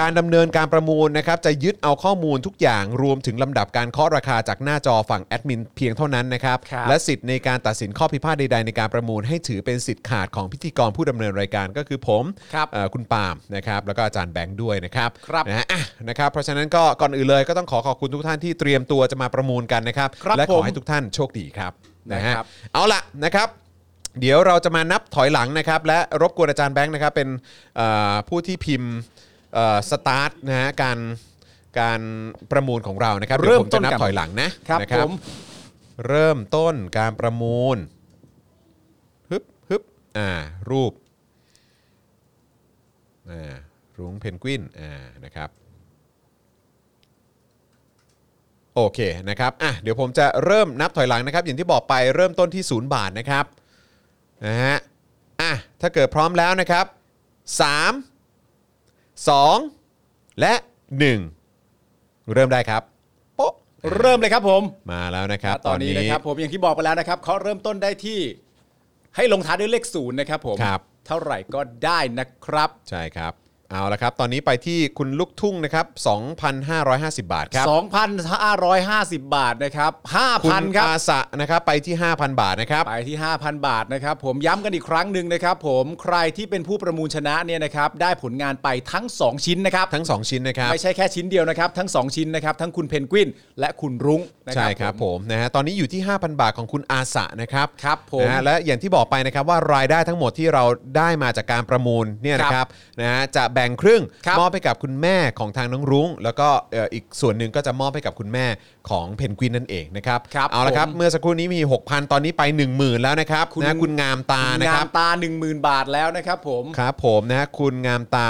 การดำเนินการประมูลนะครับจะยึดเอาข้อมูลทุกอย่างรวมถึงลำดับการเคาะราคาจากหน้าจอฝั่งแอดมินเพียงเท่านั้นนะครับ ครับ และสิทธิ์ในการตัดสินข้อพิพาทใดๆในการประมูลให้ถือเป็นสิทธิ์ขาดของพิธีกรผู้ดำเนินรายการก็คือผม ครับ เอ่อคุณปาล์มนะครับแล้วก็อาจารย์แบงค์ด้วยนะครับ ครับ นะฮะอ่ะนะครับเพราะฉะนั้นก็ก่อนอื่นเลยก็ต้องขอขอบคุณทุกท่านที่เตรียมตัวจะมาประมูลกันนะครับ ครับ และข ผ อ ม ให้ทุกท่านโชคดีครับนะฮะ นะครับ เอาละนะครับ เดี๋ยวเราจะมานับถอยหลังนะครับ และรบกวนอาจารย์แบงค์นะครับ เป็นเอ่อผู้ที่พิมพ์สตาร์ทนะฮะการการประมูลของเรานะครับดี๋ยวผจะนับถอยหลังนะครับ นะ ผม เริ่มต้นการประมูลฮึบฮึบอ่า รูปอ่ารุ้งเพนกวินอ่านะครับ โอเคนะครับอ่ะเดี๋ยวผมจะเริ่มนับถอยหลังนะครับ อย่างที่บอกไปเริ่มต้นที่ 0 บาทนะครับนะฮะอ่ะถ้าเกิดพร้อมแล้วนะครับ 3 2 และ 1 เริ่มได้ครับโป๊ะ เริ่มเลยครับผม มาแล้วนะครับ ตอนนี้นะครับผมอย่างที่บอกไปแล้วนะครับเขาเริ่มต้นได้ที่ให้ลงท้ายด้วยเลขศูนย์นะครับผม ครับ เท่าไหร่ก็ได้นะครับ ใช่ครับ เอาละครับ ตอนนี้ไปที่คุณลูกทุ่งนะครับ 2,550 บาทครับ 2,550 บาทนะครับ คุณ 5,000ครับ อาสะนะครับไปที่ 5,000 บาทนะครับ ไปที่ 5,000 บาทนะครับ ผมย้ำกันอีกครั้งหนึ่งนะครับผมใครที่เป็นผู้ประมูลชนะเนี่ยนะครับได้ผลงานไปทั้ง 2 ชิ้นนะครับ ทั้ง 2 ชิ้นนะครับ ไม่ใช่แค่ชิ้นเดียวนะครับ ทั้ง 2 ชิ้นนะครับ ทั้งคุณเพนกวินและคุณรุ้งนะ ใช่ครับผมนะฮะตอนนี้อยู่ที่ 5,000 บาทของคุณอาสะนะครับ ครับผม นะฮะและอย่างที่บอกไปนะครับว่ารายได้ทั้งหมดที่เราได้มาจากการประมูลเนี่ยนะค ครั รับบ นะฮะจะแบ่งครึ่ง ครับ มอบให้กับคุณแม่ของทางน้องรุ้ง แล้วก็เอ่ออีกส่วนหนึ่งก็จะมอบให้กับคุณแม่ของเพนกวินนั่นเองนะครับ ครับ เอาละครับ ผม เมื่อสักครู่นี้มี 6,000 ตอนนี้ไป 10,000 แล้วนะครับ คุณ นะฮะคุณงามตานะ งา ครั ม บ ตา 10,000 บาทแล้วนะครับผม ครับผมนะฮะคุณงามตา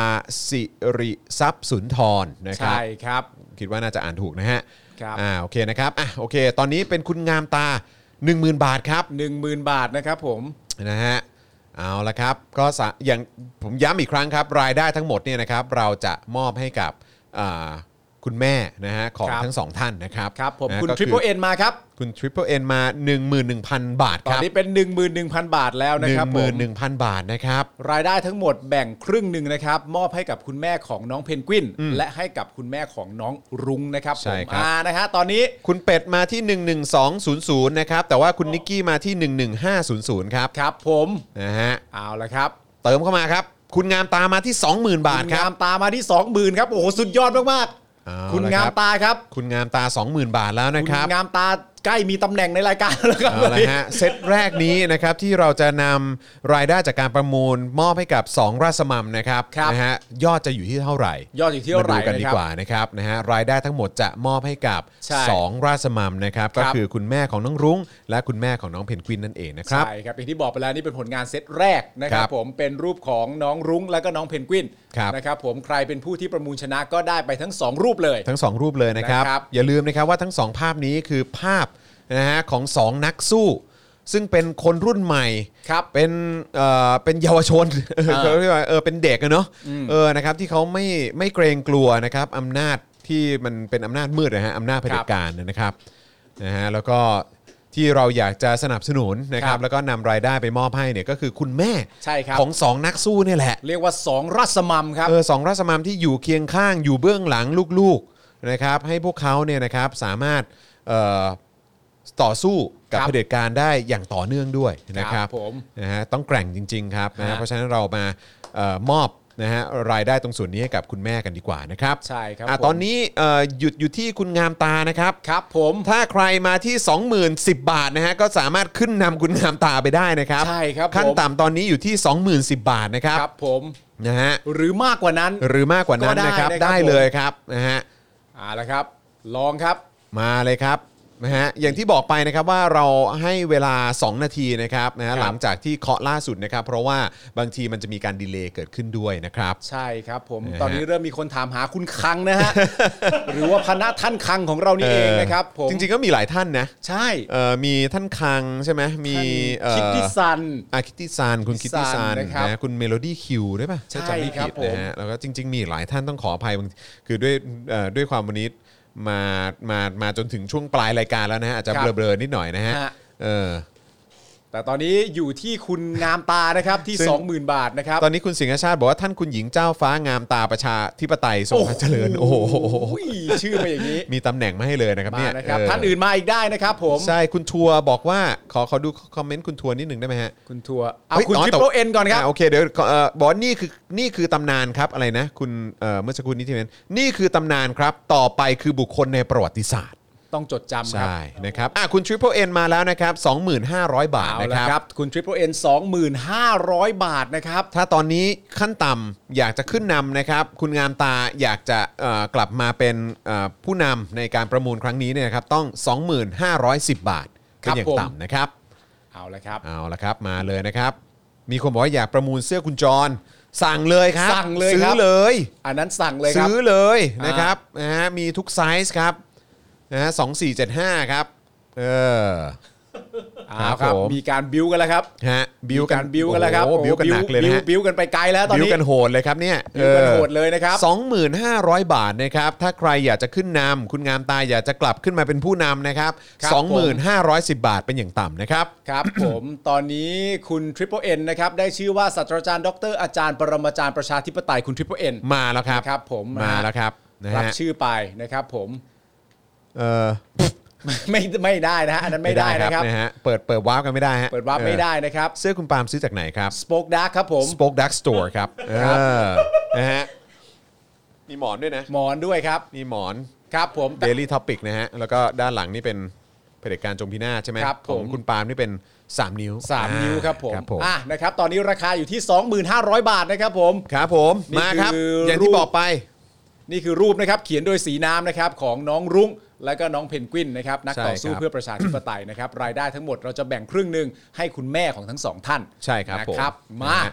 สิริทรัพย์สุนทรนะครับ ใช่ครับ คิดว่าน่าจะอ่านถูกนะฮะ ครับ อ่าโอเคนะครับอ่ะโอเค ตอนนี้เป็นคุณงามตา 10,000 บาทครับ 10,000 บาทนะครับผม นะฮะเอาละครับก็สะอย่างผมย้ำอีกครั้งครับ รายได้ทั้งหมดเนี่ยนะครับ เราจะมอบให้กับอ่าคุณแม่นะฮะของ ครับ ทั้งสองท่านนะครับ ครับผม นะฮะ คุณ ก็ ทริปเปิลเอ็นมาครับ คุณทริปเปิลเอ็นมา 11,000 บาท ต ค อน รับ นี้เป็น 11,000 บาทแล้วนะครับผม 11,000 บาทนะครับ รายได้ทั้งหมดแบ่งครึ่งหนึ่งนะครับ มอบให้กับคุณแม่ของน้องเพนกวิน และให้กับคุณแม่ของน้องรุ้งนะครับผ ใช่ ม ครับ อ่านะฮะตอนนี้ คุณเป็ดมาที่ 11200 นะครับ แต่ว่าคุณนิกกี้มาที่ 11500 ครับ ครับผม นะฮะ เอาละครับ เติมเข้ามาครับ คุณงามตามาที่ 20,000 บาท ณ ค งา รับ มตามาที่ 20,000ครับโอ้โหสุดยอดมาก เอา ๆคุณ ละ งา ค ม รับ ตาครับ คุณงามตา 20,000 บาทแล้วนะ ณ ครับ งามตาใกล้มีตำแหน่งในรายการแล้วครับ เอาละฮะเซตแรกนี้นะครับที่เราจะนำรายได้จากการประมูลมอบให้กับ 2 ราศมัมนะครับนะฮะยอดจะอยู่ที่เท่าไหร่ ยอดอยู่ที่เท่าไหร่ มาดูกัน นะ ดี ครับ กว่านะครับนะฮะรายได้ทั้งหมดจะมอบให้กับ ใช่ 2 ราศมัมนะครับ ครั ก็ บ คือคุณแม่ของน้องรุ้ง และคุณแม่ของน้องเพนกวินนั่นเองนะครับ ใช่ครับอย่างที่บอกไปแล้วนี่เป็นผลงานเซตแรกนะค ค รั รั บบ ผมเป็นรูปของน้องรุ้งแล้วก็น้องเพนกวิน ครับ นะครับผมใครเป็นผู้ที่ประมูลชนะก็ได้ไปทั้ง 2 รูปเลย ทั้ง 2 รูปเลยนะครับ นะครับ อย่าลืมนะครับว่าทั้ง 2 ภาพนี้คือภาพนะฮะของ 2 นักสู้ ซึ่งเป็นคนรุ่นใหม่ ครับ เป็นเอ่อเป็นเยาวชนเออ อ่า เขาเรียกว่าเออเป็นเด็กอะเนาะเออนะครับที่เขาไม่ไม่เกรงกลัวนะครับอำนาจที่มันเป็นอำนาจมืดนะฮะอำนาจเผด็จการนะครับนะฮะแล้วก็ที่เราอยากจะสนับสนุนนะครั ครับ บ แล้วก็นำรายได้ไปมอบให้เนี่ยก็คือคุณแม่ ใช่ครับ ของสองนักสู้เนี่ยแหละ เรียกว่า 2 รัศมัมครับ เออสองรัศมัมที่อยู่เคียงข้างอยู่เบื้องหลังลูกๆนะครับให้พวกเขาเนี่ยนะครับสามารถเอ่อต่อสู้กับ ครับ เผด็จการได้อย่างต่อเนื่องด้วยนะครับ ครับผม นะฮะต้องแกร่งจริง ๆ ครับนะฮะ ฮะ เพราะฉะนั้นเรามาเอ่อมอบนะฮะรายได้ตรงส่วนนี้ให้กับคุณแม่กันดีกว่านะครับ ใช่ครับ อ่ะ ผม ตอนนี้เอ่อหยุดอยู่ที่คุณงามตานะครับ ครับผม ถ้าใครมาที่ 20,010 บาทนะฮะก็สามารถขึ้นนำคุณงามตาไปได้นะครับ ใช่ครับ ขั้น ผม ต่ำตอนนี้อยู่ที่ 20,010 บาทนะครับ ครับผม นะฮะ หรือมากกว่านั้น หรือมากกว่านั้น ก็ได้ นะครับ นะครับ ได้เลยครับนะฮะ เอ่าละครับ ลองครับ มาเลยครับ นะฮะอย่างที่บอกไปนะครับว่าเราให้เวลา 2 นาทีนะครับนะฮะหลังจากที่เคาะล่าสุดนะครับ เพราะว่าบางทีมันจะมีการดีเลย์เกิดขึ้นด้วยนะครับ ใช่ครับผม นะฮะ ตอนนี้เริ่มมีคนถามหาคุณคัง นะฮะ หรือว่าพนะท่านคังของเรานี่เอง เออ นะครับผม จริงๆก็มีหลายท่านนะ ใช่ เอ่อมีท่านคังใช่ไหมมีเอ่อ คิดที่ซัน อาคิตติซานคุณ คิ คิ ต ต ติ ติ ซา ซาน น นะครับ นะคุณเมโลดี้คิวด้วยป่ะถ้าจำไม่ ใช่ครับ ผิดนะ ผม ฮะแล้วก็จริง ๆ มีหลายท่านต้องขออภัยบางคือด้วยเอ่อด้วยความวันนี้มามามาจนถึงช่วงปลายรายการแล้วนะฮะอาจจะเบลอๆนิดหน่อยนะฮะ ฮะ เออ แต่ตอนนี้อยู่ที่คุณงามตานะครับที่ ซึ่ง 20,000 บาทนะครับ ตอนนี้คุณสิงห์ชาติบอกว่าท่านคุณหญิงเจ้าฟ้างามตาประชาธิปไตยทรงพระเจริญ โอ้โห อุ้ยชื่อมาอย่างนี้ มีตำแหน่งมาให้เลยนะครับ มา เนี่ย นะครับ เออ ท่านอื่นมาอีกได้นะครับผม ใช่คุณทัวร์บอกว่าขอขอดูคอมเมนต์คุณทัวร์นิดหนึ่งได้ไหมฮะ คุณทัวร์เอา ฮ้ย คุณ อ๋อ ทริป แต่ เปิลเอ็นก่อนครับ าโอเคเดี๋ยวขอเอ่อบอกว่านี่คือนี่คือตำนานครับอะไรนะ คุณเอ่อเมื่อสักครู่นี้ที่เมนนี่คือตำนานครับ ต่อไปคือบุคคลในประวัติศาสตร์ ต้องจดจำครับ ใช่นะครับอ่ะคุณทริปเปิลเอ็นมาแล้วนะครับ25,000 บาท เอา นะ ละ ครับ ครับ คุณทริปเปิลเอ็นสองหมื่นห้าร้อยบาทนะครับ ถ้าตอนนี้ขั้นต่ำอยากจะขึ้นนำนะครับ คุณงามตาอยากจะเอ่อกลับมาเป็นเอ่อผู้นำในการประมูลครั้งนี้เนี่ยนะครับต้อง 2510 บาทเป็นอย่าง ครับผม ต่ำนะครับ เอาละครับ เอาละครับมาเลยนะครับ มีคนบอกว่าอยากประมูลเสื้อคุณจร สั่งเลยครับ สั่งเลย ซื้ ค อ รับ เลย อันนั้นสั่งเลยครับ ซื้อเลย อ่าน นะครับนะฮะมีทุกไซส์ครับนะฮะสองสี่เจ็ดห้าครับเออ เอาครับ ผม มีการบิวกันแล้วครับ ฮะบิวกัน มีารบิวกันแล้วครับ โอ้โหบิวกันหนักเลยนะฮะ บิวกันไปไกลแล้วตอน บิว นี้ กันโหดเลยครับเนี่ย บิ้วกันโหดเลยนะครับ 2,500 บาทนะครับ ถ้าใครอยากจะขึ้นนำคุณงามตาอยากจะกลับขึ้นมาเป็นผู้นำนะครับ ครับ 2,510 บาทเป็นอย่างต่ำนะครับ ครับ ผมตอนนี้คุณทริปเปิลเอ็นนะครับได้ชื่อว่าศาสตราจารย์ดรอาจารย์ปรมาจารย์ประชาธิปไตยคุณทริปเปิลเอ็น มาแล้วครับ ครับผม มาแล้วครับนะ รับ ฮะ ชื่อไปนะครับผม เออ ไม่ไม่ได้นะฮะอันนั้นไม่ได้นะครับ นะฮะเปิดเปิดวาร์ปกันไม่ได้ฮะ เปิดวาร์ปไม่ได้นะครับ เออเสื้อคุณปาล์มซื้อจากไหนครับ Spoke Dark ครับผม Spoke Dark Store ครับเอ ครับ อนะฮะมีหมอนด้วยนะ หมอนด้วยครับ มีหมอน ครับผม Daily Topic นะฮะแล้วก็ด้านหลังนี่เป็นเผด็จการจงพินาศใช่ไหม ครับ ของ ผม คุณปาล์มนี่เป็น 3 นิ้ว สามนิ้วครับผม ครับผม อ่ะนะครับ ตอนนี้ราคาอยู่ที่ 2,500 บาทนะครับผม ครับผม นี่ มาครับ คืออ อย่างที่บอกไป นี่คือรูปนะครับ เขียนโดยสีน้ำนะครับของน้องรุ้งและก็น้องเพนกวินนะครับนัก ใช่ ต่อสู้ ครับ เพื่อประชาธิปไตยนะครับ รายได้ทั้งหมดเราจะแบ่งครึ่งหนึ่งให้คุณแม่ของทั้งสองท่าน ใช่ครับ นะ ผม ครับมา นะฮะ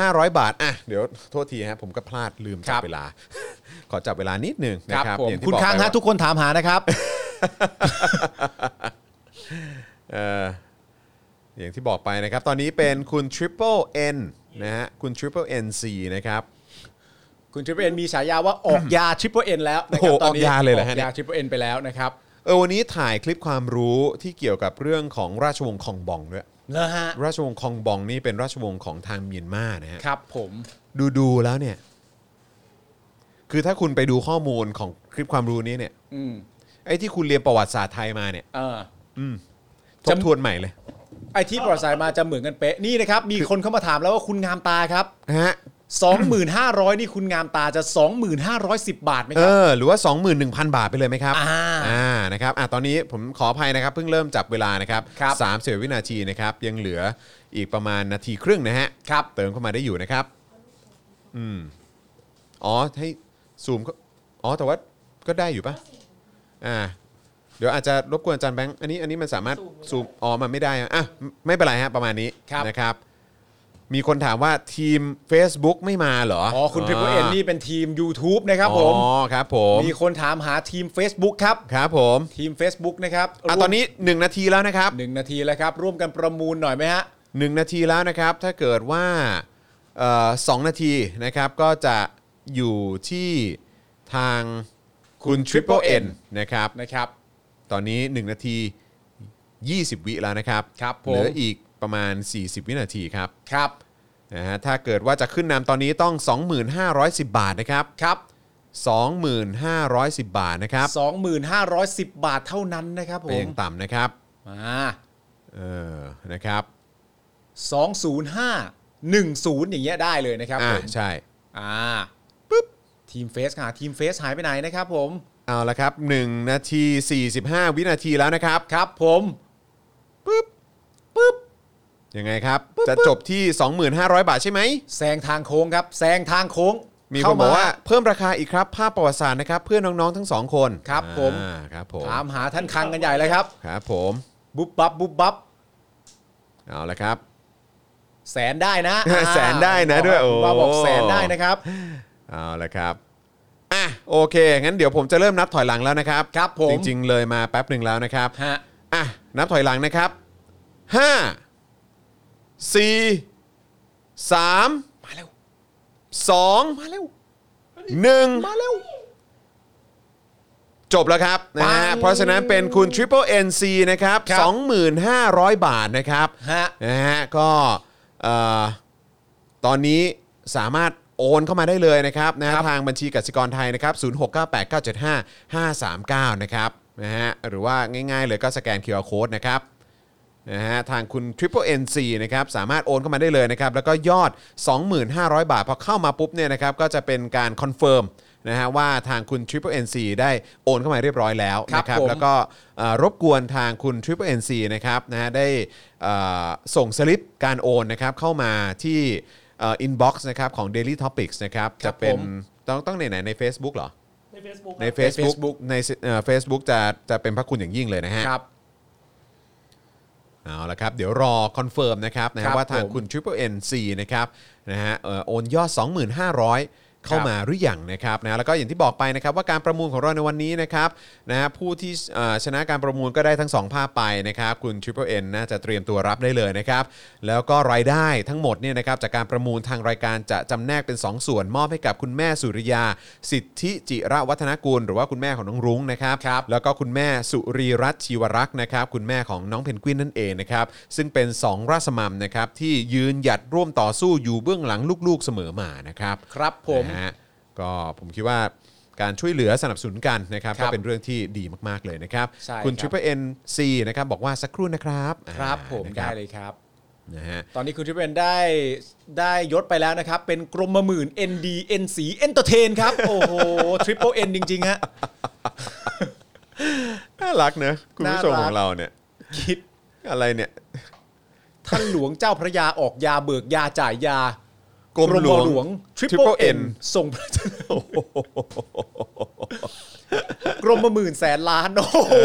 2,500 บาท อ่ะ เดี๋ยวโทษทีฮะผมก็พลาดลืม คจัรับบ เวลา ขอจับเวลานิดหนึง ค นะ รับ ครับ ผม อย่างที่ คุณ บอก ค้าง ไป ฮะ ว่า ทุกคนถามหานะครับ เอ่ออย่างที่บอกไปนะครับ ตอนนี้เป็นคุณ Triple N นะฮะคุณ Triple NC นะครับ คุณทริปเอ็นมีฉายาว่าออกยาทริปเอ็นแล้วนะค โอ้ รับ โห ตอนนี้ ออกยาเลยเหรอฮะ ก เนี่ย ยาทริปเอ็นไปแล้วนะครับ เออวันนี้ถ่ายคลิปความรู้ที่เกี่ยวกับเรื่องของราชวงศ์คองบองด้วย แล้วฮะ ราชวงศ์คองบองนี่เป็นราชวงศ์ของทางเมียนมานะฮะ ครับผม ดูดูๆแล้วเนี่ย คือถ้าคุณไปดูข้อมูลของคลิปความรู้นี้เนี่ย อืม ไอ้ที่คุณเรียนประวัติศาสตร์ไทยมาเนี่ย เออ ทบทวนใหม่เลย ไอที่ประวัติศาสตร์มาจะเหมือนกันเป๊ะนี่นะครับ มีคนเข้ามาถามแล้วว่าคุณงามตาครับ นะฮะ 2,500 นี่คุณงามตาจะ 2,510 บาทไหม เอ ครับ อ หรือว่า 21,000 บาทไปเลยไหมครับ อ่า นะครับอ่ะตอนนี้ผมขออภัยนะครับ เพิ่งเริ่มจับเวลานะครับ ครับ สามสิบวินาทีนะครับ ยังเหลืออีกประมาณนาทีครึ่งนะฮะ ครับ เติมเข้ามาได้อยู่นะครับ อืมอ๋อให้ซูมก็อ๋อแต่ว่าก็ได้อยู่ปะอ่า เดี๋ยวอาจจะรบกวนอาจารย์แบงค์อันนี้อันนี้มันสามารถซูมอ๋อมันไม่ได้อะอ่ะไม่เป็นไรฮะประมาณนี้ ครับ นะครับ มีคนถามว่าทีม Facebook ไม่มาเหรออ๋อ๋อ คุณพิพเอ็นนี่เป็นทีม YouTube นะครับผม อ๋อครับผม มีคนถามหาทีม Facebook ครับ ครับผม ทีม Facebook นะครับ อ่ะตอนนี้ 1 นาทีแล้วนะครับ หนึ่งนาทีแล้วครับ ร่วมกันประมูลหน่อยไหมฮะ 1 นาทีแล้วนะครับ ถ้าเกิดว่าเอ่อสองนาทีนะครับ ก็จะอยู่ที่ทางคุณ Triple N นะครับ นะครับ ตอนนี้ 1 นาที 20 วิแล้วนะครับ ครับผม เหลืออีกประมาณ 40 วินาทีครับ ครับ นะฮะถ้าเกิดว่าจะขึ้นนำตอนนี้ต้อง 2510 บาทนะครับ ครับ 2510 บาทนะครับ 2,510 บาทเท่านั้นนะครับผ เป็นอ ม ย่างต่ำนะครับ มา เออนะครับ 205 10 อย่างเงี้ยได้เลยนะครับ อ่า ผม ใช่ อ่าปึ๊บทีมเฟสค่ะทีมเฟสหายไปไหนนะครับผม เอาละครับ 1 นาที 45 วินาทีแล้วนะครับ ครับผม ยังไงครับ จะจบที่ 2500 บาทใช่ไหม แซงทางโค้งครับแซงทางโค้ง มีคนบอกว่าเพิ่มราคาอีกครับภาพประวัติศาสตร์นะครับเพื่อน้องๆทั้งสองคน ครับผม อ่าครับผม ถามหาท่านคังกันใหญ่เลยครับ ครับผม บุบบับบุบบับ เอาละครับ แสนได้นะ แสนได้นะด้วยโอ้ บ้าบอกแสนได้นะครับ เอาละครับอ่ะโอเค งั้นเดี๋ยวผมจะเริ่มนับถอยหลังแล้วนะครับ ครับผม จริงๆเลยมาแป๊บหนึ่งแล้วนะครับ ฮะ อ่ะนับถอยหลังนะครับ 5 4 3 มาเร็ว 2 มาเร็วมา 1 เร็ว จบแล้วครับนะฮะ ปัง เพราะฉะนั้นเป็นคุณ Triple NC นะครับ ครับ 2,500 บาทนะครับ ฮะ นะฮะก็เอ่อตอนนี้สามารถโอนเข้ามาได้เลยนะครับนะฮะทางบัญชีกสิกรไทยนะครับ0698975539 นะครับนะฮะหรือว่าง่ายๆเลยก็สแกน QR Code นะครับ นะฮะทางคุณ Triple NC นะครับสามารถโอนเข้ามาได้เลยนะครับ แล้วก็ยอด 2,500 บาท พอเข้ามาปุ๊บเนี่ยนะครับก็จะเป็นการคอนเฟิร์มนะฮะว่าทางคุณ Triple NC ได้โอนเข้ามาเรียบร้อยแล้ว ครับ นะครับ ผม แล้วก็เอ่อรบกวนทางคุณ Triple NC นะครับนะฮะได้เอ่อส่งสลิปการโอนนะครับเข้ามาที่อินบ็อกซ์นะครับของ Daily Topics นะครับจะเป็นต้องต้องไหนๆใน Facebook เหรอ ใน Facebook ใน นะ Facebook Facebook ในเฟซบุ๊กจะจะเป็นพระคุณอย่างยิ่งเลยนะฮะ ครับ เอาละครับ เดี๋ยวรอคอนเฟิร์มนะครับนะฮะ ครับ ว่าทาง ผม คุณ Triple NC นะครับนะฮะเอ่อโอนยอด 2,500 เข้ามาหรือยังนะครับนะแล้วก็อย่างที่บอกไปนะครับว่าการประมูลของเราในวันนี้นะครับนะฮะผู้ที่เอ่อชนะการประมูลก็ได้ทั้ง 2 ภาพไปนะครับ คุณ Triple N น่าจะเตรียมตัวรับได้เลยนะครับ แล้วก็รายได้ทั้งหมดเนี่ยนะครับจากการประมูลทางรายการจะจำแนกเป็น 2 ส่วนมอบให้กับคุณแม่สุริยา สิทธิจิระวัฒนกุลหรือว่าคุณแม่ของน้องรุ้งนะครับ ครับ แล้วก็คุณแม่สุรีรัตน์ชีวรักษ์นะครับ คุณแม่ของน้องเพนกวินนั่นเองนะครับ ซึ่งเป็น 2 ราศมัมนะครับที่ยืนหยัดร่วมต่อสู้อยู่เบื้องหลังลูกๆเสมอมานะครับ ครับผม นะฮะก็ผมคิดว่าการช่วยเหลือสนับสนุนกันนะครับ ครับ ก็เป็นเรื่องที่ดีมากๆเลยนะครับ ใช่ คุณ ค ท รับ ริปเปอร์เอ็นซีนะครับบอกว่าสักครู่นะครับ ครับผม อ่านะ ได้เลยครับ นะฮะ ตอนนี้คุณทิพย์เป็นได้ได้ยศไปแล้วนะครับ เป็นกรมหมื่น ND NC Entertain ครับ โอ้โห Triple N จริง ๆ ฮะ น่ารักเนอะคุณผู้ชม น่าขรักองเราเนี่ย คิด อะไรเนี่ย ท่านหลวงเจ้าพระยาออกยาเบิกยาจ่ายยาก รมหลวง หลวง Triple Triple N N ส่งพระเจ้า กรมหมื่นแสนล้าน โอ้โห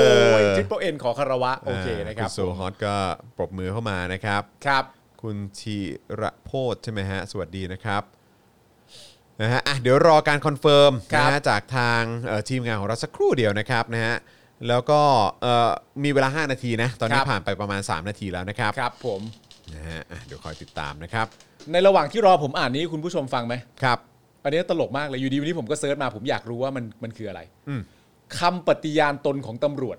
Triple N ขอคารวะ โอเคนะครับ ณโซฮอตก็ปรบมือเข้ามานะครับ ครับ คุณธีระโพธใช่ไหมฮะ สวัสดีนะครับนะฮะอ่ะเดี๋ยวรอการคอนเฟิร์ม ครับ นะฮะจากทางเอ่อทีมงานของเราสักครู่เดียวนะครับนะฮะแล้วก็เอ่อมีเวลา 5 นาทีนะ ตอนนี้ ครับ ผ่านไปประมาณ 3 นาทีแล้วนะครับ ครับผม นะฮะอ่ะเดี๋ยวคอยติดตามนะครับ ในระหว่างที่รอผมอ่านนี้คุณผู้ชมฟังไหม ครับ อันนี้ตลกมากเลย อยู่ดีวันนี้ผมก็เซิร์ชมาผมอยากรู้ว่ามันมันคืออะไร อืม คำปฏิญาณตนของตำรวจ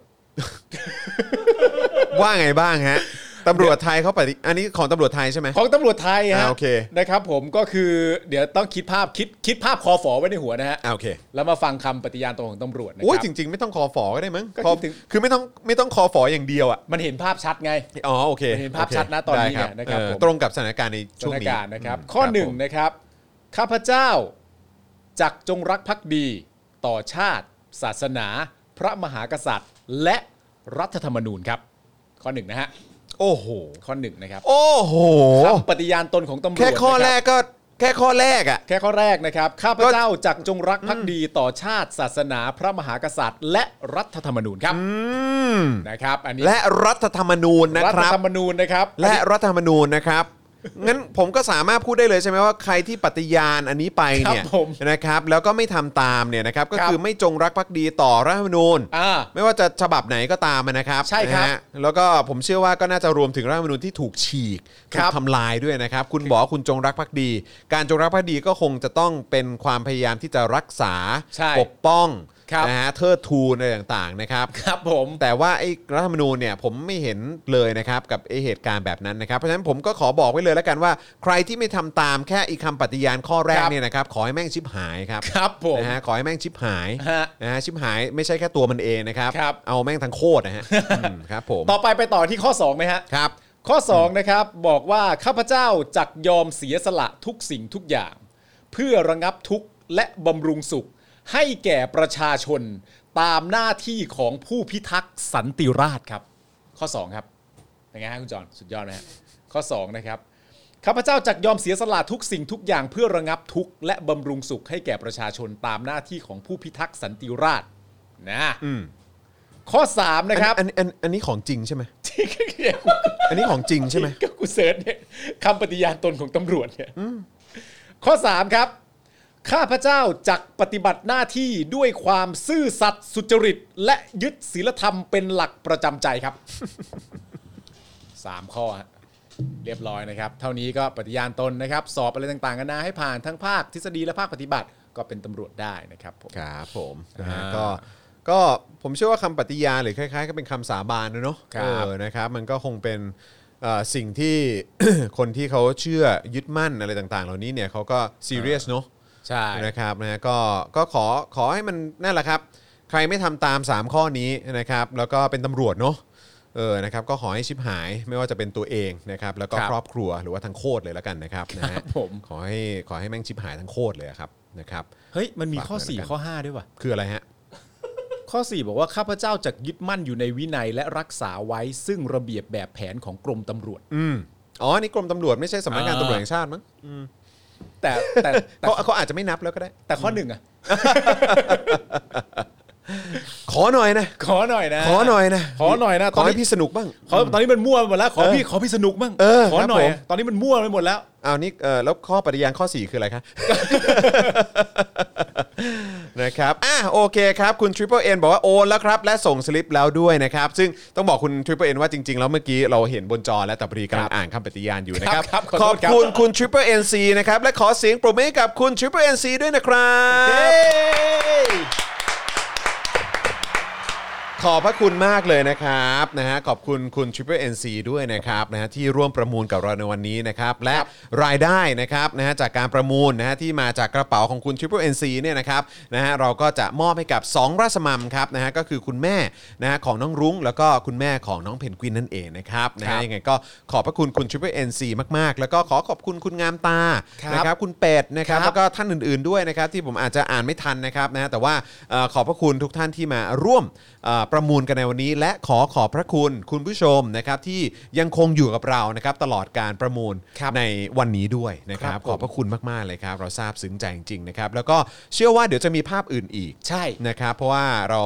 ว่าไงบ้างฮะตำรวจไทยเขาปฏิอันนี้ของตำรวจไทยใช่ไหม ของตำรวจไทย อ่า ฮะ โอเค นะครับผมก็คือเดี๋ยวต้องคิดภาพคิดคิดภาพคอฝอไว้ในหัวนะฮะ อ่ะโอเค แล้วมาฟังคำปฏิญาณตนของตำรวจนะค โอ้ย รั จ บ ริง ๆ ไม่ต้องคอฝอก็ได้มั้ง ก็ คอ คิดถึง คือไม่ต้องไม่ต้องคอฝออย่างเดียวอ่ะ มันเห็นภาพชัดไง อ๋อโอเค เห็นภาพ โอค ชัดนะตอนนี้ ได้ เนี่ยนะครับ เออ ผม ตรงกับสถานการณ์ใน ส ช่วง ถาน นี้ การณ์นะครับ ม ข้อหนึ่ง รับผม นะครับ ข้าพเจ้าจักจงรักภักดี ต่อชาติ ศาสนา พระมหากษัตริย์ และรัฐธรรมนูญครับ ข้อหนึ่งนะฮะ โอ้โห ข้อหนึ่งนะครับ โอ้โห คำปฏิญาณตนของตำรวจ แค่ข้อ นะรับ แรกก็แค่ข้อแรกอ่ะ แค่ข้อแรกนะครับ ข้าพเจ้าจักจงรักภักดีต่อชาติ ศาสนา พระมหากษัตริย์ และรัฐธรรมนูญครับ อืม นะครับ อันนี้ และรัฐธรรมนูญนะ รั ค ฐ รับ ธรรมนูญนะครับ และรัฐธรรมนูญนะครับ งั้นผมก็สามารถพูดได้เลยใช่ไหมว่าใครที่ปฏิญาณอันนี้ไปเนี่ย ครับผม นะครับ แล้วก็ไม่ทำตามเนี่ยนะครับ ก็ ครับ คือไม่จงรักภักดีต่อรัฐธรรมนูญ อ่า ไม่ว่าจะฉบับไหนก็ตามนะครับ ใช่ครับ นะฮะแล้วก็ผมเชื่อว่าก็น่าจะรวมถึงรัฐธรรมนูญที่ถูกฉีก ค ถู รั ก บ ทำลายด้วยนะครับ คุณบอกว่าคุณจงรักภักดี การจงรักภักดีก็คงจะต้องเป็นความพยายามที่จะรักษา ใช่ ปกป้อง ครับ นะฮะเทิดทูนอะไรต่างๆนะครับ ครับผม แต่ว่าไอ้รัฐธรรมนูญเนี่ยผมไม่เห็นเลยนะครับกับไอ้เหตุการณ์แบบนั้นนะครับ เพราะฉะนั้นผมก็ขอบอกไว้เลยแล้วกันว่า ใครที่ไม่ทำตามแค่อีกคำปฏิญาณข้อแรก ครับ เนี่ยนะครับ ขอให้แม่งชิบหายครับ ครับผม นะฮะขอให้แม่งชิบหาย ฮะ นะฮะชิบหายไม่ใช่แค่ตัวมันเองนะครับ ครับ เอาแม่งทั้งโคตรนะฮะ อืมครับผม ต่อไปไปต่อที่ข้อ2ไหมฮะ ครับ ข้อ 2 นะครับบอกว่าข้าพเจ้าจักยอมเสียสละทุกสิ่งทุกอย่าง เพื่อระงับทุกข์และบำรุงสุข ให้แก่ประชาชนตามหน้าที่ของผู้พิทักษ์สันติราษฎร์ครับ ข้อ 2 ครับเป็นไงฮะคุณจอห์นสุดยอดนะฮะข้อ 2 นะครับ ข้าพเจ้าจักยอมเสียสละทุกสิ่งทุกอย่างเพื่อระงับทุกข์และบำรุงสุขให้แก่ประชาชนตามหน้าที่ของผู้พิทักษ์สันติราษฎร์นะ อืม ข้อ 3 นะครับ อันอันอันนี้ของจริงใช่ไหมอันนี้ของจริงใช่ไหม ก็กูเสิร์ชเนี่ยคำปฏิญาณตนของตำรวจเนี่ยข้อ 3 ครับ ข้าพเจ้าจักปฏิบัติหน้าที่ด้วยความซื่อสัตย์สุจริต และยึดศีลธรรมเป็นหลักประจำใจครับ สามข้อฮะเรียบร้อยนะครับ เท่านี้ก็ปฏิญาณตนนะครับ สอบอะไรต่างๆกันานาให้ผ่านทั้งภาคทฤษฎีและภาคปฏิบัติก็เป็นตำรวจได้นะครับผม ครับผมนะฮะ อ่า ก็ก็ผมเชื่อว่าคำปฏิญาณหรือคล้ายๆ ก็เป็นคำสาบานนะเนาะ ครับ เออนะครับ มันก็คงเป็นเอ่อสิ่งที่ คนที่เขาเชื่อยึดมั่นอะไรต่างๆ เหล่านี้เนี่ยเขาก็ซีเรียสเนาะ ใช่ นะครับนะฮะก็ก็ขอขอให้มันนั่นแหละครับ ใครไม่ทำตาม 3 ข้อนี้นะครับ แล้วก็เป็นตำรวจเนาะเออนะครับก็ขอให้ชิบหายไม่ว่าจะเป็นตัวเองนะครับแล้วก็ ครับ ครอบครัวหรือว่าทั้งโคตรเลยแล้วกันนะครับนะฮะ ผม ขอให้ขอให้แม่งชิบหายทั้งโคตรเลยอะครับนะครับ เฮ้ย มันมีข้อ ฝากไว้แล้วกัน4ข้อ 5 ด้วยว่ะ คืออะไรฮะ ข้อ 4 บอกว่า ข้าพเจ้าจะยึดมั่นอยู่ในวินัยและรักษาไว้ซึ่งระเบียบแบบแผนของกรมตำรวจ อืมอ๋ออันนี่กรมตำรวจไม่ใช่สำนักงาน อ่า ตำรวจแห่งชาติมั้ง แต่แต่แต่ เขาเขาอาจจะไม่นับแล้วก็ได้ แต่ข้อหนึ่งอ่ะ ขอหน่อยนะ ขอหน่อยนะ ขอหน่อยนะ ขอหน่อยนะ ขอให้ ตอนนี้ พี่สนุกบ้าง ขอตอนนี้มันมั่วไปหมดแล้ว ขอ เออ พี่ขอพี่สนุกบ้าง เออ ขอหน่อย ครับผม อะตอนนี้มันมั่วไปหมดแล้ว อ้าวนี่เออแล้วข้อปฏิญาณข้อ 4 คืออะไร คะ นะครับอ่ะโอเคครับ คุณ Triple N บอกว่าโอนแล้วครับ และส่งสลิปแล้วด้วยนะครับ ซึ่งต้องบอกคุณ Triple N ว่าจริง ๆ แล้วเมื่อกี้เราเห็นบนจอแล้วแต่พอดีกำลังอ่านคำปฏิญาณอยู่นะครับ ครับครับข ข อ อ โท บ ษครับ คุณคุณ Triple N C นะครับ และขอเสียงปรบมือให้กับคุณ Triple N C ด้วยนะครับ ขอบพระคุณมากเลยนะครับนะฮะขอบคุณคุณ Triple NC ด้วยนะครับนะฮะที่ร่วมประมูลกับเราในวันนี้นะครับและรายได้นะครับนะฮะจากการประมูลนะฮะที่มาจากกระเป๋าของคุณ Triple NC เนี่ยนะครับนะฮะเราก็จะมอบให้กับ 2 ราศมัมครับนะฮะก็คือคุณแม่นะฮะของน้องรุ้ง แล้วก็คุณแม่ของน้องเพนกวินนั่นเองนะครับนะ ครั ฮะ บ ยังไงก็ขอบพระคุณคุณ Triple NC มากๆ แล้วก็ขอขอบคุณคุณงามตา ครับ นะครับคุณเป็ดนะครับ ครับ แล้วก็ท่านอื่น ๆด้วยนะครับที่ผมอาจจะอ่านไม่ทันนะครับนะฮะแต่ว่าเอ่อขอบพระคุณทุกท่านที่มาร่วม เอ่อประมูลกันในวันนี้และขอขอบพระคุณคุณผู้ชมนะครับที่ยังคงอยู่กับเรานะครับตลอดการประมูลในวันนี้ด้วยนะครับ ครับผม ขอบพระคุณมากๆเลยครับ เราซาบซึ้งใจจริงๆนะครับแล้วก็เชื่อว่าเดี๋ยวจะมีภาพอื่นอีก ใช่ นะครับเพราะว่าเรา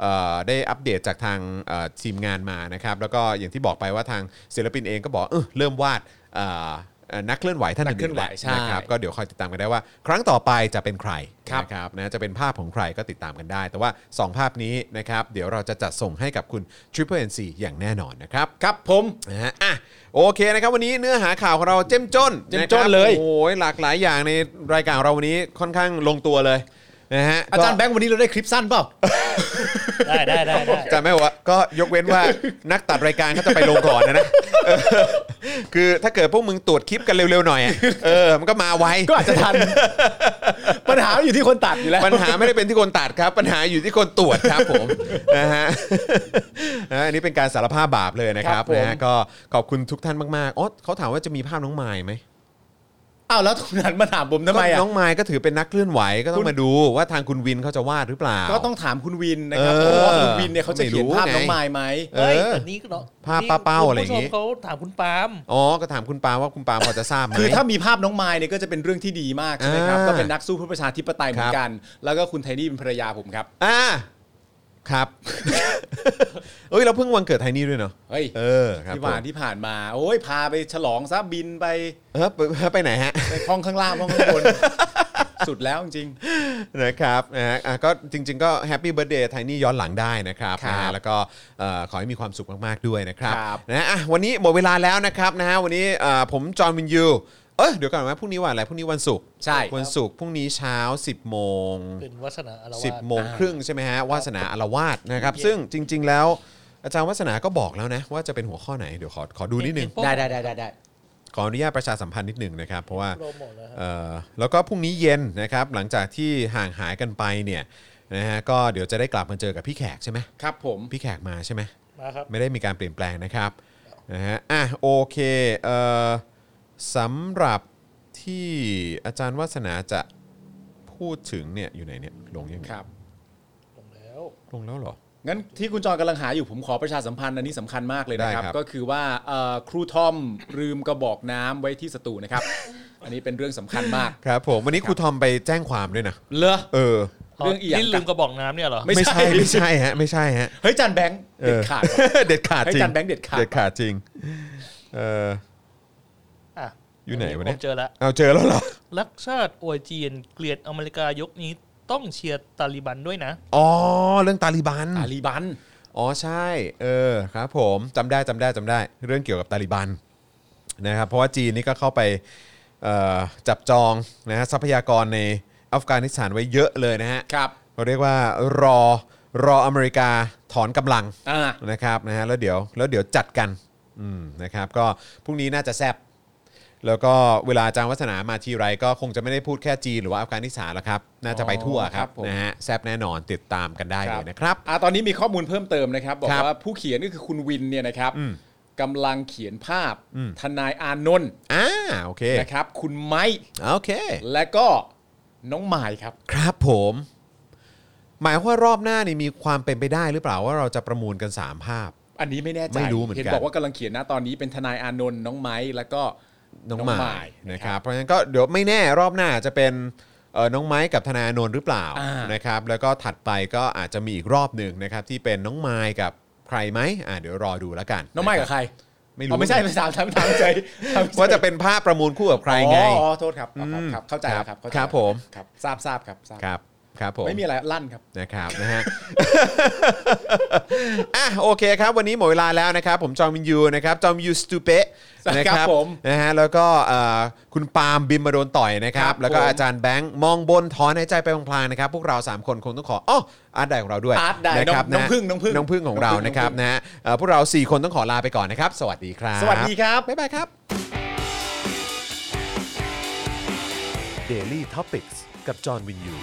เอ่อได้อัปเดตจากทางเอ่อทีมงานมานะครับแล้วก็อย่างที่บอกไปว่าทางศิลปินเองก็บอกเออเริ่มวาดเอ่อเอ่อนักเคลื่อนไหวท่าน นักเคลื่อนไหว ๆ ใช่ นะครับก็เดี๋ยวคอยติดตามกันได้ว่า ครั้งต่อไปจะเป็นใคร นะครับนะจะเป็นภาพของใครก็ติดตามกันได้ แต่ว่า 2 ภาพนี้นะครับเดี๋ยวเราจะจัดส่งให้กับคุณ Triple NC อย่างแน่นอนนะครับ ครับผม นะฮะอ่ะโอเคนะครับวันนี้เนื้อหาข่าวของเราเจ้มจน เจ้มจ้นเลย ะคบโอ้ยหลากหลายอย่างในรายการของเราวันนี้ค่อนข้างลงตัวเลยนะฮะ อาจารย์แบ ก็ งค์วันนี้เราได้คลิปสั้นเปล่า ได้ได้ได้ได้ อาจารย์แม่บอกว่าก็ยกเว้นว่า นักตัดรายการเขาจะไปลงก่อนนะ นะเออคือถ้าเกิดพวกมึงตรวจคลิปกันเร็วๆหน่อยอะเออมันก็มาไว ก็อาจจะทัน ปัญหาอยู่ที่คนตัดอยู่แล้ว ปัญหาไม่ได้เป็นที่คนตัดครับ ปัญหาอยู่ที่คนตรวจครับผม นะฮะนะฮะอันนี้เป็นการสารภาพบาปเลยนะค ค รั รั บบ ผม นะฮะก็ขอบคุณทุกท่านมากๆอ๋อเขาถามว่าจะมีภาพน้องไม้ไหม อ้าวแล้วตรงนั้นมาถามผมทำก็ไมอ่ะ น้องไม้ก็ถือเป็นนักเคลื่อนไหวก็ต้อ คุ ง ณ มาดูว่าทางคุณวินเขาจะวาดหรือเปล่า ก็ต้องถามคุณวินนะครับ เออ เพราะว่าคุณวินเนี่ยเขาจะเขียนภาพน้อไม่งรู้ไง มายไหม เออ เฮ้ยแต่นี้ก็เนาะ ภาพป้าเป้าอะไรอย่างงี้ นี้คุณผู้ชมเขาถามคุณปาล์ม อ๋อก็ถามคุณปาว่าคุณปาพอจะทราบไหม คือถ้ามีภาพน้องมายเนี่ยก็จะเป็นเรื่องที่ดีมากใช่ไหมครับ อ่า ก็เป็นนักสู้เพื่อประชาธิปไตยเหมือ ครั น บ กัน แล้วก็คุณไทนี่เป็นภรรยาผมครับ อ่าครับ เอ้ยเราเพิ่งวันเกิดไทนี่ด้วยเนาะ เฮ้ย เออครับ ที่หวานที่ผ่านมา โอ้ยพาไปฉลองซะบินไป เออไปไปไหน ฮะ ไปห้องข้างล่างห้องข้างบน สุดแล้วจริง นะครับนะฮะอ่ะก็จริง ๆ ก็แฮปปี้เบิร์ดเดย์ไทนี่ย้อนหลังได้นะครับ ครับ นะฮะแล้วก็เอ่อขอให้มีความสุขมาก ๆ ด้วยนะครับ ครับ นะฮะอ่ะวันนี้หมดเวลาแล้วนะครับนะฮะวันนี้เอ่อผมจอห์นวินยูเออเดี๋ยวก่อนว่าพรุ่งนี้วันอะไรพรุ่งนี้วันศุกร์ ใช่ วันศุกร์พรุ่งนี้เช้า 10 โมง เป็นวัฒนาอารวาส 10 โมงครึ่งใช่ไหมฮะวาสนาอารวาสนะครับซึ่งจริง ๆ แล้วอาจารย์วาสนาก็บอกแล้วนะว่าจะเป็นหัวข้อไหนเดี๋ยวขอขอดูนิดนึง ได้ได้ได้ได้ได้ ขออนุญาตประชาสัมพันธ์นิดหนึ่งนะครับ เพราะว่า โปรโมทแล้วครับ เอ่อแล้วก็พรุ่งนี้เย็นนะครับหลังจากที่ห่างหายกันไปเนี่ยนะฮะก็เดี๋ยวจะได้กลับมาเจอกับพี่แขกใช่ไหม ครับผม พี่แขกมาใช่ไหม มาครับ ไม่ได้มีการเปลี่ยนแปลงนะครับนะฮะอ่ะโอเคเอ่อสำหรับที่อาจารย์วัฒนาจะพูดถึงเนี่ยอยู่ไหนเนี่ยลงยังไง ครับ ลงแล้ว ลงแล้วเหรอ งั้นที่คุณจรกำลังหาอยู่ผมขอประชาสัมพันธ์อันนี้สำคัญมากเลยนะครับ ได้ครับ ก็คือว่าเอ่อครูทอมลืมกระบอกน้ำไว้ที่สตูนะครับ อันนี้เป็นเรื่องสำคัญมาก ครับผมวันนี้ครูทอมไปแจ้งความด้วยนะ เลอ เออ เรื่องเอียง นี่ลืมกระบอกน้ำเนี่ยเหรอ ไม่ใช่ไม่ใช่ฮะไม่ใช่ฮะ เฮ้ยจานแบงค์เด็ดขาด เออเด็ดขาดจริง ให้จานแบงค์เด็ดขาด เด็ดขาดจริงเออ อ่ะ อยู่ไหนวะเนี่ย ผมเจอแล้ว เอาเจอแล้วเหรอ รักชาติอวยจีนเกลียดอเมริกายกนี้ต้องเชียร์ตาลิบันด้วยนะ อ๋อเรื่องตาลีบัน อาลีบัน อ๋อใช่ เออครับผมจำได้จำได้จำได้ เรื่องเกี่ยวกับตาลิบันนะครับเพราะว่าจีนนี่ก็เข้าไปเอ่อจับจองนะฮะทรัพยากรในอัฟกานิสถานไว้เยอะเลยนะฮะ ครับ เขาเรียกว่ารอรออเมริกาถอนกำลัง อ่า นะครับนะฮะแล้วเดี๋ยวแล้วเดี๋ยวจัดกันอืมนะครับก็พรุ่งนี้น่าจะแซบแล้วก็เวลาอาจารย์วัฒนามาทีไรก็คงจะไม่ได้พูดแค่จีนหรือว่าอัฟกานิสถานแล้วครับน่าจะไปทั่วครั ครับ บผม นะฮะแซบแน่นอนติดตามกันได้เลยนะครับ อ่าตอนนี้มีข้อมูลเพิ่มเติมนะครับ บอ ครั ก บ ว่าผู้เขียนก็คือคุณวินเนี่ยนะครับ อืม กำลังเขียนภาพ อืม ทนายอานนท์ อ่าโอเค นะครับ คุณไม้ โอเค และก็น้องหมายครับ ครับผม หมายความว่ารอบหน้านี่มีความเป็นไปได้หรือเปล่าว่าเราจะประมูลกัน 3 ภาพ อันนี้ไม่แน่ใจ ไม่รู้เหมือนกัน เห็นบอกว่ากำลังเขียนนะตอนนี้เป็นทนายอานนท์น้องไม้แล้วก็ น้องหม ห ายนะครับเพราะฉะนั้นก็เดี๋ยวไม่แน่รอบหน้าจะเป็นเอ่อน้องไม้กับธนาโนนท์หรือเปล่า อ่าน นะครับ แล้วก็ถัดไปก็อาจจะมีอีกรอบหนึ่งนะครับ ที่เป็นน้องไม้กับใครไหมอ่าเดี๋ยวรอดูแล้วกัน น้องไม้กัะบค ใค รั ร ไม่รู้ อ๋อไม่ใช่ไม่ถามถามถามใจถมใจ ว่าจะเป็นภาพประมูลคู่กับใครไง อ๋ออ๋อโทษครับครับ อืม ครับเข้าใจแล้วครับเข้าใจ ครับผม ครับทราบทราบครับทราบ ครับ ครับผม ไม่มีอะไรลั่นครับ นะครับ นะฮะ อ่ะโอเคครับ วันนี้หมดเวลาแล้วนะครับ ผมจอมวินยูนะครับจอมวินยูสตูเปะนะค ครั รับบ ผม นะฮะแล้วก็เอ่อคุณปาล์มบิมมาโดนต่อยนะครับ ครับ แล้วก็ ผม อาจารย์แบงค์มองบนถอนหายใจไปพลางๆนะครับ พวกเรา 3 คนคงต้องขออ้ออาร์ตได้ของเราด้วย อาร์ตได้ นะครับะน้องน้องพึ่งน้องพึ่ง น้องพึ่งของเรา น้องพึ่ง นะครับ น้องพึ่ง นะฮะเอ่อพวกเรา 4 คนต้องขอลาไปก่อนนะครับ สวัสดีครับ สวัสดีครับ บ๊ายบายครับ Daily t o p i c กกับจอห์นวินยู